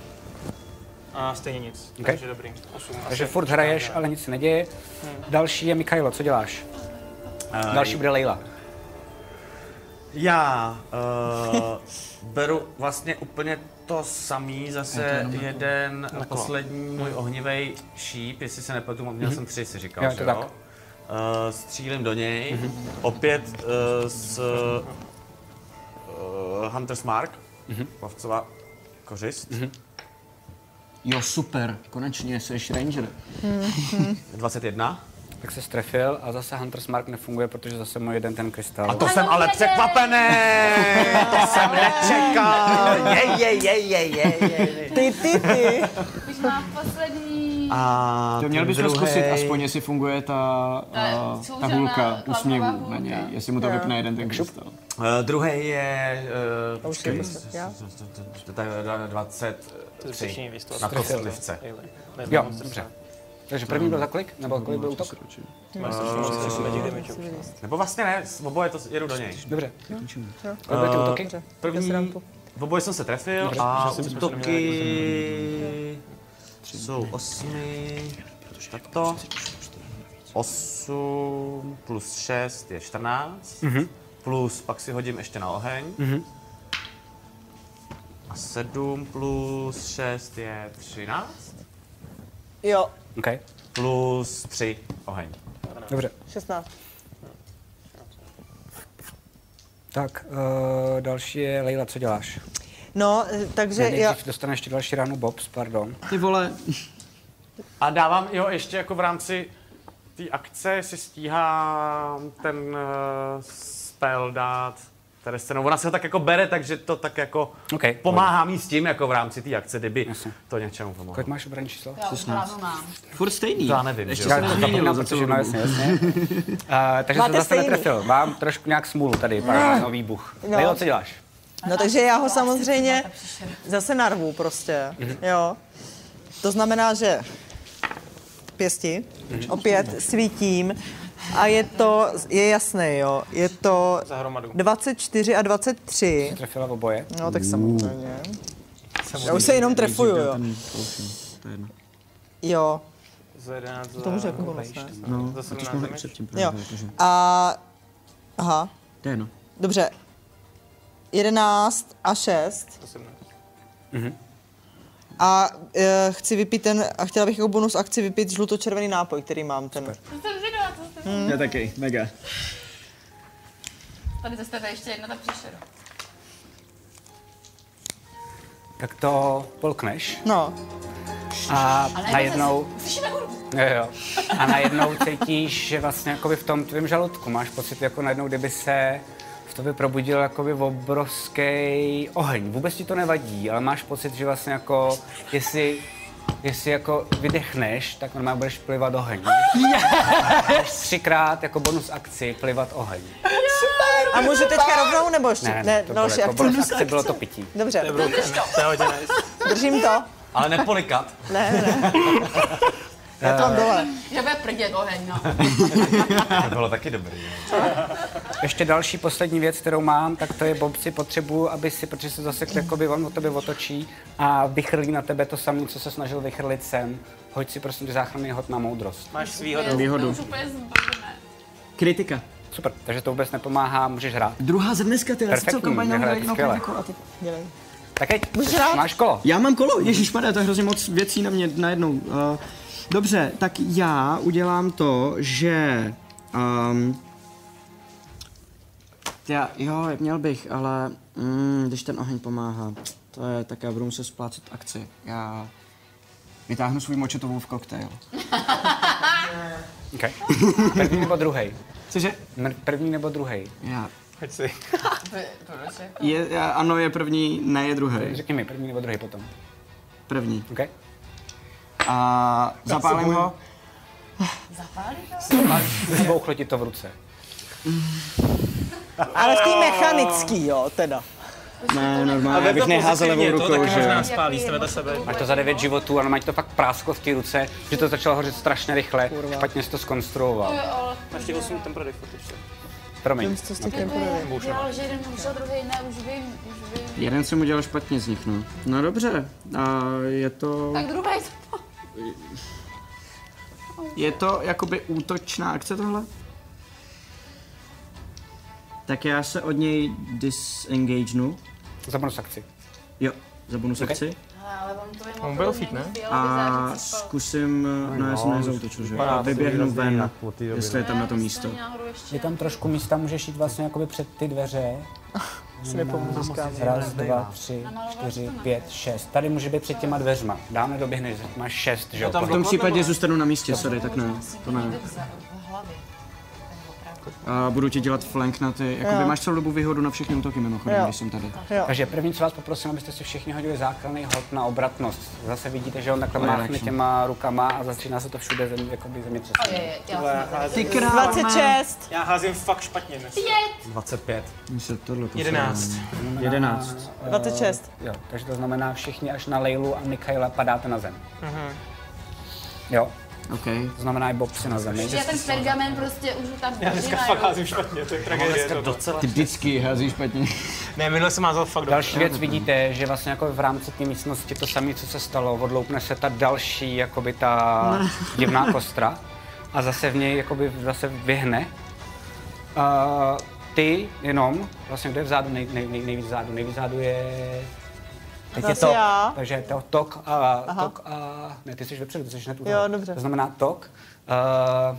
Speaker 7: A stejně nic,
Speaker 2: Ok.
Speaker 7: takže dobrý. 8
Speaker 2: Takže furt hraješ, ale nic se neděje. Další je Mikajlo, co děláš?
Speaker 3: Eh,
Speaker 2: Další bude Leila.
Speaker 3: Já uh, beru vlastně úplně to samý, zase jeden poslední můj ohnivý šíp, jestli se nepletu, měl jsem tři, si říkal,
Speaker 2: Jo,
Speaker 3: že
Speaker 2: je to
Speaker 3: jo?
Speaker 2: tak.
Speaker 3: Uh, střílím do něj, opět uh, s uh, Hunter's Mark, plavcová kořist,
Speaker 5: Jo, super, konečně jsi ranger.
Speaker 3: 21.
Speaker 2: Tak se strefil a zase Hunter's Mark nefunguje, protože zase má jeden ten krystal.
Speaker 3: A to jsem ale
Speaker 4: Ano,
Speaker 3: překvapený, to jsem nečekal, jej, jej, jej, jej, jej, jej.
Speaker 6: Ty, ty, ty.
Speaker 4: Když má poslední...
Speaker 3: A
Speaker 5: To měl
Speaker 3: ten
Speaker 5: bys to zkusit,
Speaker 3: druhej-
Speaker 5: aspoň jestli funguje ta,
Speaker 4: Ta
Speaker 5: uh, ta
Speaker 4: souřelná
Speaker 5: hůlka
Speaker 4: klamavá
Speaker 5: úsměvu
Speaker 4: hůlka.
Speaker 5: na něj, jestli mu to vypne jeden ten krystal.
Speaker 3: Uh, druhý je... Uh,
Speaker 6: už je prostě- já?
Speaker 3: 23
Speaker 7: výstup.
Speaker 3: na kostlivce.
Speaker 2: Jo, dobře. Takže první byl za kolik? Nebo kolik byl útok?
Speaker 3: Nebo vlastně ne, s- oboje to jedu do něj.
Speaker 2: Dobře. Kolik byly ty
Speaker 6: Eh,
Speaker 2: útoky?
Speaker 3: První, v oboje jsem se trefil a
Speaker 6: jako
Speaker 3: útoky jsou osmi, takto. 8 plus 6 je 14, plus pak si hodím ještě na oheň. A 7 plus 6 je 13,
Speaker 6: Jo,
Speaker 2: OK,
Speaker 3: plus 3 oheň.
Speaker 2: dobře.
Speaker 6: 16.
Speaker 2: Tak, eh, další je Leila, co děláš?
Speaker 6: No, eh, takže
Speaker 2: Ne,
Speaker 6: já...
Speaker 2: Nejdřív dostaneš ještě další ránu Bobs, pardon.
Speaker 5: Ty vole,
Speaker 3: A dávám, jo, ještě jako v rámci té akce si stíhám ten uh, spell dát Terestenu. Ona si ho tak jako bere, takže to tak jako
Speaker 2: OK.
Speaker 3: pomáhá mi s tím jako v rámci té akce, kdyby
Speaker 2: Jasně.
Speaker 3: to něčemu pomohlo.
Speaker 2: Kolik máš obraní číslo?
Speaker 4: Já už hrávnu mám.
Speaker 5: furt stejný.
Speaker 3: To já nevím,
Speaker 5: Ještě
Speaker 3: že jo?
Speaker 5: se
Speaker 2: Já to
Speaker 5: nezměnil
Speaker 2: zapomínám,
Speaker 5: za celou
Speaker 2: protože no,
Speaker 5: dobu.
Speaker 2: jasně, jasně. Eh, takže jsem
Speaker 6: Máte
Speaker 2: zase
Speaker 6: stejný.
Speaker 2: netrefil. Mám trošku nějak smůlu tady, pardon, no. výbuch.
Speaker 6: No.
Speaker 2: Leila, co děláš?
Speaker 6: No takže já ho samozřejmě zase narvu prostě,
Speaker 2: Mhm.
Speaker 6: jo. To znamená, že pěsti
Speaker 2: Mhm.
Speaker 6: opět svítím a je to, je jasné, jo, je to
Speaker 7: Zahromadu.
Speaker 6: 24 a 23.
Speaker 2: Trefila v oboje.
Speaker 6: No tak samozřejmě. Já už se jenom trefuju, jo.
Speaker 5: Hmm,
Speaker 6: Jo,
Speaker 7: Za 11, za...
Speaker 6: to může jako bonus, ne?
Speaker 5: No,
Speaker 7: Za
Speaker 5: a to
Speaker 7: 17
Speaker 5: jsme mohli
Speaker 7: damage.
Speaker 5: předtím
Speaker 6: Jo.
Speaker 5: právě, takže
Speaker 6: A, aha,
Speaker 5: to je no.
Speaker 6: dobře. 11 a 6.
Speaker 7: 18.
Speaker 6: A e, chci vypít ten, a chtěla bych jako bonus akci vypít žluto-červený nápoj, který mám ten.
Speaker 4: To jsem zvědala, co jste... Hmm.
Speaker 5: Já taky, mega.
Speaker 4: Tady ze tebe ještě jedna ta příšera.
Speaker 2: Tak to polkneš
Speaker 6: No,
Speaker 2: a
Speaker 4: Ale jako
Speaker 2: najednou...
Speaker 4: zase- Slyšíme hudbu.
Speaker 2: Jo, jo. A najednou cítíš, že vlastně jakoby v tom tvém žaludku máš pocit, jako najednou, kdyby se v tobě probudil jakoby obrovský oheň. Vůbec ti to nevadí, ale máš pocit, že vlastně jako, jestli, jestli jako vydechneš, tak normálně budeš plivat oheň. Budeš třikrát jako bonus akci plivat oheň.
Speaker 6: a můžu teďka rovnou nebo ještě?
Speaker 2: Ne, ne,
Speaker 6: ne
Speaker 2: to bylo
Speaker 6: další
Speaker 2: jako bonus
Speaker 6: akce.
Speaker 2: akce, bylo to pití.
Speaker 6: Dobře, držím to.
Speaker 3: Ale nepolikat.
Speaker 6: Ne, ne. Já to mám dole.
Speaker 4: Že bude prdět oheň, no.
Speaker 3: To bylo taky dobrý.
Speaker 2: Ještě další poslední věc, kterou mám, tak to je Bobci, potřebuju, aby si, protože se zase jakoby on o tebe otočí a vychrlí na tebe to samé, co se snažil vychrlit sem. Hoď si prosím ty záchranný hod na moudrost.
Speaker 7: Máš svýhodu.
Speaker 4: To
Speaker 5: Výhodu.
Speaker 4: už úplně zbrzené.
Speaker 5: Kritika.
Speaker 2: Super, takže to vůbec nepomáhá, můžeš hrát.
Speaker 5: Druhá ze dneska, ty já jsem
Speaker 2: Perfektní,
Speaker 5: celkem paní
Speaker 2: vyhrajete skvěle.
Speaker 6: Dělej.
Speaker 2: Tak jeď,
Speaker 6: Můžeš hrát?
Speaker 2: máš kolo.
Speaker 5: Já mám kolo, Ježíš to je hrozně moc věcí na mě najednou. Uh, dobře, tak já udělám to, že. Um, já, jo, měl bych, ale mm, když ten oheň pomáhá, to je, tak já budu muset splácet akci. Já vytáhnu svůj močetovou v koktejl.
Speaker 2: Okay. První nebo druhý.
Speaker 5: Cože?
Speaker 2: První nebo druhý.
Speaker 5: Já.
Speaker 7: Hoď si.
Speaker 5: Je, já, ano, je první, ne je druhý.
Speaker 2: Řekni mi, první nebo druhý potom.
Speaker 5: První.
Speaker 2: Okay?
Speaker 5: A zapálím ho.
Speaker 4: Zapálí to?
Speaker 2: Bouchlo ti to v ruce. Eh.
Speaker 6: Ale v té mechanický, jo, teda.
Speaker 5: Ne, normálně, abych neházel levou rukou, že jo.
Speaker 7: Nás spálí, jste vedle sebe.
Speaker 2: Máš to za devět životů, ale máš to fakt prásko v té ruce, že to začalo hořet strašně rychle, špatně jsi to skonstruoval.
Speaker 7: Máš těch 8 temporary footage.
Speaker 2: Promiň.
Speaker 6: Co s tím
Speaker 4: Děkuji, dělal, že jeden umřel, druhý ne, už vím, už vím.
Speaker 5: Jeden jsem udělal špatně z nich, no. No dobře, a je to...
Speaker 4: Tak druhý to
Speaker 5: Je to jakoby útočná akce tohle? Tak já se od něj disengagenu.
Speaker 2: Za bonus akci.
Speaker 5: Jo, za bonus akci.
Speaker 4: Ale on to je
Speaker 7: On byl fit, ne?
Speaker 5: A zkusím, no já jsem nezautočil, že jo, a vyběhnu ven, jestli je tam na to místo.
Speaker 2: Je tam trošku místa, můžeš jít vlastně jakoby před ty dveře.
Speaker 6: si nepomůžu s kámoši.
Speaker 2: Raz, dva,
Speaker 9: no.
Speaker 2: tři,
Speaker 6: vlastně
Speaker 2: čtyři, pět, šest. Tady může být před těma dveřma. Dáme doběhneš, máš šest, že jo?
Speaker 5: V tom případě zůstanu na místě, sorry, tak ne, to ne. A budu ti dělat flank na ty, jakoby
Speaker 6: Jo.
Speaker 5: máš celou dobu výhodu na všechny útoky mimochodem,
Speaker 6: Jo.
Speaker 5: když jsem tady.
Speaker 6: Jo.
Speaker 2: Takže první, co vás poprosím, abyste si všichni hodili základný hod na obratnost. Zase vidíte, že on takhle máchne těma rukama a začíná se to všude zem, jakoby země třesat.
Speaker 4: já jsem
Speaker 6: 26.
Speaker 7: Já házím fakt špatně dnes.
Speaker 9: 25.
Speaker 5: Mně se tohle posralo.
Speaker 7: Jedenáct.
Speaker 5: Jedenáct.
Speaker 2: Eh,
Speaker 6: 26.
Speaker 2: Jo, takže to znamená všichni až na Leilu a Mikaela padáte na zem. Jo,
Speaker 5: OK,
Speaker 2: to znamená i Bob si na zemi.
Speaker 4: Já ten pergamen prostě už tam
Speaker 7: Já dneska fakt házím špatně, to je tragédie. tohle.
Speaker 5: Ty vždycky házíš špatně.
Speaker 7: Ne, minule jsem házal fakt dobře.
Speaker 2: Další věc vidíte, že vlastně jako v rámci té místnosti to samé, co se stalo, odloupne se ta další, jakoby ta
Speaker 6: No.
Speaker 2: divná kostra a zase v něj jakoby zase vyhne. A ty jenom, vlastně kde je vzadu, nej, nej, nej, nejvíc vzadu, nejvíc vzadu je... Teď je
Speaker 6: Zase
Speaker 2: tok,
Speaker 6: já.
Speaker 2: takže je to tok a, tok a, ne, ty jsi vepředu, ty jsi hned u toho.
Speaker 6: Jo, dobře.
Speaker 2: To znamená tok a,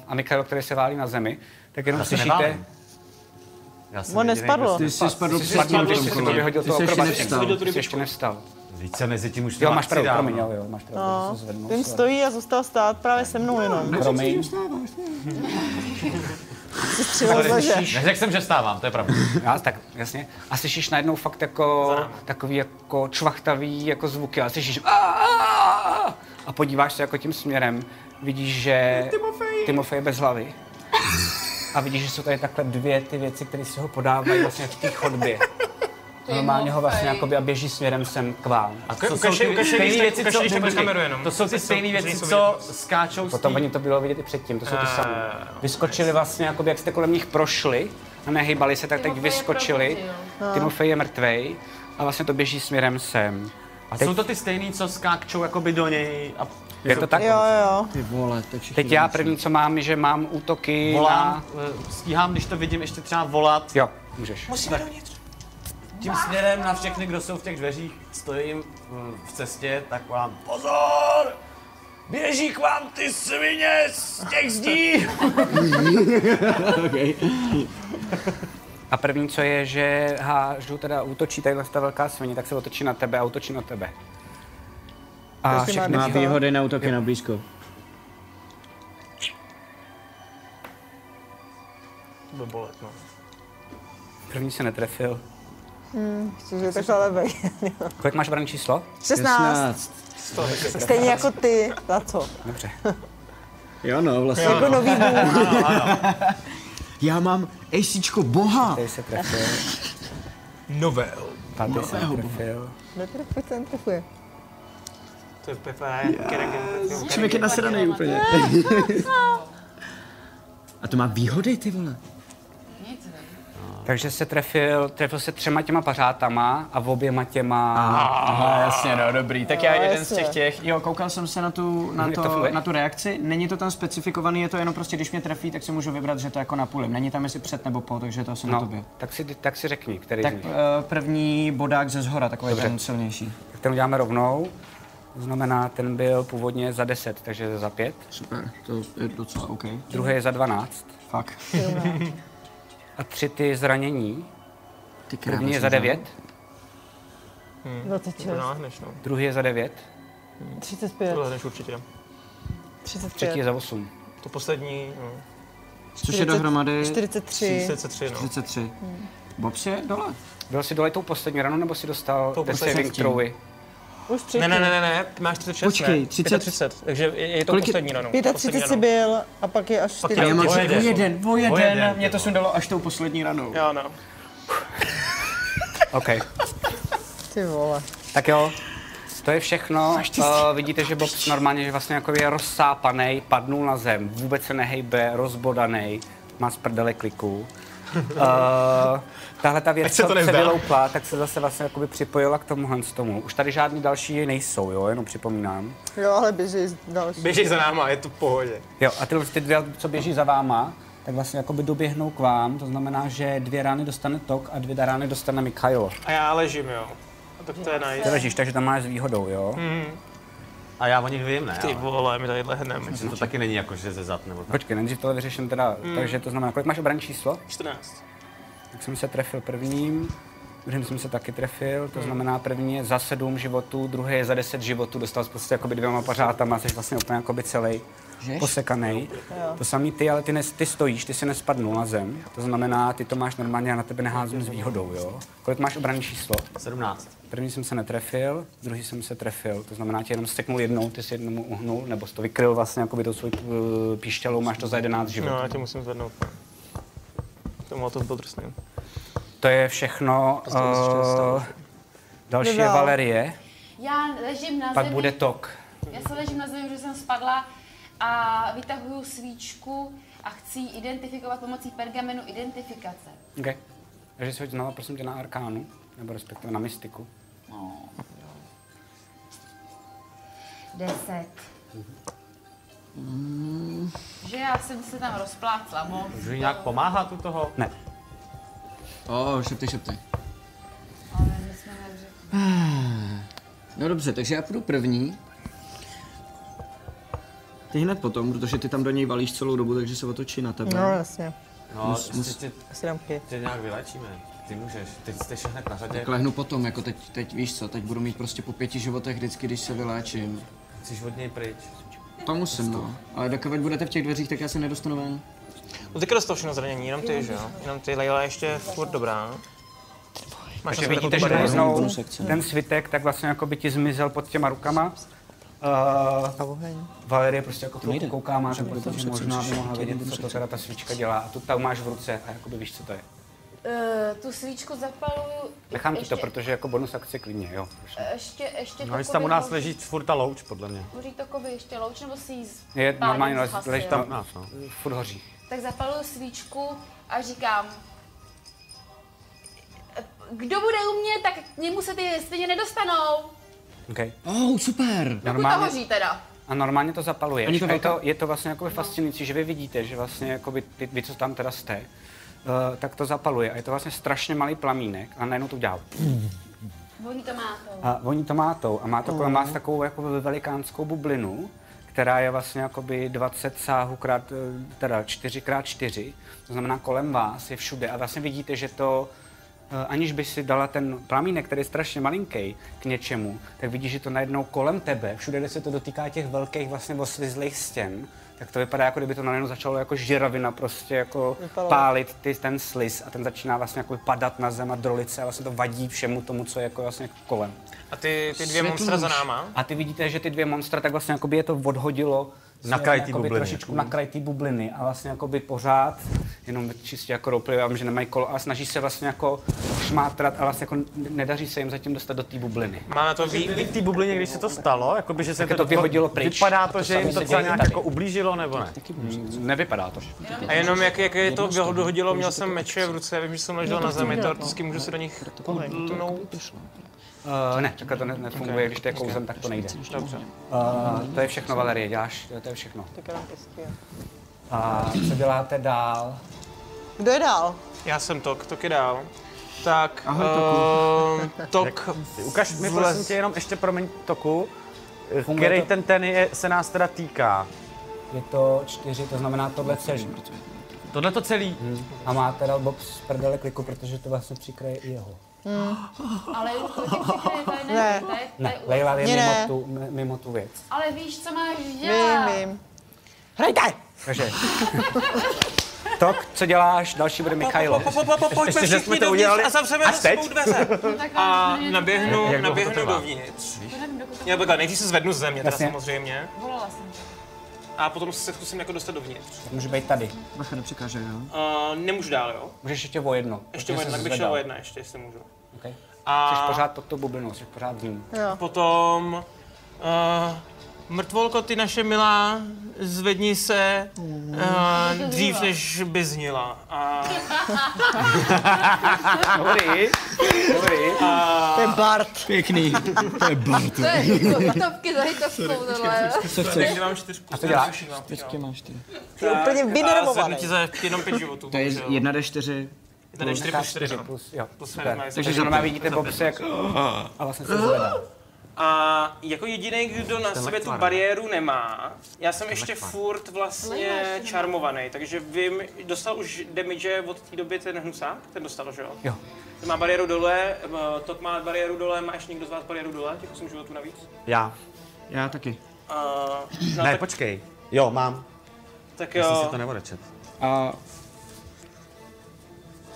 Speaker 2: a Mikael, který se válí na zemi, tak jenom
Speaker 9: Já se
Speaker 2: slyšíte,
Speaker 9: neválím. Já jsem
Speaker 6: On
Speaker 9: jedinej,
Speaker 6: nespadl.
Speaker 2: prostě,
Speaker 9: kdo
Speaker 5: Ty jsi spadl
Speaker 2: Ty
Speaker 5: před
Speaker 2: jsi spadl,
Speaker 5: tím
Speaker 2: ty jsi
Speaker 5: kolem.
Speaker 2: spadl, vyhodil
Speaker 5: Ty
Speaker 2: toho
Speaker 5: jsi ještě
Speaker 2: akrobatika.
Speaker 5: nevstal.
Speaker 2: Ty jsi ještě nevstal.
Speaker 9: Víc se mezi tím už
Speaker 2: Jo, máš pravdu,
Speaker 9: dávám.
Speaker 2: promiň, jo, jo, máš pravdu, no. zvednu.
Speaker 6: Vím, stojí a zůstal stát právě se mnou jenom.
Speaker 2: Promiň,
Speaker 6: Střelil z nože.
Speaker 9: Neřekl jsem, že vstávám, to je pravda.
Speaker 2: já, tak jasně. A slyšíš najednou fakt jako, takový jako čvachtavý jako zvuky, ale slyšíš "A, a, a, a." a podíváš se jako tím směrem, vidíš, že Timofej, Timofej je bez hlavy. A vidíš, že jsou tady takhle dvě ty věci, které si ho podávají vlastně v té chodbě. Normálně ho vlastně jakoby a běží směrem sem k vám.
Speaker 9: A to
Speaker 7: ukaž- ukaž- ukaž- ukaž- ukaž-
Speaker 9: Počkej,
Speaker 7: ukaž kameru jenom.
Speaker 9: To jsou ty
Speaker 7: Ty jsou-
Speaker 9: stejné
Speaker 7: ty
Speaker 9: věci,
Speaker 7: jsou
Speaker 9: co skáčou z
Speaker 2: Potom
Speaker 9: té
Speaker 2: oni No to bylo vidět i předtím, to jsou ty samé.
Speaker 9: Eh,
Speaker 2: Vyskočili vlastně, jakoby, jak jste kolem nich prošli a nehybali se, tak teď
Speaker 4: Timofej je
Speaker 2: vyskočili. No. Timofej je mrtvej a vlastně to běží směrem sem.
Speaker 9: A jsou to ty stejný, co skáčou jakoby do něj a
Speaker 2: Je to tak?
Speaker 6: Jo, jo.
Speaker 5: Ty vole, to všichni
Speaker 2: Teď já
Speaker 5: vymýšlí.
Speaker 2: první, co mám, je, že mám útoky
Speaker 9: volám,
Speaker 2: na...
Speaker 9: eh, stíhám, když to vidím, ještě třeba volat
Speaker 2: Jo, můžeš.
Speaker 9: tím směrem na všechny, kdo jsou v těch dveřích, stojím mm, v cestě, tak volám pozor! Běží k vám ty svině z těch zdí!
Speaker 2: A první, co je, že hážu teda útočí tadyhle ta velká svině, tak se otočí na tebe a útočí na tebe. A
Speaker 6: Jestli má
Speaker 2: všechny
Speaker 5: Má
Speaker 6: dneska-
Speaker 5: výhody na útoky na blízko.
Speaker 7: Bude bolet, no.
Speaker 2: první se netrefil.
Speaker 6: Cože je takhle levej.
Speaker 2: Kolik máš braný číslo?
Speaker 6: 16. Stejně jako ty. Na co?
Speaker 2: Dobře.
Speaker 5: Jo no, vlastně.
Speaker 6: Jako nový bůh.
Speaker 5: Já mám ACčko boha.
Speaker 2: Tady se trefil.
Speaker 7: Novel.
Speaker 2: Pátý se trefil.
Speaker 6: Netrefuje.
Speaker 7: To je Pepa, jak Kerrigan.
Speaker 5: Člověk je nasranej úplně. A to má výhody, ty vole.
Speaker 2: Takže se trefil, trefil se třema těma pařátama a oběma těma...
Speaker 5: Aha, jasně, no, dobrý. Tak já
Speaker 6: jeden z těch
Speaker 5: těch. Jo, koukal jsem se na tu, na,
Speaker 2: to
Speaker 5: to,
Speaker 2: funguje?
Speaker 5: na tu reakci. Není to tam specifikovaný, je to jenom prostě, když mě trefí, tak si můžu vybrat, že to je jako na půli. Není tam jestli před nebo po, takže to asi na
Speaker 2: No,
Speaker 5: tobě.
Speaker 2: tak si, tak si řekni, který
Speaker 5: Tak
Speaker 2: z nich.
Speaker 5: eh, první bodák ze zhora, takový
Speaker 2: Dobře.
Speaker 5: ten silnější.
Speaker 2: Tak ten uděláme rovnou. To znamená, ten byl původně za 10, takže za 5.
Speaker 5: Super, to je docela OK.
Speaker 2: Druhý je za 12.
Speaker 5: Fak.
Speaker 2: A tři ty zranění.
Speaker 5: Ty kráva,
Speaker 2: První je
Speaker 5: jsem
Speaker 2: za
Speaker 5: vzal.
Speaker 2: 9,
Speaker 6: No to
Speaker 7: To
Speaker 6: čo?
Speaker 7: náhneš, no.
Speaker 2: druhý je za 9,
Speaker 6: 35.
Speaker 7: To náhneš určitě.
Speaker 2: třetí
Speaker 6: 35.
Speaker 2: je za 8.
Speaker 7: To poslední, no.
Speaker 5: Což je dohromady
Speaker 6: 43.
Speaker 7: 33, no.
Speaker 5: 33. Bobs je dole.
Speaker 2: Byl jsi dole tou poslední ranou, nebo jsi dostal
Speaker 7: Tou
Speaker 2: death
Speaker 7: poslední.
Speaker 2: saving throwy?
Speaker 6: Už
Speaker 7: Ne,
Speaker 6: 30.
Speaker 7: ne, ne, ne, ne, ty máš 36,
Speaker 5: Počkej,
Speaker 7: ne?
Speaker 5: 30.
Speaker 7: 30, takže je, je to
Speaker 5: Kolik je-
Speaker 7: poslední ranou. poslední
Speaker 6: 35 si
Speaker 7: ranou.
Speaker 6: byl a pak je až
Speaker 7: je
Speaker 6: 40.
Speaker 5: Já mám
Speaker 7: O
Speaker 5: o
Speaker 7: jeden.
Speaker 5: jeden, o jeden, o jeden.
Speaker 9: jeden,
Speaker 7: no.
Speaker 5: Mě to sundalo až tou poslední ranou.
Speaker 7: Jo, no.
Speaker 2: OK.
Speaker 6: Ty vole.
Speaker 2: Tak jo, to je všechno. Uh, vidíte, že Bob normálně že vlastně jako je rozsápaný, padnul na zem, vůbec se nehejbe, rozbodaný, má z prdele kliků. Uh, tahle ta věc,
Speaker 13: se to
Speaker 2: co se
Speaker 13: nezdá.
Speaker 2: vyloupla, tak se zase vlastně jakoby připojila k tomu Hans tomu. Už tady žádný další nejsou, jo, jenom připomínám.
Speaker 6: Jo, ale běží další.
Speaker 7: Běžej za náma, je to v pohodě.
Speaker 2: Jo, a tyhle ty dvě, co běží za váma, tak vlastně jakoby doběhnou k vám, to znamená, že dvě rány dostane Tok a dvě rány dostane Mikhail.
Speaker 7: A já ležím, jo. A tak to je
Speaker 2: Ty
Speaker 7: nice.
Speaker 2: ležíš, takže tam máš s výhodou, jo?
Speaker 13: Hmm.
Speaker 9: A já o nich vím, ne?
Speaker 7: Ty
Speaker 9: ale
Speaker 7: vole, my tady lehneme.
Speaker 9: To taky není jako, že ze zad nebo tak.
Speaker 2: Počkej, nejdřív tohle vyřeším teda,
Speaker 13: Hmm.
Speaker 2: takže to znamená, kolik máš obran číslo?
Speaker 7: 14.
Speaker 2: Tak jsem se trefil prvním, druhým jsem se taky trefil, to znamená první je za sedm životů, druhý je za deset životů, dostal jsi prostě jakoby dvěma pařátama, jsi vlastně úplně jakoby celý posekaný. To samý ty, ale ty, nes, ty stojíš, ty si nespadnul na zem, to znamená, ty to máš normálně a na tebe neházím s výhodou, jo? Kolik máš obranné číslo?
Speaker 9: 17.
Speaker 2: První jsem se netrefil, druhý jsem se trefil, to znamená, tě jenom steknul jednou, ty si jednomu uhnul, nebo jsi to vykryl vlastně jakoby tou svou eh, píšťalou, máš to za 11 životů.
Speaker 7: No, já tě musím zvednout. To má to bylo drsný.
Speaker 2: To je všechno. Uh, další je
Speaker 6: Dodal.
Speaker 2: Valerie,
Speaker 4: Já ležím na
Speaker 2: pak
Speaker 4: zemi,
Speaker 2: bude Tok.
Speaker 4: já se ležím na zemi, protože jsem spadla a vytahuju svíčku a chci ji identifikovat pomocí pergamenu identifikace.
Speaker 2: Okay. Takže si hoď znovu, prosím tě, na Arkánu, nebo respektive na Mystiku.
Speaker 4: Deset. Že já jsem se tam rozplácla moc.
Speaker 9: Můžu jí nějak pomáhat u toho?
Speaker 2: Ne,
Speaker 5: O, šepty, šepty.
Speaker 4: Ale my jsme neřekli.
Speaker 5: No dobře, takže já půjdu první. Ty hned potom, protože ty tam do něj valíš celou dobu, takže se otočí na tebe.
Speaker 6: No, jasně.
Speaker 9: No, ty- ty, ty,
Speaker 6: Já si dám chyt.
Speaker 9: tě nějak vylečíme. Ty můžeš, ty jsi hned na řadě.
Speaker 5: Tak lehnu potom, jako teď, teď víš co, teď budu mít prostě po pěti životech vždycky, když se vyléčím.
Speaker 9: Chceš od něj pryč.
Speaker 5: To musím, no. Ale dokud budete v těch dveřích, tak já se nedostanu ven.
Speaker 7: No teďka dostal všechno zranění, jenom ty, že jo? Jenom ty, Leila je ještě furt dobrá. Máš
Speaker 2: Takže
Speaker 7: na sobě
Speaker 2: vidíte, že
Speaker 7: takovou barvu.
Speaker 2: najednou
Speaker 5: bonus akce.
Speaker 2: ten svitek tak vlastně jako by ti zmizel pod těma rukama. Uh,
Speaker 6: A oheň.
Speaker 2: Valerie prostě jako chvilku kouká, má takový, to, že možná by mohla vědět, co to teda ta svíčka dělá. A tu tam máš v ruce a jakoby víš, co to je.
Speaker 4: Eh, tu svíčku zapaluju.
Speaker 2: Nechám ti
Speaker 4: ještě-
Speaker 2: to, protože jako bonus akce klidně, jo.
Speaker 4: Ještě, ještě
Speaker 9: No,
Speaker 4: to
Speaker 9: jestli tam u nás
Speaker 4: kovi-
Speaker 9: leží furt ta louč, podle mě.
Speaker 4: Hoří to kovy ještě louč, nebo si jí z-
Speaker 2: Je
Speaker 4: pálím
Speaker 2: normálně, leží
Speaker 4: zhasil?
Speaker 2: leží tam,
Speaker 9: Nás, no.
Speaker 2: furt hoří.
Speaker 4: Tak zapaluju svíčku a říkám, "Eh, kdo bude u mě, tak k němu se ty stejně nedostanou.
Speaker 2: Okay.
Speaker 5: Oh, super!
Speaker 4: Pokud to hoří teda.
Speaker 2: A normálně to zapaluje.
Speaker 5: Oni to
Speaker 2: a je, to,
Speaker 5: velká-
Speaker 2: je to vlastně jako fascinující, že vy vidíte, že vlastně jakoby ty, vy, co tam teda jste, uh, tak to zapaluje. A je to vlastně strašně malý plamínek a najednou to udělá.
Speaker 4: Voní to má to.
Speaker 2: A voní to mátou. A má to kolem vás takovou jako velikánskou bublinu, která je vlastně jakoby 20 sáhů krát, eh, teda 4 krát 4 To znamená kolem vás je všude. A vlastně vidíte, že to eh, aniž by si dala ten plamínek, který je strašně malinký k něčemu, tak vidíš, že to najednou kolem tebe, všude, kde se to dotýká těch velkých vlastně osvizlých stěn, tak to vypadá, jako kdyby to najednou začalo jako žiravina prostě jako
Speaker 6: Vypalovat.
Speaker 2: pálit ty, ten sliz a ten začíná vlastně jako padat na zem a drolit se a vlastně to vadí všemu tomu, co je jako vlastně kolem.
Speaker 7: A ty, ty dvě monstra za náma?
Speaker 2: A ty vidíte, že ty dvě monstra, tak vlastně jakoby je to odhodilo směrem
Speaker 9: kraj té
Speaker 2: jakoby
Speaker 9: bubliny.
Speaker 2: trošičku na kraj té bubliny a vlastně jakoby pořád, jenom čistě jako roleplay, já vím, že nemají kolo, ale snaží se vlastně jako šmátrat, ale vlastně jako n- nedaří se jim zatím dostat do té bubliny.
Speaker 7: Má na to ví,
Speaker 9: I v té bublině, když se to stalo, jakoby, že se
Speaker 2: je to vyhodilo pryč.
Speaker 9: Vypadá
Speaker 2: A
Speaker 9: to,
Speaker 2: to
Speaker 9: že
Speaker 2: samý
Speaker 9: jim
Speaker 2: se
Speaker 9: to
Speaker 2: děje
Speaker 9: celé
Speaker 2: i
Speaker 9: nějak
Speaker 2: tady.
Speaker 9: jako ublížilo, nebo ne?
Speaker 2: Nevypadá to.
Speaker 7: A jenom jak, jak je to No, vyhodilo, měl jsem meče v ruce, vím, že jsem ležel na zemi, teoreticky můžu se do nich kudlnout.
Speaker 2: Uh, ne, takhle to ne, nefunguje, když to je kouzem, tak to nejde.
Speaker 7: Dobře.
Speaker 2: Uh, to je všechno, Valerie, děláš, to je všechno.
Speaker 6: Tak já dám pěstky.
Speaker 2: A co děláte dál?
Speaker 6: Kdo je dál?
Speaker 7: Já jsem Tok, Tok je dál. Tak, ehm, Tok,
Speaker 9: Ukaž mi
Speaker 7: Vlez.
Speaker 9: prosím tě jenom ještě promiň toku, eh,
Speaker 2: Funguje
Speaker 9: který
Speaker 2: to?
Speaker 9: ten ten je, se nás teda týká.
Speaker 2: Je to čtyři, to znamená tohle celý.
Speaker 9: Tohle to celý.
Speaker 2: A má teda Bob z prdele kliku, protože to vlastně přikraje i jeho.
Speaker 4: Ale už to těch všechny tady
Speaker 6: Ne.
Speaker 4: není, tady-
Speaker 2: Ne,
Speaker 4: tady-
Speaker 2: Leila je
Speaker 6: Ne,
Speaker 2: mimo
Speaker 6: ne.
Speaker 2: tu, mi- mimo tu věc.
Speaker 4: Ale víš, co máš
Speaker 6: Vím,
Speaker 4: dělat.
Speaker 6: vím. Hrajte!
Speaker 2: Takže. Tok, co děláš? Další bude Mikhailo.
Speaker 7: pojďme
Speaker 9: že jsme
Speaker 7: všichni
Speaker 9: to
Speaker 7: dovnitř
Speaker 9: udělali
Speaker 7: a zavřeme za
Speaker 9: až teď?
Speaker 7: sebou dveře.
Speaker 4: No tak
Speaker 7: A
Speaker 4: vám řeknu, že-
Speaker 7: naběhnu,
Speaker 9: Jak dlouho to
Speaker 7: naběhnu
Speaker 9: trvá?
Speaker 7: dovnitř.
Speaker 4: Já nevím, dokud to-
Speaker 7: Já takhle, nejdřív se zvednu z země, teda
Speaker 2: Jasně.
Speaker 7: samozřejmě.
Speaker 4: Volala jsem tě.
Speaker 7: A potom se zkusím jako dostat dovnitř.
Speaker 2: Může být tady.
Speaker 5: Bacha, nepřekáže, jo?
Speaker 7: Uh, nemůžu dál, jo?
Speaker 2: Můžeš ještě o jedno.
Speaker 7: Ještě
Speaker 2: protože
Speaker 7: o
Speaker 2: jsi
Speaker 7: jedna, tak bych
Speaker 2: zvedal.
Speaker 7: šel o jedna ještě, jestli můžu.
Speaker 2: Okay. Jsi
Speaker 7: A
Speaker 2: pořád pod tou bublinou, jsi pořád v ní.
Speaker 7: potom... Uh, mrtvolko, ty naše milá, zvedni se uh, dřív, než by znila. A
Speaker 2: Dobrý, dobrý.
Speaker 6: To je Bart.
Speaker 5: Pěkný. To je Bart.
Speaker 4: To je jako hotovky za hitovkou tohle.
Speaker 5: Co chceš?
Speaker 7: takže mám čtyřku. A
Speaker 2: co děláš?
Speaker 5: Teďky máš ty.
Speaker 6: Ty úplně vynervovaný.
Speaker 7: Zvednu ti za jenom pět životů.
Speaker 5: To je
Speaker 7: bohužel.
Speaker 5: 1d4.
Speaker 7: Tady je čtyři plus čtyři. no.
Speaker 2: Plus, jo,
Speaker 7: Plus
Speaker 2: super.
Speaker 7: sedm,
Speaker 2: Takže
Speaker 7: takže
Speaker 2: zrovna vidíte Bobse jak... A vlastně se zvedá.
Speaker 7: A jako jediný, kdo na sobě tu bariéru nemá, já jsem ještě furt vlastně čarmovaný, takže vím, dostal už damage od té doby ten hnusák, ten dostal, že jo?
Speaker 2: Jo.
Speaker 7: Ten má bariéru dole, eh, Tok má bariéru dole, má ještě někdo z vás bariéru dole, těch 8 životů navíc.
Speaker 9: Já.
Speaker 5: Já taky.
Speaker 7: Uh, no,
Speaker 9: Ne,
Speaker 7: tak,
Speaker 9: počkej. Jo, mám.
Speaker 7: tak
Speaker 9: Já jsem si
Speaker 7: jo,
Speaker 9: to neodečet.
Speaker 5: A...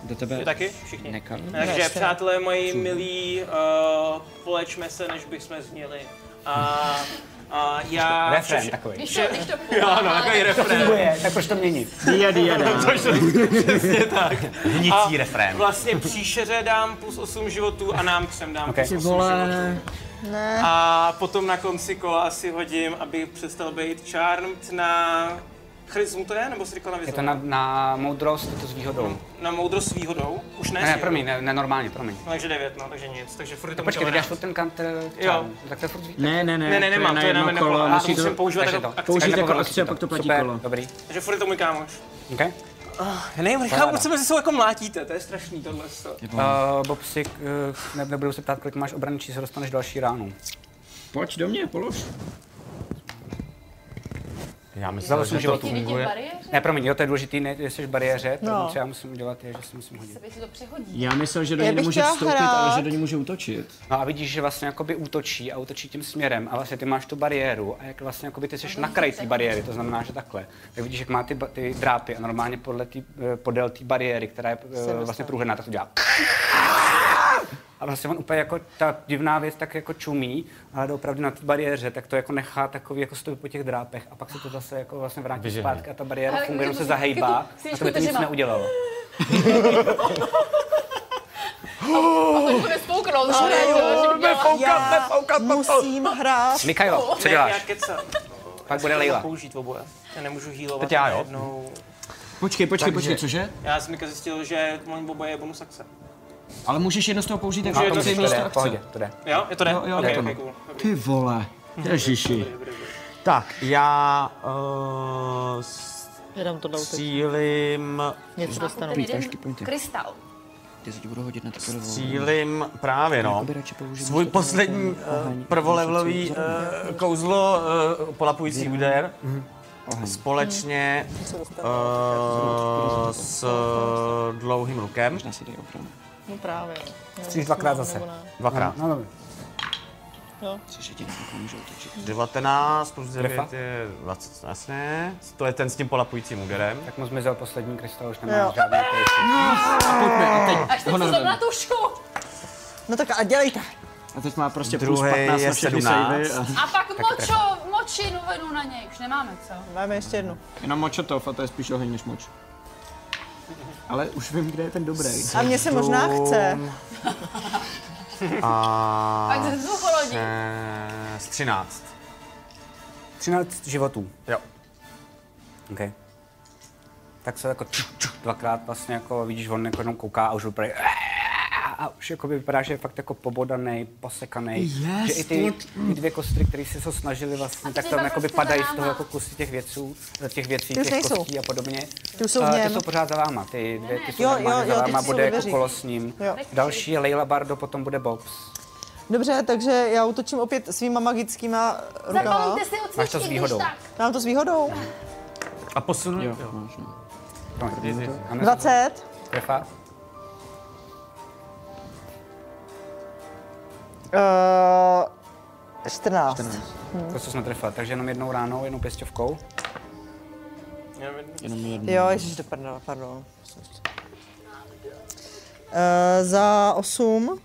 Speaker 5: Do
Speaker 7: Vy
Speaker 5: tebe...
Speaker 7: taky všichni.
Speaker 5: Nekal?
Speaker 7: Takže přátelé moji milí, uh, polečme se, než bychom zněli. A, a já... jako
Speaker 2: Refrén takový.
Speaker 4: Když to, když to
Speaker 7: Ano, no, takový refrén.
Speaker 2: Funguje, tak proč to měnit?
Speaker 5: Dia, dia, dia.
Speaker 9: Hnicí refrén.
Speaker 7: Vlastně příšeře dám plus 8 životů a nám třem dám
Speaker 2: Okay.
Speaker 7: plus 8 životů. A potom na konci kola asi hodím, aby přestal být charmed na... Charizmu to je? Nebo jsi říkal na
Speaker 2: Je to
Speaker 7: vizu?
Speaker 2: na, na moudrost, je to s výhodou.
Speaker 7: Na moudrost s výhodou? Už ne?
Speaker 2: Ne,
Speaker 7: s
Speaker 2: ne,
Speaker 7: výhodou.
Speaker 2: promiň, ne, ne normálně, promiň.
Speaker 7: No, takže 9, no, takže nic. Takže furt je to
Speaker 2: Počkej,
Speaker 7: můžeme
Speaker 2: teď dáš
Speaker 7: dát.
Speaker 2: furt ten counter
Speaker 7: Jo.
Speaker 2: charm, tak to je furt výhoda.
Speaker 5: Ne, ne, ne.
Speaker 7: Ne, ne, nemám, to je na jedno kolo. A
Speaker 5: Musí
Speaker 7: musím
Speaker 5: to...
Speaker 7: používat
Speaker 2: Takže
Speaker 7: jako
Speaker 2: to.
Speaker 7: akci.
Speaker 5: Použij- Použijte
Speaker 2: Takže
Speaker 5: jako
Speaker 2: to-
Speaker 5: akci a pak to platí
Speaker 2: Super,
Speaker 5: kolo.
Speaker 2: dobrý.
Speaker 7: Takže furt je to můj kámoš.
Speaker 2: Okay.
Speaker 7: Ne, nechápu,
Speaker 2: Paráda.
Speaker 7: proč se mezi sebou jako mlátíte, to je strašný tohle. to.
Speaker 2: Uh, Bobsik, uh, ne, nebudu se ptát, kolik máš obrany číslo, dostaneš další ránu.
Speaker 5: Pojď do mě, polož.
Speaker 9: Já
Speaker 2: Za
Speaker 9: myslím,
Speaker 2: 8
Speaker 9: že
Speaker 2: životů.
Speaker 4: Vidíte
Speaker 2: Ne,
Speaker 4: bariéře?
Speaker 2: promiň, jo, to je důležitý, ne, jsi v bariéře, no.
Speaker 6: No.
Speaker 2: to, co já musím udělat, je, že si musím hodit.
Speaker 4: By se to přehodí.
Speaker 5: Já myslel, že do
Speaker 6: Já
Speaker 5: něj
Speaker 6: bych
Speaker 5: nemůže
Speaker 6: chtěla
Speaker 5: vstoupit,
Speaker 6: hrát.
Speaker 5: ale že do něj může útočit.
Speaker 2: No a vidíš, že vlastně jakoby útočí a útočí tím směrem a vlastně ty máš tu bariéru a jak vlastně jakoby ty jsi na kraji té bariéry, to znamená, že takhle. Tak vidíš, jak má ty, ba- ty drápy a normálně podle tý, eh, podél té bariéry, která je eh, vlastně průhledná, tak to dělá. A vlastně on úplně jako ta divná věc tak jako čumí, ale opravdu na té bariéře, tak to jako nechá takový jako stojí po těch drápech a pak se to zase jako vlastně vrátí
Speaker 9: Vyžehne.
Speaker 2: zpátky a ta bariéra
Speaker 4: Ale
Speaker 2: funguje, jenom se
Speaker 4: může-
Speaker 2: zahejbá
Speaker 4: Svíčku
Speaker 2: a to by to nic
Speaker 4: držela.
Speaker 2: neudělalo.
Speaker 4: To bude spouknout, že ne? jo, že dělá.
Speaker 6: Já musím hrát.
Speaker 2: Mikajlo, co
Speaker 7: Ne, já
Speaker 2: děláš?
Speaker 7: kecám.
Speaker 2: Pak bude Leila.
Speaker 7: Použít oboje. Já nemůžu healovat.
Speaker 2: Teď já, jo?
Speaker 7: najednou.
Speaker 5: Počkej, počkej, počkej, cože?
Speaker 7: Já jsem Mika zjistil, že můj oboje je bonus akce.
Speaker 5: Ale můžeš jedno z toho použít jako
Speaker 7: Můžu jedno
Speaker 5: akci
Speaker 7: z toho,
Speaker 5: místo
Speaker 2: To je v pohodě,
Speaker 5: akce.
Speaker 2: to jde.
Speaker 7: Jo, je to ne?
Speaker 5: Jo, jo,
Speaker 7: okay,
Speaker 5: je to no.
Speaker 7: okay,
Speaker 5: ne.
Speaker 7: cool. Dobrý,
Speaker 5: Ty vole, ježiši.
Speaker 7: dobrý, dobrý.
Speaker 9: Tak, já uh,
Speaker 6: Jenom to dal teď.
Speaker 9: střílim,
Speaker 6: Něco dostanu.
Speaker 4: Ten jeden
Speaker 5: ještě pojďte.
Speaker 4: krystal.
Speaker 5: Ty se ti budu hodit na takovou
Speaker 9: střílim právě, no.
Speaker 5: Jakoby Jako radši použiju
Speaker 9: Svůj
Speaker 5: místo toho
Speaker 9: poslední
Speaker 5: ten oheň,
Speaker 9: uh, prvolevelový
Speaker 5: můžu si vzít
Speaker 9: uh, kouzlo, uh, polapující úder,
Speaker 5: Mhm.
Speaker 9: společně uh, s dlouhým rukem.
Speaker 5: Asi dej opravdu.
Speaker 6: No právě.
Speaker 2: Stříš dvakrát zase.
Speaker 9: Dvakrát.
Speaker 2: No, dobrý.
Speaker 5: Což je ti na to může útočit.
Speaker 9: 19 plus 9
Speaker 2: Trefa?
Speaker 9: je 20, jasně. To je ten s tím polapujícím úderem.
Speaker 2: Tak mu zmizel poslední krystal, už nemá žádný krystal.
Speaker 4: Až teď jsem na tušku.
Speaker 6: No tak a dělejte.
Speaker 5: A teď má prostě plus
Speaker 9: Druhej
Speaker 5: 15
Speaker 9: je
Speaker 5: na všechny
Speaker 9: 17.
Speaker 5: savey. a-
Speaker 4: A pak močo, moči nuvenu na něj. Už nemáme, co?
Speaker 6: Máme ještě jednu.
Speaker 5: Jenom močotov a to je spíš oheň než moč. Ale už vím, kde je ten dobrý.
Speaker 6: A mně se možná chce.
Speaker 9: A
Speaker 4: Pak ze vzduchu lodí.
Speaker 9: eh, z 13.
Speaker 2: 13 životů.
Speaker 9: Jo.
Speaker 2: Okay. Tak se jako čuk, čuk, dvakrát vlastně jako vidíš, on jako jenom kouká a už úplně a už jako vypadá, že je fakt jako pobodaný, posekaný.
Speaker 5: Yes,
Speaker 2: že i ty, ty dvě kostry, které se so snažili vlastně,
Speaker 4: A
Speaker 2: tak
Speaker 4: ty
Speaker 2: tam
Speaker 4: dva
Speaker 2: jakoby
Speaker 4: prostě
Speaker 2: padají
Speaker 4: za
Speaker 2: z toho
Speaker 4: náma.
Speaker 2: jako kusy těch věců, těch věcí,
Speaker 6: Ty už
Speaker 2: těch
Speaker 6: nejsou.
Speaker 2: kostí a podobně.
Speaker 6: Ty už jsou v
Speaker 2: A ty
Speaker 6: něm.
Speaker 2: jsou pořád za váma, ty dvě, ty jsou
Speaker 6: Jo,
Speaker 2: normálně
Speaker 6: jo, jo,
Speaker 2: za
Speaker 6: teď
Speaker 2: váma,
Speaker 6: jsou
Speaker 2: bude jako
Speaker 6: dveří.
Speaker 2: kolo s ním.
Speaker 6: Jo.
Speaker 2: Další je Leila Bardo, potom bude Bobs.
Speaker 6: Dobře, takže já utočím opět svýma magickýma rukama.
Speaker 4: Zabalíte si od
Speaker 2: Máš to s
Speaker 4: svíčky, když
Speaker 2: výhodou.
Speaker 4: tak.
Speaker 6: Mám to s výhodou.
Speaker 9: A posunu... Jo.
Speaker 5: no,
Speaker 2: Promiň. A ne-
Speaker 6: 20.
Speaker 2: Trefa?
Speaker 6: Uh, 14. 14.
Speaker 2: To, co jsme trefila, takže jenom jednou ránou, jednou pěstěvkou.
Speaker 6: Jo, ježiš, do pardon, pardon. Uh, za 8.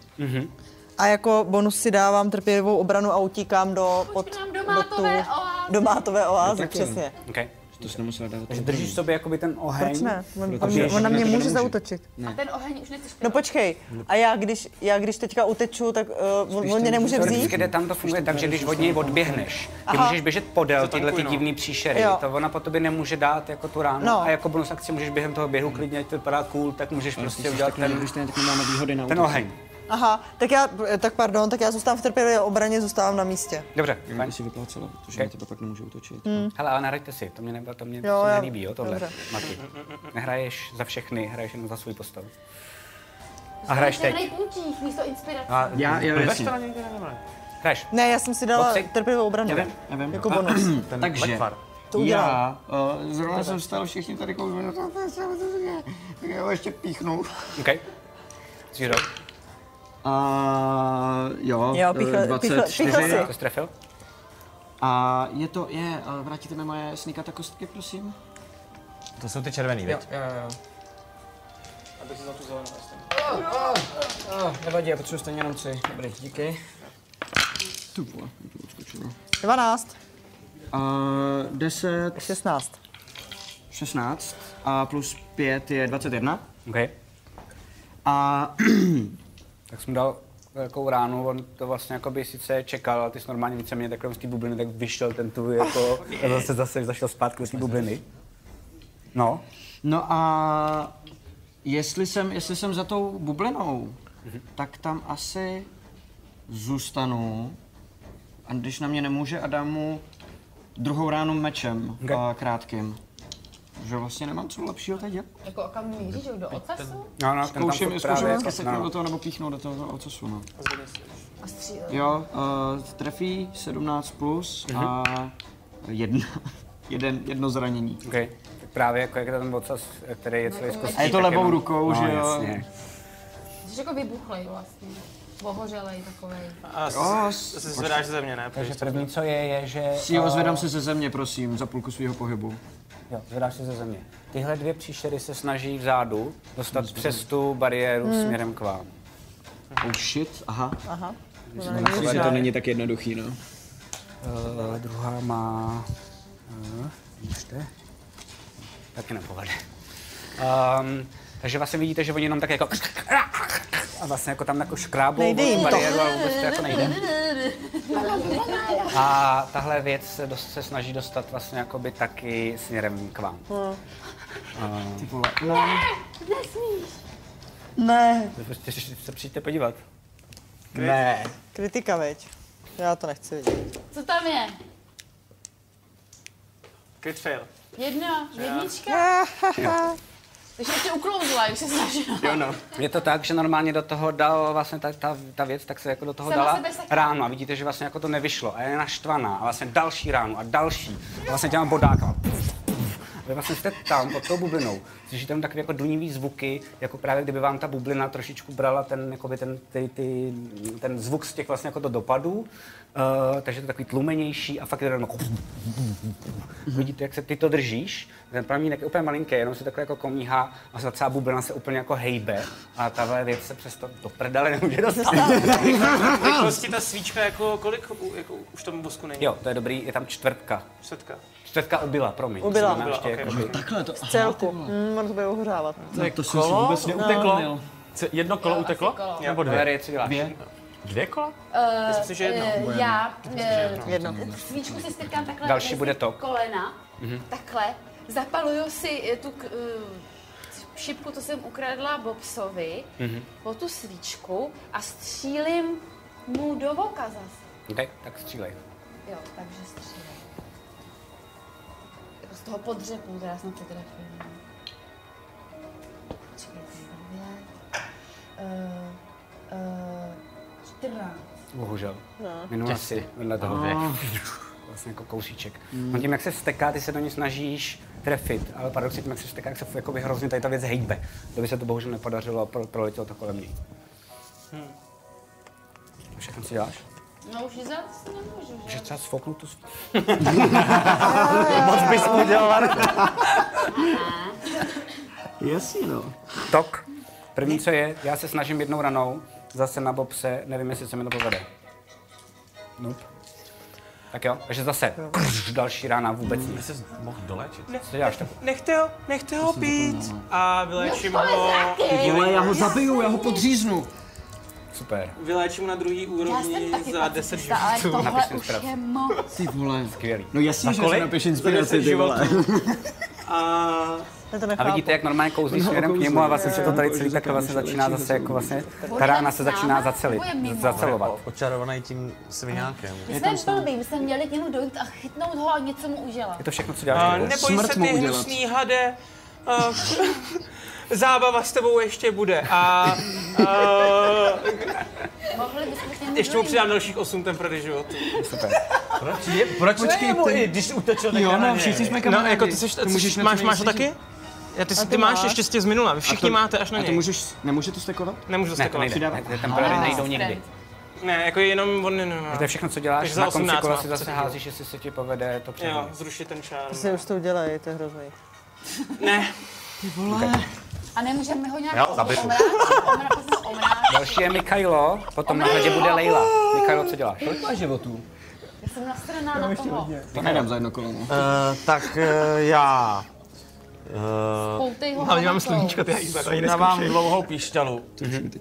Speaker 6: A jako bonus si dávám trpělivou obranu a utíkám do, pod,
Speaker 4: Nám
Speaker 6: do,
Speaker 4: doma
Speaker 6: tu,
Speaker 4: to ve oáze.
Speaker 6: do mátové oázy, přesně.
Speaker 2: Okay.
Speaker 5: To jsi nemusela dávat.
Speaker 2: Takže držíš v sobě jakoby ten oheň.
Speaker 6: Proč ne? On, on,
Speaker 2: Protože-
Speaker 6: mě- on na mě
Speaker 2: protože
Speaker 6: může
Speaker 2: nemůže.
Speaker 6: zautočit.
Speaker 4: A ten oheň už nechceš
Speaker 6: No počkej, a já když, já když teďka uteču, tak uh, on, on mě nemůže vzít?
Speaker 2: Teoreticky jde tam to funguje tak, že když od něj odběhneš, ty
Speaker 6: no. Aha.
Speaker 2: můžeš běžet podél tyhle ty divný příšery,
Speaker 6: Jo.
Speaker 2: to ona po tobě nemůže dát jako tu ránu
Speaker 6: No.
Speaker 2: a jako bonus akci můžeš během toho běhu klidně, ať to vypadá cool, tak můžeš prostě udělat ten,
Speaker 5: Když ne, tak my máme výhody na
Speaker 2: ten
Speaker 5: útok.
Speaker 2: oheň.
Speaker 6: Aha, tak já, tak pardon, tak já zůstávám v trpělivé obraně, zůstávám na místě.
Speaker 2: Dobře,
Speaker 5: Já
Speaker 2: fajn.
Speaker 5: bych si vyplácela, protože okay. na tebe pak nemůžu útočit.
Speaker 6: Hmm.
Speaker 2: Hele, ale nahraďte si, to mě, nebo, to mě
Speaker 6: Jo,
Speaker 2: jo,
Speaker 6: já-
Speaker 2: nelíbí, jo, tohle,
Speaker 6: dobře.
Speaker 2: Mati. Nehraješ za všechny, hraješ jenom za svůj postav. A hraješ teď.
Speaker 4: punčích místo inspirace.
Speaker 5: Já, já, jasně.
Speaker 2: Hraješ.
Speaker 6: Ne, já jsem si dala
Speaker 2: Boxy?
Speaker 6: trpělivou obranu.
Speaker 5: Já vím, já vím.
Speaker 6: Jako bonus.
Speaker 5: Ten Takže,
Speaker 9: lekvar.
Speaker 6: To udělám.
Speaker 5: já uh, zrovna jsem stál všichni tady kouzli, tak já ho ještě píchnu.
Speaker 2: OK. Zero.
Speaker 5: A jo,
Speaker 6: Jo,
Speaker 5: eh,
Speaker 6: píchl- píchl-
Speaker 5: 24.
Speaker 6: píchl si.
Speaker 2: To jsi trefil?
Speaker 5: A je to, je, eh, vrátíte mi moje snikata kostky, prosím?
Speaker 9: To jsou ty červený, viď?
Speaker 5: jo, jo. Abych si za tu zelenou Nevadí, já potřebuji stejně jenom tři. Dobrý, díky. Tu vole, to odskočilo.
Speaker 6: 12,
Speaker 5: A 10,
Speaker 6: 16.
Speaker 5: 16 a plus 5 je 21.
Speaker 2: OK.
Speaker 5: A
Speaker 2: Tak jsem dal velkou ránu, on to vlastně jako by sice čekal, ale ty jsi normálně víceméně takhle z té bubliny, tak vyšel ten tvůj jako a zase zase zašel zpátky do té bubliny. No,
Speaker 5: no a jestli jsem, jestli jsem za tou bublinou, tak tam asi zůstanu. A když na mě nemůže a dám mu druhou ránu mečem
Speaker 2: Ok.
Speaker 5: a krátkým. Že vlastně nemám co lepšího teď dělat.
Speaker 4: Jako kam míříš, do ocasu?
Speaker 2: no, no, ten tam
Speaker 5: Zkouším,
Speaker 2: furt
Speaker 5: zkouším
Speaker 2: právě,
Speaker 5: vždycky seknout
Speaker 2: no.
Speaker 5: do toho nebo píchnout do toho ocasu. No.
Speaker 4: A střílel.
Speaker 5: Jo, uh, trefí 17 plus
Speaker 2: Mhm.
Speaker 5: a jedna, jeden, jedno zranění.
Speaker 2: Okay. Tak právě jako jak je ten ocas, který je celý z kostí.
Speaker 5: A je to
Speaker 2: tak
Speaker 5: levou
Speaker 2: jenom-
Speaker 5: rukou,
Speaker 2: no,
Speaker 5: že jo?
Speaker 2: Jasně.
Speaker 4: Jsi jako vybuchlej vlastně. Bohořelej takovej.
Speaker 7: A s-
Speaker 5: Jo,
Speaker 7: se
Speaker 5: s-
Speaker 7: zvedáš ze země, ne?
Speaker 2: Takže první, co je, je, že...
Speaker 5: Jo, zvedám se ze země, prosím, za půlku svého pohybu.
Speaker 2: Jo, zvedáš se ze země. Tyhle dvě příšery se snaží vzadu dostat přes tu bariéru směrem k vám.
Speaker 5: Oh shit, aha.
Speaker 6: Aha.
Speaker 5: Myslím, to není tak jednoduchý, no.
Speaker 2: Uh, druhá má... Uh, můžete? Taky nepovede. Um, takže vlastně vidíte, že oni jenom tak jako... A vlastně jako tam jako škrábou
Speaker 6: Nejde
Speaker 2: o tu
Speaker 6: jim to.
Speaker 2: bariéru a vůbec to jako nejde. A tahle věc se, dost, se snaží dostat vlastně jakoby taky směrem k vám.
Speaker 5: Ty vole, no.
Speaker 6: Ne,
Speaker 2: Prostě se přijďte podívat.
Speaker 5: Ne.
Speaker 6: kritika, veď. Já to nechci vidět.
Speaker 4: Co tam je?
Speaker 7: Crit fail.
Speaker 4: Jedna, jednička? Takže ještě uklouzla, jak se snažila.
Speaker 2: Je to tak, že normálně do toho dal vlastně ta, ta, ta věc, tak se jako do toho
Speaker 4: Sama
Speaker 2: dala
Speaker 4: sebe sekla.
Speaker 2: ránu a vidíte, že vlastně jako to nevyšlo a je naštvaná a vlastně další ránu a další a vlastně těma bodáka. A Vy vlastně jste tam pod tou bublinou, slyšíte tam takové jako dunivý zvuky, jako právě kdyby vám ta bublina trošičku brala ten, jakoby ten, ty, ty, ten zvuk z těch vlastně jako to dopadů, uh, takže to je takový tlumenější a fakt je to jenom jako Mm-hmm. Vidíte, jak se ty to držíš. Ten plamínek je úplně malinký, jenom se takhle jako komíhá a se celá bublina se úplně jako hejbe. A tahle věc se přesto do prdele nemůže dostat.
Speaker 7: Rychlosti ta svíčka jako kolik, u- jako už tomu bosku není?
Speaker 2: Jo, to je dobrý, je tam čtvrtka.
Speaker 7: Setka.
Speaker 2: Čtvrtka obila, promiň.
Speaker 6: Ubyla.
Speaker 2: To znamená
Speaker 7: Ubyla,
Speaker 5: jako-
Speaker 2: ještě jako-
Speaker 7: ok.
Speaker 2: jakoby-
Speaker 6: V celku. Mm, on to bude ohřávat.
Speaker 5: No, to jsem si vůbec neuteklo.
Speaker 9: Co, Jedno kolo uteklo? Nebo dvě?
Speaker 2: Valerie, co děláš?
Speaker 5: Dvě.
Speaker 9: Dvě kola?
Speaker 7: Myslím si, že jedno.
Speaker 4: Eh, já eh,
Speaker 6: Jedno.
Speaker 4: svíčku si stykám takhle
Speaker 2: Další
Speaker 4: mezi
Speaker 2: bude tok.
Speaker 4: kolena, takhle, zapaluju si eh, tu k- eh, šipku, co jsem ukradla Bobsovi, o tu svíčku a střílím mu do voka zase.
Speaker 2: Okay, tak střílej.
Speaker 4: Jo, takže střílím. Jako z toho podřepu, teda snad to trefím. Počkej, to je uh, uh, 14.
Speaker 2: Bohužel. No. Minula si vedle toho. Vlastně jako kousíček. On tím, jak se steká, ty se do ní snažíš trefit, ale paradoxně tím, jak se steká, jak se jako hrozně tady ta věc hejbe. To by se to bohužel nepodařilo a pro, proletělo to kolem ní. Všechno si děláš?
Speaker 4: No už zase nemůžu, že?
Speaker 2: Že třeba sfoknu tu svíčku.
Speaker 5: Jasně, no.
Speaker 2: Tok. První, co je, já se snažím jednou ranou, zase na bobse, nevím, jestli se mi to povede. Nope. Tak jo, takže zase krš, další rána vůbec nic.
Speaker 13: Jsi mohl dolečit.
Speaker 2: Co děláš tak?
Speaker 7: Nechte ho, nechte ho
Speaker 4: No.
Speaker 7: být. A vylečím ho,
Speaker 5: Vole, já ho zabiju, já ho podříznu.
Speaker 2: Super,
Speaker 7: vylečím na druhý
Speaker 4: Já jsem taky
Speaker 7: úrovni za 10
Speaker 4: pacifista, ale
Speaker 7: životů.
Speaker 4: tohle
Speaker 2: Napište
Speaker 4: už
Speaker 2: zprávu.
Speaker 4: je moc.
Speaker 5: Ty vole.
Speaker 2: skvělý.
Speaker 5: No jasně, že si napiš inspiraci, ty vole.
Speaker 7: A
Speaker 6: Já to
Speaker 2: A
Speaker 6: nechápu.
Speaker 2: vidíte, jak normálně kouzlí
Speaker 5: No,
Speaker 2: směrem k němu a vlastně se to tady celý tak vlastně začíná zase jako vlastně, ta rána se začíná zacelit, zacelovat.
Speaker 3: Očarovaný tím sviňákem.
Speaker 4: My jsme blbý, my jsme měli k němu dojít a chytnout ho a něco mu udělat.
Speaker 2: Je to všechno, co
Speaker 7: A
Speaker 2: děláš. ty.
Speaker 7: neboj
Speaker 5: Jako smrt
Speaker 7: se
Speaker 5: mu
Speaker 7: ty
Speaker 5: udělat.
Speaker 7: hnusný hade. A, zábava s tebou ještě bude. A, a
Speaker 4: Mohli bychom k němu
Speaker 7: ještě mu
Speaker 4: dojít.
Speaker 7: přidám dalších 8 ten pro životu.
Speaker 3: Proč, je, proč ne mu i když utečel, tak
Speaker 5: Jo,
Speaker 3: já
Speaker 5: no,
Speaker 3: nevím.
Speaker 5: všichni jsme
Speaker 7: No,
Speaker 5: kamarádi.
Speaker 7: jako ty, seš, ty
Speaker 5: můžeš
Speaker 7: můžeš
Speaker 5: na
Speaker 7: máš,
Speaker 5: co
Speaker 7: máš ho
Speaker 5: nejvíc
Speaker 7: taky? Já, ty, ty, ty máš ještě z těch z minula, vy všichni máte až na
Speaker 5: A to
Speaker 7: něj.
Speaker 5: můžeš, nemůže to stekovat?
Speaker 7: Nemůžu
Speaker 2: Ne, to
Speaker 7: dostakovat.
Speaker 2: nejde, ne, ty temperatury
Speaker 4: Ale
Speaker 2: nejdou
Speaker 4: Ah, friend.
Speaker 2: nikdy.
Speaker 7: Ne, jako jenom on nemá.
Speaker 2: To je všechno, co děláš,
Speaker 7: Takže za
Speaker 2: na konci
Speaker 7: 18
Speaker 2: kola
Speaker 7: má
Speaker 2: si zase
Speaker 7: třetí.
Speaker 2: házíš, jestli se ti povede to
Speaker 7: Jo,
Speaker 2: přehodit.
Speaker 7: zrušit ten čár.
Speaker 6: Si Prostě už to udělej, to je hrozný.
Speaker 7: Ne,
Speaker 4: A nemůžeme ho nějak
Speaker 13: Já
Speaker 4: omrát,
Speaker 13: zabitu.
Speaker 4: omrát, omrát, omrát.
Speaker 2: Další je Mikajlo, potom
Speaker 4: Oh
Speaker 2: na hradě bude Leila. Mikajlo, co děláš?
Speaker 4: Já jsem nasraná na toho.
Speaker 5: To nedám za jedno kolo, no.
Speaker 3: Eh, tak eh, já
Speaker 4: Poutej ho Ale mám sluníčko, ty
Speaker 3: dávám dlouhou píšťalu. Mhm.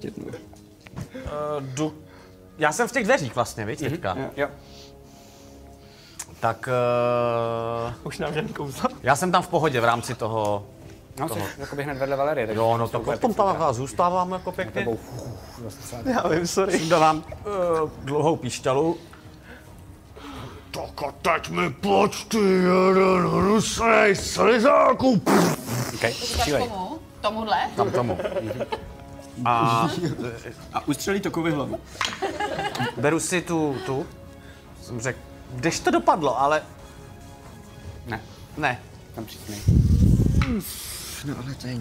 Speaker 3: Eh, jdu. Já jsem v těch dveřích vlastně, víš, teďka.
Speaker 2: Mhm. Jo.
Speaker 3: Tak eh,
Speaker 7: už nám žádný kouzla.
Speaker 3: já jsem tam v pohodě v rámci toho.
Speaker 2: No, jsi jakoby hned vedle Valerie. takže
Speaker 3: Jo, no
Speaker 2: jsou
Speaker 3: tak
Speaker 2: úplně
Speaker 3: potom tam zůstávám jako pěkně.
Speaker 7: Já vím, sorry.
Speaker 3: Dávám uh, dlouhou píšťalu. Tak a teď mi počty jeden rusej slizáku.
Speaker 2: Okay. Střílej.
Speaker 4: Komu? Tomuhle?
Speaker 3: Tam tomu.
Speaker 5: A ustřelí tokovi hlavu.
Speaker 3: Beru si tu, tu. Jsem řekl, kdež to dopadlo, ale
Speaker 2: Ne,
Speaker 3: ne.
Speaker 2: tam přijď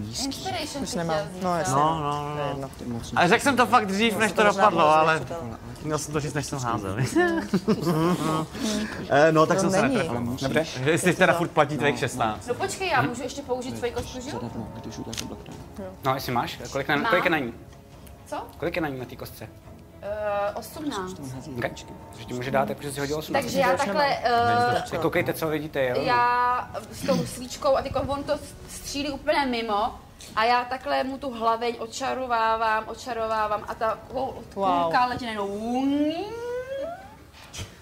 Speaker 4: Inspiration si
Speaker 6: Nemám.
Speaker 4: chtěl vzít.
Speaker 6: No jasně.
Speaker 3: No, no, no. A řekl jsem to fakt dřív, než to dopadlo, ale měl jsem to říct, než jsem házel. Eh, no, tak
Speaker 6: To
Speaker 3: jsem se
Speaker 6: není.
Speaker 3: netrefil.
Speaker 2: Dobře,
Speaker 3: Jestli teda furt platí tvých 16.
Speaker 4: No počkej, já můžu ještě použít svoji kostku,
Speaker 2: no jestli máš, kolik, na,
Speaker 4: Mám.
Speaker 2: kolik je na ní?
Speaker 4: Co?
Speaker 2: Kolik je na ní na té kostce?
Speaker 4: Uh, 18.
Speaker 2: Okay. Takže ti může dát, jakože si hodil 18.
Speaker 4: Takže já takhle, eh,
Speaker 2: Tak koukejte, co vidíte, jo?
Speaker 4: já s tou svíčkou a teďko on to střílí úplně mimo a já takhle mu tu hlaveň očarovávám, očarovávám a ta kou- kulka letí najednou.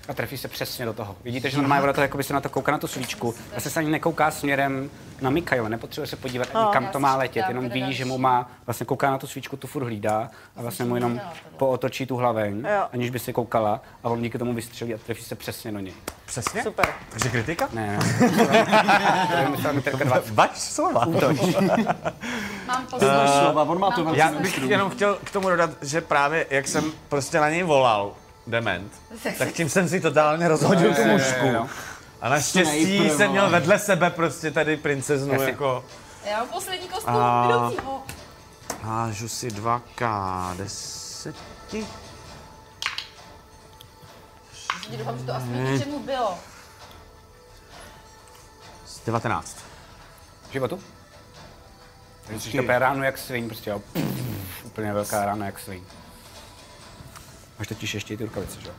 Speaker 2: A trefí se přesně do toho. Vidíte, že normálně ona to jakoby se na to kouká na tu svíčku. Vlastně se ani nekouká směrem na Mikajla, nepotřebuje se podívat,
Speaker 4: No,
Speaker 2: ani kam to má letět, jenom ví, že mu má, vlastně kouká na tu svíčku, tu furt hlídá a vlastně mu jenom pootočí tu hlaveň, aniž by se koukala a on díky tomu vystřelí a trefí se přesně do něj.
Speaker 3: Přesně?
Speaker 6: Super.
Speaker 3: Takže kritika?
Speaker 2: Ne, ne. To je myslela Mitrka 20.
Speaker 3: Vač slova.
Speaker 4: Mám
Speaker 2: Eh.
Speaker 4: poznáš
Speaker 5: Slova, on má to velmi
Speaker 3: Já bych jenom chtěl k tomu dodat, že právě jak jsem prostě na něj volal, dement, tak tím jsem si totálně rozhodil
Speaker 2: Eh,
Speaker 3: tu
Speaker 2: no.
Speaker 3: mužku. A naštěstí
Speaker 5: Nejprve,
Speaker 3: jsem měl
Speaker 5: vole.
Speaker 3: vedle sebe prostě tady princeznu
Speaker 2: Jasně.
Speaker 3: jako...
Speaker 4: Já mám poslední kostku
Speaker 3: A-
Speaker 4: vedoucího.
Speaker 3: Hážu si 2K10.
Speaker 4: Takže Doufám, že to aspoň
Speaker 2: Eh.
Speaker 4: něčemu bylo.
Speaker 3: 19.
Speaker 2: Životu? Takže to je ráno jak svin, prostě jo. Pff, Úplně velká rána jak svin. Máš totiž ještě i ty rukavice, že jo?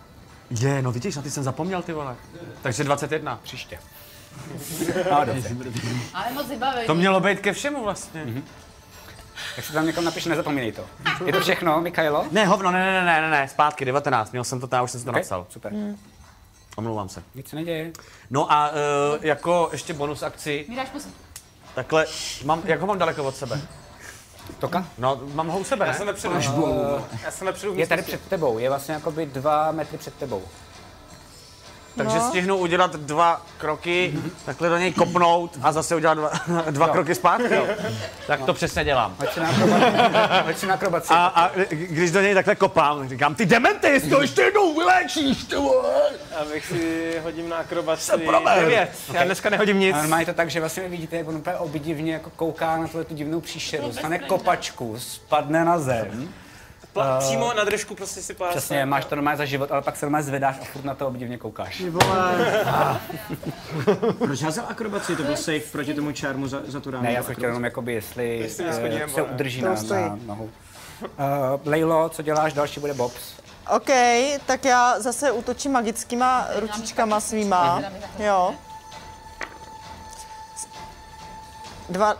Speaker 3: Je, no vidíš, na ty jsem zapomněl ty vole. Takže 21.
Speaker 2: Příště. No, dobře.
Speaker 4: Ale moc vybavení.
Speaker 3: To mělo být ke všemu vlastně. Mm-hmm.
Speaker 2: Tak si tam někam napiš, nezapomínej to. Je to všechno, Mikajlo?
Speaker 3: Ne, hovno, ne, ne, ne, ne, ne, zpátky, 19. Měl jsem to tam, už jsem si to
Speaker 2: Ok,
Speaker 3: napsal.
Speaker 2: Super.
Speaker 3: Omlouvám se.
Speaker 2: Nic se neděje.
Speaker 3: No a uh, jako ještě bonus akci,
Speaker 4: Mi dáš pusu.
Speaker 3: takhle, mám, jak ho mám daleko od sebe?
Speaker 2: Toka?
Speaker 3: No, mám ho u sebe,
Speaker 7: Já jsem
Speaker 3: ne?
Speaker 7: vepředu. Já jsem vepředu. v
Speaker 2: Je tady
Speaker 7: místnosti.
Speaker 2: před tebou, je vlastně jakoby dva metry před tebou.
Speaker 3: Takže stihnu udělat dva kroky, takhle do něj kopnout a zase udělat dva, dva kroky zpátky. Jo. Tak to přesně dělám.
Speaker 2: Hoď No. si na akrobaci. Hoď si na akrobaci.
Speaker 3: A, a když do něj takhle kopám, říkám, ty demente, jestli to ještě jednou vylečíš, ty vole!
Speaker 7: Abych si hodím na akrobaci.
Speaker 3: prober.
Speaker 7: Devět. Já dneska nehodím nic.
Speaker 2: A Normálně je to tak, že vlastně vidíte, jak on úplně obdivně jako kouká na tuhle tu divnou příšeru, stane kopačku, spadne na zem.
Speaker 7: Pla- přímo na držku prostě si plácnu.
Speaker 2: eh, Přesně, máš to normálně za život, ale pak se normálně zvedáš a furt na to obdivně koukáš.
Speaker 5: Proč házel akrobaci? To byl safe proti tomu čármu za, za tu ránu.
Speaker 2: Ne, já jsem chtěl jenom jakoby, jestli, jestli se udrží na, Eh,
Speaker 6: To stojí.
Speaker 2: na nohu. Uh, Lejlo, co děláš? Další bude Bobs.
Speaker 6: OK, tak já zase útočím magickýma ručičkama svýma. Jo. Dva...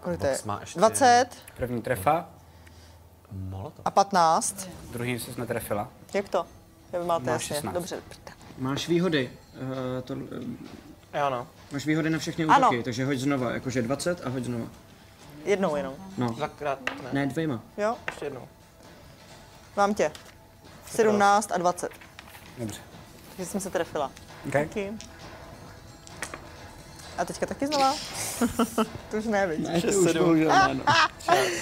Speaker 6: Kolik to je?
Speaker 9: Box má ještě-
Speaker 6: 20
Speaker 2: První trefa,
Speaker 6: a 15.
Speaker 2: druhý se netrefila.
Speaker 6: Jak to? Vy máte
Speaker 2: Má
Speaker 6: jasně.
Speaker 2: 16.
Speaker 6: Dobře. prd.
Speaker 5: Máš výhody. eh, to, eh,
Speaker 7: Jo, no.
Speaker 5: máš výhody na všechny
Speaker 6: Ano.
Speaker 5: útoky, takže hoď znova, jakože 20 a hoď znova.
Speaker 6: Jednou jenom.
Speaker 5: No,
Speaker 7: Dvakrát, ne,
Speaker 5: ne dvěma.
Speaker 6: Jo,
Speaker 7: ještě jednou.
Speaker 6: mám tě. 17 a 20.
Speaker 2: Dobře.
Speaker 6: Takže jsem se trefila.
Speaker 2: Okay.
Speaker 6: Díky. A teďka taky znova? to už ne, viď?
Speaker 5: Ne, to už bohužel ne, no.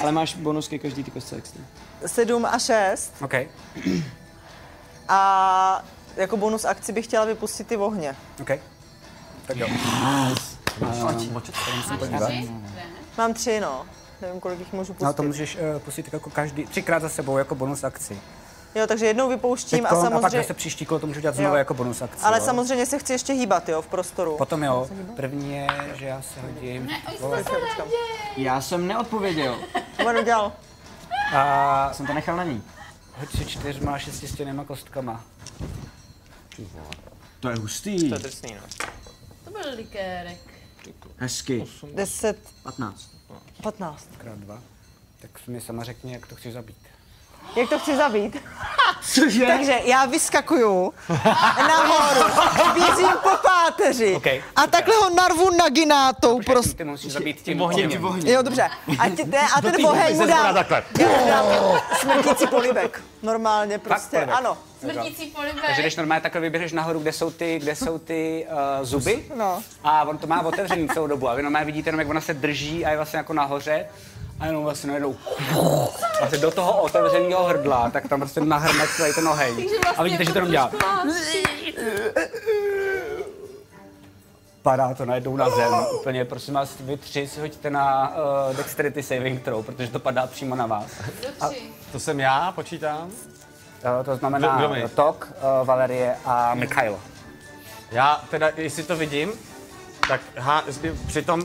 Speaker 5: Ale máš bonus ke každý ty kostce extra.
Speaker 6: 7 a 6.
Speaker 2: OK.
Speaker 6: A jako bonus akci bych chtěla vypustit ty ohně.
Speaker 2: OK. Tak jo.
Speaker 6: Mám tři, no. Nevím, kolik jich můžu pustit.
Speaker 2: No to můžeš uh, pustit jako každý, třikrát za sebou jako bonus akci.
Speaker 6: Jo, takže jednou vypouštím
Speaker 2: Teďkon
Speaker 6: a
Speaker 2: a pak
Speaker 6: samozřejmě...
Speaker 2: zase příští kolo to můžu dělat
Speaker 6: Jo.
Speaker 2: znovu jako bonus akci.
Speaker 6: ale
Speaker 2: jo.
Speaker 6: samozřejmě se chci ještě hýbat, jo, v prostoru.
Speaker 2: Potom jo, první je, že já se hodím.
Speaker 6: Počkám, počkám.
Speaker 5: Já jsem neodpověděl.
Speaker 6: Tomer udělal.
Speaker 2: A
Speaker 5: Jsem to nechal na ní.
Speaker 2: hoď si čtyřma a šestistěnýma kostkama.
Speaker 5: To je hustý.
Speaker 7: To je drsný, no.
Speaker 14: To byl likérek.
Speaker 5: Hezky.
Speaker 6: 10,
Speaker 5: 15.
Speaker 6: 15.
Speaker 2: Krát dva. Tak mi sama řekni, jak to chceš zabít.
Speaker 6: Jak to chci zabít?
Speaker 5: Cože?
Speaker 6: Takže já vyskakuju nahoru, běžím po páteři
Speaker 2: Okej.
Speaker 6: a takhle ho narvu naginátou prostě.
Speaker 2: Ty musíš zabít tím ohněm.
Speaker 6: Jo, dobře. A, tě, ne, a ten oheň mu dám, já mu dám smrtící polibek. Normálně prostě,
Speaker 2: polibek.
Speaker 6: ano.
Speaker 14: Smrtící
Speaker 2: Takže
Speaker 14: polibek.
Speaker 2: když normálně takhle vyběhneš nahoru, kde jsou ty, kde jsou ty uh, zuby,
Speaker 6: No.
Speaker 2: a on to má otevřený celou dobu a vy normálně vidíte jenom, jak ona se drží a je vlastně jako nahoře a jenom vlastně najednou vlastně do toho otevřeného hrdla, tak tam prostě nahrne celý ten oheň.
Speaker 4: vlastně
Speaker 2: A vidíte, že to jenom dělá. Padá to najednou na zem. No, Úplně, prosím vás, vy tři si hoďte na uh, Dexterity Saving Throw, protože to padá přímo na vás.
Speaker 9: To jsem já, počítám.
Speaker 2: Uh, to znamená
Speaker 9: Kdo- kdo my?
Speaker 2: Tok, uh, Valerie a Mikhail.
Speaker 9: Já teda, jestli to vidím, tak há, přitom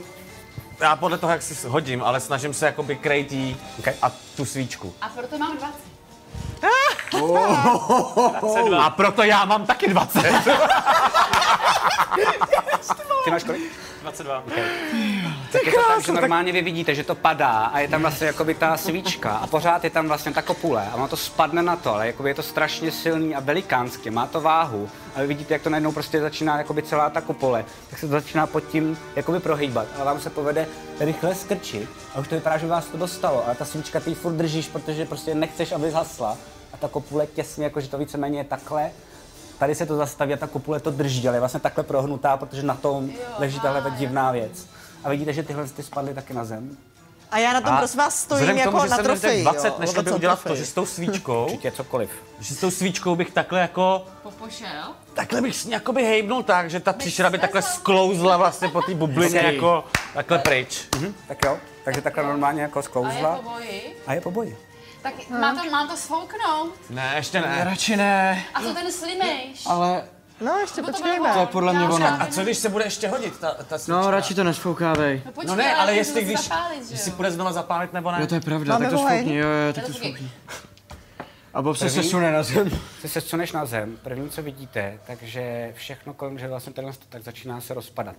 Speaker 9: já podle toho, jak si hodím, ale snažím se jakoby krejt jí
Speaker 2: Okay.
Speaker 9: a tu svíčku.
Speaker 14: A proto mám 20.
Speaker 9: A proto já mám taky 20.
Speaker 2: Ty máš kolik?
Speaker 7: 22.
Speaker 2: Tak je to tak, že normálně vy vidíte, že to padá a je tam vlastně jakoby ta svíčka a pořád je tam vlastně ta kopule a ono to spadne na to, ale jakoby je to strašně silný a velikánský, má to váhu a vy vidíte, jak to najednou prostě začíná jakoby celá ta kopule, tak se to začíná pod tím jakoby prohýbat a vám se povede rychle skrčit a už to vypadá, že vás to dostalo a ta svíčka ty ji furt držíš, protože prostě nechceš, aby zhasla a ta kopule těsně, jakože to víceméně je takhle Tady se to zastaví a ta kopule to drží, ale je vlastně takhle prohnutá, protože na tom leží tahle ta divná věc. A vidíte, že tyhle ty spadly taky na zem.
Speaker 6: A já na tom prosím vás stojím
Speaker 9: k
Speaker 6: jako na
Speaker 9: že jsem neřekl
Speaker 6: trofej,
Speaker 9: 20, nešlo
Speaker 6: Vůbec
Speaker 9: by
Speaker 6: na
Speaker 9: udělat to,
Speaker 6: trofej.
Speaker 9: že s tou svíčkou,
Speaker 2: Určitě cokoliv.
Speaker 9: že s tou svíčkou bych takhle jako,
Speaker 14: Popošel.
Speaker 9: takhle bych s ní jakoby hejbnul tak, že ta příšera by takhle sklouzla vlastně po té bublině
Speaker 2: Hezký.
Speaker 9: jako takhle pryč.
Speaker 2: Tak jo, takže takhle normálně
Speaker 14: A
Speaker 2: jako
Speaker 14: je po
Speaker 2: sklouzla.
Speaker 14: boji.
Speaker 2: A je po boji.
Speaker 14: Tak mám to, mám to svouknout.
Speaker 9: Ne, ještě ne.
Speaker 5: Radši ne,
Speaker 14: A co ten slimejš?
Speaker 5: ale
Speaker 6: No, ještě
Speaker 14: To
Speaker 6: počkejme.
Speaker 5: to je podle mě ono.
Speaker 9: A co když se bude ještě hodit ta, ta svíčka?
Speaker 5: No, radši to nesfoukávej.
Speaker 14: Počkej,
Speaker 9: No ne, ale
Speaker 14: můžu
Speaker 9: jestli
Speaker 14: to
Speaker 9: když,
Speaker 14: zapálit, že
Speaker 9: jestli
Speaker 14: jo?
Speaker 9: půjde znova zapálit nebo
Speaker 5: Jo,
Speaker 9: ne.
Speaker 5: to je pravda,
Speaker 6: Máme
Speaker 5: tak to
Speaker 6: oheň?
Speaker 5: sfoukni, jo, jo, tak to
Speaker 14: Rozumím.
Speaker 5: sfoukni. A Bob se sesune na zem.
Speaker 2: Ty se suneš na zem, první co vidíte, takže všechno kolem, že vlastně tenhle to tak začíná se rozpadat.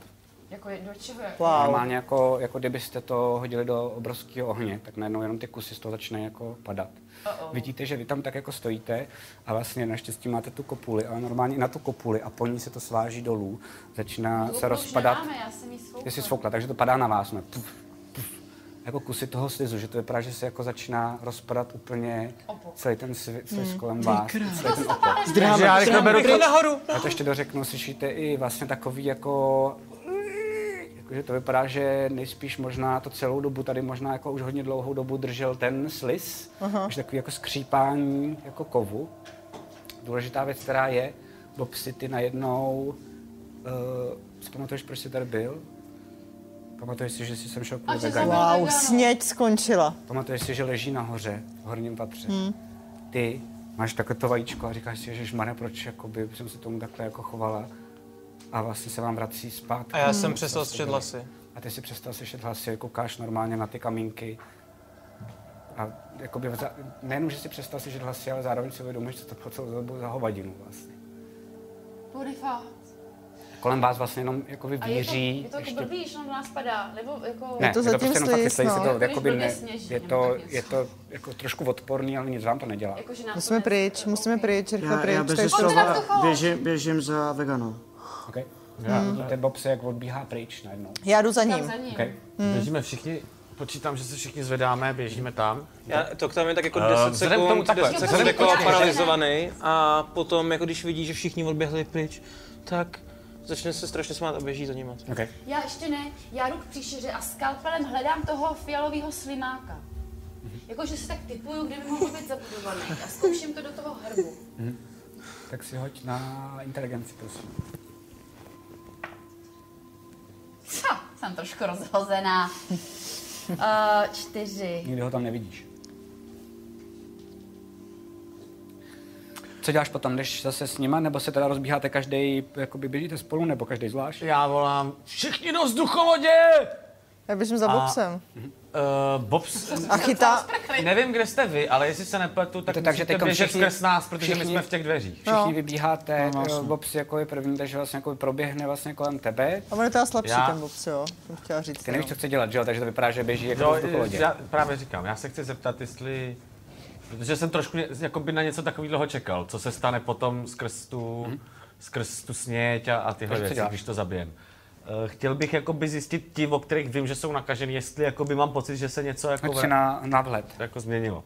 Speaker 14: Jako je- do čeho je?
Speaker 6: Wow.
Speaker 2: Normálně jako, jako kdybyste to hodili do obrovského ohně, tak najednou jenom ty kusy z toho začne jako padat. Uh-oh. Vidíte, že vy tam tak jako stojíte a vlastně naštěstí máte tu kopuli, ale normálně i na tu kopuli a po ní se to sváží dolů, začíná
Speaker 4: Jako
Speaker 14: Lupu
Speaker 2: se
Speaker 14: už
Speaker 2: rozpadat.
Speaker 14: Nemáme, já jsem jí svoukla.
Speaker 2: Je si svoukla, takže to padá na vás. Ne? Puf, puf. Jako kusy toho slizu, že to vypadá, že se jako začíná rozpadat úplně celý ten svět sliz kolem vás. Celý ten opor.
Speaker 9: Takže já rychle beru to,
Speaker 2: Já to ještě dořeknu, slyšíte i vlastně takový jako... Jakože to vypadá, že nejspíš možná to celou dobu, tady možná jako už hodně dlouhou dobu držel ten slis, uh-huh. už takový jako skřípání jako kovu. Důležitá věc, která je, Bob si ty najednou... Uh, si pamatuješ, proč jsi tady byl? Pamatuješ si, že jsi sem šel kvůli
Speaker 14: A že
Speaker 2: veganě?
Speaker 14: jsem byl-
Speaker 6: Wow, sněď skončila.
Speaker 2: Pamatuješ si, že leží nahoře, v horním patře.
Speaker 4: Hmm.
Speaker 2: Ty máš takhle to vajíčko a říkáš si, že mane, proč jakoby, jsem se tomu takhle jako chovala. A vlastně se vám vrací zpátky. Vlastně
Speaker 7: A já
Speaker 4: Hmm.
Speaker 7: jsem přestal střet hlasy.
Speaker 2: A ty si přestal slyšet hlasy, koukáš normálně na ty kamínky. A jakoby, za- nejenom, že si přestal slyšet hlasy, ale zároveň si uvědomuješ, co to po celou dobu za hovadinu vlastně.
Speaker 4: Bonifác.
Speaker 2: Kolem vás vlastně jenom jakoby
Speaker 4: jako A je to,
Speaker 2: víří
Speaker 4: je to jako
Speaker 2: ještě
Speaker 4: blbý, že on na nás padá, nebo jako...
Speaker 2: Ne,
Speaker 6: to
Speaker 2: je to
Speaker 6: zatím
Speaker 2: prostě jenom fakt
Speaker 6: slis,
Speaker 2: slis, je
Speaker 6: no.
Speaker 2: to,
Speaker 4: Když
Speaker 2: jakoby
Speaker 4: blbě
Speaker 2: ne,
Speaker 4: sněží,
Speaker 2: je
Speaker 4: nebo
Speaker 2: to,
Speaker 4: tak něco.
Speaker 2: je to jako trošku odporný, ale nic vám to nedělá.
Speaker 4: jako že nás to
Speaker 6: Musíme
Speaker 4: ne-
Speaker 6: pryč, musíme pryč, rychle
Speaker 5: Já, já
Speaker 6: pryč.
Speaker 5: bez
Speaker 6: to je-
Speaker 5: slova
Speaker 4: tu chaloupku.
Speaker 5: běžím, běžím za veganou.
Speaker 2: Okay? Hmm. Vidíte Bobse, jak odbíhá pryč najednou.
Speaker 6: Já jdu za
Speaker 4: Tam
Speaker 6: ním.
Speaker 4: za ním.
Speaker 2: Okay?
Speaker 3: Běžíme všichni, počítám, že se všichni zvedáme, běžíme tam.
Speaker 7: Já, to tam je tak jako 10 uh,
Speaker 3: Eh, vzhledem k tomu
Speaker 7: sekund,
Speaker 3: takhle,
Speaker 7: 10
Speaker 3: vzhledem
Speaker 7: sekund
Speaker 3: k
Speaker 7: jako
Speaker 3: tomu,
Speaker 4: že-
Speaker 7: paralizovaný a potom, jako když vidí, že všichni odběhli pryč, tak začne se strašně smát a běží za nima.
Speaker 2: Okay.
Speaker 4: Já ještě ne, já jdu k příšeře a skalpelem hledám toho fialového slimáka.
Speaker 2: Mhm.
Speaker 4: Jakože si tak typuju, kde by mohl být zabudovaný a zkouším to do toho hrbu.
Speaker 2: Tak si hoď na inteligenci, prosím.
Speaker 4: Ha, jsem trošku rozhozená. Uh, čtyři.
Speaker 2: Nikdy ho tam nevidíš. Co děláš potom, jdeš zase s nima, nebo se teda rozbíháte každý, jakoby běžíte spolu, nebo každý zvlášť?
Speaker 3: Já volám, všichni do vzducholodě!
Speaker 6: Já běžím za Bobsem.
Speaker 3: Uh, Bobs,
Speaker 6: A chytá,
Speaker 3: nevím, kde jste vy, ale jestli se nepletu, tak
Speaker 2: Je to tak, že
Speaker 3: musíte
Speaker 2: teďkom
Speaker 3: běžet
Speaker 2: všichni-
Speaker 3: skrz nás, protože my
Speaker 2: všichni-
Speaker 3: jsme v těch dveřích.
Speaker 2: Všichni no. vybíháte, no, vlastně. Bobs jako je první, takže vlastně jako proběhne vlastně kolem tebe.
Speaker 6: a on je teda slabší
Speaker 3: Já-
Speaker 6: ten Bobs, jo. Jsem chtěla říct.
Speaker 2: Ty nevíš,
Speaker 6: jo.
Speaker 2: co chce dělat, že jo? Takže to vypadá, že běží jako
Speaker 3: No,
Speaker 2: no, vzducholodě.
Speaker 3: já právě říkám, já se chci zeptat, jestli... Protože jsem trošku ně- jakoby na něco takového čekal, co se stane potom skrz tu, hmm. skrz tu sněť a, a tyhle
Speaker 2: Takže co
Speaker 3: věci,
Speaker 2: děláš?
Speaker 3: když to zabijem. Eh, Chtěl bych jakoby zjistit ti, o kterých vím, že jsou nakažený, jestli jakoby mám pocit, že se něco jako,
Speaker 2: Hoď
Speaker 3: ve,
Speaker 2: si na, na vhled.
Speaker 3: jako změnilo.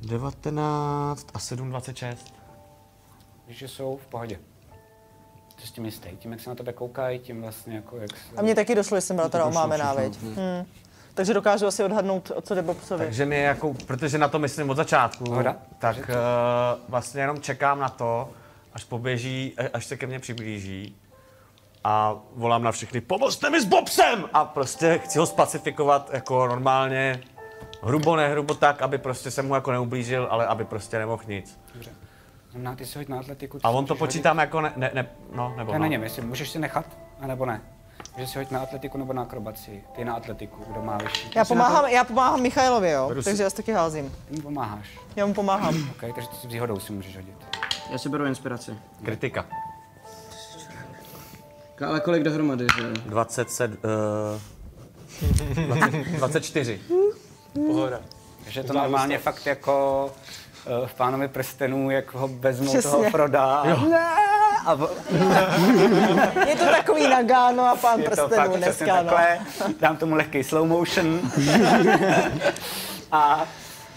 Speaker 3: 19 a 7, 26.
Speaker 2: že jsou v pohodě. To s tím jistý. Tím, jak se na tebe koukají, tím vlastně jako jak... se-
Speaker 6: A mě taky došlo, že jsem byla teda omámená, veď. Hm. Takže dokážu asi odhadnout, o co jde Bobsovi.
Speaker 3: Takže mi jako, protože na to myslím od začátku,
Speaker 2: Hoda.
Speaker 3: tak uh, vlastně jenom čekám na to, až poběží, a- až se ke mně přiblíží a volám na všechny, pomozte mi s Bobsem! A prostě chci ho spacifikovat jako normálně, hrubo, nehrubo tak, aby prostě se mu jako neublížil, ale aby prostě nemohl nic.
Speaker 2: Dobře. Znamená, ty si hoď na atletiku. ty
Speaker 3: A
Speaker 2: si
Speaker 3: on to
Speaker 2: můžeš
Speaker 3: počítám jako ne, ne, ne no,
Speaker 2: Hodit...
Speaker 3: nebo
Speaker 2: Ne,
Speaker 3: no.
Speaker 2: na něm, jestli můžeš si nechat, anebo ne. Že si hoď na atletiku nebo na akrobaci. Ty na atletiku, kdo má vyšší.
Speaker 6: Já pomáhám, já pomáhám Michailovi, jo.
Speaker 3: si-
Speaker 6: Takže já si taky házím.
Speaker 2: Ty mu pomáháš.
Speaker 6: Já mu pomáhám.
Speaker 2: OK, takže ty si s výhodou si můžeš hodit.
Speaker 5: Já si beru inspiraci.
Speaker 3: Kritika.
Speaker 5: Ka- Ale kolik dohromady, že jo?
Speaker 3: 27, uh, 24.
Speaker 7: Pohoda.
Speaker 2: Takže to normálně fakt jako eh, v pánovi prstenů, jak ho vezmou
Speaker 6: Přesně.
Speaker 2: toho prodá. A v-
Speaker 6: Je to takový nagáno a pán
Speaker 2: je to fakt
Speaker 6: prstenů
Speaker 2: přesně
Speaker 6: dneska, no.
Speaker 2: takhle. Dám tomu lehký slow motion. a,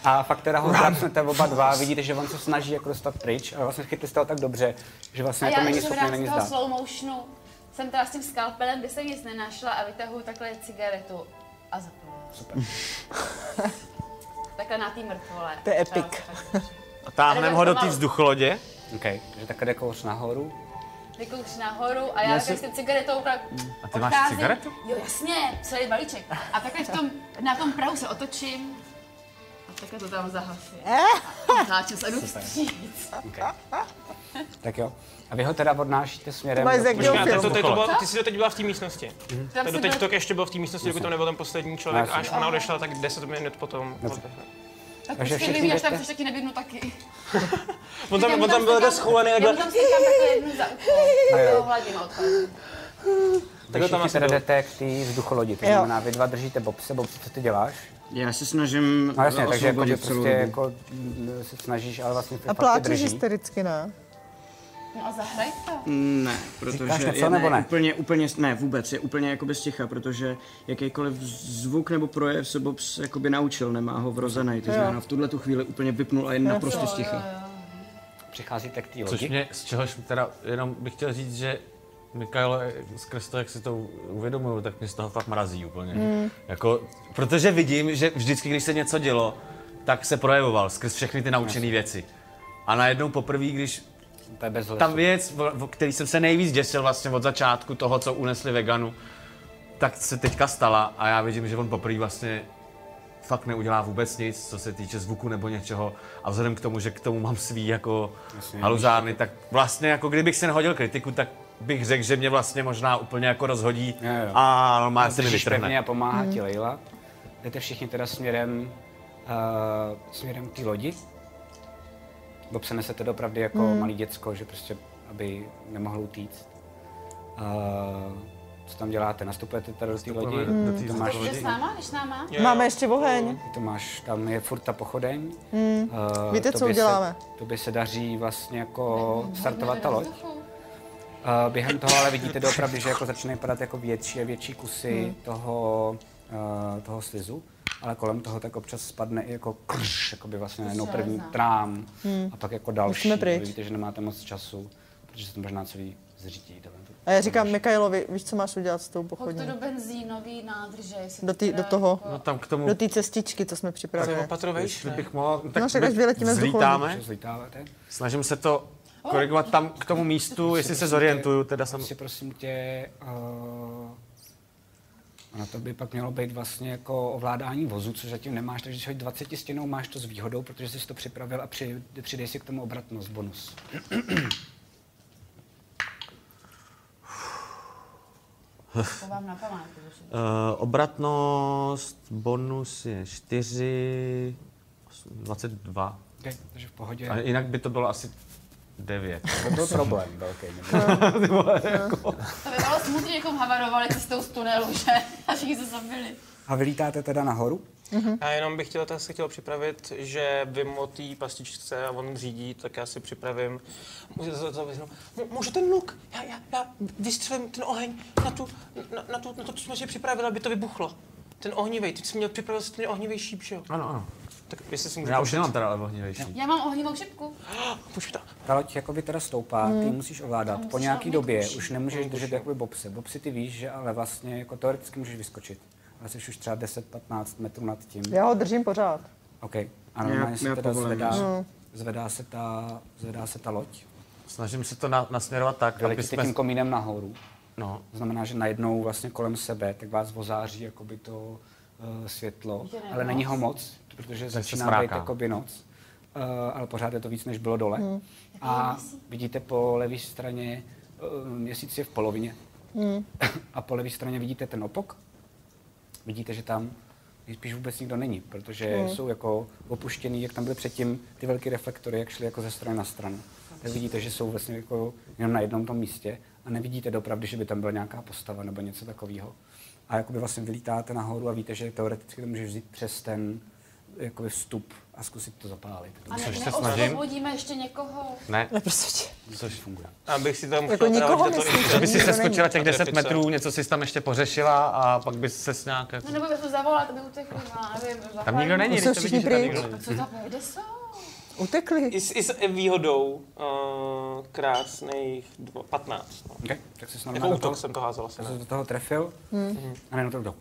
Speaker 2: a fakt teda ho drapnete oba dva. Vidíte, že on se snaží jako dostat pryč, ale vlastně chytli jste ho tak dobře, že
Speaker 4: A
Speaker 2: vlastně jako
Speaker 4: já
Speaker 2: není
Speaker 4: ještě v
Speaker 2: schopný na
Speaker 4: rámci
Speaker 2: ní
Speaker 4: toho
Speaker 2: zdát.
Speaker 4: slow motionu jsem teda s tím skalpelem, kde jsem nic nenašla a vytahuju takhle cigaretu a zapnu. Super. takhle na té mrtvole.
Speaker 6: To je
Speaker 4: Třeba
Speaker 6: epic.
Speaker 4: takhle.
Speaker 3: A táhnem ho do té vzducholodě.
Speaker 2: Okay. Takže takhle jde kouř nahoru.
Speaker 4: Vykouč nahoru a já, já si... s tou cigaretou tak
Speaker 3: A ty máš
Speaker 4: odcházím.
Speaker 3: cigaretu?
Speaker 4: Jo, jasně, celý balíček. A takhle v tom, na tom prahu se otočím a takhle to tam zahasím. Zahasím se a jdu vstříc.
Speaker 2: Tak jo. A vy ho teda odnášíte směrem.
Speaker 6: máš
Speaker 2: do-
Speaker 6: z jakýho
Speaker 7: Já, to, to, to, to
Speaker 3: Kolo.
Speaker 7: bylo, ty jsi to teď byla v té místnosti.
Speaker 4: Tam
Speaker 7: To
Speaker 4: si
Speaker 7: doteď
Speaker 4: byl-
Speaker 7: to ještě byl v té místnosti, dokud tam nebyl ten poslední člověk. A až ona odešla, tak 10 minut potom. odběhne.
Speaker 4: Tak
Speaker 2: Takže
Speaker 4: už si
Speaker 2: všichni
Speaker 4: nevím, až tam
Speaker 2: jdete?
Speaker 4: což taky neběhnu taky.
Speaker 7: On tam, on tam byl dost schovaný,
Speaker 4: Já mu
Speaker 7: takhle,
Speaker 4: tam si tam takhle jednu za ucho. Tak to hladím a odcházím.
Speaker 7: takhle
Speaker 2: Vy
Speaker 7: tam
Speaker 2: všichni
Speaker 7: asi
Speaker 2: teda
Speaker 7: byl.
Speaker 2: jdete k té vzducholodi. To
Speaker 6: Jo.
Speaker 2: znamená, vy dva držíte bobse, bobse, co ty děláš?
Speaker 5: Já se snažím
Speaker 2: No jasně, takže jako, že
Speaker 5: osvobodit celou
Speaker 2: prostě
Speaker 5: dobu.
Speaker 2: jako mm, se snažíš, ale vlastně ty
Speaker 6: A
Speaker 2: fakt tě
Speaker 6: pláčeš
Speaker 2: drží.
Speaker 6: hystericky, ne?
Speaker 4: No a zahraj to.
Speaker 5: Ne, protože
Speaker 2: Říkáš něco,
Speaker 5: je,
Speaker 2: nebo ne?
Speaker 5: Úplně, úplně, ne, vůbec, je úplně jakoby sticha, protože jakýkoliv zvuk nebo projev se Bob jakoby naučil, nemá ho vrozený, to znamená v tuhle tu chvíli úplně vypnul a je naprosto sticha.
Speaker 2: Přicházíte k té
Speaker 3: Což
Speaker 2: lodi.
Speaker 3: mě, z čehož teda jenom bych chtěl říct, že Mikaelo, eh, skrz to, jak si to uvědomuju, tak mě z toho fakt mrazí úplně. Jako, protože vidím, že vždycky, když se něco dělo, tak se projevoval skrz všechny ty naučené věci. A najednou poprvé, když
Speaker 2: To je bez
Speaker 3: ta
Speaker 2: lesu.
Speaker 3: věc, o- o který jsem se nejvíc děsil vlastně od začátku toho, co unesli veganu, tak se teďka stala a já vidím, že on poprvé vlastně fakt neudělá vůbec nic, co se týče zvuku nebo něčeho. A vzhledem k tomu, že k tomu mám svý jako haluzárny, tak vlastně jako kdybych si nehodil kritiku, tak bych řekl, že mě vlastně možná úplně jako rozhodí
Speaker 2: Jo, jo.
Speaker 3: a normálně se mi
Speaker 2: Držíš pevně
Speaker 3: vytrhne.
Speaker 2: a pomáhá ti Leila. jdete všichni teda směrem, uh, směrem k té lodi. Bo přenesete dopravdy jako mm. malý děcko, že prostě, aby nemohl utíct. Uh, co tam děláte? Nastupujete teda do té lodi?
Speaker 13: do té
Speaker 2: To máš,
Speaker 4: Jde s náma, když s náma?
Speaker 6: Máme ještě oheň.
Speaker 2: to máš, tam je furt ta pochodeň. Mm. Uh,
Speaker 6: Víte, co
Speaker 2: tobě
Speaker 6: uděláme?
Speaker 2: Se, tobě se daří vlastně jako startovat ta loď. Uh, během toho ale vidíte doopravdy, že jako začínají padat jako větší a větší kusy
Speaker 6: Hmm.
Speaker 2: toho, uh, toho slizu, ale kolem toho tak občas spadne i jako krš, jako by vlastně najednou první trám a pak jako další.
Speaker 6: Hmm. Musíme pryč.
Speaker 2: Vy Víte, že nemáte moc času, protože se to možná celý zřítí. tohle.
Speaker 6: A já říkám Mikailovi, víš, co máš udělat s tou
Speaker 4: Hoď to
Speaker 6: pochodní?
Speaker 4: do benzínový nádrže. jestli
Speaker 6: Do
Speaker 4: to
Speaker 6: tý-
Speaker 4: teda
Speaker 6: do toho.
Speaker 4: jako-
Speaker 13: No tam k tomu,
Speaker 6: Do té cestičky, co jsme připravili.
Speaker 7: Patrovejš,
Speaker 13: jestli bych mohl, tak
Speaker 6: No, však až
Speaker 13: my
Speaker 6: vyletíme vzduchem.
Speaker 13: vzlítáme.
Speaker 2: Takže zlítáváte.
Speaker 13: Snažím se to korigovat tam k tomu místu, jestli se zorientuju, teda jsem...
Speaker 2: Si prosím tě, uh, na to by pak mělo být vlastně jako ovládání vozu, což zatím nemáš, takže když hoď 20 stěnou, máš to s výhodou, protože jsi to připravil a při, přidej si k tomu obratnost, bonus.
Speaker 4: To vám na památku. že?
Speaker 3: Eh, obratnost, bonus je 4, 22.
Speaker 2: Okay, takže v pohodě.
Speaker 3: A jinak by to bylo asi 9.
Speaker 2: To byl problém velký. nebo-
Speaker 4: To by bylo smutně, kdybychom havarovali cestou jako z tunelu, že? A všichni se zabili.
Speaker 2: A vylítáte teda nahoru?
Speaker 6: Mhm.
Speaker 7: A jenom bych chtěl, tak se chtěl připravit, že vím o té pastičce a on řídí, tak já si připravím. Může, za- za- za- Mů- můžu ten luk? Já, já, já vystřelím ten oheň na, tu, na, na, tu, na to, co jsme si připravili, aby to vybuchlo. Ten ohnivej, ty jsi měl připravil jsi ten ohnivý šíp, že jo?
Speaker 3: Ano, ano.
Speaker 7: Tak jestli si můžu...
Speaker 3: Já už nemám teda ale ohnivější.
Speaker 4: Já mám ohnivou šipku.
Speaker 7: Počkej,
Speaker 2: Ta loď jakoby teda stoupá, ty ji musíš ovládat. Po nějaký době už nemůžeš držet jakoby bobsy. Bobsy ty víš, že ale vlastně jako teoreticky můžeš vyskočit. Ale jsi už třeba 10-15 metrů nad tím.
Speaker 6: Já ho držím pořád.
Speaker 2: OK. A normálně se teda zvedá, zvedá, se ta, zvedá se ta loď.
Speaker 3: Snažím se to na, nasměrovat tak, aby
Speaker 2: Doletíte
Speaker 3: jsme...
Speaker 2: tím komínem nahoru.
Speaker 3: No,
Speaker 2: To znamená, že najednou vlastně kolem sebe, tak vás vozáří jakoby to uh, světlo, ale není ho moc, protože začíná být
Speaker 3: smráká.
Speaker 2: jakoby noc, uh, ale pořád je to víc, než bylo dole. Hmm. A vidíte po levé straně, uh, měsíc je v polovině, hmm. a po levé straně vidíte ten opok, vidíte, že tam nejspíš vůbec nikdo není, protože hmm. jsou jako opuštěný, jak tam byly předtím ty velké reflektory, jak šly jako ze strany na stranu. Tak vidíte, že jsou vlastně jako jenom na jednom tom místě a nevidíte dopravdy, že by tam byla nějaká postava nebo něco takového. A jakoby vlastně vylítáte nahoru a víte, že teoreticky to můžeš vzít přes ten jakoby vstup a zkusit to zapálit.
Speaker 4: A ne,
Speaker 3: Což se snažím.
Speaker 4: neosvobodíme ještě někoho.
Speaker 3: ne.
Speaker 6: Prostě tě.
Speaker 2: Což funguje.
Speaker 7: Abych si tam
Speaker 6: Jako
Speaker 7: chtěl teda
Speaker 6: nikoho
Speaker 7: hodit do toho-
Speaker 6: myslíš,
Speaker 7: že
Speaker 6: že
Speaker 3: Aby si
Speaker 6: Nikdo
Speaker 3: se
Speaker 6: není.
Speaker 3: skočila těch 10
Speaker 7: Trafice.
Speaker 3: metrů, něco si tam ještě pořešila a pak by se nějak...
Speaker 4: No nebo bychom zavolat, aby utekli, já nevím.
Speaker 3: Tam nikdo není,
Speaker 6: Jsou
Speaker 3: když to
Speaker 6: všichni
Speaker 3: vidíš, že tam
Speaker 6: pryč.
Speaker 3: nikdo není.
Speaker 4: Co tam kde jsou?
Speaker 6: Utekli.
Speaker 7: I s, I s výhodou uh, krásných dvo, 15. No.
Speaker 2: Okay. Tak se
Speaker 7: Jako
Speaker 2: normálně do toho,
Speaker 7: útok jsem to házel asi.
Speaker 2: se
Speaker 7: Ne?
Speaker 2: do toho trefil hmm. a nejenom to do.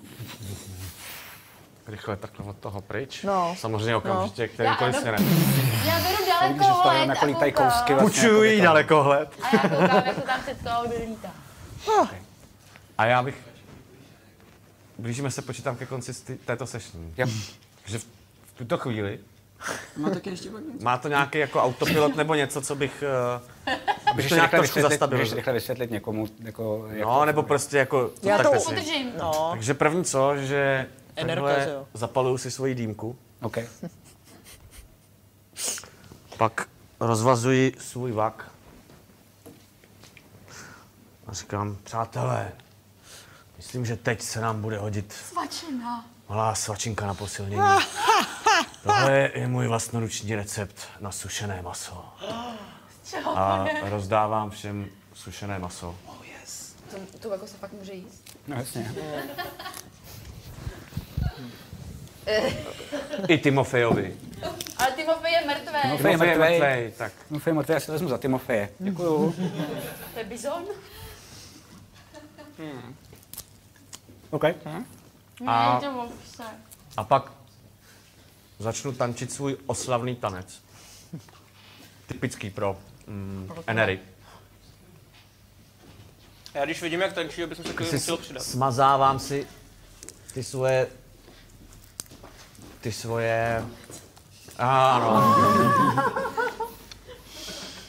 Speaker 3: Rychle takhle od toho pryč.
Speaker 6: No.
Speaker 3: Samozřejmě okamžitě, kterýmkoliv
Speaker 4: Já- no,
Speaker 3: směrem.
Speaker 4: Já beru
Speaker 2: Vidíš, že
Speaker 4: daleko
Speaker 2: z toho
Speaker 4: let
Speaker 2: na
Speaker 4: a
Speaker 2: kolítají
Speaker 4: koukám.
Speaker 2: kousky. Vlastně
Speaker 3: Čuji
Speaker 2: jakoby to-
Speaker 3: dalekohled.
Speaker 4: A já koukám, jak to tam před toho vylítá.
Speaker 3: A já bych... Blížíme se, počítám ke konci z ty- této session.
Speaker 2: Jo.
Speaker 3: Že v, v tuto chvíli
Speaker 5: Má taky ještě pak něco?
Speaker 3: má to nějaký jako autopilot nebo něco, co bych... eh, abych
Speaker 2: Můžeš
Speaker 3: to
Speaker 2: to
Speaker 3: nějak
Speaker 2: rychle,
Speaker 3: trošku
Speaker 2: vysvětlit,
Speaker 3: zastavil.
Speaker 2: můžeš rychle vysvětlit někomu, jako,
Speaker 3: No, nebo prostě jako...
Speaker 6: Já to
Speaker 3: tak
Speaker 6: u-
Speaker 3: si.
Speaker 4: Udržím.
Speaker 6: No,
Speaker 3: Takže první co, že
Speaker 6: Enerka,
Speaker 3: takhle
Speaker 6: že jo.
Speaker 3: zapaluju si svoji dýmku,
Speaker 2: Okay.
Speaker 3: pak rozvazuji svůj vak a říkám, přátelé, myslím, že teď se nám bude hodit
Speaker 4: Svačina.
Speaker 3: malá svačinka na posilnění. Tohle je můj vlastnoruční recept na sušené maso.
Speaker 4: Čeho?
Speaker 3: A rozdávám všem sušené maso.
Speaker 4: To, to jako se fakt může jíst.
Speaker 2: No jasně.
Speaker 3: I Timofejovi.
Speaker 4: Ale Timofej je mrtvý.
Speaker 2: Timofej je
Speaker 3: Timofej je
Speaker 2: mrtvej.
Speaker 3: mrtvej, tak.
Speaker 2: Timofej Matej, já si to vezmu za Timofeje.
Speaker 4: To je bizon. Hmm.
Speaker 2: OK.
Speaker 4: Ne, to vůbec.
Speaker 3: A pak začnu tančit svůj oslavný tanec. Typický pro mm, Enery.
Speaker 7: Já když vidím, jak tančí, bych se k tomu musel přidat.
Speaker 3: Smazávám si ty svoje... Ty svoje... Ano.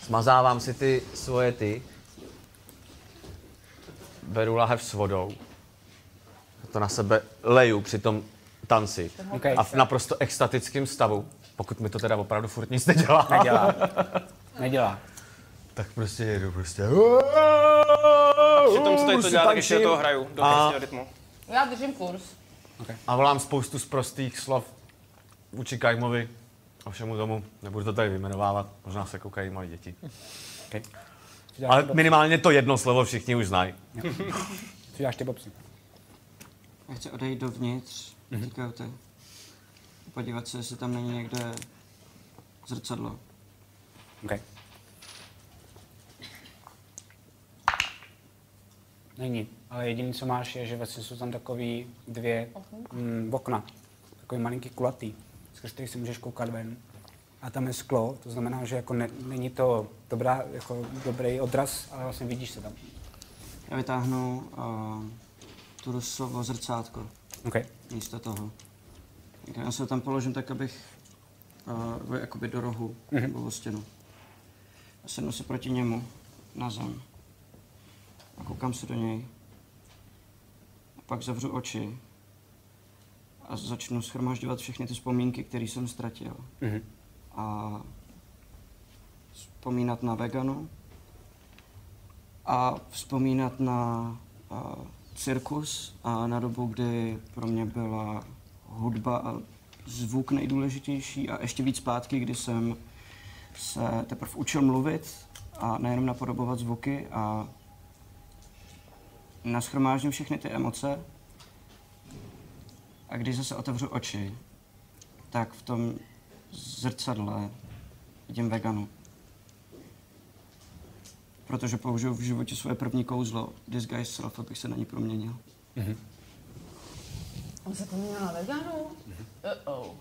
Speaker 3: Smazávám si ty svoje ty. Beru lahev s vodou. To na sebe leju při tom tanci.
Speaker 2: Okay.
Speaker 3: A v naprosto extatickém stavu, pokud mi to teda opravdu furt nic nedělá,
Speaker 2: Nedělá. Nedělá.
Speaker 3: tak prostě jedu prostě.
Speaker 7: Přitom, co tady to děláte, když já toho hraju do pěkného rytmu.
Speaker 4: Já držím kurz.
Speaker 3: A volám spoustu z prostých slov vůči Kajmovi a všemu tomu. Nebudu to tady vyjmenovávat, možná se koukají malí děti.
Speaker 2: Okay.
Speaker 3: Ale minimálně to jedno slovo všichni už znají.
Speaker 2: Co děláš ty, Bobsi?
Speaker 5: Já chci odejít dovnitř,
Speaker 2: Mhm.
Speaker 5: mm-hmm. ty. Podívat se, jestli tam není někde zrcadlo.
Speaker 2: Okay. Není, ale jediné, co máš, je, že vlastně jsou tam takový dvě mm, okna. Takový malinký kulatý, skrz který si můžeš koukat ven. A tam je sklo, to znamená, že jako ne, není to dobrá, jako dobrý odraz, ale vlastně vidíš se tam.
Speaker 5: Já vytáhnu uh, tu rusovo zrcátko
Speaker 2: Okay.
Speaker 5: místo toho. Já se ho tam položím tak, abych uh, jakoby do rohu mm-hmm. nebo o stěnu. A sednu se proti němu na zem. A koukám se do něj. A pak zavřu oči a začnu schromažďovat všechny ty vzpomínky, které jsem ztratil.
Speaker 2: Mhm.
Speaker 5: A vzpomínat na veganu a vzpomínat na a, cirkus a na dobu, kdy pro mě byla hudba a zvuk nejdůležitější a ještě víc zpátky, kdy jsem se teprve učil mluvit a nejenom napodobovat zvuky a naschromáždím všechny ty emoce a když zase otevřu oči, tak v tom zrcadle vidím veganu. Protože použiju v životě svoje první kouzlo, Disguise Self, abych se na ní proměnil.
Speaker 4: On se poměl na veganu?
Speaker 3: Mhm.
Speaker 4: Uh-oh.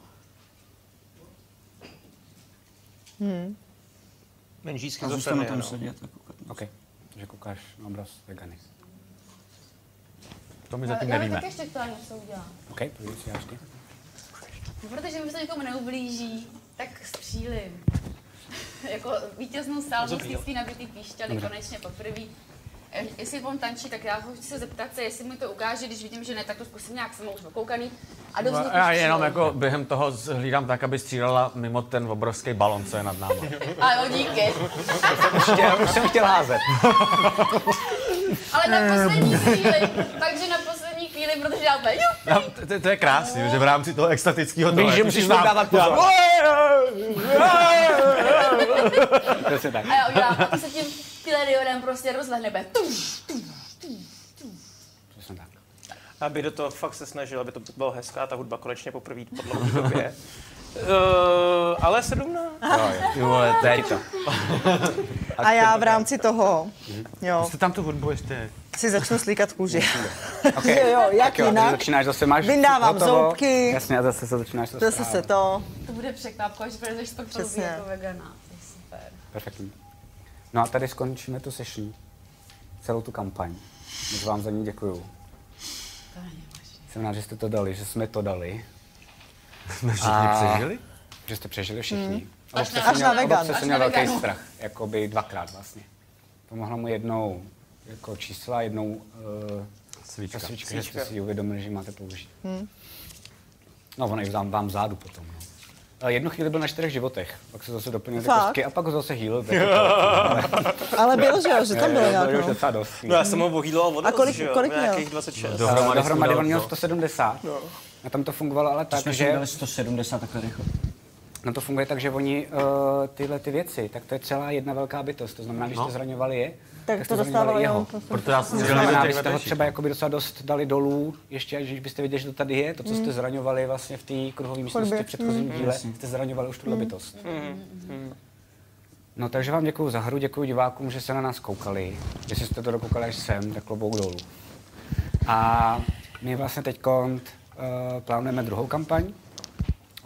Speaker 7: Menší
Speaker 5: A zůstanu
Speaker 7: schizofrenie,
Speaker 5: tam
Speaker 7: no.
Speaker 5: sedět a koukat. na to.
Speaker 2: OK. Že koukáš na obraz vegany.
Speaker 3: To my
Speaker 4: Ale
Speaker 3: zatím
Speaker 4: já bych
Speaker 3: nevíme.
Speaker 4: taky ještě chtěla něco udělat.
Speaker 2: OK, pojď si děláš ty.
Speaker 4: No, protože mi to někomu neublíží, tak střílím. jako vítěznou salvu z té nabitý píšťaly konečně poprvé. Eh, Jestli on tančí, tak já ho chci se zeptat, se, jestli mi to ukáže, když vidím, že ne, tak to zkusím nějak samou už okoukaný a do
Speaker 3: No,
Speaker 4: vzduchu
Speaker 3: Já jenom
Speaker 4: střílím.
Speaker 3: jako během toho hlídám tak, aby střílela mimo ten obrovský balon, co je nad námi.
Speaker 4: A jo, díky.
Speaker 2: Já už jsem chtěl házet.
Speaker 4: Ale na
Speaker 3: Eh.
Speaker 4: poslední chvíli, takže na poslední chvíli, protože já úplně, jup,
Speaker 3: No, to- to, to, je krásný, že v rámci toho extatického toho...
Speaker 2: Víš, že musíš dávat pozor. Přesně tak.
Speaker 4: a já udělám, a ty se tím pileriodem prostě rozlehne, bude tuš,
Speaker 2: Přesně tak.
Speaker 7: Aby do toho fakt se snažil, aby to bylo hezká ta hudba konečně poprvé po dlouhé době. Uh, ale 17.
Speaker 3: Ty vole, to je to.
Speaker 6: A já v rámci toho, jo,
Speaker 3: Jste tam tu hudbu ještě?
Speaker 6: si začnu slíkat kůži.
Speaker 2: Okay.
Speaker 6: Jo, jo, jak
Speaker 2: tak jo,
Speaker 6: jinak?
Speaker 2: Ty začínáš zase máš
Speaker 6: Vyndávám
Speaker 2: hotovo.
Speaker 6: zoubky.
Speaker 2: Jasně, a zase se začínáš zase.
Speaker 6: Zase se to,
Speaker 4: to bude překvapko, až budeš to později
Speaker 6: Přesně.
Speaker 4: jako vegana. To je super.
Speaker 2: Perfektní. No a tady skončíme tu session. Celou tu kampaň. Moc vám za ní děkuju. Jsem rád, že jste to dali, že jsme to dali.
Speaker 3: Jsme všichni přežili?
Speaker 2: Že jste přežili všichni. A
Speaker 4: Až na-
Speaker 6: až na vegan.
Speaker 2: Obce
Speaker 4: Až
Speaker 2: jsem
Speaker 4: na
Speaker 2: měl velký
Speaker 4: veganu.
Speaker 2: strach. Jakoby dvakrát vlastně. Pomohla mu jednou jako čísla, jednou uh,
Speaker 3: Svíčka.
Speaker 2: svíčka, že jste si ji uvědomili, že máte použít. No, ono i vám, vám zádu potom. No. Ale jednu chvíli byl na čtyřech životech, pak se zase doplnil ty
Speaker 6: Fakt?
Speaker 2: kostky a pak ho zase healil. tak
Speaker 6: ale bylo, že jo, že tam bylo
Speaker 2: to-
Speaker 6: nějak,
Speaker 2: to je už
Speaker 6: no.
Speaker 2: docela dost.
Speaker 7: No já jsem ho vohýdlo a odvezl,
Speaker 6: A kolik-
Speaker 7: že jo?
Speaker 6: kolik měl?
Speaker 7: Nějakých 26.
Speaker 2: Dohromady,
Speaker 3: Dohromady
Speaker 2: No, dohromady
Speaker 3: jsme
Speaker 2: on
Speaker 3: dali
Speaker 2: měl
Speaker 3: to.
Speaker 2: 170. A tam to fungovalo ale tak,
Speaker 5: Jsme si
Speaker 2: že...
Speaker 5: dali 170 takhle rychle.
Speaker 2: No to funguje tak, že oni uh, tyhle ty věci, tak to je celá jedna velká bytost. To znamená, když jste zraňovali je, tak,
Speaker 6: to
Speaker 2: jste
Speaker 6: dostávalo
Speaker 2: zraňovali jeho.
Speaker 6: jenom to-
Speaker 3: Proto já jsem
Speaker 2: To
Speaker 3: si
Speaker 2: znamená,
Speaker 3: dělal
Speaker 2: abyste ho třeba jakoby docela dost dali dolů, ještě až když byste věděli, že to tady je, to, co jste zraňovali vlastně v té kruhové místnosti v předchozím díle, jste zraňovali už tuhle bytost. No takže vám děkuji za hru, děkuji divákům, že se na nás koukali. Jestli jste to dokoukali až sem, tak klobouk dolů. A my vlastně teď uh, plánujeme druhou kampaň.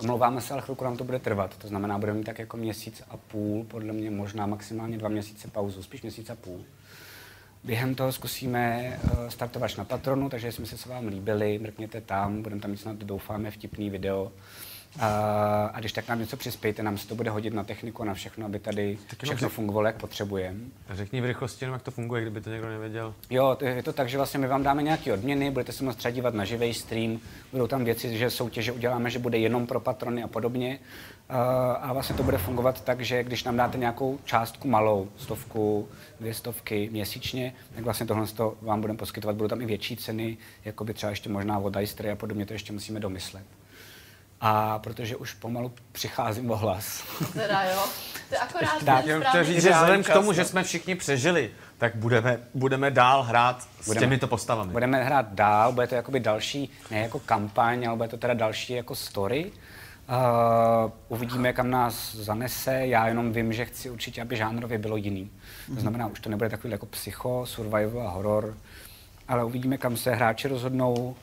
Speaker 2: Omlouváme se, ale chvilku nám to bude trvat. To znamená, budeme mít tak jako měsíc a půl, podle mě možná maximálně dva měsíce pauzu, spíš měsíc a půl. Během toho zkusíme eh, startovat na Patronu, takže jestli jsme se s vám líbili, mrkněte tam, budeme tam mít snad, doufáme, vtipný video A, a když tak nám něco přispějte, nám se to bude hodit na techniku, na všechno, aby tady všechno fungovalo, jak potřebujeme.
Speaker 3: Řekni v rychlosti jenom, jak to funguje, kdyby to někdo nevěděl.
Speaker 2: Jo, to- je to tak, že vlastně my vám dáme nějaké odměny, budete se moct třeba dívat na živý stream, budou tam věci, že soutěže uděláme, že bude jenom pro patrony a podobně. A, a vlastně to bude fungovat tak, že když nám dáte nějakou částku malou, stovku, dvě stovky měsíčně, tak vlastně tohle to vám budeme poskytovat. Budou tam i větší ceny, jako by třeba ještě možná od Dicery a podobně, to ještě musíme domyslet. A protože už pomalu přicházím o hlas.
Speaker 14: Teda jo. To je akorát
Speaker 2: Tak,
Speaker 14: ten
Speaker 3: Jenom chtěl
Speaker 14: správný
Speaker 3: říct, že
Speaker 14: čas.
Speaker 3: vzhledem k tomu, že jsme všichni přežili, tak budeme, budeme dál hrát s
Speaker 2: Budeme.
Speaker 3: těmito postavami.
Speaker 2: Budeme hrát dál, bude to jakoby další, ne jako kampaň, ale bude to teda další jako story. Uh, uvidíme, kam nás zanese. Já jenom vím, že chci určitě, aby žánrově bylo jiný. To znamená, už to nebude takový jako psycho, survival a horor, ale uvidíme, kam se hráči rozhodnou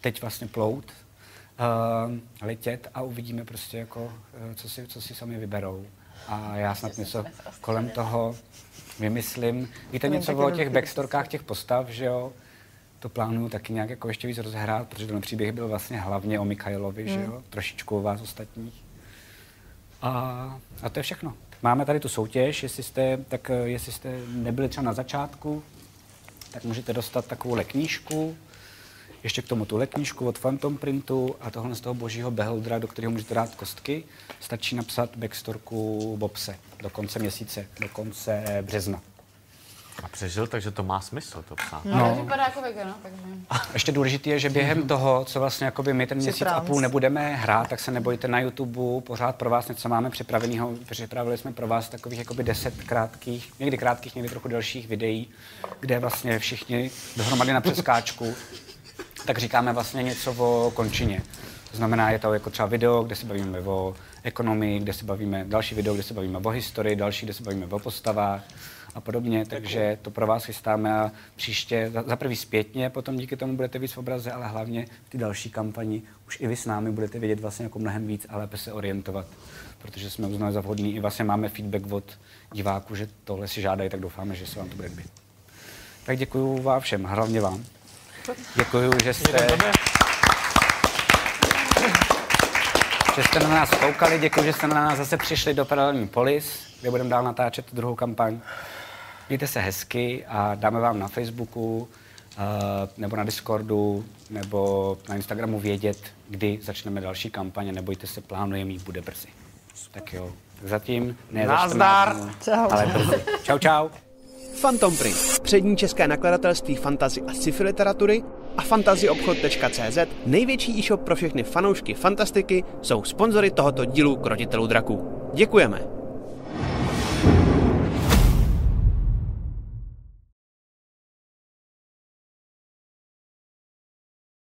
Speaker 2: teď vlastně plout, uh, letět a uvidíme prostě jako, eh, co si, co si sami vyberou. A já snad něco kolem toho vymyslím. Víte něco o těch backstorkách těch postav, že jo? To plánuju taky nějak jako ještě víc rozhrát, protože ten příběh byl vlastně hlavně o Mikailovi, že jo? Trošičku o vás ostatních. A, a to je všechno. Máme tady tu soutěž, jestli jste, tak eh, jestli jste nebyli třeba na začátku, tak můžete dostat takovou knížku, ještě k tomu tuhle knížku od Phantom Printu a tohle z toho božího beheldra, do kterého můžete dát kostky. Stačí napsat backstorku Bobse do konce měsíce, do konce března.
Speaker 3: A přežil, takže to má smysl to psát.
Speaker 14: No, to vypadá jako vegan, takže...
Speaker 2: Ještě důležité je, že během toho, co vlastně jakoby my ten měsíc a půl nebudeme hrát, tak se nebojte na YouTube, pořád pro vás něco máme připraveného. Připravili jsme pro vás takových jakoby deset krátkých, někdy krátkých, někdy trochu delších videí, kde vlastně všichni dohromady na přeskáčku, tak říkáme vlastně něco o končině. To znamená, je to jako třeba video, kde se bavíme o ekonomii, kde se bavíme, další video, kde se bavíme o historii, další, kde se bavíme o postavách a podobně, takže to pro vás chystáme a příště, za, za prvý zpětně, potom díky tomu budete víc v obraze, ale hlavně v ty další kampani už i vy s námi budete vědět vlastně jako mnohem víc a lépe se orientovat, protože jsme uznali za vhodný i vlastně máme feedback od diváků, že tohle si žádají, tak doufáme, že se vám to bude líbit. Tak děkuji vám všem, hlavně vám. Děkuji, že jste... že jste na nás koukali, děkuji, že jste na nás zase přišli do Paralelní polis, kde budeme dál natáčet tu druhou kampaň. Mějte se hezky a dáme vám na Facebooku, eh, nebo na Discordu, nebo na Instagramu vědět, kdy začneme další kampaně. Nebojte se, plánujeme ji, bude brzy. Tak jo, tak zatím ne za 14
Speaker 9: Nazdar.
Speaker 2: dnů,
Speaker 6: Čau.
Speaker 2: Ale brzy. Čau, čau.
Speaker 1: Phantom Print, přední české nakladatelství fantazy a sci-fi literatury a fantazyobchod.cz, největší e-shop pro všechny fanoušky fantastiky, jsou sponzory tohoto dílu Krotitelů draků. Děkujeme!